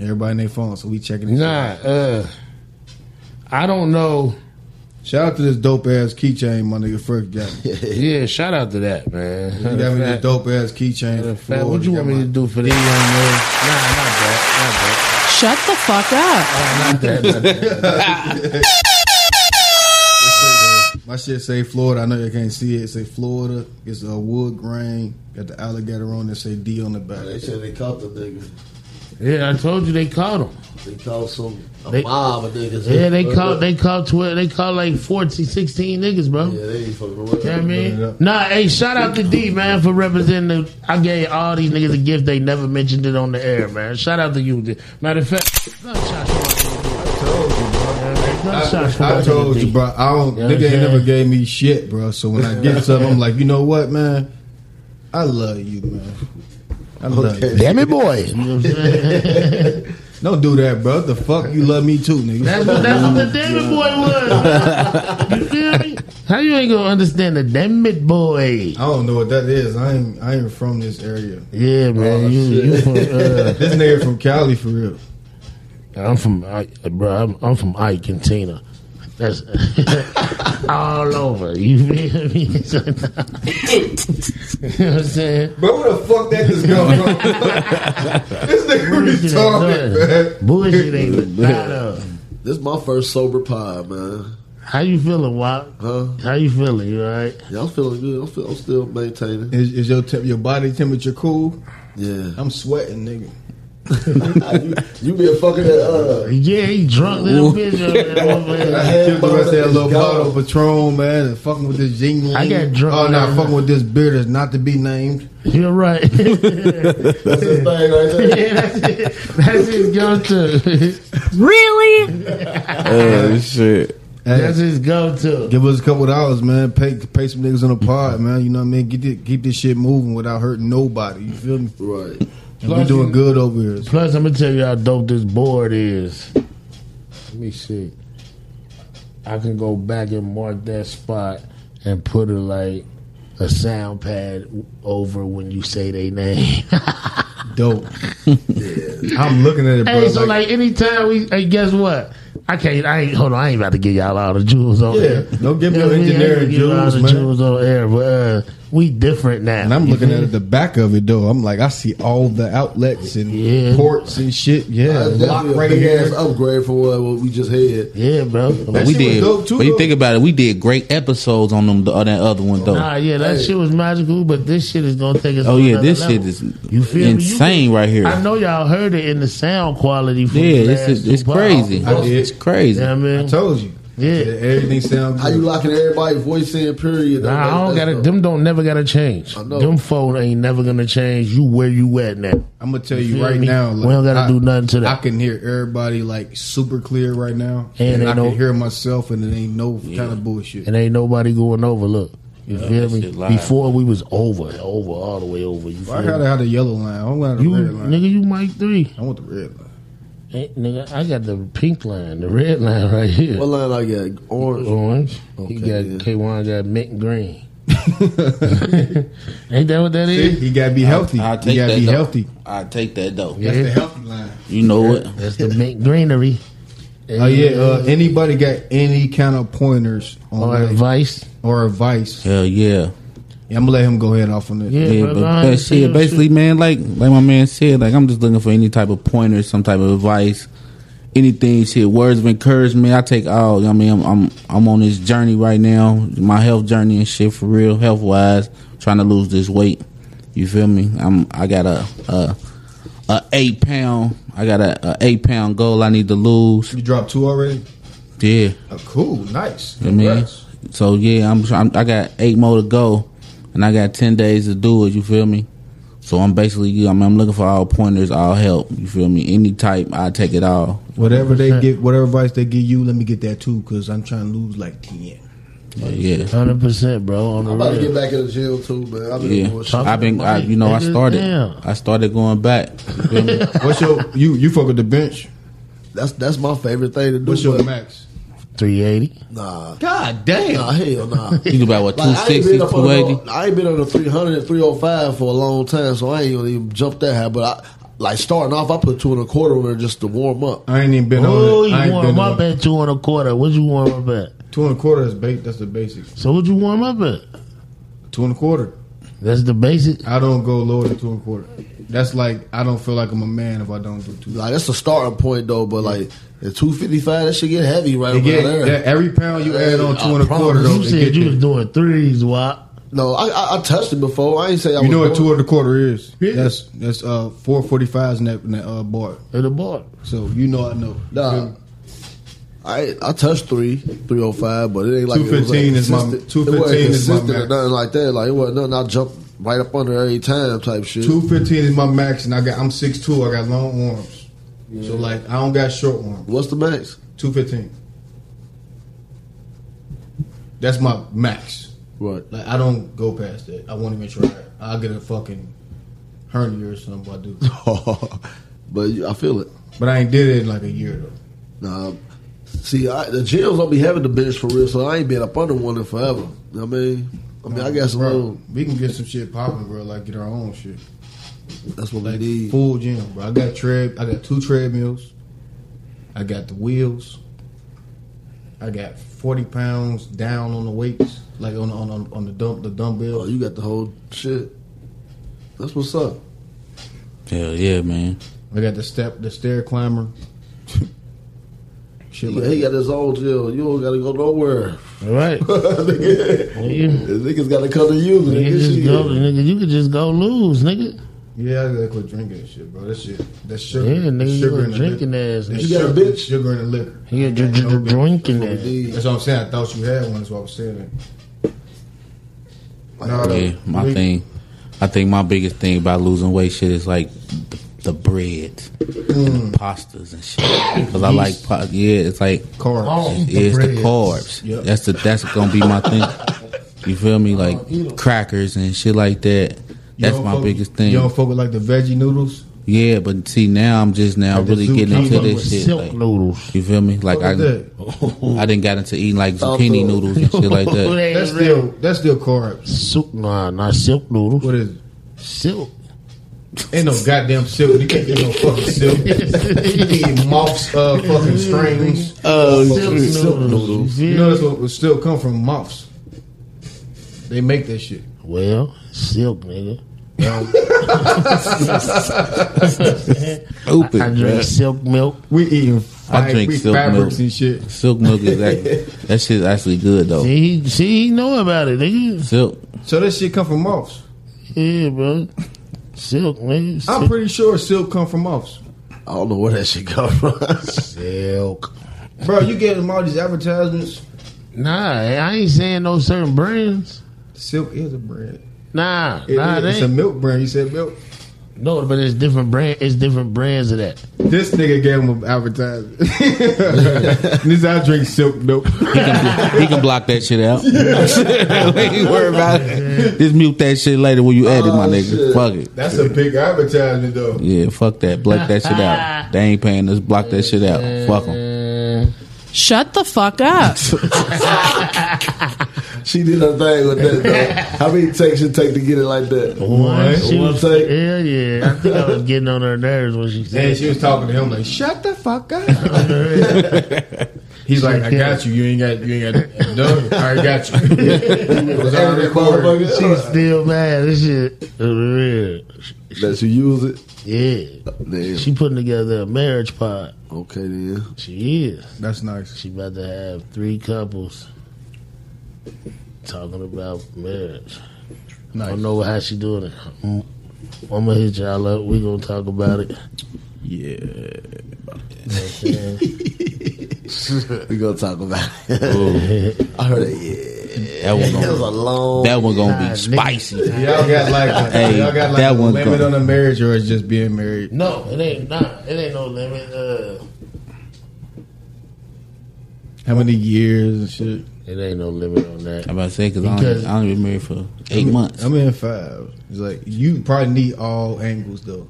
Speaker 6: Everybody in their phone, so we checking it.
Speaker 1: Nah, uh, I don't know.
Speaker 6: Shout out to this dope ass keychain, my nigga. First guy, you
Speaker 1: Yeah, shout out to that, man.
Speaker 6: got me this dope ass keychain.
Speaker 1: Matter
Speaker 6: from
Speaker 1: of fact,
Speaker 6: Florida.
Speaker 1: what you want me to do for these young man? Nah, not that.
Speaker 7: Shut the fuck up.
Speaker 1: Oh, Not that. Not that. Not that.
Speaker 6: My shit say Florida. I know you can't see it. It say Florida. It's a wood grain. Got the alligator on it. Say D on the
Speaker 2: They
Speaker 6: back.
Speaker 2: said they caught the nigga.
Speaker 1: yeah, I told you they caught him.
Speaker 2: They caught some a
Speaker 1: They-
Speaker 2: mob of niggas.
Speaker 1: Yeah, they caught. They caught twelve. They caught like 14, 16 niggas, bro.
Speaker 2: Yeah, they ain't fucking around.
Speaker 1: You know what I
Speaker 6: Yeah.
Speaker 1: mean? Nah, hey, shout out to D, man, for representing the. I gave all these niggas a gift. They never mentioned it on the air, man. Shout out to you. D. Matter of fact, gunshots for
Speaker 6: I,
Speaker 1: gunshots for
Speaker 6: I
Speaker 1: my
Speaker 6: told
Speaker 1: nigga
Speaker 6: you,
Speaker 1: D.
Speaker 6: bro. I don't.
Speaker 1: You know what
Speaker 6: nigga ain't
Speaker 1: I'm
Speaker 6: never
Speaker 1: saying?
Speaker 6: gave me shit, bro. So when I get something, I'm like, you know what, man? I love you, man. I love you.
Speaker 1: Damn it, boy. You know what I'm saying?
Speaker 6: Don't do that, bro. The fuck, you love me too, nigga.
Speaker 1: That's what, that's what the damn it boy was. You feel me? How you ain't gonna understand the damn it boy?
Speaker 6: I don't know what that is. I ain't. I ain't from this area.
Speaker 1: Yeah, man. you, you from, uh,
Speaker 6: Oh, This nigga from Cali for real.
Speaker 1: I'm from, I, bro. I'm, I'm from Argentina. That's all over. You feel me? you know what I'm saying?
Speaker 6: Bro, where the fuck that just come from? this nigga
Speaker 1: Bullshit ain't
Speaker 6: retarded,
Speaker 1: nothing.
Speaker 6: man.
Speaker 1: Bullshit ain't nothing.
Speaker 2: This is my first sober pod, man.
Speaker 1: How you feeling, Wop?
Speaker 2: Huh?
Speaker 1: How you feeling? You all right?
Speaker 2: Yeah, I'm feeling good. I'm, feel, I'm still maintaining.
Speaker 6: Is, is your temp, your body temperature cool?
Speaker 2: Yeah.
Speaker 6: I'm sweating, nigga.
Speaker 2: you, you been fucking that uh
Speaker 1: Yeah, he drunk little bitch. uh, over there, over
Speaker 6: I
Speaker 1: there.
Speaker 6: had to the rest of that little
Speaker 2: Go.
Speaker 6: bottle of Patron, man, and fucking with this Jingling.
Speaker 1: I got drunk,
Speaker 6: Oh,
Speaker 1: man.
Speaker 6: not fucking with this beer that's not to be named.
Speaker 1: You're right.
Speaker 2: that's his thing right there.
Speaker 1: that's it. That's his go-to.
Speaker 7: Really?
Speaker 9: Oh shit.
Speaker 6: Hey.
Speaker 1: That's his go-to.
Speaker 6: Give us a couple of dollars, man. Pay pay some niggas on the pod, man. You know what I mean? Get this, keep this shit moving without hurting nobody. You feel me?
Speaker 2: Right.
Speaker 6: And we doing good over here.
Speaker 1: Plus, I'm gonna tell you how dope this board is. Let me see. I can go back and mark that spot and put it like a sound pad over when you say they name.
Speaker 6: Dope. I'm looking at it, bro.
Speaker 1: hey, so
Speaker 6: like,
Speaker 1: like anytime we, hey, guess what? I can't. I ain't. Hold on. I ain't about to give y'all all the jewels on
Speaker 6: Yeah,
Speaker 1: air.
Speaker 6: don't give me
Speaker 1: You know what I mean?
Speaker 6: no
Speaker 1: I ain't
Speaker 6: engineering
Speaker 1: gonna give y'all
Speaker 6: jewels,
Speaker 1: the
Speaker 6: man.
Speaker 1: Jewels on air, but uh, we different now.
Speaker 6: and I'm
Speaker 1: You
Speaker 6: looking
Speaker 1: feel
Speaker 6: at
Speaker 1: me?
Speaker 6: it, the back of it though. I'm like, I see all the outlets and
Speaker 1: Yeah.
Speaker 6: ports and shit. Yeah,
Speaker 2: That's
Speaker 6: lock
Speaker 2: definitely a
Speaker 6: right
Speaker 2: big ass
Speaker 6: here.
Speaker 2: upgrade from what, what we just had.
Speaker 1: Yeah, bro.
Speaker 5: But we
Speaker 6: shit was
Speaker 5: did.
Speaker 6: dope, too,
Speaker 5: when you
Speaker 6: though.
Speaker 5: think about it, we did great episodes on them the, on that other one though.
Speaker 1: Nah, yeah, that
Speaker 2: Hey.
Speaker 1: shit was magical, but this shit is gonna take us.
Speaker 5: Oh
Speaker 1: to
Speaker 5: yeah,
Speaker 1: another
Speaker 5: this shit
Speaker 1: level.
Speaker 5: is
Speaker 1: You feel me? You
Speaker 5: insane
Speaker 1: can-
Speaker 5: right here.
Speaker 1: I know y'all heard it in the sound quality. From
Speaker 5: Yeah,
Speaker 1: the
Speaker 5: it's
Speaker 1: last
Speaker 5: it's
Speaker 1: two
Speaker 5: crazy.
Speaker 1: podcasts.
Speaker 6: I did.
Speaker 5: It's crazy.
Speaker 1: You know what I
Speaker 6: I
Speaker 1: mean,
Speaker 6: told you.
Speaker 1: Yeah.
Speaker 6: everything sounds
Speaker 2: How you
Speaker 6: good.
Speaker 2: locking everybody voice in? Period.
Speaker 1: nah, I don't
Speaker 2: That's-
Speaker 1: gotta.
Speaker 2: that's
Speaker 1: Them don't never gotta change.
Speaker 2: I know.
Speaker 1: Them phone ain't never gonna change. You where you at now?
Speaker 6: I'm gonna tell
Speaker 1: You
Speaker 6: you,
Speaker 1: feel
Speaker 6: right
Speaker 1: me?
Speaker 6: now.
Speaker 1: We don't gotta
Speaker 6: I-
Speaker 1: do nothing to that.
Speaker 6: I can hear everybody like super clear right now,
Speaker 1: And
Speaker 6: and,
Speaker 1: ain't
Speaker 6: I
Speaker 1: no-
Speaker 6: can hear myself, and it ain't no kind of bullshit.
Speaker 1: And ain't nobody going over. Look, you feel
Speaker 5: that
Speaker 1: me?
Speaker 5: shit live.
Speaker 1: Before we was over, over all the way over. You
Speaker 6: Why
Speaker 1: feel
Speaker 6: I gotta
Speaker 1: me?
Speaker 6: have the yellow line? I don't want the
Speaker 1: You
Speaker 6: red line.
Speaker 1: nigga, you Mike three.
Speaker 6: I want the red line.
Speaker 1: Hey, nigga, I got the pink line, the red line right here.
Speaker 2: dope. What line I got? Orange.
Speaker 1: Orange. he got
Speaker 2: yeah.
Speaker 1: K1 got mint green. ain't that what that
Speaker 6: See,
Speaker 1: is?
Speaker 6: he gotta be healthy.
Speaker 5: I
Speaker 6: he
Speaker 5: take
Speaker 6: gotta
Speaker 5: that.
Speaker 6: be
Speaker 5: though.
Speaker 6: healthy.
Speaker 5: I take that though.
Speaker 1: Yeah.
Speaker 6: That's the healthy line.
Speaker 5: You know what?
Speaker 1: That's the mint greenery.
Speaker 6: Oh yeah. Uh, anybody got any kind of pointers on
Speaker 1: or
Speaker 6: like,
Speaker 1: advice.
Speaker 6: or advice?
Speaker 5: Hell yeah.
Speaker 6: Yeah, I'm gonna let him go ahead off on this.
Speaker 1: Yeah,
Speaker 5: Yeah,
Speaker 1: bro,
Speaker 5: but,
Speaker 1: go ahead
Speaker 5: but
Speaker 1: and say
Speaker 5: shit,
Speaker 1: your
Speaker 5: basically, man, like like my man said, like I'm just looking for any type of pointers, some type of advice, anything, shit, words of encouragement. I take all. I mean, I'm I'm, I'm on this journey right now, my health journey and shit for real, health wise, trying to lose this weight. You feel me? I'm I got a a, a eight pound. I got a, a eight pound goal I need to lose.
Speaker 6: You dropped two already.
Speaker 5: Yeah.
Speaker 6: Oh, cool, nice.
Speaker 5: I mean,
Speaker 6: Congrats.
Speaker 5: so yeah, I'm, I'm I got eight more to go, and I got ten days to do it. You feel me? So I'm basically, I mean, I'm looking for all pointers, all help. You feel me? Any type, I take it all.
Speaker 6: Whatever they give, whatever advice they give you, let me get that too, cause I'm trying to lose like ten.
Speaker 5: But yeah,
Speaker 1: Hundred percent, bro. On the
Speaker 2: I'm about to
Speaker 1: real.
Speaker 2: get back in the gym too, man. I've been
Speaker 5: yeah.
Speaker 2: doing shit.
Speaker 5: I've been, I, you know, I started,
Speaker 1: Damn.
Speaker 5: I started going back. You feel me?
Speaker 6: What's your you you fuck with the bench?
Speaker 2: That's that's my favorite thing to do.
Speaker 6: What's your
Speaker 2: but
Speaker 6: max?
Speaker 1: Three eighty.
Speaker 2: Nah,
Speaker 6: God damn.
Speaker 2: nah, hell nah.
Speaker 5: You do about what
Speaker 2: Like, I ain't been
Speaker 5: 260,
Speaker 2: up on the-
Speaker 5: 280?
Speaker 2: I ain't been on the 300 and 305 for a long time, so I ain't gonna even jump that high. But I, like starting off, I put two and a quarter on there just to warm up.
Speaker 6: I ain't even been
Speaker 1: Oh,
Speaker 6: on it. I
Speaker 1: you
Speaker 6: ain't been
Speaker 1: warm
Speaker 6: on
Speaker 1: up
Speaker 6: it.
Speaker 1: at two and a quarter. What you warm up at?
Speaker 6: Two and a quarter is bait. That's the basic.
Speaker 1: So what you warm up at?
Speaker 6: Two and a quarter.
Speaker 1: That's the basic.
Speaker 6: I don't go lower than two and a quarter. That's like I don't feel like I'm a man if I don't do two.
Speaker 2: Like that's a starting point though. But like at 255, that should get heavy right
Speaker 6: It
Speaker 2: around
Speaker 6: get-
Speaker 2: there.
Speaker 6: that- every pound you add on
Speaker 2: I
Speaker 6: two and a
Speaker 2: promise
Speaker 6: quarter, though,
Speaker 1: You
Speaker 6: it get
Speaker 1: said you was
Speaker 6: you,
Speaker 1: doing threes, Wop.
Speaker 2: No, I, I, I touched it before. I ain't say I
Speaker 6: you know what
Speaker 2: was
Speaker 6: two and a quarter is. That's that's uh four forty fives in that, in that uh, bar.
Speaker 1: At the bar.
Speaker 6: So you know I know.
Speaker 2: Nah. I I touched three, three oh five, but it ain't like it was,
Speaker 6: 215
Speaker 2: like,
Speaker 6: is my-
Speaker 2: consistent.
Speaker 6: 215
Speaker 2: it wasn't
Speaker 6: is my
Speaker 2: consistent or
Speaker 6: max.
Speaker 2: nothing like that. Like it wasn't nothing. I jumped right up under every time type shit.
Speaker 6: Two fifteen is my max, and I got I'm six two. I got long arms, so like I don't got short arms.
Speaker 2: What's the max?
Speaker 6: Two fifteen. That's my max.
Speaker 2: Right.
Speaker 6: Like I don't go past that. I won't even try. it. I'll get a fucking hernia or something. if I do,
Speaker 2: but you- I feel it.
Speaker 6: but I ain't did it in like a year though.
Speaker 2: Nah, see, I, the gyms don't be having the bench for real, so I ain't been up under one in forever. You know what I mean, I mean, I got some
Speaker 6: Bro,
Speaker 2: little.
Speaker 6: We can get some shit popping, bro. Like get our own shit.
Speaker 2: That's what
Speaker 6: Like
Speaker 2: we need.
Speaker 6: full gym, bro. I got tread. I got two treadmills. I got the wheels. I got forty pounds down on the weights, like on on on, on the dump the
Speaker 2: Oh,
Speaker 6: dumbbells.
Speaker 2: you got the whole shit. That's what's up.
Speaker 5: Hell yeah, man.
Speaker 6: I got the step the stair climber. shit
Speaker 2: Yeah,
Speaker 6: like
Speaker 2: he
Speaker 6: that.
Speaker 2: got his own gym. You don't gotta go nowhere.
Speaker 1: All right.
Speaker 2: Nigga,
Speaker 1: Nigga,
Speaker 2: Niggas gotta come to you.
Speaker 1: nigga,
Speaker 2: Nigga,
Speaker 1: just
Speaker 2: Shit.
Speaker 1: go, nigga. You could just go lose, nigga.
Speaker 6: Yeah, I gotta quit drinking that shit, bro. That shit, that sugar.
Speaker 1: Yeah,
Speaker 6: that
Speaker 1: nigga, you
Speaker 6: sugar
Speaker 1: a
Speaker 6: in the
Speaker 1: drinking
Speaker 6: liquor.
Speaker 1: ass.
Speaker 6: That
Speaker 1: Nigga.
Speaker 2: You got a
Speaker 6: sugar-
Speaker 2: bitch?
Speaker 6: Sugar in the liquor.
Speaker 1: You a dr- dr- dr- drinking
Speaker 2: We
Speaker 1: ass.
Speaker 2: need-
Speaker 6: That's what I'm saying. I thought you had one. That's why I was saying that. Nah,
Speaker 5: Yeah, my
Speaker 6: we-
Speaker 5: thing. I think my biggest thing about losing weight shit is like the, the bread,
Speaker 1: Mm.
Speaker 5: and the pastas and shit. Because I like, pa- yeah, it's like
Speaker 6: Carbs.
Speaker 1: Oh,
Speaker 5: It's,
Speaker 1: the
Speaker 5: it's the
Speaker 1: breads.
Speaker 5: carbs.
Speaker 6: Yep.
Speaker 5: That's the that's gonna be my thing. You feel me? Like crackers and shit like that. That's
Speaker 6: don't
Speaker 5: my
Speaker 6: fuck-
Speaker 5: biggest thing.
Speaker 6: You don't fuck with like the veggie noodles.
Speaker 5: Yeah, but see now I'm just now
Speaker 6: Like the
Speaker 5: really getting
Speaker 6: zucchini
Speaker 5: into
Speaker 1: with
Speaker 5: this shit.
Speaker 1: silk
Speaker 5: like,
Speaker 1: noodles.
Speaker 5: you feel me? Like I,
Speaker 6: Fuck with
Speaker 5: I didn't got into eating like
Speaker 2: Sounds
Speaker 5: zucchini
Speaker 2: good.
Speaker 5: noodles and shit like that.
Speaker 1: They
Speaker 6: That's
Speaker 1: ain't real.
Speaker 6: still that's still carbs.
Speaker 1: Silk, nah, not silk noodles.
Speaker 6: What is it?
Speaker 1: Silk.
Speaker 6: Ain't no goddamn silk. You can't get no fucking silk. You need moths, uh, fucking strings.
Speaker 5: Oh,
Speaker 1: Silk noodles.
Speaker 6: You
Speaker 1: You
Speaker 6: know
Speaker 1: feel me?
Speaker 6: that's what would still come from moths. They make that shit.
Speaker 1: Well, silk, nigga.
Speaker 5: stupid.
Speaker 1: I drink
Speaker 5: bruh.
Speaker 1: silk milk.
Speaker 6: We eating
Speaker 5: I drink
Speaker 6: we
Speaker 5: silk
Speaker 6: fabrics
Speaker 5: milk.
Speaker 6: and shit.
Speaker 5: Silk milk is that that shit actually good though.
Speaker 1: See, he, see, he know about it, nigga.
Speaker 5: Silk.
Speaker 6: So that shit come from moths.
Speaker 1: Yeah, bro. Silk, nigga.
Speaker 6: I'm pretty sure silk come from moths.
Speaker 2: I don't know where that shit come from.
Speaker 1: silk.
Speaker 6: Bro, you get them all these advertisements.
Speaker 1: Nah, I ain't saying no certain brands.
Speaker 6: Silk is a brand.
Speaker 1: Nah,
Speaker 6: It
Speaker 1: nah,
Speaker 6: is.
Speaker 1: they
Speaker 6: It's a milk brand. You said milk.
Speaker 1: no, but it's different brand. It's different brands of that.
Speaker 6: This nigga gave him an advertisement. this I drink silk milk.
Speaker 5: He can, blo- he can block that shit out. Don't you worry about it. Just mute that shit later when you edit, my
Speaker 2: Oh,
Speaker 5: nigga.
Speaker 2: shit.
Speaker 5: Fuck it.
Speaker 6: That's a big advertisement though.
Speaker 5: Yeah, fuck that. Block that shit out. They ain't paying us. Block that shit out. Fuck them.
Speaker 1: Uh,
Speaker 7: Shut the fuck up.
Speaker 2: She did her thing with that though. How many takes it take to get it like that?
Speaker 1: one, she
Speaker 2: One
Speaker 1: was,
Speaker 2: take.
Speaker 1: hell yeah. I think I was getting on her nerves when she
Speaker 6: And
Speaker 1: said.
Speaker 6: she was talking to him like, "Shut the fuck up." He's like, "I got you. You ain't got. You ain't got. No, I already got you." It was already
Speaker 2: Every
Speaker 6: recorded.
Speaker 2: motherfucker.
Speaker 1: She's still mad. This shit is real.
Speaker 2: That you use it.
Speaker 1: Yeah,
Speaker 2: Damn.
Speaker 1: she putting together a marriage pod.
Speaker 2: Okay then.
Speaker 1: She is.
Speaker 6: That's nice.
Speaker 1: She about to have three couples talking about marriage. I don't
Speaker 6: Nice.
Speaker 1: know how she doing it. I'm gonna hit y'all up. We gonna talk about it.
Speaker 5: Yeah.
Speaker 2: We gonna talk about it. I heard it. Yeah.
Speaker 5: That one
Speaker 2: That was a
Speaker 5: gonna,
Speaker 2: long.
Speaker 5: that one gonna
Speaker 1: Nah,
Speaker 5: be
Speaker 1: nigga.
Speaker 5: spicy.
Speaker 6: Y'all got like, a,
Speaker 5: Hey,
Speaker 6: y'all got like
Speaker 5: that
Speaker 6: a
Speaker 5: one's
Speaker 6: limit
Speaker 5: gone.
Speaker 6: on a marriage, or it's just being married.
Speaker 1: No, it ain't not. It ain't no limit. Uh,
Speaker 6: How many years and shit?
Speaker 1: it ain't no limit on that.
Speaker 5: I'm about to say cause I don't,
Speaker 1: Because-
Speaker 5: I don't even married for eight months.
Speaker 6: I'm in five. It's like you probably need all angles though,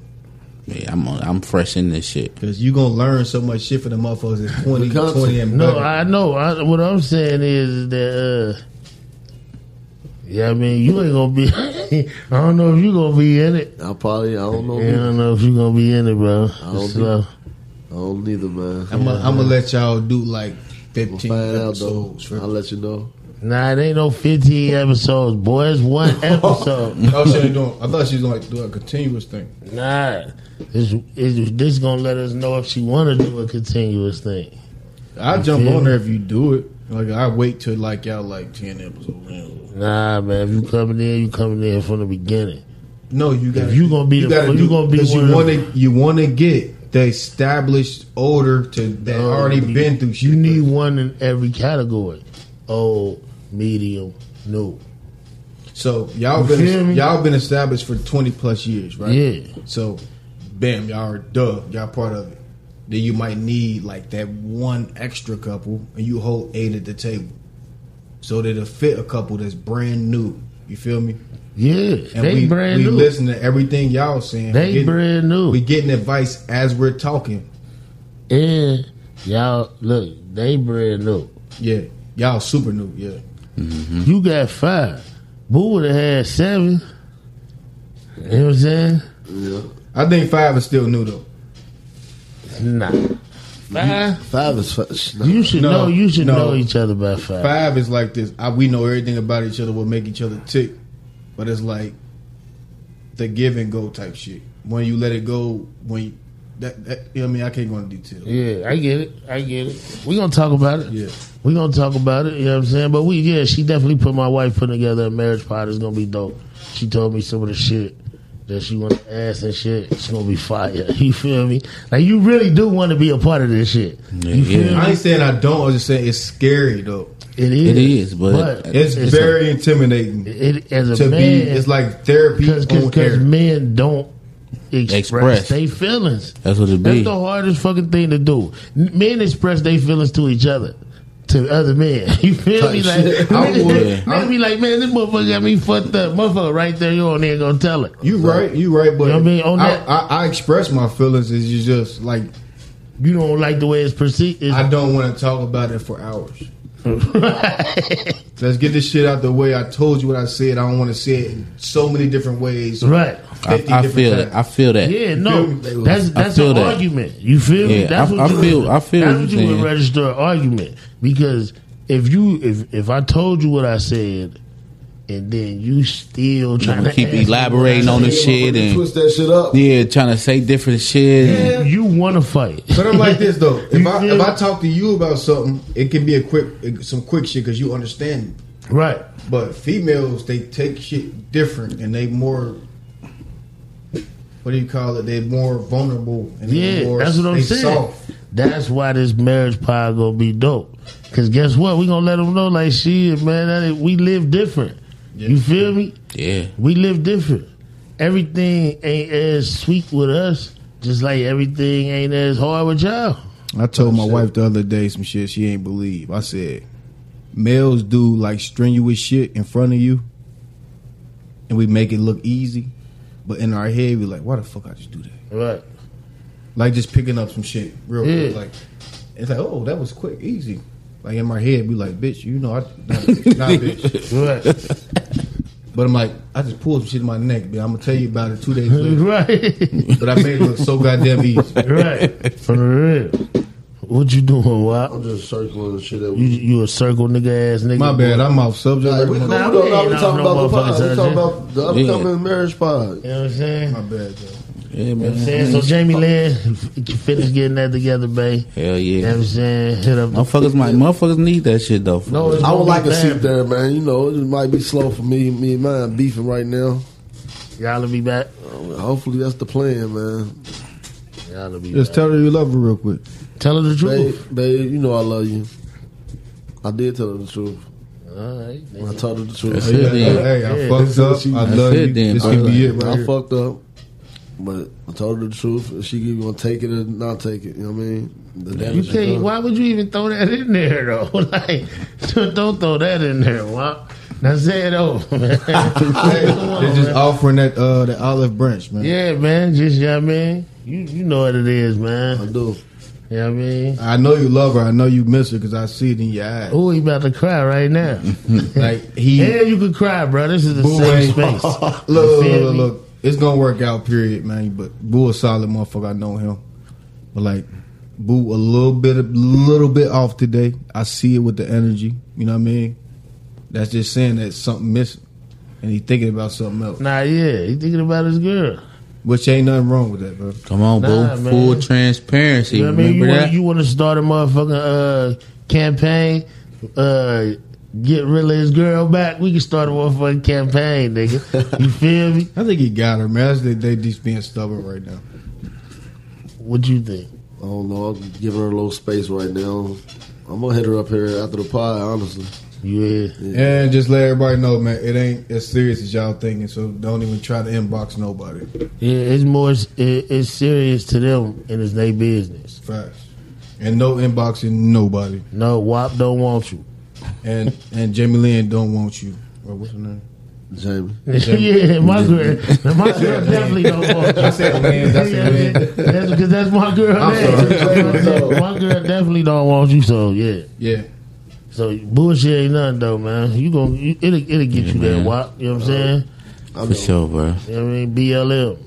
Speaker 5: Yeah, I'm on- I'm fresh in this shit.
Speaker 6: because you gonna learn so much shit for the motherfuckers. It's 20,
Speaker 2: Because-
Speaker 6: 20 and
Speaker 1: No,
Speaker 6: better.
Speaker 1: I know. I, what I'm saying is that. Uh, yeah, I mean, you ain't gonna be. I don't know if you gonna be in it.
Speaker 2: I probably. I don't know.
Speaker 1: Yeah, I don't know if you gonna be in it, bro. uh,
Speaker 2: don't
Speaker 1: So,
Speaker 2: I don't either, man.
Speaker 6: I'm gonna let y'all do like
Speaker 2: We'll find
Speaker 6: 15
Speaker 2: out though.
Speaker 6: episodes.
Speaker 2: I'll let you know.
Speaker 1: nah, it ain't no 15 episodes, boy. It's one episode.
Speaker 6: Oh, she ain't doing. I thought she was gonna like, do a continuous thing.
Speaker 1: Nah, this is this gonna let us know if she want to do a continuous thing.
Speaker 6: I will jump
Speaker 1: feel
Speaker 6: on
Speaker 1: me?
Speaker 6: her if you do it. Like I wait till like y'all like 10 episodes. in.
Speaker 1: Nah, man, if you coming in, you coming in from the beginning.
Speaker 6: No, you got.
Speaker 1: If you gonna be the- you gonna be one
Speaker 6: you
Speaker 1: of
Speaker 6: want
Speaker 1: the-
Speaker 6: to. You want to get the established order to that
Speaker 1: Oh,
Speaker 6: already
Speaker 1: you-
Speaker 6: been through. Shit.
Speaker 1: You need one in every category: old, medium, new.
Speaker 6: So y'all
Speaker 1: You
Speaker 6: been
Speaker 1: feel me?
Speaker 6: y'all been established for 20 plus years, right?
Speaker 1: Yeah.
Speaker 6: So, bam, y'all are duh, y'all part of it. Then you might need like that one extra couple, and you hold eight at the table, so that will fit a couple that's brand new. You feel me?
Speaker 1: Yeah,
Speaker 6: And
Speaker 1: they
Speaker 6: we,
Speaker 1: brand
Speaker 6: we
Speaker 1: new.
Speaker 6: listen to everything y'all saying.
Speaker 1: They
Speaker 6: We getting-
Speaker 1: brand new.
Speaker 6: We getting advice as we're talking.
Speaker 1: And y'all look, they brand new.
Speaker 6: Yeah, y'all super new. Yeah,
Speaker 1: You got five. Boo would have had seven. You know what I'm saying?
Speaker 2: Yeah.
Speaker 6: I think five is still new though.
Speaker 1: Nah, five.
Speaker 2: Five is five. Sh- nah.
Speaker 1: You should
Speaker 6: No,
Speaker 1: know. You should
Speaker 6: no.
Speaker 1: know each other by five.
Speaker 6: Five is like this. I, we know everything about each other. What make each other tick, but it's like the give and go type shit. When you let it go, when you, that, that you know what I mean, I can't go into detail.
Speaker 1: Yeah, I get it. I get it. We gonna talk about it.
Speaker 6: Yeah.
Speaker 1: We gonna talk about it. You know what I'm saying? But we, yeah, she definitely put my wife putting together a marriage pod. It's gonna be dope. She told me some of the shit that she want to ask and shit. It's gonna be fire. You feel me? Like you really do want to be a part of this shit. You feel
Speaker 5: Yeah.
Speaker 1: me?
Speaker 6: I ain't saying I don't. I'm just saying it's scary though.
Speaker 1: It is.
Speaker 5: It is, but,
Speaker 1: But
Speaker 6: It's,
Speaker 1: It's
Speaker 6: very intimidating
Speaker 1: it, as a
Speaker 6: to
Speaker 1: man.
Speaker 6: be. It's like therapy
Speaker 1: because
Speaker 6: on air.
Speaker 1: men don't express,
Speaker 5: Express.
Speaker 1: their feelings.
Speaker 5: That's what it be.
Speaker 1: That's the hardest fucking thing to do. N- Men express their feelings to each other. To other men, you feel me? Like,
Speaker 2: Type shit. I
Speaker 1: niggas,
Speaker 2: would-
Speaker 1: they-
Speaker 2: I-
Speaker 1: niggas be like, man, this motherfucker got me fucked up. Motherfucker, right there, you on there gonna tell it.
Speaker 6: You right, you right, but
Speaker 1: You know what I mean? On
Speaker 6: I,
Speaker 1: that-
Speaker 6: I, I express my feelings. Is you just like
Speaker 1: You don't like the way it's perceived. It's,
Speaker 6: I don't want to talk about it for hours. Let's get this shit out the way. I told you what I said. I don't want to say it in so many different ways.
Speaker 1: right.
Speaker 6: 50
Speaker 5: I, I
Speaker 6: different
Speaker 5: feel that.
Speaker 6: times.
Speaker 5: I feel that.
Speaker 1: Yeah,
Speaker 6: feel
Speaker 1: no,
Speaker 6: me? They was-
Speaker 1: that's
Speaker 5: I
Speaker 1: that's
Speaker 5: feel
Speaker 1: an
Speaker 5: that.
Speaker 1: argument. You feel me?
Speaker 5: Yeah,
Speaker 1: That's
Speaker 5: I- I feel- I feel
Speaker 1: That's
Speaker 5: you
Speaker 1: what you would
Speaker 5: saying.
Speaker 1: register an argument because if you if if I told you what I said, and then you still trying to
Speaker 5: keep
Speaker 1: ask me what
Speaker 5: elaborating
Speaker 1: I
Speaker 5: on the
Speaker 1: said,
Speaker 5: shit and
Speaker 2: twist that shit up.
Speaker 5: yeah, trying to say different shit. and-
Speaker 6: Yeah.
Speaker 1: You want to fight?
Speaker 6: But I'm like this though. If
Speaker 1: You
Speaker 6: I
Speaker 1: feel
Speaker 6: if I
Speaker 1: me?
Speaker 6: talk to you about something, it can be a quick some quick shit because you understand me.
Speaker 1: right?
Speaker 6: But females, they take shit different, and they more. What do you call it? They're more vulnerable. And they
Speaker 1: Yeah,
Speaker 6: more,
Speaker 1: that's what I'm
Speaker 6: they
Speaker 1: saying.
Speaker 6: Soft.
Speaker 1: That's why this marriage pie gonna be dope. Cause guess what? We gonna let them know like shit, man. That ain't, we live different. You feel me?
Speaker 5: Yeah.
Speaker 1: We live different. Everything ain't as sweet with us, just like everything ain't as hard with y'all.
Speaker 6: I told my wife the other day some shit she ain't believe. I said, males do like strenuous shit in front of you, and we make it look easy, but in our head we like, why the fuck I just do that?
Speaker 1: Right.
Speaker 6: Like just picking up some shit real quick.
Speaker 1: Yeah.
Speaker 6: Like it's like, oh, that was quick, easy. Like in my head, be like, bitch, you know, I not, not bitch,
Speaker 1: Right.
Speaker 6: but I'm like, I just pulled some shit in my neck, but I'm gonna tell you about it two days later.
Speaker 1: right.
Speaker 6: But I made it look so goddamn easy.
Speaker 1: right. For the real. What you doing, Wop?
Speaker 2: I'm just circling the shit that
Speaker 1: You,
Speaker 2: we.
Speaker 1: you a circle nigga ass nigga.
Speaker 6: My bad, I'm off subject.
Speaker 2: Like, we cool
Speaker 6: my
Speaker 1: Nah,
Speaker 2: though.
Speaker 1: we
Speaker 2: Now
Speaker 1: ain't
Speaker 2: we
Speaker 1: off
Speaker 2: talking
Speaker 1: no
Speaker 2: about the pod.
Speaker 1: motherfucking
Speaker 2: We talking about the
Speaker 5: Yeah.
Speaker 2: upcoming marriage pod.
Speaker 1: You know what I'm saying?
Speaker 6: bad, though.
Speaker 5: Yeah,
Speaker 1: You know what I'm
Speaker 5: man.
Speaker 1: saying? So Jamie Lynn, f- finish getting that together, babe.
Speaker 5: Hell
Speaker 1: You know what
Speaker 5: yeah.
Speaker 1: I'm saying? Hit up.
Speaker 5: Motherfuckers, my motherfuckers need that shit though. for
Speaker 1: No,
Speaker 5: real.
Speaker 1: Oh, it's
Speaker 2: I
Speaker 1: gonna
Speaker 2: would
Speaker 1: be
Speaker 2: like a
Speaker 1: bad.
Speaker 2: seat there, man. You know, it might be slow for me. Me and mine beefing right now.
Speaker 1: Y'all'll be back.
Speaker 2: Hopefully, that's the plan, man.
Speaker 1: Y'all'll be
Speaker 6: Just
Speaker 1: back.
Speaker 6: tell her you love her real quick.
Speaker 1: Tell her the
Speaker 2: Babe,
Speaker 1: truth.
Speaker 2: babe, you know I love you. I did tell her the truth.
Speaker 1: All right.
Speaker 2: I told her the truth.
Speaker 5: That's it, then.
Speaker 6: Hey, I
Speaker 1: Yeah,
Speaker 6: fucked
Speaker 2: that's what
Speaker 6: up.
Speaker 2: she-
Speaker 6: I
Speaker 5: that's
Speaker 6: love
Speaker 5: it,
Speaker 6: you.
Speaker 5: then,
Speaker 6: This
Speaker 5: bro.
Speaker 6: can be it,
Speaker 2: I
Speaker 6: right here.
Speaker 2: fucked up, but I told her the truth. If she gonna take it or not take it, you know what I mean? The
Speaker 1: You
Speaker 2: damage is
Speaker 1: can't.
Speaker 2: done.
Speaker 1: Why would you even throw that in there though? like, don't- don't throw that in there. Why? Now say it over. man.
Speaker 6: Hey, They're just offering that uh, that olive branch, man.
Speaker 1: yeah, man. Just you know what I mean. You you know what it is,
Speaker 2: I
Speaker 1: man.
Speaker 2: do.
Speaker 1: You know what I mean.
Speaker 6: I know you love her. I know you miss her because I see it in your eyes.
Speaker 1: Oh, he about to cry right now.
Speaker 6: Like he,
Speaker 1: yeah, you could cry, bro. This is the
Speaker 6: Boo
Speaker 1: safe
Speaker 6: ain't-
Speaker 1: space.
Speaker 6: look, look,
Speaker 1: feel
Speaker 6: look,
Speaker 1: me?
Speaker 6: look. It's gonna work out, period, man. But Boo a solid motherfucker. I know him, but like Boo a little bit, a little bit off today. I see it with the energy. You know what I mean? That's just saying that something missing, and he thinking about something else,
Speaker 1: Nah, yeah, he thinking about his girl.
Speaker 6: which ain't nothing wrong with that, bro.
Speaker 5: Come on,
Speaker 1: Nah,
Speaker 5: boo.
Speaker 1: man.
Speaker 5: Full transparency.
Speaker 1: You know what I mean? You
Speaker 5: Remember
Speaker 1: want
Speaker 5: that?
Speaker 1: you want to start a motherfucking uh, campaign? Uh, get rid of his girl back. We can start a motherfucking campaign, nigga. You feel me?
Speaker 6: I think he got her, man. That's- They, they just being stubborn right now.
Speaker 1: What you think?
Speaker 2: I don't know. I'll give her a little space right now. I'm gonna hit her up here after the pod. Honestly,
Speaker 1: You hear?
Speaker 6: And just let everybody know, man, it ain't as serious as y'all thinking. So don't even try to inbox nobody.
Speaker 1: Yeah, it's more it, it's serious to them and it's their business.
Speaker 6: Facts. And no inboxing nobody.
Speaker 1: No, WAP don't want you.
Speaker 6: And and Jamie Lynn don't want you. Or what's her name?
Speaker 2: Jamie.
Speaker 1: yeah, my girl, my girl definitely don't want you.
Speaker 6: said Lynn.
Speaker 1: That's because that's my girl.
Speaker 6: I'm
Speaker 1: name.
Speaker 6: sorry.
Speaker 1: You know what I'm saying? my girl definitely don't want you. So yeah,
Speaker 6: Yeah.
Speaker 1: so bullshit ain't nothing though, man. You gonna you, it'll it'll get you there,
Speaker 5: man.
Speaker 1: Wop. You know what I'm saying?
Speaker 2: I know.
Speaker 5: For sure, bro.
Speaker 1: You know what I mean? BLM.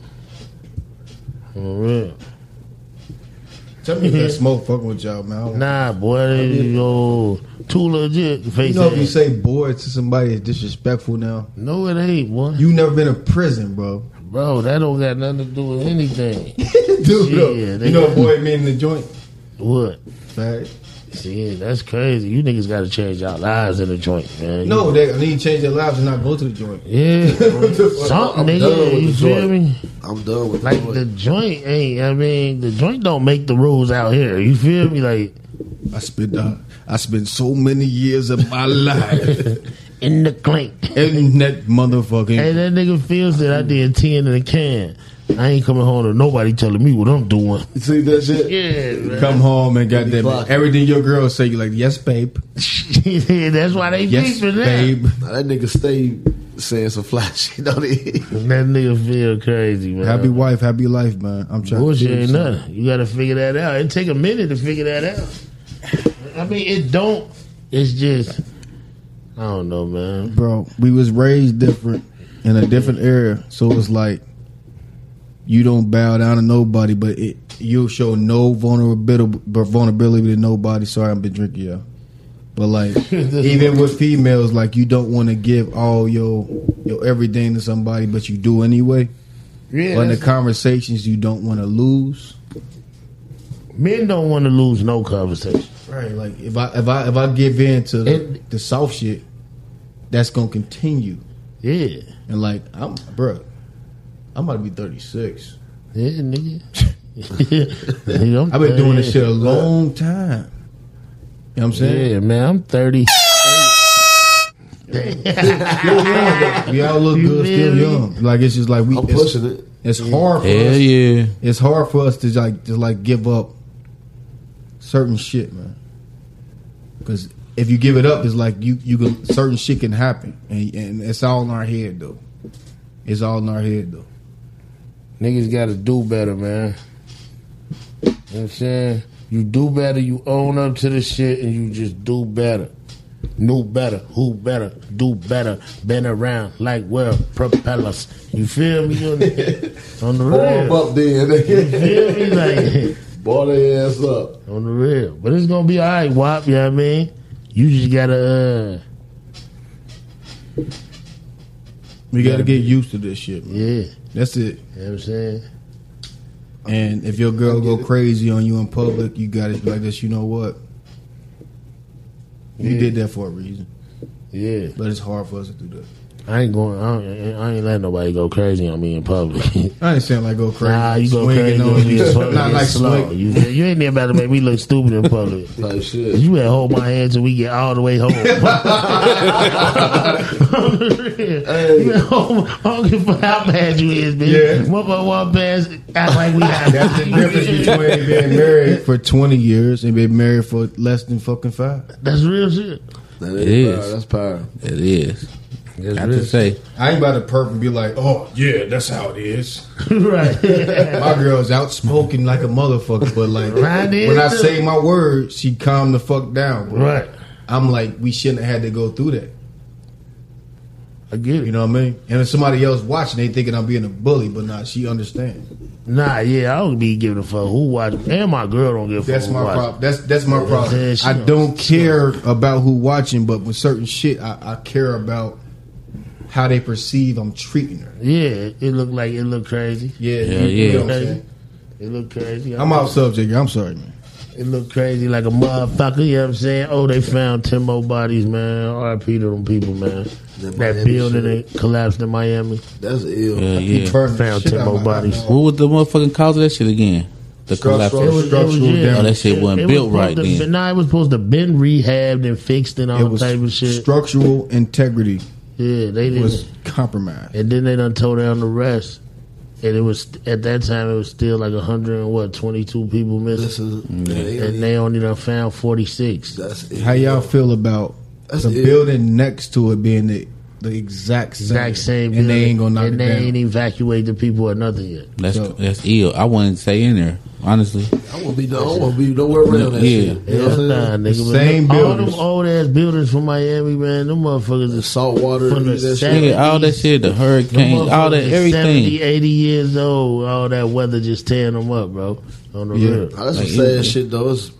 Speaker 1: For real.
Speaker 6: Tell me if that smoke fucking with y'all, man. I don't-
Speaker 1: Nah, boy, yo, too legit.
Speaker 6: You
Speaker 1: Face
Speaker 6: know if you
Speaker 1: ass.
Speaker 6: say boy to somebody is disrespectful now.
Speaker 1: no, it ain't, boy.
Speaker 6: You never been in prison, bro.
Speaker 1: Bro, that don't got nothing to do with anything.
Speaker 6: Dude,
Speaker 1: Shit,
Speaker 6: yeah,
Speaker 1: they-
Speaker 6: you know boy mean the joint.
Speaker 1: What?
Speaker 6: Fact.
Speaker 1: See, that's crazy. You niggas got to change y'all lives in the joint, man.
Speaker 6: No, they need to change their lives and not go to the joint.
Speaker 1: Yeah. Something,
Speaker 2: I'm done
Speaker 1: nigga.
Speaker 2: with
Speaker 1: You
Speaker 2: the
Speaker 1: feel
Speaker 2: joint.
Speaker 1: me?
Speaker 2: I'm done with
Speaker 1: Like,
Speaker 2: the
Speaker 1: the joint ain't, I mean, the joint don't make the rules out here. You feel me? Like,
Speaker 6: I spent uh, I spent so many years of my life
Speaker 1: in the clink.
Speaker 6: And that
Speaker 1: Hey,
Speaker 6: motherfucking.
Speaker 1: that nigga feels that I did 10 in a can. I ain't coming home to nobody telling me what I'm doing.
Speaker 2: You see that shit?
Speaker 1: Yeah, man.
Speaker 6: Come home and goddamn
Speaker 2: Fuck.
Speaker 6: it. Everything your girl say, you like, yes, babe.
Speaker 1: That's why they
Speaker 6: Yes,
Speaker 1: beefing now.
Speaker 6: babe.
Speaker 2: Nah, that nigga stay saying some fly shit, don't he?
Speaker 1: That nigga feel crazy, man.
Speaker 6: Happy wife, happy life, man. I'm trying
Speaker 1: Bullshit
Speaker 6: to do
Speaker 1: ain't
Speaker 6: something.
Speaker 1: nothing. You gotta figure that out. It take a minute to figure that out. I mean, it don't. It's just, I don't know, man.
Speaker 6: bro. We was raised different in a different era, so it's like you don't bow down to nobody, but it, you show no vulnerability, vulnerability to nobody. Sorry, I've been drinking, yeah. But like, even with females, like you don't want to give all your your everything to somebody, but you do anyway.
Speaker 1: Yeah,
Speaker 6: But in the
Speaker 1: that's-
Speaker 6: conversations you don't want to lose.
Speaker 1: men don't want to lose no conversation.
Speaker 6: Right, like if I if I if I give in to the,
Speaker 1: It-
Speaker 6: the soft shit, that's gonna continue.
Speaker 1: Yeah,
Speaker 6: And like, I'm, bro, I'm about to be 36.
Speaker 1: yeah, nigga. Nigga, I'm
Speaker 6: I've been doing
Speaker 1: 38.
Speaker 6: this shit a long time. You know what I'm saying?
Speaker 1: Yeah, man, I'm thirty.
Speaker 6: We all look
Speaker 1: You
Speaker 6: good,
Speaker 1: feel
Speaker 6: still
Speaker 1: me?
Speaker 6: young. Like it's just like we.
Speaker 2: I'm
Speaker 6: it's,
Speaker 2: pushing it.
Speaker 6: It's hard for
Speaker 5: Hell
Speaker 6: us.
Speaker 5: yeah.
Speaker 6: It's hard for us to like to like give up certain shit, man. Because if you give it up, it's like you you can certain shit can happen, and, and it's all in our head though. It's all in our head though.
Speaker 1: Niggas gotta do better, man. You know what I'm saying? You do better, you own up to the shit, and you just do better. Know better, who better, do better, been around like well propellers. You feel me? On the, on the
Speaker 2: Form
Speaker 1: real.
Speaker 2: up then. nigga.
Speaker 1: Feel me? Like,
Speaker 2: Ball their ass up.
Speaker 1: on the real. But it's gonna be alright, Wop, you know what I mean? You just gotta, uh,
Speaker 6: We got to get used to this shit, man.
Speaker 1: yeah. You
Speaker 6: That's it.
Speaker 1: know what I'm saying?
Speaker 6: And if your girl go crazy on you in public, you gotta be like this. You know what? You
Speaker 1: Yeah.
Speaker 6: did that for a reason,
Speaker 1: Yeah.
Speaker 6: but it's hard for us to do that.
Speaker 1: uh, I ain't going, I, don't, I ain't letting nobody go crazy on me in public.
Speaker 6: I ain't saying like go crazy,
Speaker 1: Nah, you go
Speaker 6: swinging
Speaker 1: crazy
Speaker 6: on
Speaker 1: on
Speaker 6: you,
Speaker 1: me. It's
Speaker 6: not like
Speaker 1: slow.
Speaker 6: swing.
Speaker 1: You, you ain't even about to make me look stupid in public.
Speaker 2: Type shit.
Speaker 1: You better hold my hand till we get all the way home. You better hold my, I don't give a fuck how bad you is, bitch.
Speaker 6: Yeah.
Speaker 1: What about one pass? Act like we got
Speaker 6: That's the difference between being married for twenty years and being married for less than fucking five.
Speaker 1: That's real shit.
Speaker 2: That
Speaker 5: It
Speaker 2: is. Power.
Speaker 5: is.
Speaker 2: That's power.
Speaker 5: It is.
Speaker 1: That's
Speaker 5: Got to say.
Speaker 6: I ain't about to perp and be like, oh yeah, that's how it is.
Speaker 1: right.
Speaker 6: My girl's outspoken like a motherfucker, but like
Speaker 1: Mine is
Speaker 6: when I
Speaker 1: too.
Speaker 6: say my word, she calm the fuck down, bro.
Speaker 1: right.
Speaker 6: I'm like, we shouldn't have had to go through that.
Speaker 1: I get
Speaker 6: You
Speaker 1: it.
Speaker 6: know what I mean? And if somebody else watching, they thinking I'm being a bully, but nah, she understands.
Speaker 1: Nah, yeah, I don't be giving a fuck who watch. And my girl don't give a
Speaker 6: That's
Speaker 1: fuck.
Speaker 6: my
Speaker 1: who watch.
Speaker 6: problem. That's that's my problem.
Speaker 1: Yeah, she
Speaker 6: I
Speaker 1: knows.
Speaker 6: don't care about who watching, but with certain shit, I, I care about how they perceive I'm treating her.
Speaker 1: Yeah, it look like it look crazy.
Speaker 6: Yeah,
Speaker 5: Yeah,
Speaker 6: you, you
Speaker 5: yeah.
Speaker 6: know what I'm saying?
Speaker 1: It look crazy.
Speaker 6: I'm off subject. I'm sorry, man.
Speaker 1: It looked crazy like a motherfucker, you know what I'm saying? Oh, they found 10 more bodies, man. RIP to them people, man.
Speaker 2: That
Speaker 1: That
Speaker 2: Miami
Speaker 1: building
Speaker 2: shit.
Speaker 1: that collapsed in Miami.
Speaker 2: That's ill.
Speaker 5: Yeah,
Speaker 6: You
Speaker 5: yeah.
Speaker 6: burned the
Speaker 1: Found
Speaker 6: shit out
Speaker 1: Timbo
Speaker 6: of my-
Speaker 1: bodies.
Speaker 5: What was the motherfucking cause of that shit again? The collapse.
Speaker 6: Structural- structural
Speaker 1: yeah,
Speaker 5: Oh,
Speaker 6: damage.
Speaker 5: that shit wasn't
Speaker 1: it
Speaker 5: built
Speaker 1: was
Speaker 5: right
Speaker 1: supposed to-
Speaker 5: then.
Speaker 1: Nah, it was supposed to been rehabbed and fixed and
Speaker 6: It
Speaker 1: all type of
Speaker 6: was
Speaker 1: shit.
Speaker 6: structural integrity
Speaker 1: yeah, they didn't.
Speaker 6: was compromised.
Speaker 1: and then they done tore down the rest. And it was at that time it was still like a hundred and what twenty two people
Speaker 2: This
Speaker 1: missing,
Speaker 2: is, man,
Speaker 1: and they only done found forty six.
Speaker 2: that's ill.
Speaker 6: Mm-hmm. How y'all feel about
Speaker 2: That's
Speaker 6: the
Speaker 2: it.
Speaker 6: building next to it being the, the exact same?
Speaker 1: Exact same,
Speaker 6: and they
Speaker 1: building,
Speaker 6: ain't gonna knock
Speaker 1: and
Speaker 6: it
Speaker 1: they
Speaker 6: down.
Speaker 1: ain't evacuate the people or nothing yet.
Speaker 5: That's
Speaker 6: So-
Speaker 5: that's ill. I wouldn't stay in there, honestly.
Speaker 2: I won't be, I won't be nowhere around that
Speaker 5: Yeah.
Speaker 2: shit. You know
Speaker 1: Hell
Speaker 2: what I'm
Speaker 1: nah, nigga.
Speaker 2: saying?
Speaker 1: but
Speaker 6: Same
Speaker 1: look,
Speaker 6: buildings.
Speaker 1: All them old ass buildings from Miami, man. Them motherfuckers
Speaker 2: The
Speaker 1: is
Speaker 2: salt water.
Speaker 1: From the
Speaker 2: that
Speaker 1: sand.
Speaker 2: shit.
Speaker 5: Nigga, all that shit, the
Speaker 1: them
Speaker 5: hurricanes, all that,
Speaker 1: motherfuckers is 70,
Speaker 5: everything.
Speaker 1: 80 years old. All that weather just tearing them up, bro. On the
Speaker 6: Yeah.
Speaker 1: real.
Speaker 2: Nah, that's some
Speaker 5: Like,
Speaker 2: sad
Speaker 5: yeah.
Speaker 2: shit, though. It's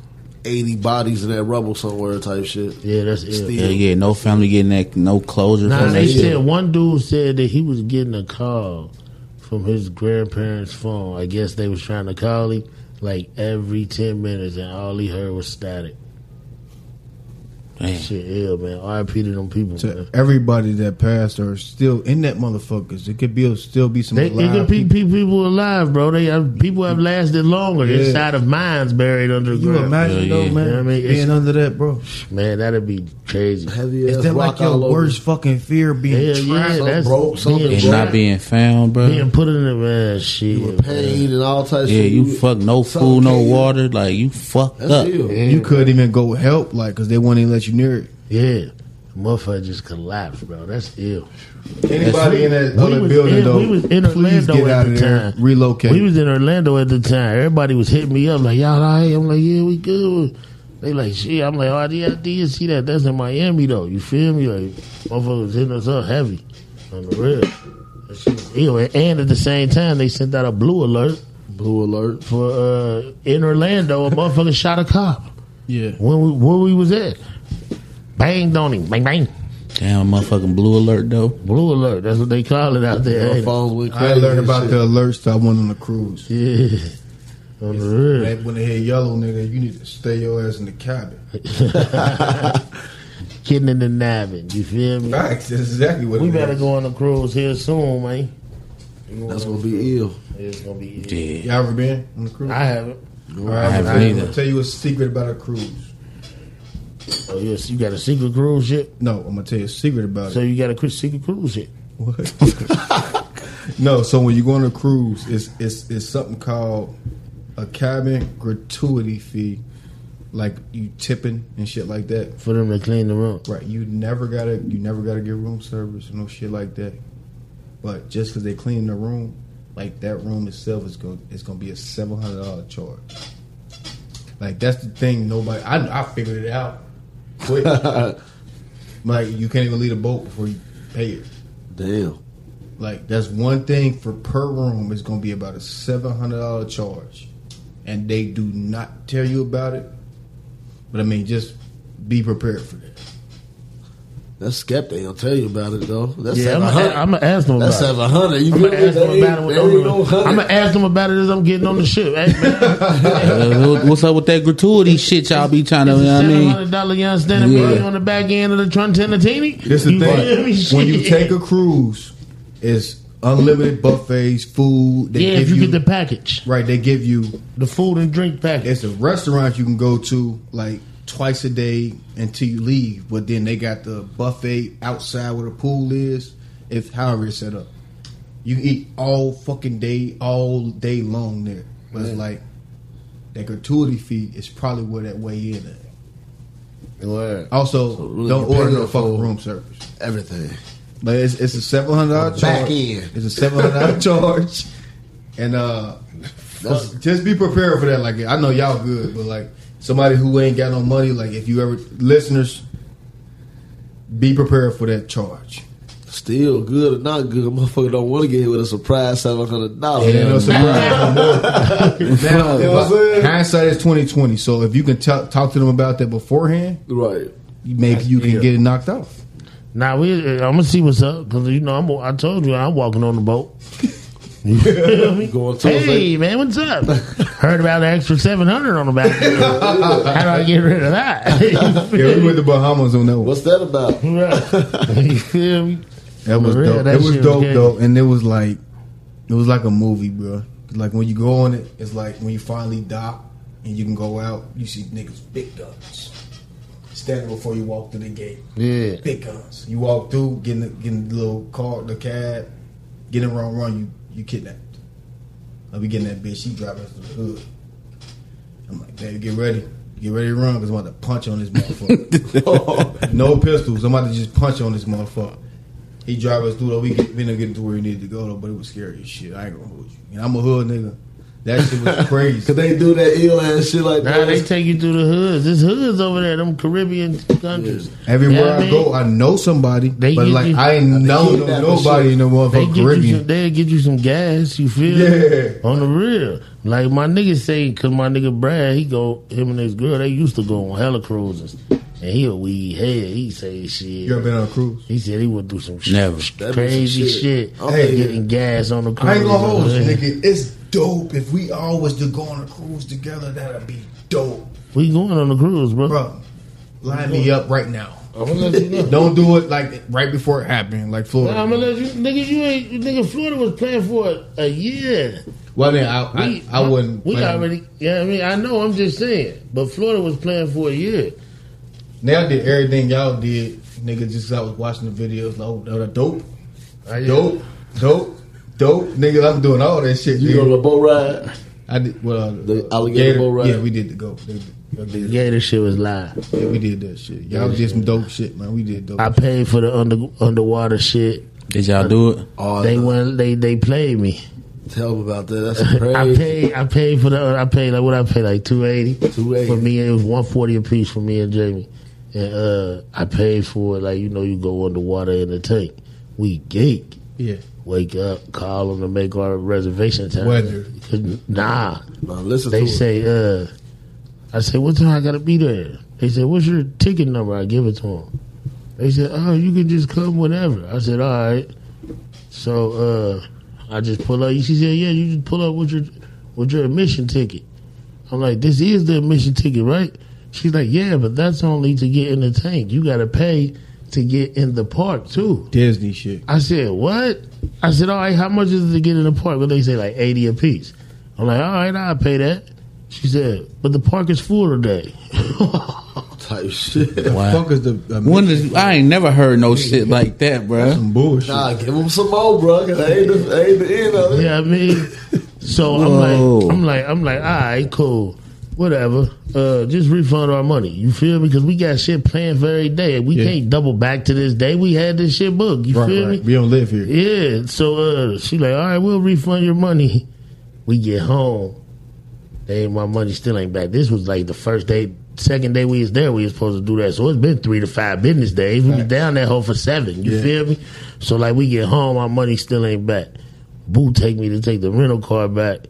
Speaker 2: 80 bodies in that rubble somewhere type shit.
Speaker 1: Yeah, that's it.
Speaker 2: Steve.
Speaker 5: Yeah, yeah, no family getting that, no closure
Speaker 1: Nah,
Speaker 5: from
Speaker 1: they
Speaker 5: that
Speaker 1: said
Speaker 5: shit.
Speaker 1: one dude said that he was getting a call from his grandparents' phone. I guess they was trying to call him like every ten minutes, and all he heard was static.
Speaker 5: Man,
Speaker 1: Shit, ill man. R.I.P. to them people.
Speaker 6: to
Speaker 1: man.
Speaker 6: everybody that passed or still in that motherfuckers. It could be still be some
Speaker 1: They, it
Speaker 6: alive
Speaker 1: could be
Speaker 6: people.
Speaker 1: people, people alive, bro. They have, people have lasted longer
Speaker 6: Yeah.
Speaker 1: inside of mines buried
Speaker 6: You
Speaker 1: underground.
Speaker 6: imagine
Speaker 5: Yeah,
Speaker 6: though,
Speaker 5: yeah.
Speaker 6: man,
Speaker 1: Yeah, I mean, it's-
Speaker 6: being under that, bro.
Speaker 1: Man, that'd be crazy.
Speaker 2: Heavy
Speaker 6: Is
Speaker 2: ass
Speaker 6: that
Speaker 2: rock
Speaker 6: like your
Speaker 2: all over.
Speaker 6: worst fucking fear being
Speaker 1: Hell yeah,
Speaker 6: trapped?
Speaker 1: that's
Speaker 2: broke, something
Speaker 1: being
Speaker 5: and
Speaker 2: Bruh.
Speaker 5: not
Speaker 1: trapped,
Speaker 5: being found, bro.
Speaker 1: being put in the man, shit.
Speaker 2: You were pain and all types.
Speaker 5: yeah, you fuck no food, no water. Like you fucked
Speaker 2: That's
Speaker 5: up.
Speaker 2: you.
Speaker 1: Yeah,
Speaker 6: You couldn't even go help, like, cause they wouldn't even let you near it.
Speaker 1: yeah. Motherfucker just collapsed, bro. That's ill.
Speaker 6: Anybody in that
Speaker 1: We
Speaker 6: other
Speaker 1: was
Speaker 6: building
Speaker 1: in-
Speaker 6: though,
Speaker 1: we was in
Speaker 6: please
Speaker 1: Orlando
Speaker 6: get
Speaker 1: at
Speaker 6: out
Speaker 1: the
Speaker 6: of there,
Speaker 1: time.
Speaker 6: relocate.
Speaker 1: We was in Orlando at the time. Everybody was hitting me up like, y'all all right? I'm like, yeah, we good. They like, shit. I'm like, oh, I did, I did see that. That's in Miami though. You feel me? Like, motherfuckers hitting us up heavy on the real. That shit was ill. And at the same time, they sent out a blue alert
Speaker 2: Blue alert.
Speaker 1: for uh, in Orlando. A motherfucker shot a cop
Speaker 6: yeah,
Speaker 1: when we, where we was at. Banged on him. Bang bang.
Speaker 5: Damn, motherfucking blue alert though.
Speaker 1: Blue alert. That's what they call it out there.
Speaker 2: Our
Speaker 1: ain't it?
Speaker 2: phones went crazy.
Speaker 6: I learned
Speaker 2: and
Speaker 6: about
Speaker 2: shit.
Speaker 6: the alerts that I went on the cruise.
Speaker 1: Yeah. On the real.
Speaker 6: That When they had yellow, nigga, you need to stay your ass in the cabin.
Speaker 1: Kidding in the nabbing. You feel me?
Speaker 6: Facts. That's exactly what
Speaker 1: We
Speaker 6: it
Speaker 1: better
Speaker 6: is.
Speaker 1: go on a cruise here soon, man.
Speaker 2: That's gonna be ill.
Speaker 1: It's gonna be.
Speaker 5: Yeah,
Speaker 6: Y'all ever been on a cruise?
Speaker 1: I haven't.
Speaker 6: All right, I
Speaker 5: haven't
Speaker 6: am
Speaker 5: either.
Speaker 6: gonna tell you a secret about a cruise.
Speaker 1: Oh yes, you got a secret cruise ship.
Speaker 6: No, I'm gonna tell you a secret about
Speaker 1: So
Speaker 6: it.
Speaker 1: you got a cru- secret cruise ship.
Speaker 6: No, so when you go on a cruise, it's it's it's something called a cabin gratuity fee, like you tipping and shit like that.
Speaker 1: for them to clean the room.
Speaker 6: Right. You never gotta you never gotta get room service no shit like that. But just because they clean the room, like that room itself is going to it's gonna be a seven hundred dollar charge. Like that's the thing. Nobody I I figured it out. Quick. like you can't even leave the boat before you pay it.
Speaker 2: Damn.
Speaker 6: Like that's one thing for per room is gonna be about a seven hundred dollar charge, and they do not tell you about it. But I mean, just be prepared for that.
Speaker 2: That's Skepta. He'll tell you about it though. That's
Speaker 1: Yeah, I'm
Speaker 2: seven
Speaker 1: gonna, I'm
Speaker 2: hundred.
Speaker 1: gonna ask them
Speaker 2: That's
Speaker 1: about it.
Speaker 2: seven hundred. You
Speaker 1: I'm
Speaker 2: feel
Speaker 1: gonna
Speaker 2: me?
Speaker 1: ask them
Speaker 2: There
Speaker 1: about it.
Speaker 2: ain't-
Speaker 1: when
Speaker 2: there ain't
Speaker 1: I'm
Speaker 2: no
Speaker 1: gonna- I'm gonna
Speaker 2: hundred.
Speaker 1: ask them about it as I'm getting on the ship. Hey, man,
Speaker 5: Uh, what's up with that gratuity shit y'all be trying to? You know what I
Speaker 1: seven
Speaker 5: mean,
Speaker 1: hundred dollar young standing
Speaker 5: Yeah.
Speaker 1: bill on the back end of the Trentinatini.
Speaker 6: This the
Speaker 1: feel me?
Speaker 6: thing. When you
Speaker 1: Shit.
Speaker 6: take a cruise, it's unlimited buffets, food. They
Speaker 1: yeah,
Speaker 6: give
Speaker 1: if you, get the package,
Speaker 6: right, they give you.
Speaker 1: the food and drink package.
Speaker 6: It's a restaurant you can go to like twice a day until you leave. But then they got the buffet outside where the pool is. If however it's set up, you can eat all fucking day, all day long there. But it's like that gratuity fee is probably where that way in at.
Speaker 2: Word.
Speaker 6: Also,
Speaker 2: So really
Speaker 6: don't
Speaker 2: you
Speaker 6: order
Speaker 2: paying
Speaker 6: no
Speaker 2: for-
Speaker 6: fucking room service.
Speaker 2: Everything.
Speaker 6: But it's, it's a seven hundred dollar charge.
Speaker 2: Back end.
Speaker 6: It's a seven hundred dollar charge, and uh,
Speaker 2: That's-
Speaker 6: fuck, just be prepared for that. Like I know y'all good, but like somebody who ain't got no money, like if you ever listeners, be prepared for that charge.
Speaker 2: Still good or not good, motherfucker don't want to get hit with a surprise seven hundred dollars.
Speaker 6: It ain't no surprise no more. Now,
Speaker 2: You know what I'm saying?
Speaker 6: hindsight is twenty twenty. So if you can tell talk to them about that beforehand,
Speaker 2: Right.
Speaker 6: maybe you can get it knocked off.
Speaker 1: Now we, I'm gonna see what's up because you know I'm, I told you I'm walking on the boat. You feel me?
Speaker 2: Going to
Speaker 1: Hey man, what's up? Heard about the extra seven hundred on the back. How do I get rid of that? You feel
Speaker 6: Yeah, we went to Bahamas on that one.
Speaker 2: What's that about?
Speaker 1: me? Right. You feel me?
Speaker 6: That was
Speaker 1: For real,
Speaker 6: dope.
Speaker 1: that
Speaker 6: it was
Speaker 1: shit was
Speaker 6: dope
Speaker 1: good.
Speaker 6: though, and it was like it was like a movie, bro. Like when you go on it, it's like when you finally dock and you can go out, you see niggas big guns standing before you walk through the gate.
Speaker 1: Yeah.
Speaker 6: Big guns. You walk through, getting the, getting the little car, the cab, getting the wrong run, you you kidnapped. I be getting that bitch. She driving us to the hood. I'm like, baby, get ready. Get ready to run because I'm about to punch on this motherfucker. no pistols. I'm about to just punch on this motherfucker. He drive us through though. We get, we ended up getting to where we needed to go though, but it was scary as shit. I ain't gonna hold you. And I'm a hood nigga. That shit was crazy.
Speaker 2: Could they do that ill ass shit like
Speaker 1: Now
Speaker 2: that?
Speaker 1: they take you through the hoods. There's hoods over there, them Caribbean countries.
Speaker 6: Everywhere
Speaker 1: Yeah,
Speaker 6: I,
Speaker 1: man.
Speaker 6: go, I know somebody,
Speaker 1: They
Speaker 6: but
Speaker 1: get
Speaker 6: like
Speaker 1: you-
Speaker 6: I ain't know no-
Speaker 2: kidnap and
Speaker 6: nobody in the
Speaker 1: They
Speaker 6: motherfucking
Speaker 1: get you
Speaker 6: Caribbean.
Speaker 1: some, they'll get you some gas, you feel me?
Speaker 6: Yeah.
Speaker 1: On the real. Like my nigga say, cause my nigga Brad, he go him and his girl, they used to go on hella cruises. And he a weed head. He say shit.
Speaker 6: You ever been on a cruise?
Speaker 1: He said he would do some sh-
Speaker 5: Never.
Speaker 1: sh-
Speaker 2: That'd be
Speaker 1: crazy
Speaker 2: some
Speaker 1: shit.
Speaker 2: shit.
Speaker 6: Hey.
Speaker 1: getting gas on the cruise.
Speaker 6: I ain't gonna hold you, nigga. It's dope. If we all was to go on a cruise together, that'd be dope,
Speaker 1: We going on the cruise, bro.
Speaker 6: bro. Line me up right now.
Speaker 1: I'm gonna let you know.
Speaker 6: Don't do it like right before it happened, like Florida.
Speaker 1: I'm gonna let you, nigga. You ain't, nigga. Florida was playing for a, a year.
Speaker 6: well, then I,
Speaker 1: We-
Speaker 6: I, I wouldn't.
Speaker 1: We
Speaker 6: plan-
Speaker 1: already, yeah. I mean, I know. I'm just saying, but Florida was playing for a year.
Speaker 6: Now I did everything y'all did, nigga. Just I was watching the videos, like, oh, that dope,
Speaker 1: Oh, yeah.
Speaker 6: dope, dope, dope, nigga. I'm doing all that shit.
Speaker 2: You
Speaker 6: nigga.
Speaker 2: on the boat ride?
Speaker 6: I did well. Uh,
Speaker 2: The alligator
Speaker 6: gator-
Speaker 2: boat ride?
Speaker 6: Yeah, we did the goat. They- they did-
Speaker 1: Yeah, this shit was live.
Speaker 6: yeah, we did that shit. Y'all did some dope shit, man. We did dope.
Speaker 1: I paid for the under underwater shit.
Speaker 5: Did y'all do it?
Speaker 2: Oh,
Speaker 1: They
Speaker 2: they want
Speaker 1: went. They they played me.
Speaker 2: tell them about that. That's
Speaker 1: I
Speaker 2: crazy.
Speaker 1: paid. I paid for the. I paid like what I paid like two eighty.
Speaker 2: 280.
Speaker 1: for me. It was one forty a piece for me and Jamie. And uh, I paid for it like you know you go underwater in the tank. We geek.
Speaker 6: yeah,
Speaker 1: Wake up, call them to make our reservation time.
Speaker 6: Weather.
Speaker 1: Nah,
Speaker 2: Now listen
Speaker 1: they
Speaker 2: to it.
Speaker 1: say. uh I said, what time I gotta be there? They said, what's your ticket number? I give it to them. They said, oh, you can just come whenever. I said, all right. So uh, I just pull up. She said, "Yeah, you just pull up with your with your admission ticket." I'm like, "This is the admission ticket, right?" She's like, "Yeah, but that's only to get in the tank. You got to pay to get in the park too."
Speaker 6: Disney shit.
Speaker 1: I said, "What?" I said, "All right, how much is it to get in the park?" But they say like eighty a piece. I'm like, "All right, I'll pay that." She said, "But the park is full today."
Speaker 2: type shit.
Speaker 5: Wow.
Speaker 6: Fuck is the uh,
Speaker 5: When is, I ain't never heard no shit like that, bruh.
Speaker 6: some bullshit.
Speaker 2: Nah, give them some more, bro. Cause that ain't the, that ain't the end of it.
Speaker 1: Yeah, I mean, so
Speaker 5: Whoa.
Speaker 1: I'm like, I'm like, I'm like, all right, cool, whatever. Uh, just refund our money. You feel me? Because we got shit planned for every day. We
Speaker 6: Yeah.
Speaker 1: can't double back to this day. We had this shit booked. You
Speaker 6: right,
Speaker 1: feel me?
Speaker 6: right. We don't live here.
Speaker 1: Yeah. So uh, she like, all right, we'll refund your money. We get home. They my money still ain't back. This was like the first day, second day we was there. We was supposed to do that. So it's been three to five business days. We was
Speaker 6: Facts.
Speaker 1: down that hole for seven. You
Speaker 6: Yeah.
Speaker 1: feel me? So like we get home, our money still ain't back. Boo take me to take the rental car back.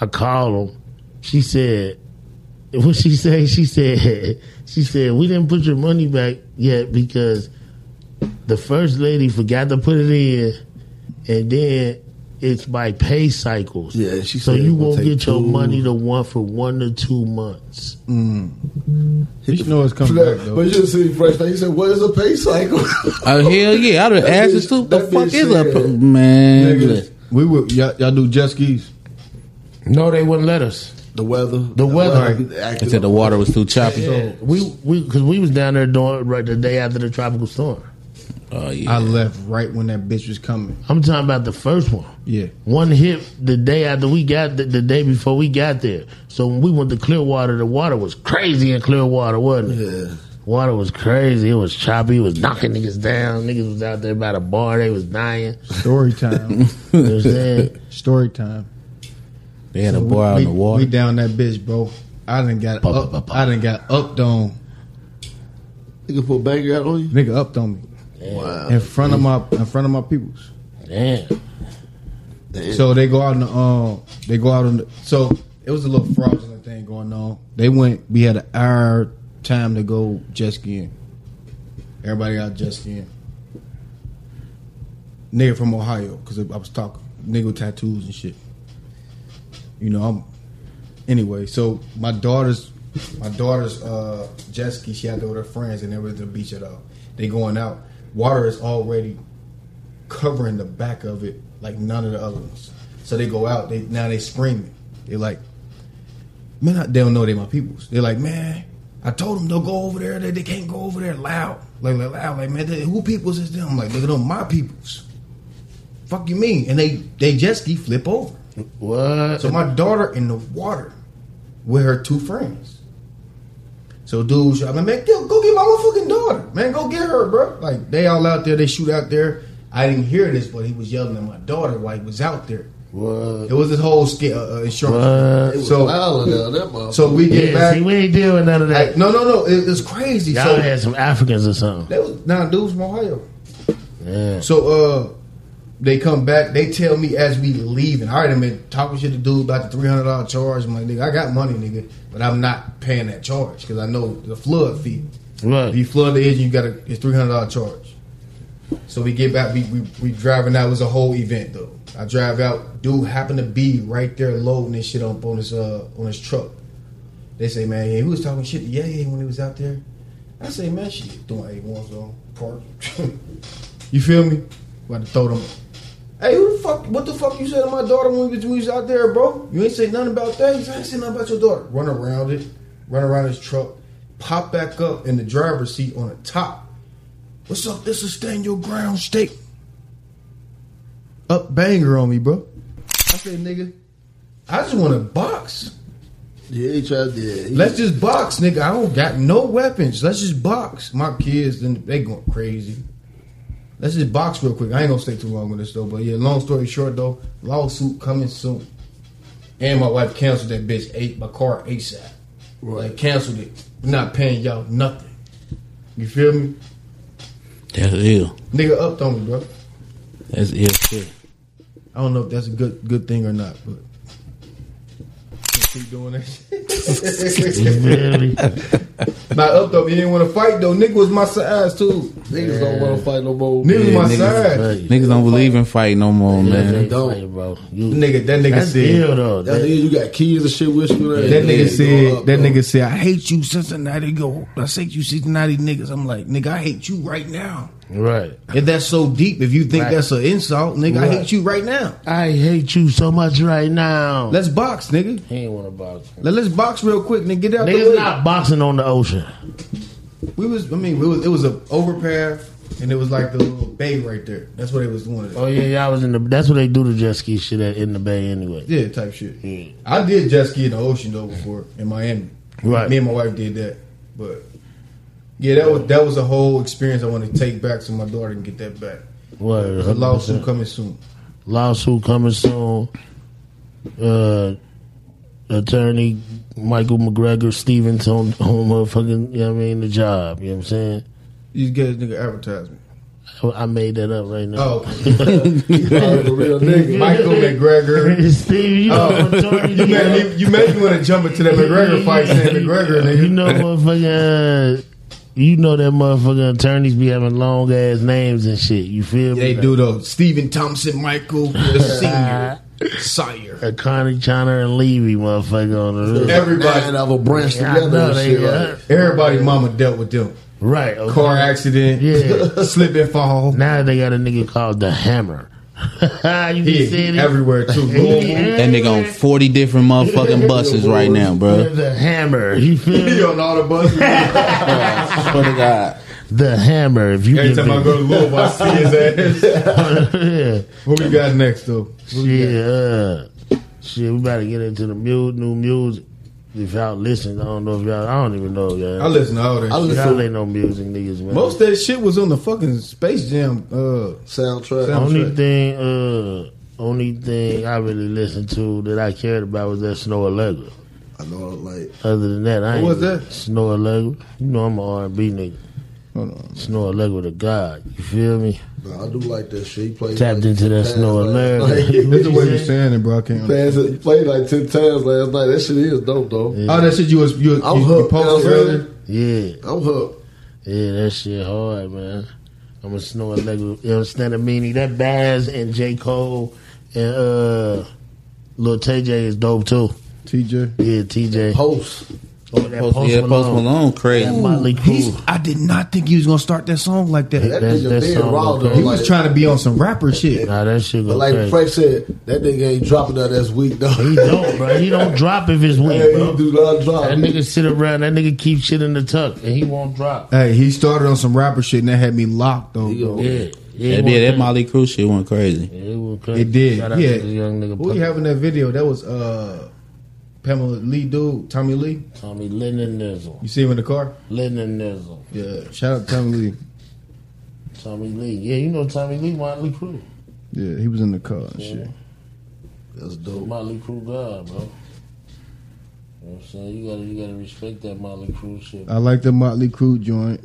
Speaker 1: I call him. She said, what she say? She said, she said, we didn't put your money back yet because the first lady forgot to put it in, and then it's by pay cycles.
Speaker 2: Yeah, she
Speaker 1: so
Speaker 2: said
Speaker 1: you
Speaker 2: it gonna
Speaker 1: won't
Speaker 2: take
Speaker 1: get your
Speaker 2: two-
Speaker 1: money to one for one to two months.
Speaker 6: Mm. You should know it's coming
Speaker 2: But
Speaker 6: back
Speaker 2: that-
Speaker 6: though.
Speaker 2: But you should see fresh face. He said, "What is a pay cycle?"
Speaker 5: Oh hell yeah! I'd have
Speaker 2: That
Speaker 5: asked
Speaker 2: bitch-
Speaker 5: this too. The
Speaker 2: that
Speaker 5: fuck
Speaker 2: bitch
Speaker 5: is up,
Speaker 2: said-
Speaker 5: man?
Speaker 2: Niggas.
Speaker 6: We will. Y'all, y'all do jet skis.
Speaker 1: No, they wouldn't let us.
Speaker 2: the weather,
Speaker 1: The weather.
Speaker 5: They
Speaker 2: acting
Speaker 5: said the
Speaker 2: up.
Speaker 5: water was too choppy.
Speaker 1: Yeah, we we because we was down there doing right the day after the tropical storm.
Speaker 5: Oh
Speaker 6: I
Speaker 5: yeah.
Speaker 6: left right when that bitch was coming.
Speaker 1: I'm talking about the first one.
Speaker 6: Yeah.
Speaker 1: One hit the day after we got the, the day before we got there. So when we went to Clearwater, the water was crazy in Clearwater, wasn't it?
Speaker 2: Yeah.
Speaker 1: Water was crazy. It was choppy. It was knocking niggas down. Niggas was out there by the bar. They was dying.
Speaker 6: Story time.
Speaker 1: You know what I'm saying?
Speaker 6: Story time.
Speaker 5: They had a bar out
Speaker 6: we,
Speaker 5: in the
Speaker 6: we
Speaker 5: water.
Speaker 6: down that bitch, bro. I done got
Speaker 5: Ba, ba,
Speaker 6: up.
Speaker 5: ba, ba.
Speaker 6: I done got upped on.
Speaker 2: Nigga put banger out on you.
Speaker 6: Nigga upped on me
Speaker 2: Wow.
Speaker 6: in front of my in front of my peoples.
Speaker 1: Damn.
Speaker 6: So they go out in the um. They go out on the. So it was a little fraudulent thing going on. They went. We had an hour time to go jet skiing. Everybody got jet skiing. Nigga from Ohio, because I was talking nigga with tattoos and shit. You know, I'm anyway. So my daughter's my daughter's uh, jet ski. She out there with her friends, and they were at the beach at all. They going out. Water is already covering the back of it like none of the other ones. So they go out. They now they screaming. They like, man, I, they don't know they my peoples. They're like, man, I told them they'll go over there. They, they can't go over there loud, like, like loud, like man, they, who peoples is them? I'm like, nigga, them my peoples. Fuck you mean? And they they jet ski flip over.
Speaker 1: What?
Speaker 6: So my daughter in the water with her two friends. So dude, I'm like, man, go, go get my motherfucking daughter, man, go get her, bro. Like they all out there, they shoot out there. I didn't hear this, but he was yelling at my daughter while he was out there.
Speaker 1: What?
Speaker 6: It was this whole scare, uh, uh, insurance.
Speaker 1: What?
Speaker 2: It was
Speaker 6: So-
Speaker 2: wild down that motherfucker.
Speaker 6: So we get
Speaker 1: Yeah,
Speaker 6: back.
Speaker 1: see, we ain't dealing with none of
Speaker 6: I-
Speaker 1: that.
Speaker 6: no, no, no, it, it's crazy.
Speaker 1: Y'all
Speaker 6: so
Speaker 1: had some Africans or something.
Speaker 6: that was nah, dudes from Ohio.
Speaker 1: Yeah.
Speaker 6: So uh they come back, they tell me as we leaving. I already been talking shit to dude about the three hundred dollar charge. I'm like, nigga, I got money, nigga, but I'm not paying that charge because I know the flood fee. If you
Speaker 1: What?
Speaker 6: flood the engine, you got a it's three hundred dollar charge. So we get back, we, we we driving out. It was a whole event though. I drive out, dude happened to be right there loading this shit up on his uh on his truck. They say, man, yeah, he was talking shit to yeah, yeah when he was out there. I say, man, shit, doing eight ones on park. you feel me? About to throw them. Hey, who the fuck? What the fuck you said to my daughter when we was, when we was out there, bro? You ain't say nothing about that. You ain't say nothing about your daughter. Run around it, run around his truck. pop back up in the driver's seat on the top. What's up? This is stand your ground state. Up banger on me, bro. I say, nigga, I just want to box.
Speaker 2: Yeah, he tried. Yeah, he-
Speaker 6: Let's just box, nigga. I don't got no weapons. Let's just box. My kids, then they going crazy. Let's just box real quick. I ain't gonna stay too long with this though. But yeah, long story short though, lawsuit coming soon. And my wife canceled that bitch. Ate my car ASAP. Like canceled it. We're not paying y'all nothing. You feel me?
Speaker 5: That's ill.
Speaker 6: Nigga upped on me, bro.
Speaker 5: That's ill shit.
Speaker 6: I don't know if that's a good good thing or not, but keep doing that. shit.
Speaker 1: Really?
Speaker 6: not upped on me. He didn't want to fight though. Nigga was my size too.
Speaker 2: niggas don't want to fight no more.
Speaker 6: Nigga was
Speaker 5: Yeah,
Speaker 6: my
Speaker 5: niggas-
Speaker 6: size.
Speaker 5: Niggas don't believe in fight no more,
Speaker 1: Yeah,
Speaker 5: man.
Speaker 1: they
Speaker 2: don't.
Speaker 1: fight, bro. You-
Speaker 6: Nigga, that nigga
Speaker 1: that's
Speaker 6: said.
Speaker 1: ill though.
Speaker 2: That
Speaker 1: That,
Speaker 2: nigga, you got keys and shit with you.
Speaker 6: That nigga
Speaker 2: go
Speaker 6: said.
Speaker 2: up,
Speaker 6: That
Speaker 2: bro.
Speaker 6: nigga said. I hate you, Cincinnati. Go. I hate you, Cincinnati niggas. I'm like, nigga, I hate you right now.
Speaker 1: right.
Speaker 6: If that's so deep, if you think
Speaker 1: Right.
Speaker 6: that's an insult, nigga, I
Speaker 1: Right.
Speaker 6: hate you right now.
Speaker 1: I hate you so much right now.
Speaker 6: Let's box, nigga.
Speaker 1: he ain't want to box.
Speaker 6: Let, us box real quick, nigga. Get out the
Speaker 1: Niggas
Speaker 6: way.
Speaker 1: not boxing on the ocean.
Speaker 6: We was. I mean, we was, it was a overpass, and it was like the little bay right there. That's what it was doing.
Speaker 1: Oh yeah, y'all was in the. That's what they do the jet ski shit at, in the bay anyway.
Speaker 6: Yeah, type shit.
Speaker 1: Mm.
Speaker 6: I did jet ski in the ocean though before in Miami.
Speaker 1: Right.
Speaker 6: Me and my wife did that, but yeah, that was that was a whole experience I want to take back so my daughter can get that back.
Speaker 1: What
Speaker 6: The lawsuit coming soon.
Speaker 1: lawsuit coming soon. Uh, attorney Michael McGregor Stevens on on motherfucking. You know what I mean the job. You know what I'm saying.
Speaker 6: You guys nigga advertisement.
Speaker 1: I- I made that up right now.
Speaker 6: Oh, okay.
Speaker 2: Like a real nigga.
Speaker 6: Michael McGregor.
Speaker 1: Steve, you know
Speaker 6: Oh.
Speaker 1: attorney.
Speaker 6: You made me you made me want to jump into that McGregor fight saying McGregor
Speaker 1: You
Speaker 6: nigga.
Speaker 1: know, motherfucking. Uh, you know that motherfucking attorneys be having long ass names and shit. You feel me?
Speaker 6: They do though. Stephen Thompson, Michael the senior, sire.
Speaker 1: Uh, Connie, China, and Levy, motherfucker, on the roof.
Speaker 2: Nine
Speaker 6: Everybody,
Speaker 2: of a branch
Speaker 1: Yeah, I
Speaker 2: together.
Speaker 1: know
Speaker 2: and
Speaker 1: they-
Speaker 2: shit,
Speaker 1: yeah.
Speaker 2: like,
Speaker 6: everybody, mama dealt with them.
Speaker 1: Right. okay.
Speaker 6: Car accident,
Speaker 1: Yeah.
Speaker 6: slip and fall.
Speaker 1: Now they got a nigga called the Hammer. you can
Speaker 6: He
Speaker 1: see it.
Speaker 6: everywhere too. Louisville.
Speaker 5: That nigga on forty different motherfucking buses right now, bro.
Speaker 1: The Hammer. You feel
Speaker 6: He
Speaker 1: me?
Speaker 6: on all the buses.
Speaker 5: Swear to God.
Speaker 1: The Hammer. If you
Speaker 6: Every
Speaker 1: get
Speaker 6: time I go to Louisville, I see his ass.
Speaker 1: the,
Speaker 6: What we got next though?
Speaker 1: yeah. Shit, uh, shit, we about to get into the mu- new music. If y'all listen, I don't know if y'all, I don't even know, y'all.
Speaker 6: I listen to all that.
Speaker 2: I
Speaker 6: shit.
Speaker 2: listen
Speaker 1: y'all
Speaker 2: to
Speaker 1: ain't no music niggas, man.
Speaker 6: Most of that shit was on the fucking Space Jam. Uh,
Speaker 2: soundtrack.
Speaker 6: Sound-
Speaker 1: Only
Speaker 6: Soundtrack.
Speaker 1: thing, uh, only thing I really listened to that I cared about was that Snow Allegra.
Speaker 2: I know, Uh, like
Speaker 1: Other than that, I ain't
Speaker 6: What was that?
Speaker 1: Snow Allegra. You know I'm an R&B nigga.
Speaker 6: hold on.
Speaker 1: Snow Allegra to God. You feel me?
Speaker 2: nah, I do like that shit. He played
Speaker 1: Tapped
Speaker 2: like,
Speaker 1: into that
Speaker 2: ten
Speaker 1: Snow
Speaker 2: times
Speaker 1: Allegra.
Speaker 2: last night.
Speaker 6: This is the way
Speaker 1: you
Speaker 6: you're
Speaker 1: say?
Speaker 6: saying it, bro. I can't.
Speaker 2: Fans, he played like ten times last night. That shit is dope though.
Speaker 6: Oh, that shit you was you, you,
Speaker 2: I'm
Speaker 6: you
Speaker 2: hooked.
Speaker 6: posted
Speaker 2: man,
Speaker 6: earlier.
Speaker 1: Yeah,
Speaker 2: I'm hooked.
Speaker 1: yeah, that shit hard, man. I'm a Snow Allegra. You understand what I mean? That Baz and J Cole and uh, Lil TJ is dope too.
Speaker 6: TJ.
Speaker 1: Yeah, TJ.
Speaker 2: Post.
Speaker 1: Oh, that
Speaker 5: Post, yeah, Post Malone
Speaker 1: That
Speaker 5: crazy.
Speaker 1: Motley Crue.
Speaker 6: I did not think he was gonna start that song like
Speaker 2: That
Speaker 1: That-
Speaker 2: nigga
Speaker 1: that
Speaker 2: been
Speaker 1: song
Speaker 2: raw
Speaker 1: was
Speaker 2: though.
Speaker 1: crazy.
Speaker 6: He was
Speaker 2: like-
Speaker 6: trying to be on some rapper shit.
Speaker 1: Nah, that shit go
Speaker 2: But like
Speaker 1: crazy.
Speaker 2: Frank said, that nigga ain't dropping that as weak though.
Speaker 1: He don't, bro. He don't drop if it's weak,
Speaker 2: Hey,
Speaker 1: bro.
Speaker 2: he do not drop.
Speaker 1: That nigga sit around. That nigga keep shit in the tuck, and he won't drop.
Speaker 6: Hey, he started on some rapper shit and that had me locked though.
Speaker 2: He
Speaker 6: bro.
Speaker 2: go-
Speaker 1: Yeah, yeah,
Speaker 5: That,
Speaker 1: it
Speaker 5: yeah,
Speaker 1: went
Speaker 5: that Molly Crew shit went crazy.
Speaker 1: crazy. Yeah, it, went crazy.
Speaker 6: It did.
Speaker 1: Shout out
Speaker 6: yeah.
Speaker 1: to the young nigga.
Speaker 6: Who
Speaker 1: Puff.
Speaker 6: you have in that video? That was uh Pamela Lee dude, Tommy Lee.
Speaker 1: Tommy Lennon Nizzle.
Speaker 6: You see him in the car?
Speaker 1: Lennon Nizzle.
Speaker 6: Yeah. Shout out to Tommy Lee.
Speaker 1: Tommy Lee. Yeah, you know Tommy Lee, Motley Crue.
Speaker 6: Yeah, he was in the car and shit.
Speaker 2: Oh, That's dope.
Speaker 1: Motley Crue God, bro. You know what I'm saying? You gotta, you gotta respect that Motley Crue shit.
Speaker 6: I like the Motley Crue joint.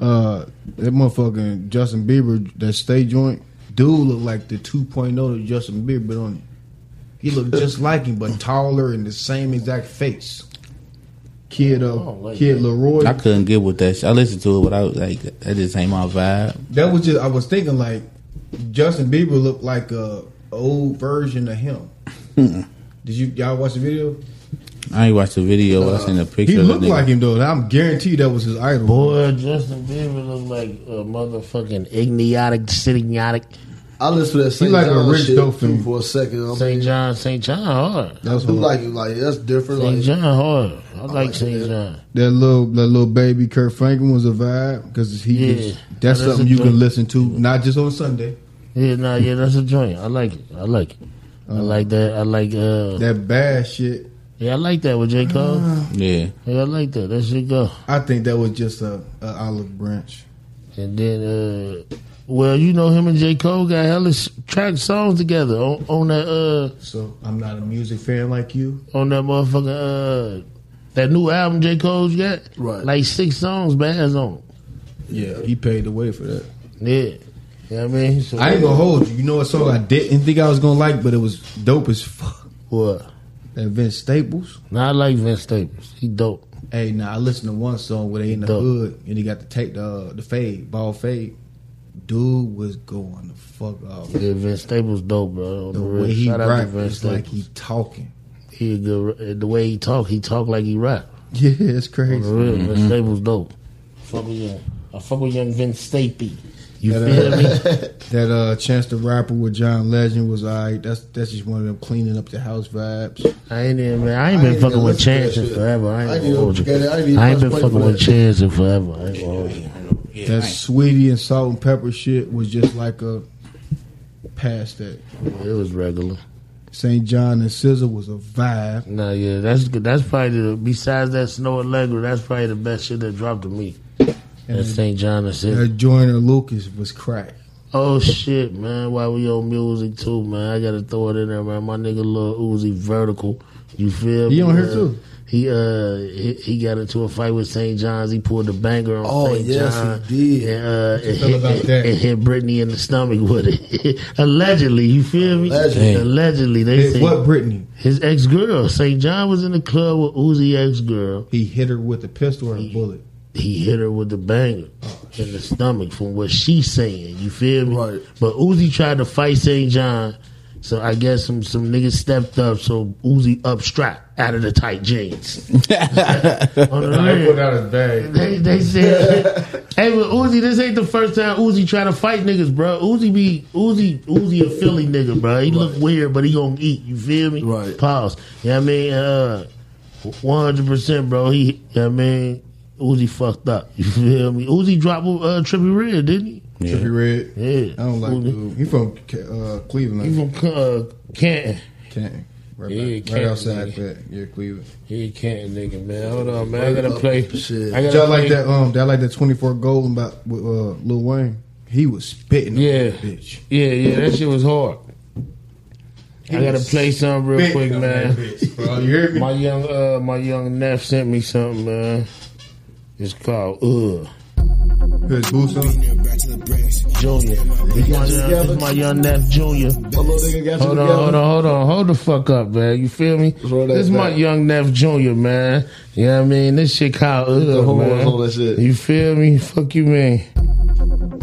Speaker 6: Uh that motherfucking Justin Bieber that stay joint. Dude look like the 2.0 to Justin Bieber on it. He looked just like him, but taller and the same exact face. Kid uh,
Speaker 1: don't like
Speaker 6: kid
Speaker 1: that.
Speaker 6: Leroy.
Speaker 5: I couldn't get with that shit. I listened to it, but I was like, that just ain't my vibe.
Speaker 6: That was just I was thinking like Justin Bieber looked like a old version of him. Did you y'all watch the video?
Speaker 5: I ain't watched the video. I seen the picture.
Speaker 6: He
Speaker 5: of the
Speaker 6: looked
Speaker 5: nigga.
Speaker 6: like him though. and I'm guaranteed that was his idol.
Speaker 1: Boy, Justin Bieber look like a motherfucking igneotic, citygnotic.
Speaker 2: I listen to that St.
Speaker 6: like a
Speaker 2: John
Speaker 6: rich
Speaker 2: shit
Speaker 6: dolphin.
Speaker 2: too for a second. I'm
Speaker 1: St. John, St. John hard.
Speaker 6: That was
Speaker 2: I do
Speaker 6: hard.
Speaker 2: like it. Like that's different.
Speaker 1: St.
Speaker 2: Like
Speaker 1: John hard. I I like St. John.
Speaker 6: That little that little baby Kurt Franklin was a vibe because he
Speaker 1: Yeah.
Speaker 6: just, that's,
Speaker 1: That's a
Speaker 6: something you
Speaker 1: joint.
Speaker 6: can listen to not just on Sunday.
Speaker 1: Yeah, nah, yeah, that's a joint. I like it. I like it. I like that. I like uh
Speaker 6: Uh-huh. That bad shit. Uh-huh.
Speaker 1: yeah, I like that with J. Cole.
Speaker 5: Yeah.
Speaker 1: yeah, I like that. That shit go.
Speaker 6: I think that was just a, a olive branch.
Speaker 1: And then uh well, you know him and J. Cole got hella s- track songs together on, on that
Speaker 6: So I'm not a music fan like you.
Speaker 1: uh on that motherfucking uh that new album J. Cole's got.
Speaker 2: Right.
Speaker 1: Like six songs bands on
Speaker 6: Yeah, he paid the way for that.
Speaker 1: it. Yeah. You know what I mean? So,
Speaker 6: I ain't gonna hold you. You know what song I didn't think I was gonna like, but it was dope as fuck.
Speaker 1: what?
Speaker 6: That Vince Staples.
Speaker 1: Nah, I like Vince Staples. He dope.
Speaker 6: Hey, now I listened to one song where they in the
Speaker 1: Dope.
Speaker 6: hood and he got to take the uh, the fade, ball fade. Dude was going the fuck off.
Speaker 1: Yeah, Vince Staples dope, bro. On
Speaker 6: The
Speaker 1: real.
Speaker 6: way he
Speaker 1: Shout out to
Speaker 6: rap
Speaker 1: Vince
Speaker 6: is like
Speaker 1: Staples.
Speaker 6: he talking.
Speaker 1: he a good, the way he talk, he talk like he rap.
Speaker 6: Yeah, it's
Speaker 1: For
Speaker 6: crazy.
Speaker 1: real, Vince Staples dope. Fuck with young, I fuck with young Vince Stapy. You
Speaker 6: That,
Speaker 1: feel
Speaker 6: uh,
Speaker 1: me?
Speaker 6: That uh, Chance the Rapper with John Legend was alright. That's that's just one of them cleaning up the house vibes.
Speaker 1: I ain't even, man. I ain't been
Speaker 2: ain't
Speaker 1: fucking
Speaker 2: even
Speaker 1: with
Speaker 2: listen to that
Speaker 1: Chance in
Speaker 2: shit.
Speaker 1: forever. I
Speaker 2: I
Speaker 1: ain't
Speaker 2: ain't
Speaker 1: gonna
Speaker 2: even
Speaker 1: hold you.
Speaker 2: forget it. I ain't even
Speaker 1: I ain't been
Speaker 2: press play
Speaker 1: fucking
Speaker 2: for
Speaker 1: with
Speaker 2: that.
Speaker 1: Chance in forever. I ain't gonna hold you.
Speaker 5: Yeah,
Speaker 6: That
Speaker 5: I ain't-
Speaker 6: sweetie and salt and pepper shit was just like a past that.
Speaker 1: It was regular.
Speaker 6: St. John and Scissor was a vibe.
Speaker 1: Nah, yeah, that's good. That's probably the, besides that Snow Allegra. That's probably the best shit that dropped to me. That St. John and Sid.
Speaker 6: That Joyner Lucas was crack.
Speaker 1: Oh shit, man! Why we on music too, man? I gotta throw it in there, man. My nigga, Lil Uzi Vertical. You feel
Speaker 6: He
Speaker 1: me?
Speaker 6: on here,
Speaker 1: Uh,
Speaker 6: too.
Speaker 1: He uh he, he got into a fight with St. John's. He pulled the banger on
Speaker 2: Oh,
Speaker 1: St.
Speaker 2: yes,
Speaker 1: John.
Speaker 2: he did.
Speaker 1: And, uh, and
Speaker 6: feel
Speaker 1: hit,
Speaker 6: about that?
Speaker 1: and hit Britney in the stomach with it. Allegedly, you feel me?
Speaker 2: Allegedly.
Speaker 1: Allegedly, they
Speaker 6: Hey,
Speaker 1: say
Speaker 6: what Brittany?
Speaker 1: his ex girl. St. John was in the club with Uzi ex girl.
Speaker 6: He hit her with a pistol and a bullet. Uh-huh.
Speaker 1: He hit her with the banger in the stomach from what she's saying. You feel me?
Speaker 2: Right.
Speaker 1: But Uzi tried to fight St. John, so I guess some some niggas stepped up. So Uzi upstrapped out of the tight jeans. On the real.
Speaker 6: out his bag.
Speaker 1: They, they said, "Hey, but Uzi, this ain't the first time Uzi try to fight niggas, bro. Uzi be Uzi, Uzi a Philly nigga, bro. He look weird, but he gonna eat. You feel me?
Speaker 2: Right.
Speaker 1: Pause. You know what I mean? Uh, one hundred percent, bro. He, you know what I mean, Uzi fucked up. You feel me? Uzi dropped with, uh, Trippy Red, didn't he?
Speaker 6: Trippie Red.
Speaker 1: Yeah.
Speaker 6: I don't like
Speaker 1: Uzi.
Speaker 6: dude. He from uh, Cleveland.
Speaker 1: He from uh, Canton.
Speaker 6: Canton. Right,
Speaker 1: Yeah,
Speaker 6: back- right
Speaker 1: Canton,
Speaker 6: outside
Speaker 1: nigga.
Speaker 6: that. Yeah, Cleveland.
Speaker 1: He Canton nigga, man. Hold on, man. I gotta play.
Speaker 2: Shit.
Speaker 1: I
Speaker 6: Y'all
Speaker 1: gotta
Speaker 6: like
Speaker 1: play-
Speaker 6: that? Um, that like that twenty four golden about with uh, Lil Wayne. He was spitting.
Speaker 1: Yeah.
Speaker 6: on that bitch.
Speaker 1: Yeah, yeah. That shit was hard. I gotta play something real quick,
Speaker 6: Spitting on
Speaker 1: man.
Speaker 6: that bitch, bro. You hear me?
Speaker 1: My young uh my young neph sent me something, man. It's called uh. Ugh.
Speaker 6: Cause Boosie,
Speaker 1: Junior. This my, young, this my young neph Junior.
Speaker 2: My little nigga got
Speaker 1: Hold
Speaker 2: you
Speaker 1: on,
Speaker 2: together.
Speaker 1: hold on, hold on. Hold the fuck up, man. You feel me?
Speaker 2: roll that
Speaker 1: This my
Speaker 2: back.
Speaker 1: young neph Junior, man. You know what I mean? This shit called Ugh,
Speaker 2: the horns
Speaker 1: man.
Speaker 2: on that shit.
Speaker 1: You feel me? Fuck you, man.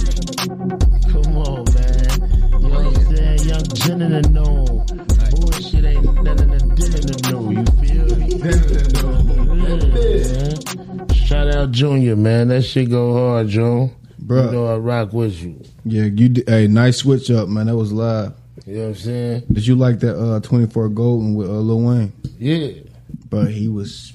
Speaker 1: Come on, man. You know what I'm saying? Young Jen and the know. Bullshit ain't none of the din in the know. You feel me? Yeah, man. Shout out Junior, man. That shit go hard, June.
Speaker 6: Bruh.
Speaker 1: You know I rock with you.
Speaker 6: yeah, you. Did, hey, nice switch up, man. That was live.
Speaker 1: You know what I'm saying?
Speaker 6: Did you like that uh, twenty four golden with uh, Lil Wayne?
Speaker 1: Yeah.
Speaker 6: But he was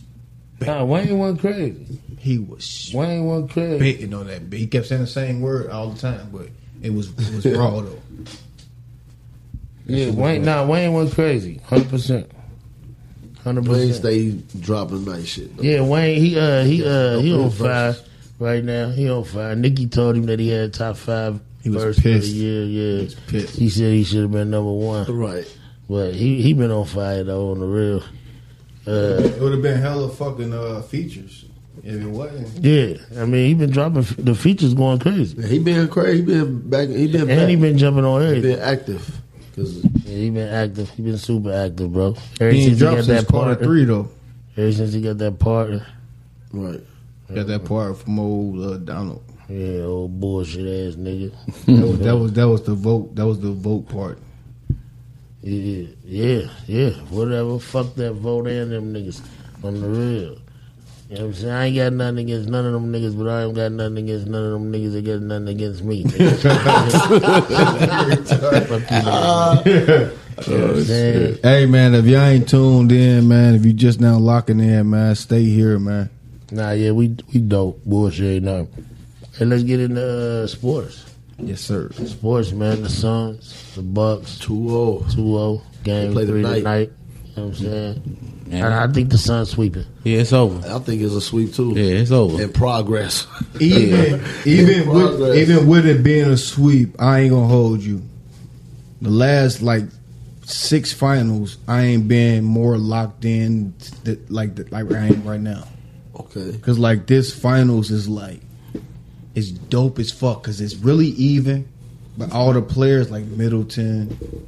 Speaker 1: Nah, Wayne went crazy.
Speaker 6: he was
Speaker 1: Wayne went crazy.
Speaker 6: spitting on that bitch. He kept saying the same word all the time, but it was it was raw though.
Speaker 1: Yeah, Wayne. Nah, Wayne went crazy. Hundred percent. Hundred
Speaker 2: Wayne
Speaker 1: percent.
Speaker 2: stay dropping nice shit. Though.
Speaker 1: Yeah, Wayne, he uh he uh he
Speaker 2: Don't
Speaker 1: on
Speaker 2: put
Speaker 1: fire
Speaker 2: verses.
Speaker 1: right now. He on fire. Nikki told him that he had top five
Speaker 6: He was
Speaker 1: verse of the
Speaker 6: pissed.
Speaker 1: year. Yeah,
Speaker 6: was pissed.
Speaker 1: he said he should have been number one.
Speaker 2: Right.
Speaker 1: But he he been on fire though on the real. Uh,
Speaker 6: It would have been hella fucking uh, features if it wasn't.
Speaker 1: yeah, I mean he been dropping f- the features going crazy,
Speaker 2: He been crazy. He been back. He been back.
Speaker 1: and he been jumping on
Speaker 2: He
Speaker 1: everything.
Speaker 2: been active. Cause
Speaker 1: Yeah, he been active. He been super active, bro. Ever
Speaker 6: He ain't
Speaker 1: since he
Speaker 6: dropped
Speaker 1: got
Speaker 6: since
Speaker 1: that
Speaker 6: part
Speaker 1: partner,
Speaker 6: three though.
Speaker 1: ever since he got that partner,
Speaker 2: right.
Speaker 6: Got that part from old uh, Donald.
Speaker 1: yeah, old bullshit ass nigga.
Speaker 6: That was, that was that was the vote. That was the vote part.
Speaker 1: Yeah, yeah, yeah. Whatever. Fuck that vote and them niggas on the real. You know what I'm saying? I ain't got nothing against none of them niggas, but I ain't got nothing against none of them niggas that got nothing against me. Fuck you niggas. You know what I'm
Speaker 2: Oh,
Speaker 1: saying?
Speaker 6: Hey man, if y'all ain't tuned in, man, if you just now locking in, man, stay here, man.
Speaker 1: Nah, yeah, we we dope. Bullshit ain't nothing. Hey, let's get into uh, sports.
Speaker 6: Yes, sir.
Speaker 1: Sports, man. The Suns, the Bucks,
Speaker 2: 2
Speaker 1: 2-0, game
Speaker 2: oh. They play
Speaker 1: three
Speaker 2: tonight.
Speaker 1: tonight. You know what I'm saying?
Speaker 5: Man.
Speaker 1: And I think the Suns sweeping.
Speaker 5: Yeah, it's over.
Speaker 2: I think it's a sweep too.
Speaker 5: Yeah, it's over.
Speaker 2: And progress.
Speaker 6: Even even with,
Speaker 2: Progress.
Speaker 6: even with it being a sweep, I ain't gonna hold you. The last like six finals, I ain't been more locked in th- like th- like I am right now.
Speaker 2: Okay.
Speaker 6: Cause like this finals is like it's dope as fuck. Cause it's really even, but all the players like Middleton,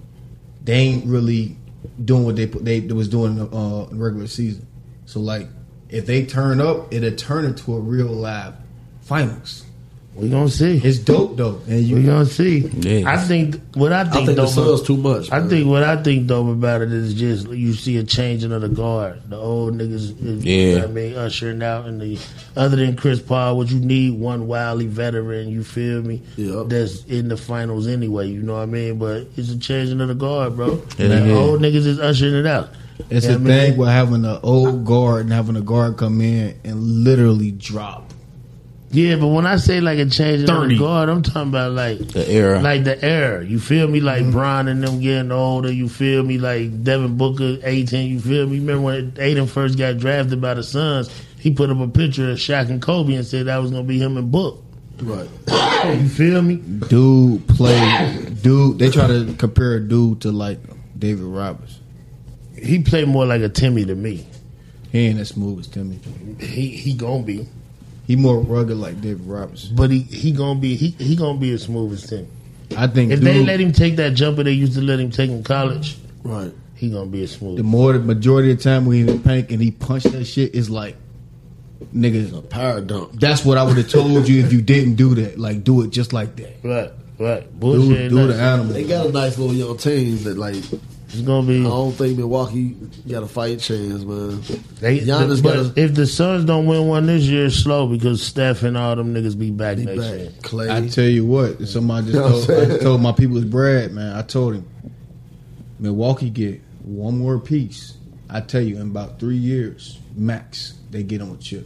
Speaker 6: they ain't really doing what they put they, they was doing in the uh, regular season. So like if they turn up, it'll turn into a real live finals.
Speaker 1: We gonna see.
Speaker 6: It's dope though, and
Speaker 1: We
Speaker 6: you
Speaker 1: gonna see.
Speaker 5: Yeah.
Speaker 1: I think what I think,
Speaker 2: I think the
Speaker 1: dope-
Speaker 2: Suns too much.
Speaker 1: I
Speaker 2: man.
Speaker 1: think what I think dope about it is just you see a changing of the guard. The old niggas, is- you know
Speaker 5: Yeah.
Speaker 1: what I mean, ushering out, and the other than Chris Paul, what you need one wily veteran. You feel me?
Speaker 2: Yep.
Speaker 1: That's in the finals anyway. You know what I mean? But it's a changing of the guard, bro.
Speaker 5: Yeah,
Speaker 1: the
Speaker 5: yeah.
Speaker 1: old niggas is ushering it out.
Speaker 6: it's
Speaker 1: Yeah,
Speaker 6: a
Speaker 1: I mean-
Speaker 6: thing with having an old guard and having a guard come in and literally drop.
Speaker 1: Yeah, but when I say like a changing of
Speaker 6: 30.
Speaker 1: the guard, I'm talking about like
Speaker 5: The era.
Speaker 1: like the era. You feel me? Like Bron and them getting older. You feel me? Like Devin Booker, eighteen. You feel me? Remember when Aiden first got drafted by the Suns? He put up a picture of Shaq and Kobe and said that was gonna be him and Book.
Speaker 2: right.
Speaker 1: You feel me?
Speaker 6: Dude played dude. They try to compare a dude to like David Roberts.
Speaker 1: He played more like a Timmy to me.
Speaker 6: He ain't as smooth as Timmy.
Speaker 1: He he gonna be,
Speaker 6: He more rugged like David Roberts.
Speaker 1: but he he gonna be he he gonna be as smooth as Timmy.
Speaker 6: I think
Speaker 1: If
Speaker 6: dude,
Speaker 1: they let him take that jumper they used to let him take in college,
Speaker 2: Right.
Speaker 1: he gonna be as
Speaker 6: the
Speaker 1: smooth.
Speaker 6: more the majority of the time when he in the paint and he punched that shit, it's like niggas.
Speaker 2: Power dump.
Speaker 6: That's what I would have told you if you didn't do that. Like do it just like that.
Speaker 1: Right, right. Bullshit.
Speaker 6: Dude,
Speaker 1: ain't
Speaker 6: do the
Speaker 1: nothing.
Speaker 2: They
Speaker 6: animal.
Speaker 2: got a nice little young team that like
Speaker 1: It's gonna be.
Speaker 2: I don't think Milwaukee got a fight chance, man.
Speaker 1: They,
Speaker 2: Giannis
Speaker 1: the-
Speaker 2: gotta-
Speaker 1: but if the Suns don't win one this year, it's slow because Steph and all them niggas be back
Speaker 2: He
Speaker 1: next year.
Speaker 2: back. Clay.
Speaker 6: I tell you what, somebody
Speaker 2: You know
Speaker 6: just
Speaker 2: what I'm
Speaker 6: told, I
Speaker 2: saying?
Speaker 6: told my people's Brad man. I told him Milwaukee get one more piece. I tell you, in about three years max, they get on a chip.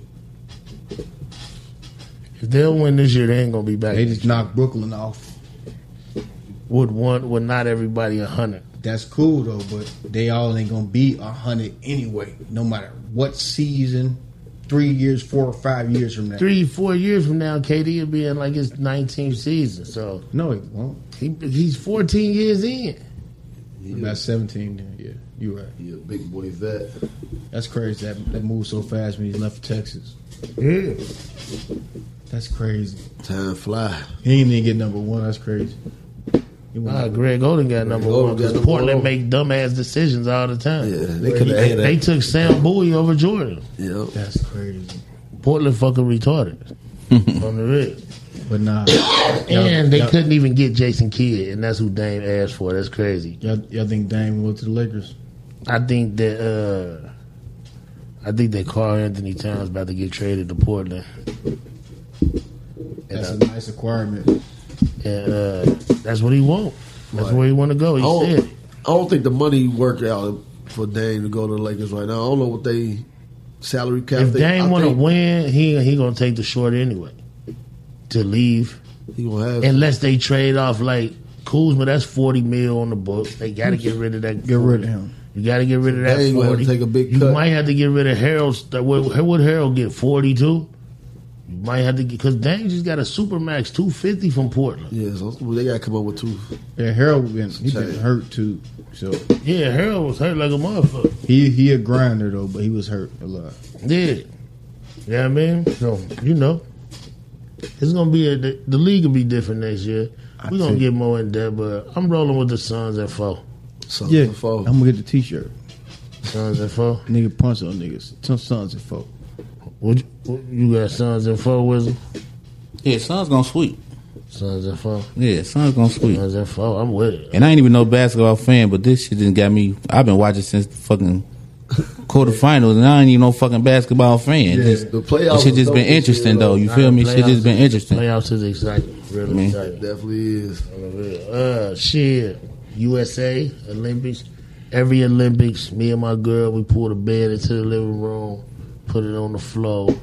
Speaker 1: If they don't win this year, they ain't gonna be back.
Speaker 6: They just knock Brooklyn off.
Speaker 1: would want would not everybody a hundred.
Speaker 6: That's cool though, but they all ain't gonna be a hundred anyway. No matter what season, three years, four or five years from now.
Speaker 1: Three, four years from now, KD will be in like his nineteenth season. So
Speaker 6: No, it won't.
Speaker 1: he he's fourteen years in.
Speaker 6: About seventeen. Then. Yeah, you're right.
Speaker 2: you a big boy vet.
Speaker 6: That's crazy. That that moved so fast when he left Texas.
Speaker 1: Yeah.
Speaker 6: That's crazy.
Speaker 2: Time fly.
Speaker 6: He ain't even get number one. That's crazy. He went
Speaker 1: Nah,
Speaker 6: number-
Speaker 1: Ah, Greg Golden got number
Speaker 2: Golden
Speaker 1: one
Speaker 2: got
Speaker 1: because
Speaker 2: number
Speaker 1: Portland
Speaker 2: one.
Speaker 1: make dumbass decisions all the time.
Speaker 2: Yeah, they could have had
Speaker 1: They
Speaker 2: that.
Speaker 1: took Sam Bowie over Jordan.
Speaker 2: Yeah.
Speaker 6: That's crazy.
Speaker 1: Portland fucking retarded on the real.
Speaker 6: But nah,
Speaker 1: And they
Speaker 6: y'all-
Speaker 1: couldn't even get Jason Kidd, and that's who Dame asked for. That's crazy.
Speaker 6: Y'all, y'all think Dame will go to the Lakers?
Speaker 1: I think that uh I think that Carl Anthony Towns about to get traded to Portland. And,
Speaker 6: That's
Speaker 1: uh,
Speaker 6: a nice acquirement.
Speaker 1: and, uh, that's what he want. That's where he want to go. He
Speaker 2: I don't,
Speaker 1: said, it.
Speaker 2: I don't think the money worked out for Dame to go to the Lakers right now. I don't know what they salary cap.
Speaker 1: "If
Speaker 2: they, I
Speaker 1: Dame want to
Speaker 2: think
Speaker 1: win, he he gonna take the short anyway to leave,
Speaker 2: he gonna have.
Speaker 1: unless they trade off like Kuzma. That's forty mil on the books. They got to get rid of that.
Speaker 6: Get rid of him.
Speaker 1: You got to get rid of that.
Speaker 2: Dame gonna have to
Speaker 1: 40.
Speaker 2: take a big
Speaker 1: You
Speaker 2: cut.
Speaker 1: might have to get rid of Harold. St- What what would Harold get? Forty two. You might have to get because Dang just got a Supermax 250 from Portland.
Speaker 2: Yeah, so they gotta come up with two.
Speaker 6: Yeah, Harold been he been
Speaker 2: Shit.
Speaker 6: hurt too. So
Speaker 1: Yeah, Harold was hurt like a motherfucker.
Speaker 6: he he a grinder though, but he was hurt a lot.
Speaker 1: Yeah. Yeah, I mean, so you know, it's gonna be a, the, the league will be different next year. We're gonna
Speaker 6: think-
Speaker 1: get more in depth, but I'm rolling with the Suns at four.
Speaker 2: So
Speaker 6: Yeah,
Speaker 2: four.
Speaker 6: I'm gonna get the T-shirt.
Speaker 1: Suns at four.
Speaker 6: Nigga punch on niggas. Some sons and folk.
Speaker 1: What you, what, you got Suns at four, Wisdom?
Speaker 5: Yeah, son's gonna sweep.
Speaker 1: Suns at four.
Speaker 5: Yeah, son's gonna sweep.
Speaker 1: Suns at four. I'm with it.
Speaker 5: And I ain't even no basketball fan, but this shit didn't got me. I've been watching since the fucking quarterfinals, and I ain't even no fucking basketball fan.
Speaker 2: Yeah,
Speaker 5: Just-
Speaker 2: the playoffs
Speaker 5: Shit
Speaker 2: is
Speaker 5: just
Speaker 2: dope
Speaker 5: been
Speaker 2: this year,
Speaker 5: interesting
Speaker 2: though.
Speaker 5: though. You
Speaker 1: Nah,
Speaker 5: feel
Speaker 1: the
Speaker 5: me? Shit
Speaker 1: playoffs-
Speaker 5: just been interesting.
Speaker 1: Playoffs is exciting. Really
Speaker 5: Man.
Speaker 1: exciting.
Speaker 2: Definitely is.
Speaker 1: Uh, shit. USA Olympics. Every Olympics, me and my girl, we pull the bed into the living room, put it on the floor,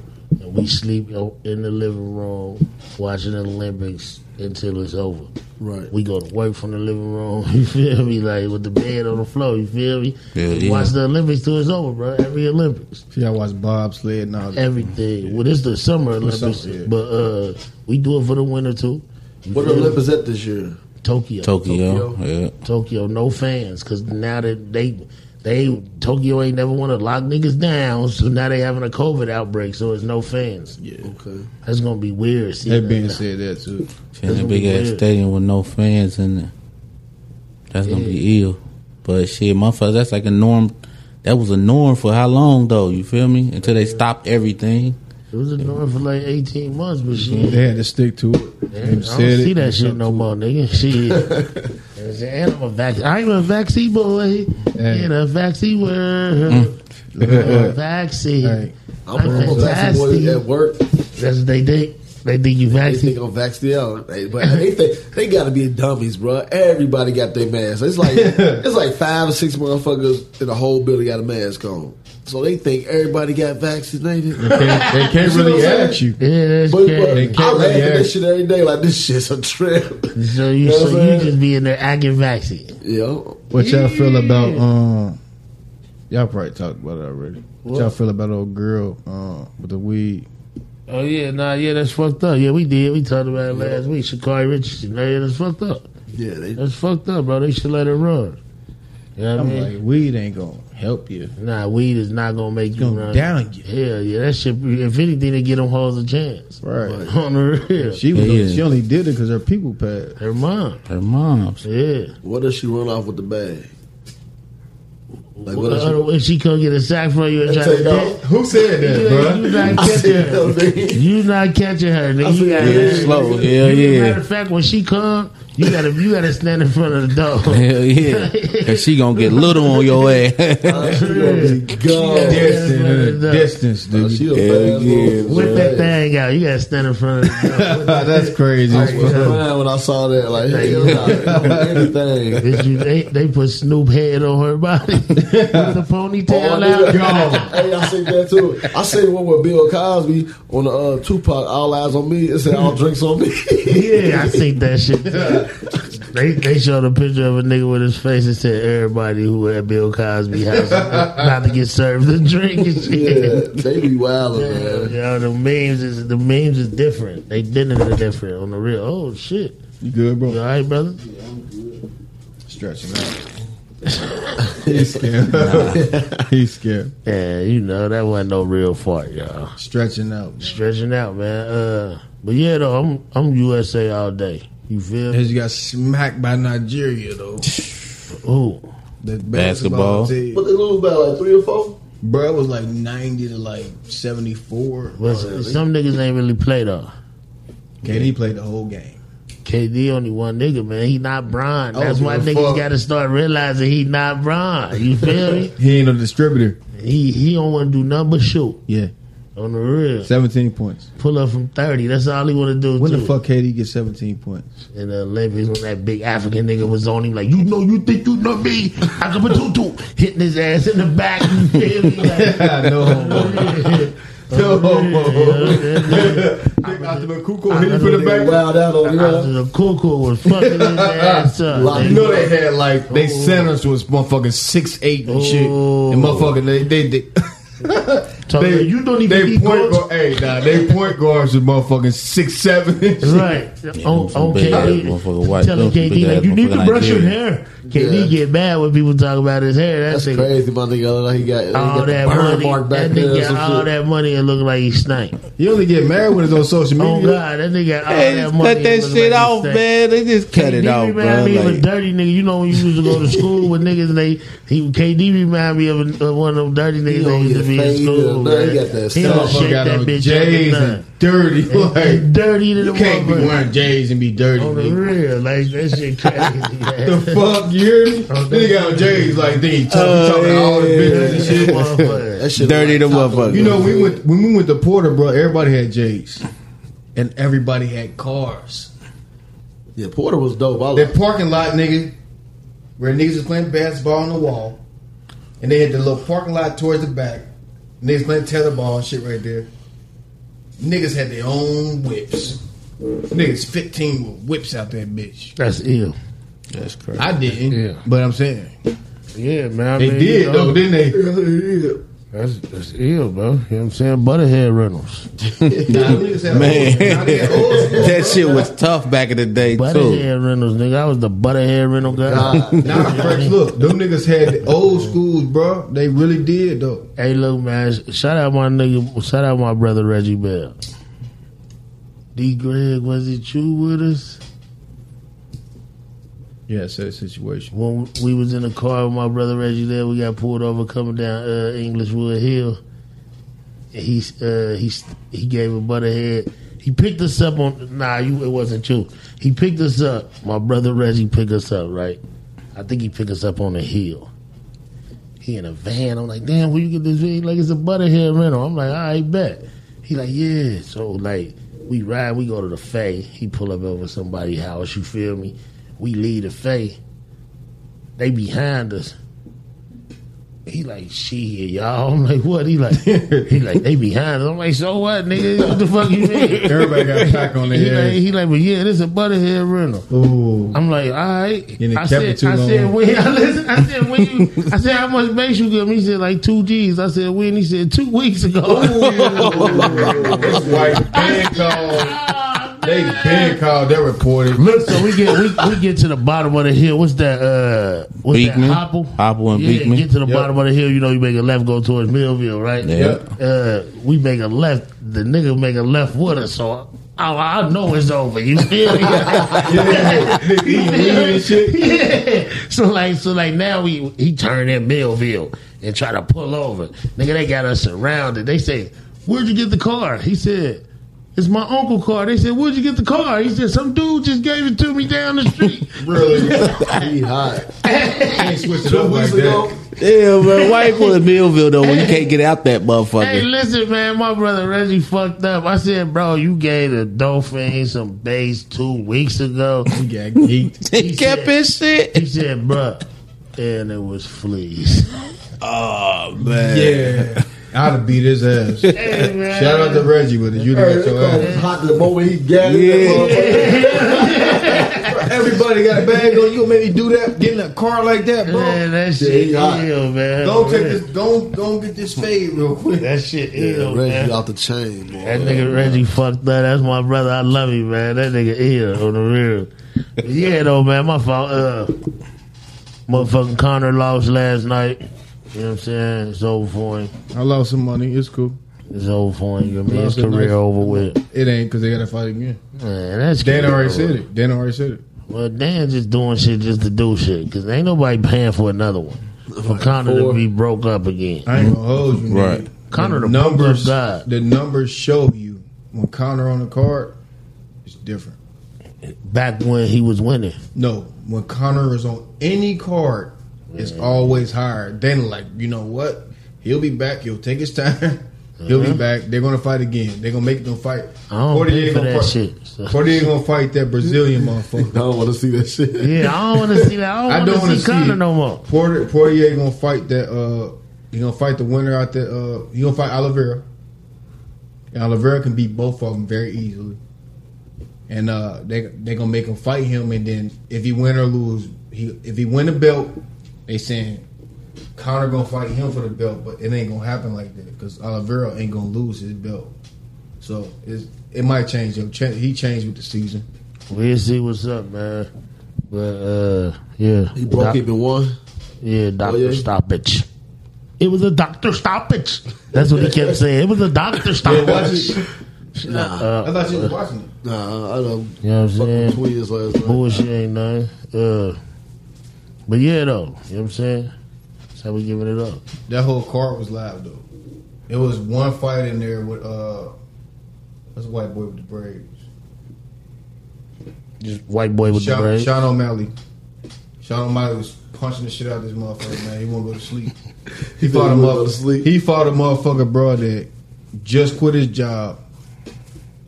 Speaker 1: and we sleep o- in the living room watching the Olympics until it's over.
Speaker 2: Right.
Speaker 1: We go to work from the living room. You feel me? Like with the bed on the floor. You feel me?
Speaker 5: Yeah, yeah.
Speaker 1: Watch the Olympics till it's over, bro. Every Olympics
Speaker 6: See, I watch bobsled and all that.
Speaker 1: everything. Well, this the summer
Speaker 6: summer,
Speaker 1: Olympics,
Speaker 6: yeah.
Speaker 1: but uh, we do it for the winter too. You
Speaker 2: What are
Speaker 1: feel
Speaker 2: the
Speaker 1: me?
Speaker 2: Olympics at this year?
Speaker 1: Tokyo,
Speaker 5: Tokyo. Yeah.
Speaker 1: Tokyo, no fans because now that they they Tokyo ain't never want to lock niggas down, so now they having a COVID outbreak, so it's no fans.
Speaker 2: Okay.
Speaker 1: That's gonna be weird. seeing
Speaker 6: That being
Speaker 1: now.
Speaker 6: said, that too.
Speaker 5: In
Speaker 1: That's
Speaker 5: that
Speaker 1: gonna
Speaker 5: big
Speaker 1: be
Speaker 5: ass
Speaker 1: weird.
Speaker 5: stadium with no fans in there. That's gonna be ill. But shit, motherfuckers, that's like a norm. That was a norm for how long though? You feel me? Until they stopped everything.
Speaker 1: it was annoying for like eighteen months, but shit.
Speaker 6: They had to stick to it.
Speaker 1: I
Speaker 6: Mm-hmm.
Speaker 1: don't see that shit no more, nigga. Shit. It's an animal vac- I'm a vaccine boy.
Speaker 6: Yeah. Mm.
Speaker 1: In a vaccine world. I'm a vaccine.
Speaker 6: Hey.
Speaker 2: I'm, I'm, a
Speaker 1: fantastic.
Speaker 2: vaccine boy at work.
Speaker 1: That's what they think. They think you
Speaker 2: They think
Speaker 1: vaccinated.
Speaker 2: I'm vaccinated, out. They- but they think, they gotta be dummies, bro. Everybody got their mask. It's like it's like five or six motherfuckers in the whole building got a mask on. So they think everybody got vaccinated. but
Speaker 6: They, they can't really ask you.
Speaker 1: Yeah, that's
Speaker 2: but
Speaker 1: crazy.
Speaker 2: I
Speaker 6: really
Speaker 2: laugh at
Speaker 6: ask.
Speaker 2: this shit every day. Like this shit's a trip.
Speaker 1: So you,
Speaker 2: know what
Speaker 1: so
Speaker 2: I'm
Speaker 1: you
Speaker 2: saying?
Speaker 1: just be in there acting vaccinated.
Speaker 2: Yo,
Speaker 6: What y'all feel about um? Y'all probably talked about it already. What, y'all feel about old girl uh, with the weed?
Speaker 1: Oh yeah, nah, yeah, that's fucked up. Yeah, we did. We talked about it last week. Shakari Richardson. Nah, yeah, that's fucked up.
Speaker 2: yeah, they
Speaker 1: That's fucked up, bro. They should let it run. You know what I
Speaker 6: I'm
Speaker 1: mean?
Speaker 6: like, weed ain't gonna help you.
Speaker 1: nah, weed is not gonna make you
Speaker 6: Gonna
Speaker 1: run.
Speaker 6: down you.
Speaker 1: Hell yeah, that shit. If anything, they get them hoes a chance.
Speaker 6: Right.
Speaker 1: On the real,
Speaker 6: She was.
Speaker 5: Yeah, yeah.
Speaker 6: She only did it because her people passed.
Speaker 1: her mom.
Speaker 5: Their moms.
Speaker 1: Yeah.
Speaker 2: What if she run off with the bag? Like what if she
Speaker 1: Well, if she come get a sack from you and try to
Speaker 2: take off?
Speaker 1: dick,
Speaker 6: Who said
Speaker 1: you, you not
Speaker 2: I
Speaker 1: catching
Speaker 2: said
Speaker 1: her.
Speaker 2: that.
Speaker 1: You not catching her. Nigga. You
Speaker 2: see
Speaker 1: gotta let
Speaker 2: that.
Speaker 1: her-
Speaker 2: Yeah.
Speaker 5: Slow. Hell
Speaker 1: You- Matter
Speaker 5: yeah.
Speaker 1: of fact, when she come, you gotta you gotta stand in front of the door.
Speaker 5: Hell yeah. Cause she gonna get little on your ass.
Speaker 1: Uh,
Speaker 2: She gonna be gone.
Speaker 6: Distance,
Speaker 1: Yeah.
Speaker 6: distance,
Speaker 2: Oh,
Speaker 6: dude.
Speaker 2: she a fast little-
Speaker 1: Whip that
Speaker 2: Yeah.
Speaker 1: thing out. You gotta stand in front of the door.
Speaker 6: That's crazy.
Speaker 2: I was crying when I saw that. Like, hell nah, anything.
Speaker 1: Bitch, you- they, they put Snoop head on her body with the
Speaker 2: Oh,
Speaker 1: ponytail
Speaker 2: I knew
Speaker 1: out.
Speaker 2: that. hey, I seen that too. I seen one with Bill Cosby on the uh, Tupac. All eyes on me. It said all drinks on me.
Speaker 1: Yeah, I seen that shit. too. They they showed a picture of a nigga with his face and said everybody who at Bill Cosby house about to get served a drink and
Speaker 2: yeah,
Speaker 1: shit.
Speaker 2: they be wildin', man.
Speaker 1: Yeah, the memes is the memes is different. They didn't are different on the real. Oh shit!
Speaker 6: You good,
Speaker 1: You all
Speaker 6: bro?
Speaker 1: right, brother?
Speaker 6: Stretching out. He's scared. He's scared.
Speaker 1: Yeah, you know that wasn't no real fart, y'all.
Speaker 6: Stretching out.
Speaker 1: Stretching out, man. Uh, but yeah, though, I'm I'm USA all day. You feel? me?
Speaker 6: Has got smacked by Nigeria though.
Speaker 1: Ooh.
Speaker 6: The
Speaker 5: Basketball.
Speaker 2: What they
Speaker 6: team.
Speaker 2: lose by like three or four?
Speaker 6: Bro, it was like ninety to like seventy four.
Speaker 1: But some niggas ain't really play though.
Speaker 6: KD played the whole game.
Speaker 1: KD only one nigga, man. He not Bron.
Speaker 6: I don't
Speaker 1: That's
Speaker 6: give
Speaker 1: why
Speaker 6: a
Speaker 1: niggas
Speaker 6: fuck.
Speaker 1: got to start realizing he not Bron. You feel me?
Speaker 6: He ain't a distributor.
Speaker 1: He he don't want to do nothing but shoot
Speaker 6: Yeah,
Speaker 1: on the real.
Speaker 6: seventeen points.
Speaker 1: Pull up from thirty. That's all he want to do.
Speaker 6: When the
Speaker 1: too.
Speaker 6: fuck KD get seventeen points?
Speaker 1: in the Olympics when that big African nigga was on him, like, you know, you think you know me. I can tutu hitting his ass in the back. You feel me? Like,
Speaker 6: No.
Speaker 2: They wild out on you.
Speaker 1: the cuckoo was fucking his ass up. Oh.
Speaker 6: You know they had like they centers was motherfucking six eight and shit,
Speaker 1: Ooh.
Speaker 6: and motherfucking they they, they
Speaker 1: So you don't even
Speaker 6: they
Speaker 1: need
Speaker 6: point
Speaker 1: goals.
Speaker 6: guard, hey, nah, they point guards is motherfucking six seven.
Speaker 1: Right. Oh, on
Speaker 5: some
Speaker 1: on
Speaker 5: big ass motherfucker
Speaker 1: KD.
Speaker 5: white
Speaker 1: Telling
Speaker 5: girls, some
Speaker 1: KD,
Speaker 5: big
Speaker 1: like,
Speaker 5: ass
Speaker 1: you need to
Speaker 5: motherfucker
Speaker 1: brush your
Speaker 5: Nigerian.
Speaker 1: hair. KD
Speaker 2: Yeah.
Speaker 1: get mad when people talk about his hair. That
Speaker 2: That's
Speaker 1: nigga,
Speaker 2: crazy, my nigga. Like he got, he got
Speaker 1: All
Speaker 2: the
Speaker 1: that
Speaker 2: burn
Speaker 1: money.
Speaker 2: mark back
Speaker 1: That
Speaker 2: there.
Speaker 1: nigga
Speaker 2: or
Speaker 1: got
Speaker 2: some
Speaker 1: all
Speaker 2: shit.
Speaker 1: that money and look like he snake.
Speaker 6: You only get married when it's on social
Speaker 1: Oh,
Speaker 6: media.
Speaker 1: God. That nigga got all
Speaker 5: Hey,
Speaker 1: that
Speaker 5: just
Speaker 1: money.
Speaker 5: cut that
Speaker 1: and look
Speaker 5: shit
Speaker 1: like he
Speaker 5: off,
Speaker 1: stank.
Speaker 5: man. They just cut it
Speaker 1: KD
Speaker 5: off,
Speaker 1: remind
Speaker 5: bro.
Speaker 1: me of a
Speaker 5: Like,
Speaker 1: dirty nigga. You know when you used to go to school with niggas and they he KD remind me of, a, of one of them dirty niggas that
Speaker 2: don't
Speaker 1: used to
Speaker 2: get
Speaker 1: be in
Speaker 2: faded
Speaker 1: school.
Speaker 2: or nothing.
Speaker 1: man.
Speaker 2: He got that
Speaker 1: He
Speaker 2: stuff.
Speaker 1: don't
Speaker 6: Motherfucker
Speaker 1: shake
Speaker 6: got
Speaker 1: that
Speaker 6: on
Speaker 1: bitch up
Speaker 6: J's
Speaker 1: and
Speaker 6: and
Speaker 1: nothing.
Speaker 6: dirty.
Speaker 1: It's
Speaker 6: Like,
Speaker 1: dirty to the
Speaker 6: you can't be
Speaker 1: motherfucker.
Speaker 6: wearing J's and be dirty.
Speaker 1: On the
Speaker 6: nigga.
Speaker 1: real, like that shit crazy. man.
Speaker 6: The fuck, you hear me?
Speaker 1: Oh,
Speaker 6: Then he got on J's like, then he talk-
Speaker 5: Oh,
Speaker 6: talking to all the
Speaker 5: yeah.
Speaker 6: bitches and shit.
Speaker 1: Motherfucker.
Speaker 2: That shit
Speaker 5: Dirty
Speaker 2: look
Speaker 5: the
Speaker 2: top of-
Speaker 5: motherfucker.
Speaker 6: You know, we went when we went to Porter, bro. Everybody had J's, and everybody had cars.
Speaker 2: Yeah, Porter was dope. I
Speaker 6: That
Speaker 2: like.
Speaker 6: parking lot, nigga, where niggas was playing basketball on the wall, and they had the little parking lot towards the back. Niggas playing tetherball and shit right there. Niggas had their own whips. Niggas fifteen with whips out that bitch.
Speaker 1: That's ill.
Speaker 5: that's crazy.
Speaker 6: I didn't,
Speaker 1: Yeah.
Speaker 6: but I'm saying
Speaker 1: Yeah, man. I
Speaker 6: they
Speaker 1: mean,
Speaker 6: did
Speaker 1: you know,
Speaker 6: though, didn't they?
Speaker 1: That's, that's ill, bro. You know what I'm saying? Butterhead Reynolds.
Speaker 6: Nah, niggas had
Speaker 5: Man,
Speaker 6: old- nah, niggas had old school.
Speaker 5: that shit was tough back in the day too.
Speaker 1: Butterhead Reynolds, nigga. I was the Butterhead Reynolds guy.
Speaker 2: God.
Speaker 6: Nah, Rex, look, them niggas had the old schools, bro. They really did though.
Speaker 1: hey, look, man. sh- Shout out my nigga. Shout out my brother Reggie Bell. D. Greg, was it you with us
Speaker 6: Yeah, it's that situation.
Speaker 1: when we was in the car with my brother Reggie? There, we got pulled over coming down uh, Englishwood Hill. And He uh, he s- he gave a butterhead. He picked us up on. Nah, you. It wasn't you. He picked us up. My brother Reggie picked us up. Right. I think he picked us up on the hill. He in a van. I'm like, damn, where you get this van? He Like it's a butterhead rental. I'm like, all right, bet. He like, yeah. So like, we ride. We go to the Fay. He pull up over somebody's house. You feel me? We leave the Fay. They behind us. He like, shit, y'all. I'm like, what? He like, he like, they behind us. I'm like, so what, nigga? What the fuck you mean?
Speaker 6: Everybody got a pack on
Speaker 1: He like,
Speaker 6: their ass.
Speaker 1: he like, but yeah, this a butterhead rental.
Speaker 6: Ooh.
Speaker 1: I'm like, all right.
Speaker 6: And it
Speaker 1: I
Speaker 6: kept
Speaker 1: said,
Speaker 6: it too
Speaker 1: I said,
Speaker 6: long.
Speaker 1: when, I, listen, I said, when you, I said, how much base you give me? He said, like two G's. I said, when? He said, two weeks ago.
Speaker 6: That's white band called. They been called. They reported.
Speaker 1: Look, so we get we, we get to the bottom of the hill. What's that? Uh, what's
Speaker 5: Beekman,
Speaker 1: that? Hopple.
Speaker 5: Hopple and
Speaker 1: yeah,
Speaker 5: Beekman.
Speaker 1: get to the
Speaker 6: Yep.
Speaker 1: bottom of the hill. You know, you make a left, go towards Millville, right?
Speaker 5: Yeah.
Speaker 1: Uh, we make a left. The nigga make a left with us, so I, I know it's over. You feel me?
Speaker 6: Yeah, nigga, he weed and shit.
Speaker 1: yeah. So like, so like now we he turned in Millville and try to pull over. Nigga, they got us surrounded. They say, "Where'd you get the car?" He said, "It's my uncle car." They said, "Where'd you get the car?" He said, "Some dude just gave it to me down the street."
Speaker 6: Really,
Speaker 2: He hot.
Speaker 6: can't switch it
Speaker 2: Two
Speaker 6: up like
Speaker 2: weeks ago,
Speaker 6: that.
Speaker 5: Yeah, bro. Why you put a Millville though when you can't get out that
Speaker 1: hey,
Speaker 5: motherfucker?
Speaker 1: listen, man, my brother Reggie fucked up. I said, "Bro, you gave the Dolphins some base two weeks ago."
Speaker 6: He got geeked.
Speaker 5: He kept his shit.
Speaker 1: He said, "Bruh." And it was fleas.
Speaker 5: Oh man.
Speaker 6: Yeah, I'd have beat his ass.
Speaker 1: Hey, man.
Speaker 6: Shout out to Reggie with it. You done got your
Speaker 2: it was
Speaker 6: ass.
Speaker 2: hot the moment he gathered.
Speaker 5: Yeah.
Speaker 2: Yeah.
Speaker 6: Everybody got a bag on you. Maybe do that. Get in a car like that,
Speaker 1: Man,
Speaker 6: bro.
Speaker 1: that
Speaker 2: Yeah,
Speaker 1: shit
Speaker 2: he hot.
Speaker 1: ill, man.
Speaker 6: Don't take
Speaker 1: Man.
Speaker 6: this. Don't don't get this fade real quick.
Speaker 1: That shit ill,
Speaker 2: Reggie
Speaker 1: man.
Speaker 2: off the chain, boy.
Speaker 1: That nigga Reggie fucked up. That's my brother. I love you, man. That nigga ill on the real. But yeah, though, man. My fault. Uh, motherfucking Connor lost last night. You know what I'm saying? It's over for him.
Speaker 6: I lost some money. It's cool.
Speaker 1: It's over for him. I mean, his
Speaker 6: Lost it nice.
Speaker 1: career over with.
Speaker 6: It ain't because they got to fight again.
Speaker 1: Man, that's
Speaker 6: Dan
Speaker 1: good.
Speaker 6: already said it. Dan already said it.
Speaker 1: Well, Dan just doing shit just to do shit because ain't nobody paying for another one. For Connor to
Speaker 2: four.
Speaker 1: be broke up again.
Speaker 6: I ain't gonna hold you.
Speaker 5: Right.
Speaker 6: nigga.
Speaker 1: Connor the
Speaker 6: numbers.
Speaker 1: fuck up God.
Speaker 6: The numbers show you when Connor on the card, it's different.
Speaker 1: Back when he was winning.
Speaker 6: No, when Connor is on any card, it's always higher. Then like you know what, he'll be back. He'll take his time. He'll be back. They're gonna fight again. They're gonna make them fight.
Speaker 1: Uh-huh. I don't
Speaker 6: Portier
Speaker 1: pay for
Speaker 6: gonna
Speaker 1: that
Speaker 6: fight-
Speaker 1: shit, so.
Speaker 6: Portier gonna fight that Brazilian motherfucker.
Speaker 2: I don't want to see that shit.
Speaker 1: Yeah, I don't want to see that. I
Speaker 6: I
Speaker 1: don't
Speaker 6: don't
Speaker 1: want
Speaker 6: wanna
Speaker 1: to see Connor
Speaker 6: it.
Speaker 1: no more.
Speaker 6: Porter Poirier gonna fight that. Uh, he gonna fight the winner out there. Uh, he gonna fight Oliveira. And Oliveira can beat both of them very easily. And uh, they they gonna make him fight him, and then if he win or lose, he if he win the belt, they saying Connor gonna fight him for the belt, but it ain't gonna happen like that because Oliveira ain't gonna lose his belt. So it's, it might change. Yo, cha- he changed with the season.
Speaker 1: We'll see what's up, man. But uh, yeah,
Speaker 2: He broke
Speaker 1: Doc-
Speaker 2: it in one.
Speaker 1: Yeah, doctor
Speaker 2: yeah?
Speaker 1: stoppage. It was a doctor stoppage. That's what he kept saying. It was a doctor stoppage. Uh,
Speaker 6: I thought you was watching it.
Speaker 2: Nah, I done
Speaker 1: You know what I'm saying?
Speaker 2: fucking tweets last night.
Speaker 1: Bullshit ain't nothing. Uh, but yeah, though, you know what I'm saying? That's how we giving it up.
Speaker 6: That whole card was live though. It was one fight in there with uh, what's the white boy with the braids?
Speaker 1: Just white boy with the
Speaker 6: Sean,
Speaker 1: braids.
Speaker 6: Sean O'Malley. Sean O'Malley was punching the shit out of this motherfucker, man. He won't go to sleep. He fought a
Speaker 2: wouldn't go to
Speaker 6: motherfucker.
Speaker 2: sleep.
Speaker 6: He fought a motherfucker, bro. That just quit his job,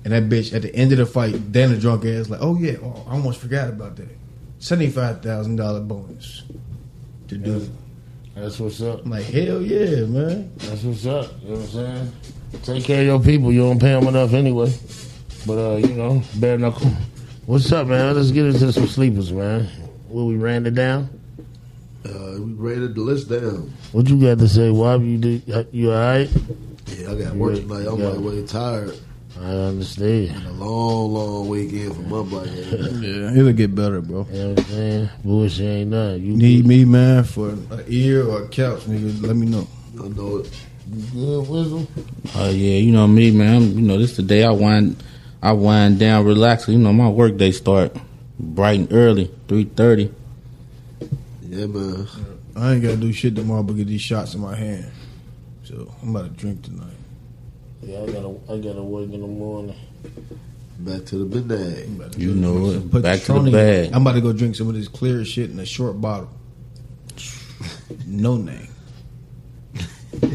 Speaker 6: and that bitch at the end of the fight, then the drunk ass like, "Oh yeah, oh, I almost forgot about that. Seventy five thousand dollar bonus to do."
Speaker 1: That's what's up.
Speaker 6: I'm like, hell yeah, man.
Speaker 1: That's what's up. You know what I'm saying? Take care of your people. You don't pay them enough anyway. But uh, you know, bare knuckle. What's up, man? Let's get into some sleepers, man. What we ran it down.
Speaker 2: Uh, we rated the list down.
Speaker 1: What you got to say, Wob? You do, you all right?
Speaker 2: Yeah, I got work tonight. I'm
Speaker 1: Yeah.
Speaker 2: like way tired.
Speaker 1: I understand.
Speaker 2: A long, long weekend for my black ass.
Speaker 6: Yeah, it'll get better, bro.
Speaker 1: You know what I'm saying? Bullshit ain't nothing. You
Speaker 6: Need me, man, for an ear or a couch, nigga. Let me know.
Speaker 2: I know it.
Speaker 1: you good, Whistle?
Speaker 5: Oh yeah, you know me, man. I'm, you know this the day I wind, I wind down, relax. You know my work day start bright and early, three thirty.
Speaker 2: Yeah, man.
Speaker 6: I ain't gotta do shit tomorrow but get these shots in my hand. So I'm about to drink tonight.
Speaker 1: Yeah, I gotta, I gotta work in the morning.
Speaker 2: Back to the midnight.
Speaker 6: I'm about to
Speaker 5: You
Speaker 6: go
Speaker 5: know
Speaker 6: drink
Speaker 5: it.
Speaker 6: some Patron
Speaker 5: Back to the
Speaker 6: in-
Speaker 5: bag.
Speaker 6: I'm about to go drink some of this clear shit in a short bottle. No name.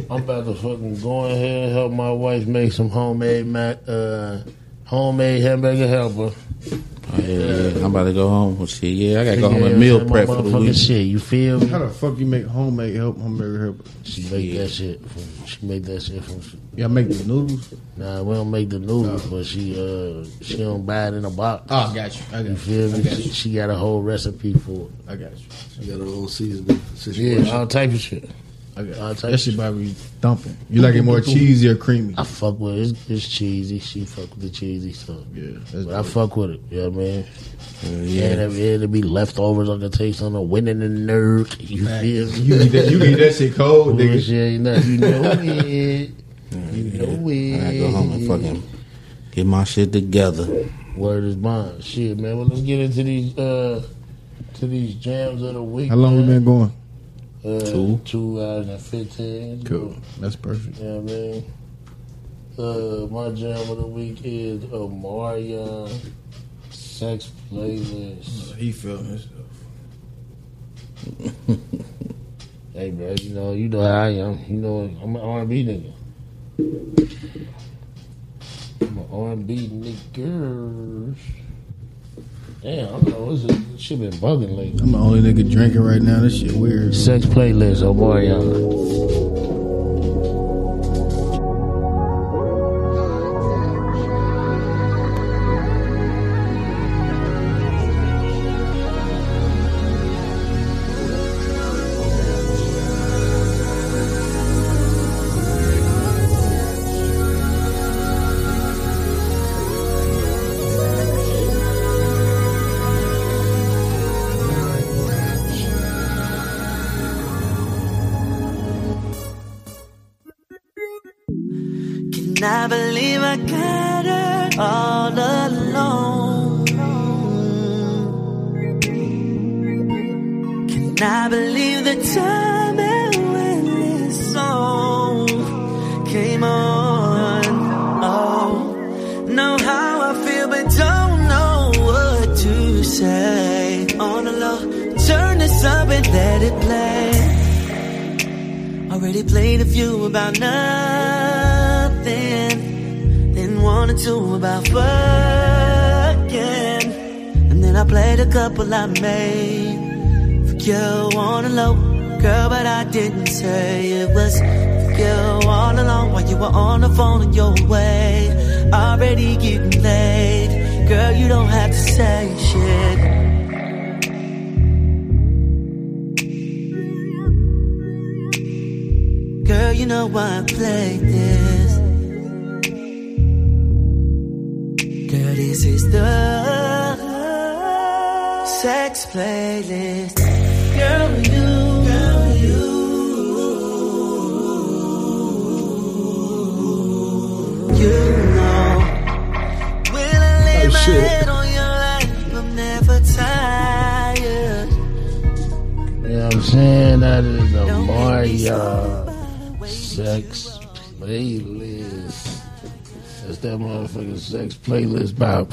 Speaker 1: I'm about to fucking go in here and help my wife make some homemade mac, uh, homemade hamburger helper.
Speaker 5: Oh, yeah, yeah. I'm about to go home. Well, shit, yeah, I gotta go
Speaker 1: Yeah,
Speaker 5: home and
Speaker 1: I'm
Speaker 5: meal
Speaker 1: saying,
Speaker 5: prep
Speaker 1: my
Speaker 5: for the
Speaker 1: motherfucking
Speaker 5: week.
Speaker 1: Shit, you feel me?
Speaker 6: How the fuck you make homemade help hamburger helper?
Speaker 1: She make that shit. From, she make that shit from.
Speaker 6: Y'all make the noodles?
Speaker 1: Nah, we don't make the noodles, but she uh she don't buy it in a box.
Speaker 6: Oh, I got you. I got
Speaker 1: You feel me? She, she got a whole recipe for it.
Speaker 6: I got you.
Speaker 2: She got her own seasoning situation.
Speaker 1: Yeah, all type of shit.
Speaker 6: I got you.
Speaker 1: I'll take
Speaker 6: that shit about be thumping. You like it more cheesy or creamy?
Speaker 1: I fuck with it. It's, it's cheesy. She fuck with the cheesy stuff.
Speaker 6: Yeah. Uh,
Speaker 1: But I fuck with it. You know what I mean? Yeah,
Speaker 5: Yeah,
Speaker 1: and if it'll be leftovers on the taste on the winning and nerd. You feel me?
Speaker 6: You eat that, you eat that shit cold, nigga.
Speaker 1: Bullshit ain't nothing. You know it. You know
Speaker 5: I
Speaker 1: it.
Speaker 5: gotta go home and fucking get my shit together.
Speaker 1: Word is bond. Shit, man. Well, let's get into these uh to these jams of the week.
Speaker 6: How long we
Speaker 1: man.
Speaker 6: been going?
Speaker 1: Uh,
Speaker 5: Two.
Speaker 1: two hours and fifteen.
Speaker 6: That's perfect.
Speaker 1: You know what I mean? Uh, my jam of the week is Omarion Sex Playlist.
Speaker 6: Oh, He feeling himself.
Speaker 1: Hey, bro, you know, you know how I am. You know, I'm an R&B nigga. I'm an R&B nigga. Damn, I don't know. This is, shit been bugging lately.
Speaker 6: I'm the only nigga drinking right now. This shit weird.
Speaker 1: Sex Playlist, oh Omarion.
Speaker 9: Can I believe I got her all alone? Can I believe the time and when this song came on? Oh, know how I feel, but don't know what to say. On the low, turn this up and let it play. Already played a few about nothing. Then one or two about fucking. And then I played a couple I made. For you on a low. Girl, but I didn't say it was for you all along while you were on the phone on your way. Already getting late. Girl, you don't have to say shit. you know why I play this. Dirty sister, sex playlist. Girl, you, girl, you, you know. Will I lay
Speaker 2: Oh,
Speaker 9: my
Speaker 2: shit.
Speaker 9: head on your lap? I'm never tired.
Speaker 1: You know what I'm saying? That is the Mario sex playlist. That's that motherfucking sex playlist by,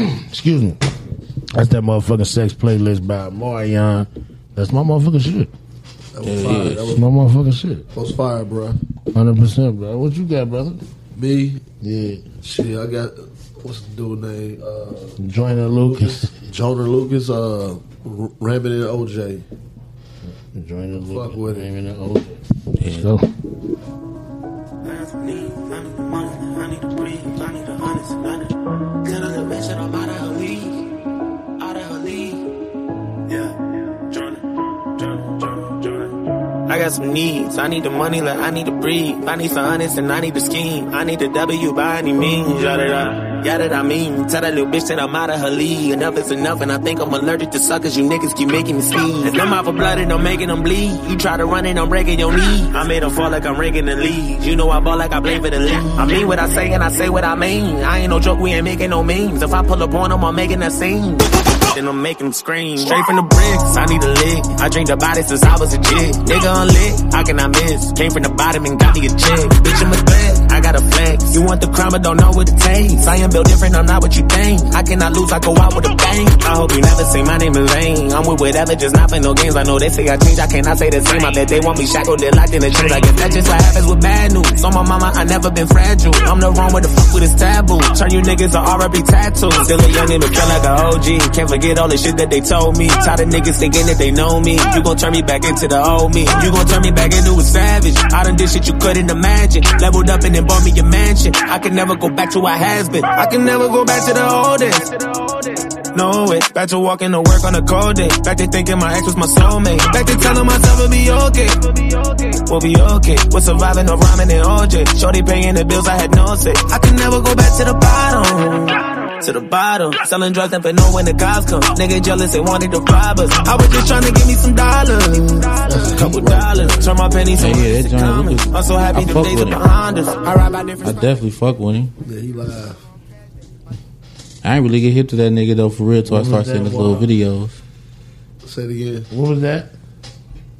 Speaker 1: excuse me. That's that motherfucking sex playlist by Marion. That's my motherfucking shit.
Speaker 2: That was fire. That was,
Speaker 1: That's my motherfucking shit.
Speaker 2: that was fire, bro.
Speaker 1: 100%, bro. What you got, brother?
Speaker 2: Me,
Speaker 1: Yeah.
Speaker 2: shit, I got what's the dude name? Uh,
Speaker 1: Joyner Lucas.
Speaker 2: Jonah Lucas, uh, R- Rabbit and OJ.
Speaker 1: Joyner Lucas.
Speaker 2: Fuck with it.
Speaker 1: Name in the old. Let's go.
Speaker 10: I got some needs. I need the money, like I need to breathe. I need some honest and I need to scheme. I need the W by any means. Yada da, yada da mean. Tell that little bitch that I'm out of her league. Enough is enough, and I think I'm allergic to suckers. You niggas keep making me sneeze. If I'm out for blood and I'm making them bleed. You try to run and I'm breaking your knee. I made them fall like I'm breaking the leads. You know I ball like I blame for the league. I mean what I say and I say what I mean. I ain't no joke, we ain't making no memes. If I pull up on them, I'm making a scene. Then I'm making them scream. Straight from the bricks, I need a lick. I drink the body since I was a jig. Nigga unlit, how can I miss? Came from the bottom and got me a check. Bitch, I'm a threat, I got a flex. You want the crime, but don't know what it takes. I am built different, I'm not what you think. I cannot lose, I go out with a bang. I hope you never say my name in vain. I'm with whatever, just not for no games. I know they say I change, I cannot say the same. I bet they want me shackled and locked in the chains. I guess that's just what happens with bad news. On my mama, I never been fragile. I'm the wrong with the fuck with this taboo. Turn you niggas to RIP tattoos. Still a youngin' but feel like a OG. Can't forget all the shit that they told me. Tired of niggas thinking that they know me. You gon' turn me back into the old me. You gon' turn me back into a savage. I done did shit you couldn't imagine. Leveled up and then bought me a mansion. I can never go back to what has been. I can never go back to the old days. No way. Back to walking to work on a cold day. Back to thinking my ex was my soulmate. Back to telling myself it'll be okay. We'll be okay. We're surviving the rhyming and OJ. Shorty paying the bills, I had no say. I can never go back to the bottom. To the bottom. Selling drugs, never know when the cops come. Nigga jealous, they wanted to rob us. I was just trying to give me some dollars. A couple dollars. Turn my pennies
Speaker 5: Yeah, yeah, that
Speaker 10: into
Speaker 5: John
Speaker 10: commas.
Speaker 5: Lucas.
Speaker 10: I'm so happy
Speaker 5: I
Speaker 10: the
Speaker 5: fuck
Speaker 10: days are
Speaker 5: with it.
Speaker 10: behind us. I ride by different
Speaker 5: I definitely fuck with him.
Speaker 2: Yeah, he live.
Speaker 5: I ain't really get hip to that nigga though for real till I start seeing his little videos.
Speaker 2: Say it again.
Speaker 1: What was that?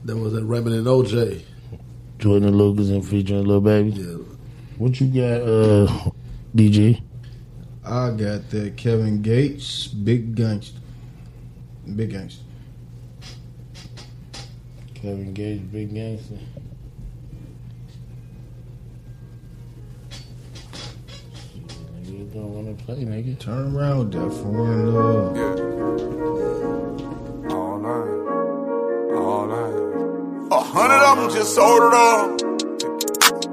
Speaker 2: That was that Rabbit and OJ.
Speaker 1: Joyner Lucas and featuring Lil Baby.
Speaker 2: Yeah.
Speaker 1: What you got, uh, DJ?
Speaker 6: I got that Kevin Gates, big gangster, big gangster.
Speaker 1: Kevin Gates, Big Gangster. You don't want to play, nigga.
Speaker 6: Turn around, that foreign love.
Speaker 3: A hundred of them just ordered up.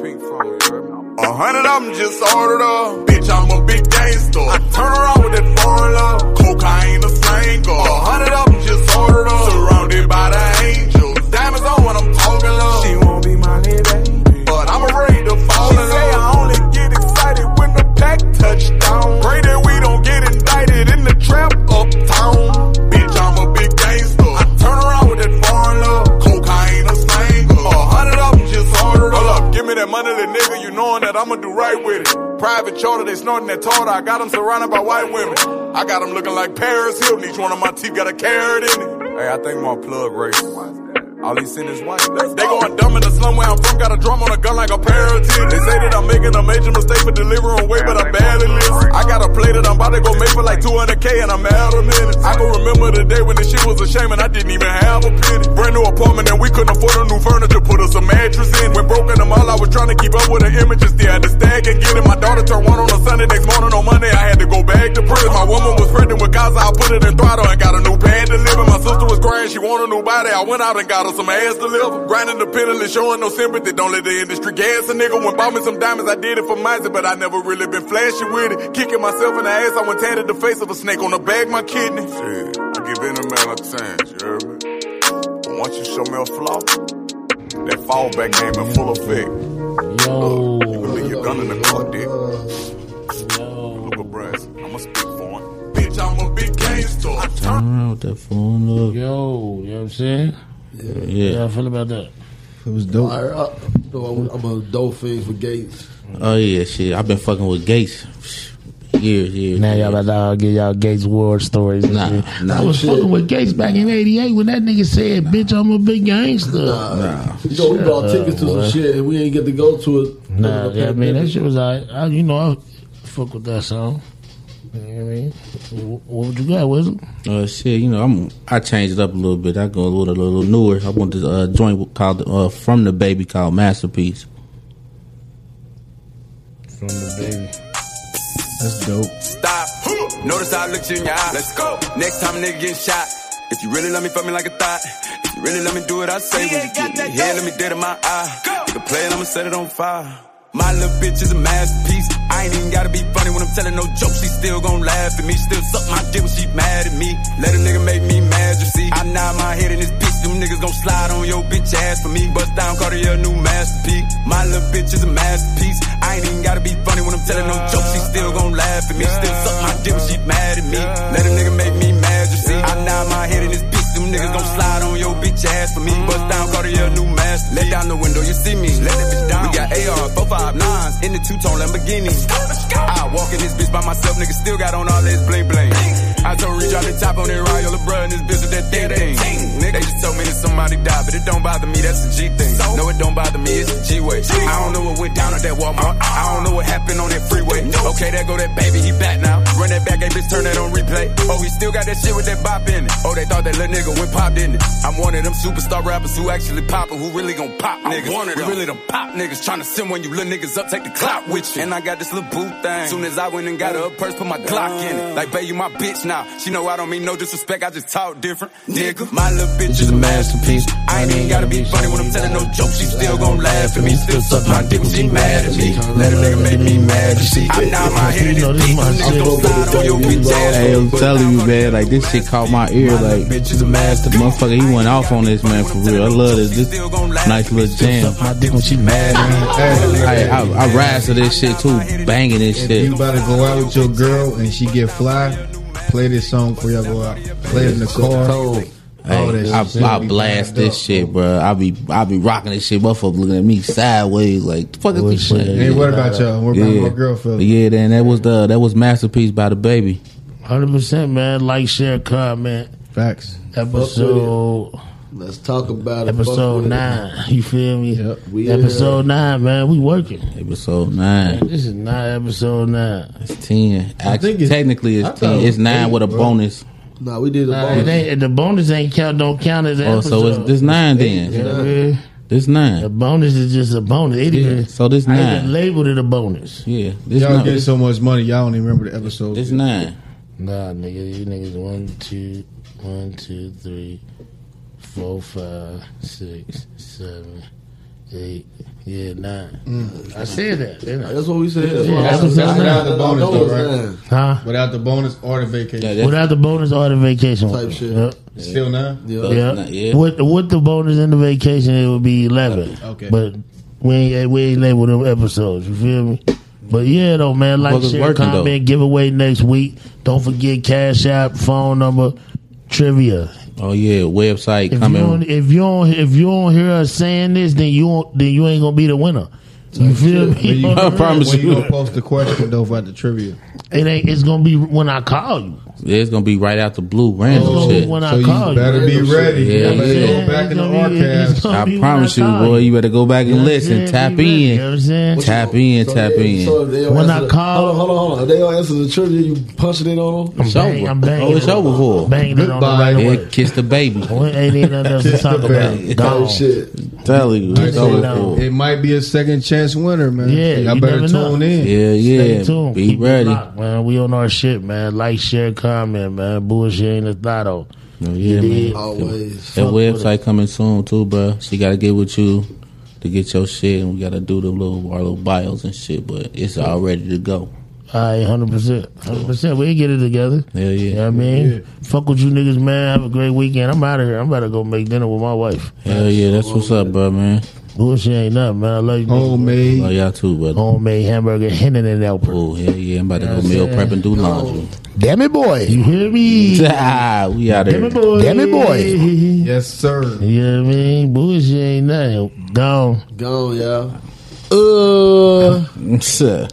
Speaker 3: A hundred of them just ordered up. Bitch, I'm a big gangster. I turn around with that foreign love. Cocaine, a slango. A hundred of them just ordered up. Surrounded by the angels. Diamonds on when I'm talking love. She won't be my baby. But I'm afraid to fall in love. Say I only get excited when the pack touchdown. Pray that we don't get indicted in the trap uptown. Bitch, I'm a big gangster. I turn around with that foreign love. Cocaine, a slango. A hundred of them just ordered up. Hold up, give me that money, little nigga. You knowing that I'ma do right with it. Private charter, they snorting that tartar. I got them surrounded by white women. I got them looking like Paris Hilton. Each one of my teeth got a carrot in it. Hey, I think my plug racist. All he seen is white. They going dumb in the slum where I'm from. Got a drum on a gun like a parakeet. They say that I'm making a major mistake for delivering weight, but I barely live. I got a play that I'm about to go make for like 200k, and I'm out of minutes. I can remember the day when this shit was a shame, and I didn't even have a penny. Brand new apartment, and we couldn't afford a new furniture. Put us a mattress in. When broken them all, I was trying to keep up with the images. They had to stag and get it. My daughter turned one on a Sunday. Next morning on Monday, I had to go back to prison. My woman was pregnant with Gaza. I put it in throttle and got a new pad to live in. My sister was crying. She
Speaker 11: want a new body, I went out and got her some ass to live. Grinding the penniless, showing no sympathy. Don't let the industry gas a nigga. When bought me some diamonds, I did it for Mizey, but I never really been flashy with it. Kicking myself in the ass, I went tatted the face of a snake on the back, my kidney. Shit, I give in a man a chance, you heard me? But once you show me a flaw, that fallback game in full effect. Yo. you can leave your gun in the car, dick. Look at Brass, I'ma speak for him. Bitch, I'm a big gangster. I turn
Speaker 5: Turn around with that phone up.
Speaker 1: Yo, you know what I'm saying?
Speaker 5: Yeah.
Speaker 1: How I feel about that?
Speaker 6: It was
Speaker 2: dope. I'm, I'm a dope fiend for Gates.
Speaker 5: Oh yeah, shit. I've been fucking with Gates years, years.
Speaker 1: Now y'all about to get y'all Gates war stories. and
Speaker 5: Nah,
Speaker 1: shit.
Speaker 5: nah.
Speaker 1: I was fucking with Gates back in '88 when that nigga said, "Bitch, I'm a big gangster."
Speaker 2: Nah. You know, we
Speaker 1: Shut
Speaker 2: bought
Speaker 1: up,
Speaker 2: tickets to
Speaker 1: boy.
Speaker 2: some shit and we ain't get to go to it.
Speaker 1: Nah, yeah, I mean that shit was like, I, you know, I fuck with that song. You know what I mean? Wh- What you got, Wizzle?
Speaker 5: Uh, shit, you know, I'm I changed it up a little bit. I go a little, a little newer. I want this uh, joint called uh, from the baby called Masterpiece.
Speaker 1: From the baby.
Speaker 6: That's dope.
Speaker 12: Stop. Notice I looked you in your eye. Let's go. Next time a nigga getting shot. If you really love me, fuck me like a thought. If you really let me do what I say when you get in here, let me dead in my eye. Nigga play it, I'ma set it on fire. My little bitch is a masterpiece. I ain't even gotta be funny when I'm telling no joke. She still gon' laugh at me. Still suck my dick when she mad at me. Let a nigga make me mad, you see. I nod my head in this bitch. Them niggas gon' slide on your bitch ass for me. Bust down, Cartier, new masterpiece. My little bitch is a masterpiece. I ain't even gotta be funny when I'm telling no joke. She still gon' laugh at me. Still suck my dick when she mad at me. Let a nigga make me mad, you see. I nod my head in this bitch. Them niggas gon' slide on your bitch ass for me. Bust down, Cartier, new masterpiece. Let down the window, you see me. Let that bitch down. We got AR, 459s in the two-tone Lamborghini. I walk in this bitch by myself, nigga still got on all this bling bling. I told reach out the top on that ride, yo, LeBron, this bitch with that thing thing. Nigga, they just told me that somebody died, but it don't bother me, that's a G thing. No, it don't bother me, it's a G-way. I don't know what went down at that Walmart.
Speaker 11: Uh-uh.
Speaker 12: I don't know what happened on that freeway. Okay, there go that baby, he back now. Run that back, hey bitch, turn that on replay. Oh, he still got that shit with that bop in it. Oh, they thought that little nigga went pop, didn't it? I'm one of them superstar rappers who actually poppin', who really gon' pop niggas.
Speaker 11: one of
Speaker 12: We
Speaker 11: them.
Speaker 12: really them pop niggas tryna send one you little niggas up, take the clock with you. And I got this little boot thing. Soon as I went and got her a purse, put my Glock in it. Like, babe, you my bitch now. She know I don't mean no disrespect, I just talk different. Nigga, my little bitch is a masterpiece. I ain't even gotta be funny when I'm telling no jokes. She still gon' laugh at me, still suck my dick when she mad at me. Let a nigga make me mad, you see. I'm not my head in this bitch. Niggas gon' slide on your bitch ass.
Speaker 5: Hey, I'm telling you, man, like this shit caught my ear. Like, motherfucker, he went off on this man for real. I love this, this nice little jam.
Speaker 1: My dick when she mad at me.
Speaker 5: I, I, I rise to this shit too, banging this
Speaker 6: If you
Speaker 5: shit.
Speaker 6: about to go out with your girl and she get fly, play this song before y'all go out. Play it in the car. All
Speaker 5: Hey, I,
Speaker 6: that shit.
Speaker 5: I blast this shit, bro. I be I be rocking this shit. Motherfucker looking at me sideways, like the fuck is this shit?
Speaker 6: Hey, what about y'all? What about my girlfriend?
Speaker 5: Yeah, then that was the that was masterpiece by the baby.
Speaker 1: Hundred percent, man. Like, share, comment.
Speaker 6: Facts.
Speaker 1: Episode
Speaker 2: Let's talk about it. Fuck with
Speaker 1: episode
Speaker 2: it.
Speaker 1: nine. You feel me?
Speaker 2: We-
Speaker 1: Episode nine, man. We working.
Speaker 5: Episode nine,
Speaker 1: This is not episode nine.
Speaker 5: it's ten. Actually,
Speaker 6: think it's-
Speaker 5: technically
Speaker 6: I
Speaker 5: it's
Speaker 6: thought it
Speaker 5: ten.
Speaker 6: was
Speaker 5: It's nine
Speaker 6: eight,
Speaker 5: with a
Speaker 6: bro.
Speaker 5: bonus.
Speaker 2: Nah, we did a
Speaker 1: Nah,
Speaker 2: bonus.
Speaker 1: it ain't, the bonus ain't count. Don't count as an
Speaker 5: Oh,
Speaker 1: episode.
Speaker 5: so it's this nine then.
Speaker 1: You know what I mean?
Speaker 5: This
Speaker 1: The
Speaker 5: nine.
Speaker 1: bonus is just a bonus. It
Speaker 5: Yeah.
Speaker 1: even,
Speaker 5: So this
Speaker 1: I even
Speaker 5: nine.
Speaker 1: labeled it a bonus.
Speaker 5: Yeah. This
Speaker 6: Y'all
Speaker 5: nine.
Speaker 6: get
Speaker 5: This,
Speaker 6: so much money, y'all don't even remember the episode.
Speaker 5: this nine.
Speaker 1: Nah, nigga, you niggas one, two, one, two, three, four, five, six, seven, eight, yeah, nine.
Speaker 6: Mm.
Speaker 1: I said that, didn't I?
Speaker 2: That's what we said. That's
Speaker 1: Yeah,
Speaker 2: what
Speaker 1: that's
Speaker 2: I
Speaker 1: what
Speaker 2: said.
Speaker 1: I'm saying.
Speaker 2: I said.
Speaker 6: That's the
Speaker 2: I know
Speaker 6: bonus,
Speaker 2: it's
Speaker 6: though,
Speaker 2: nine
Speaker 1: Huh?
Speaker 6: Without the bonus or the vacation.
Speaker 5: Yeah, that's-
Speaker 1: Without the bonus or the vacation
Speaker 2: Type shit.
Speaker 1: Yep.
Speaker 6: It's Still nine?
Speaker 2: Yeah.
Speaker 1: Yeah.
Speaker 5: Nah, yeah.
Speaker 1: With with the bonus and the vacation, it would be eleven.
Speaker 6: Okay.
Speaker 1: But we ain't we ain't labeled them episodes. You feel me? But yeah, though, man. Like,
Speaker 5: Motherfuckers
Speaker 1: share,
Speaker 5: working,
Speaker 1: comment,
Speaker 5: though.
Speaker 1: giveaway next week. Don't forget cash app, phone number, trivia.
Speaker 5: Oh yeah. Website
Speaker 1: If you don't,
Speaker 5: coming.
Speaker 1: if you don't, if you don't hear us saying this, then you won't, then you ain't gonna be the winner. You feel
Speaker 6: When
Speaker 1: me?
Speaker 6: you,
Speaker 5: I promise
Speaker 6: when
Speaker 5: you.
Speaker 6: you gonna post the question though about the trivia?
Speaker 1: It ain't. It's gonna be when I call you.
Speaker 5: Yeah, it's gonna be right out the blue random
Speaker 1: Oh,
Speaker 5: shit.
Speaker 1: when I
Speaker 6: so you
Speaker 1: call you.
Speaker 6: better be ready.
Speaker 5: Yeah,
Speaker 6: you better
Speaker 5: yeah.
Speaker 6: go back in
Speaker 1: It's
Speaker 6: the
Speaker 1: gonna be- it's
Speaker 6: archives.
Speaker 1: gonna be
Speaker 5: I
Speaker 1: when
Speaker 5: promise you,
Speaker 1: call
Speaker 5: boy. You better go back and
Speaker 1: You know what I'm
Speaker 5: listen.
Speaker 1: saying?
Speaker 5: Tap
Speaker 1: Be ready, You know
Speaker 5: in.
Speaker 1: what I'm saying?
Speaker 5: Tap in.
Speaker 2: So
Speaker 5: Tap
Speaker 2: they-
Speaker 5: in.
Speaker 2: so they don't
Speaker 1: When
Speaker 2: answer
Speaker 1: I
Speaker 2: the-
Speaker 1: call-
Speaker 2: hold on, hold on, hold on. They don't answer the trivia. You punching it on them.
Speaker 1: I'm
Speaker 5: It's
Speaker 1: banging.
Speaker 5: over.
Speaker 1: I'm banging.
Speaker 5: Oh, it's
Speaker 1: it.
Speaker 5: over for.
Speaker 1: Banging it on the right
Speaker 5: Yeah,
Speaker 1: way.
Speaker 5: kiss the baby.
Speaker 1: We ain't even nothing else to talk about.
Speaker 5: baby.
Speaker 1: Gone.
Speaker 2: Oh shit!
Speaker 5: Tell you, it's
Speaker 1: it
Speaker 5: over
Speaker 1: down.
Speaker 5: for.
Speaker 6: It might be a second chance winner, man.
Speaker 1: Yeah,
Speaker 6: y'all
Speaker 1: you
Speaker 6: better
Speaker 1: never know.
Speaker 6: tune in.
Speaker 5: Yeah,
Speaker 1: Stay
Speaker 5: yeah.
Speaker 1: tuned.
Speaker 5: Be
Speaker 1: Keep it
Speaker 5: ready.
Speaker 1: locked, man. We on our shit, man. Like, share, comment, man. Bullshit ain't a thought
Speaker 5: Oh,
Speaker 1: on.
Speaker 5: yeah,
Speaker 1: You
Speaker 5: man.
Speaker 1: did. Always.
Speaker 5: That
Speaker 1: Fuck with
Speaker 5: website coming soon too, bro. She gotta get with you to get your shit, and we gotta do the little our little bios and shit. But it's all ready to go.
Speaker 1: I hundred percent, hundred percent. We get it together.
Speaker 5: Yeah, yeah.
Speaker 1: You know what I mean, fuck with you niggas, man. Have a great weekend. I'm out of here. I'm about to go make dinner with my wife.
Speaker 5: Hell yeah, that's what's up, bro, man.
Speaker 1: Bullshit ain't nothing, man. I love you.
Speaker 6: Homemade.
Speaker 5: Love y'all too, brother.
Speaker 1: Homemade hamburger, Hennon and Alper.
Speaker 5: Oh yeah, yeah. I'm about to
Speaker 1: Yeah,
Speaker 5: go
Speaker 1: I'm
Speaker 5: meal
Speaker 1: saying.
Speaker 5: prep and do laundry.
Speaker 13: Damn it, boy.
Speaker 1: You hear me?
Speaker 5: Ah, we out
Speaker 1: Damn
Speaker 5: here.
Speaker 1: it, boy.
Speaker 13: Damn it, boy.
Speaker 1: Yes,
Speaker 6: sir.
Speaker 1: You know what I mean? Bullshit ain't nothing. Gone.
Speaker 2: Gone, y'all. Uh.
Speaker 5: Sir.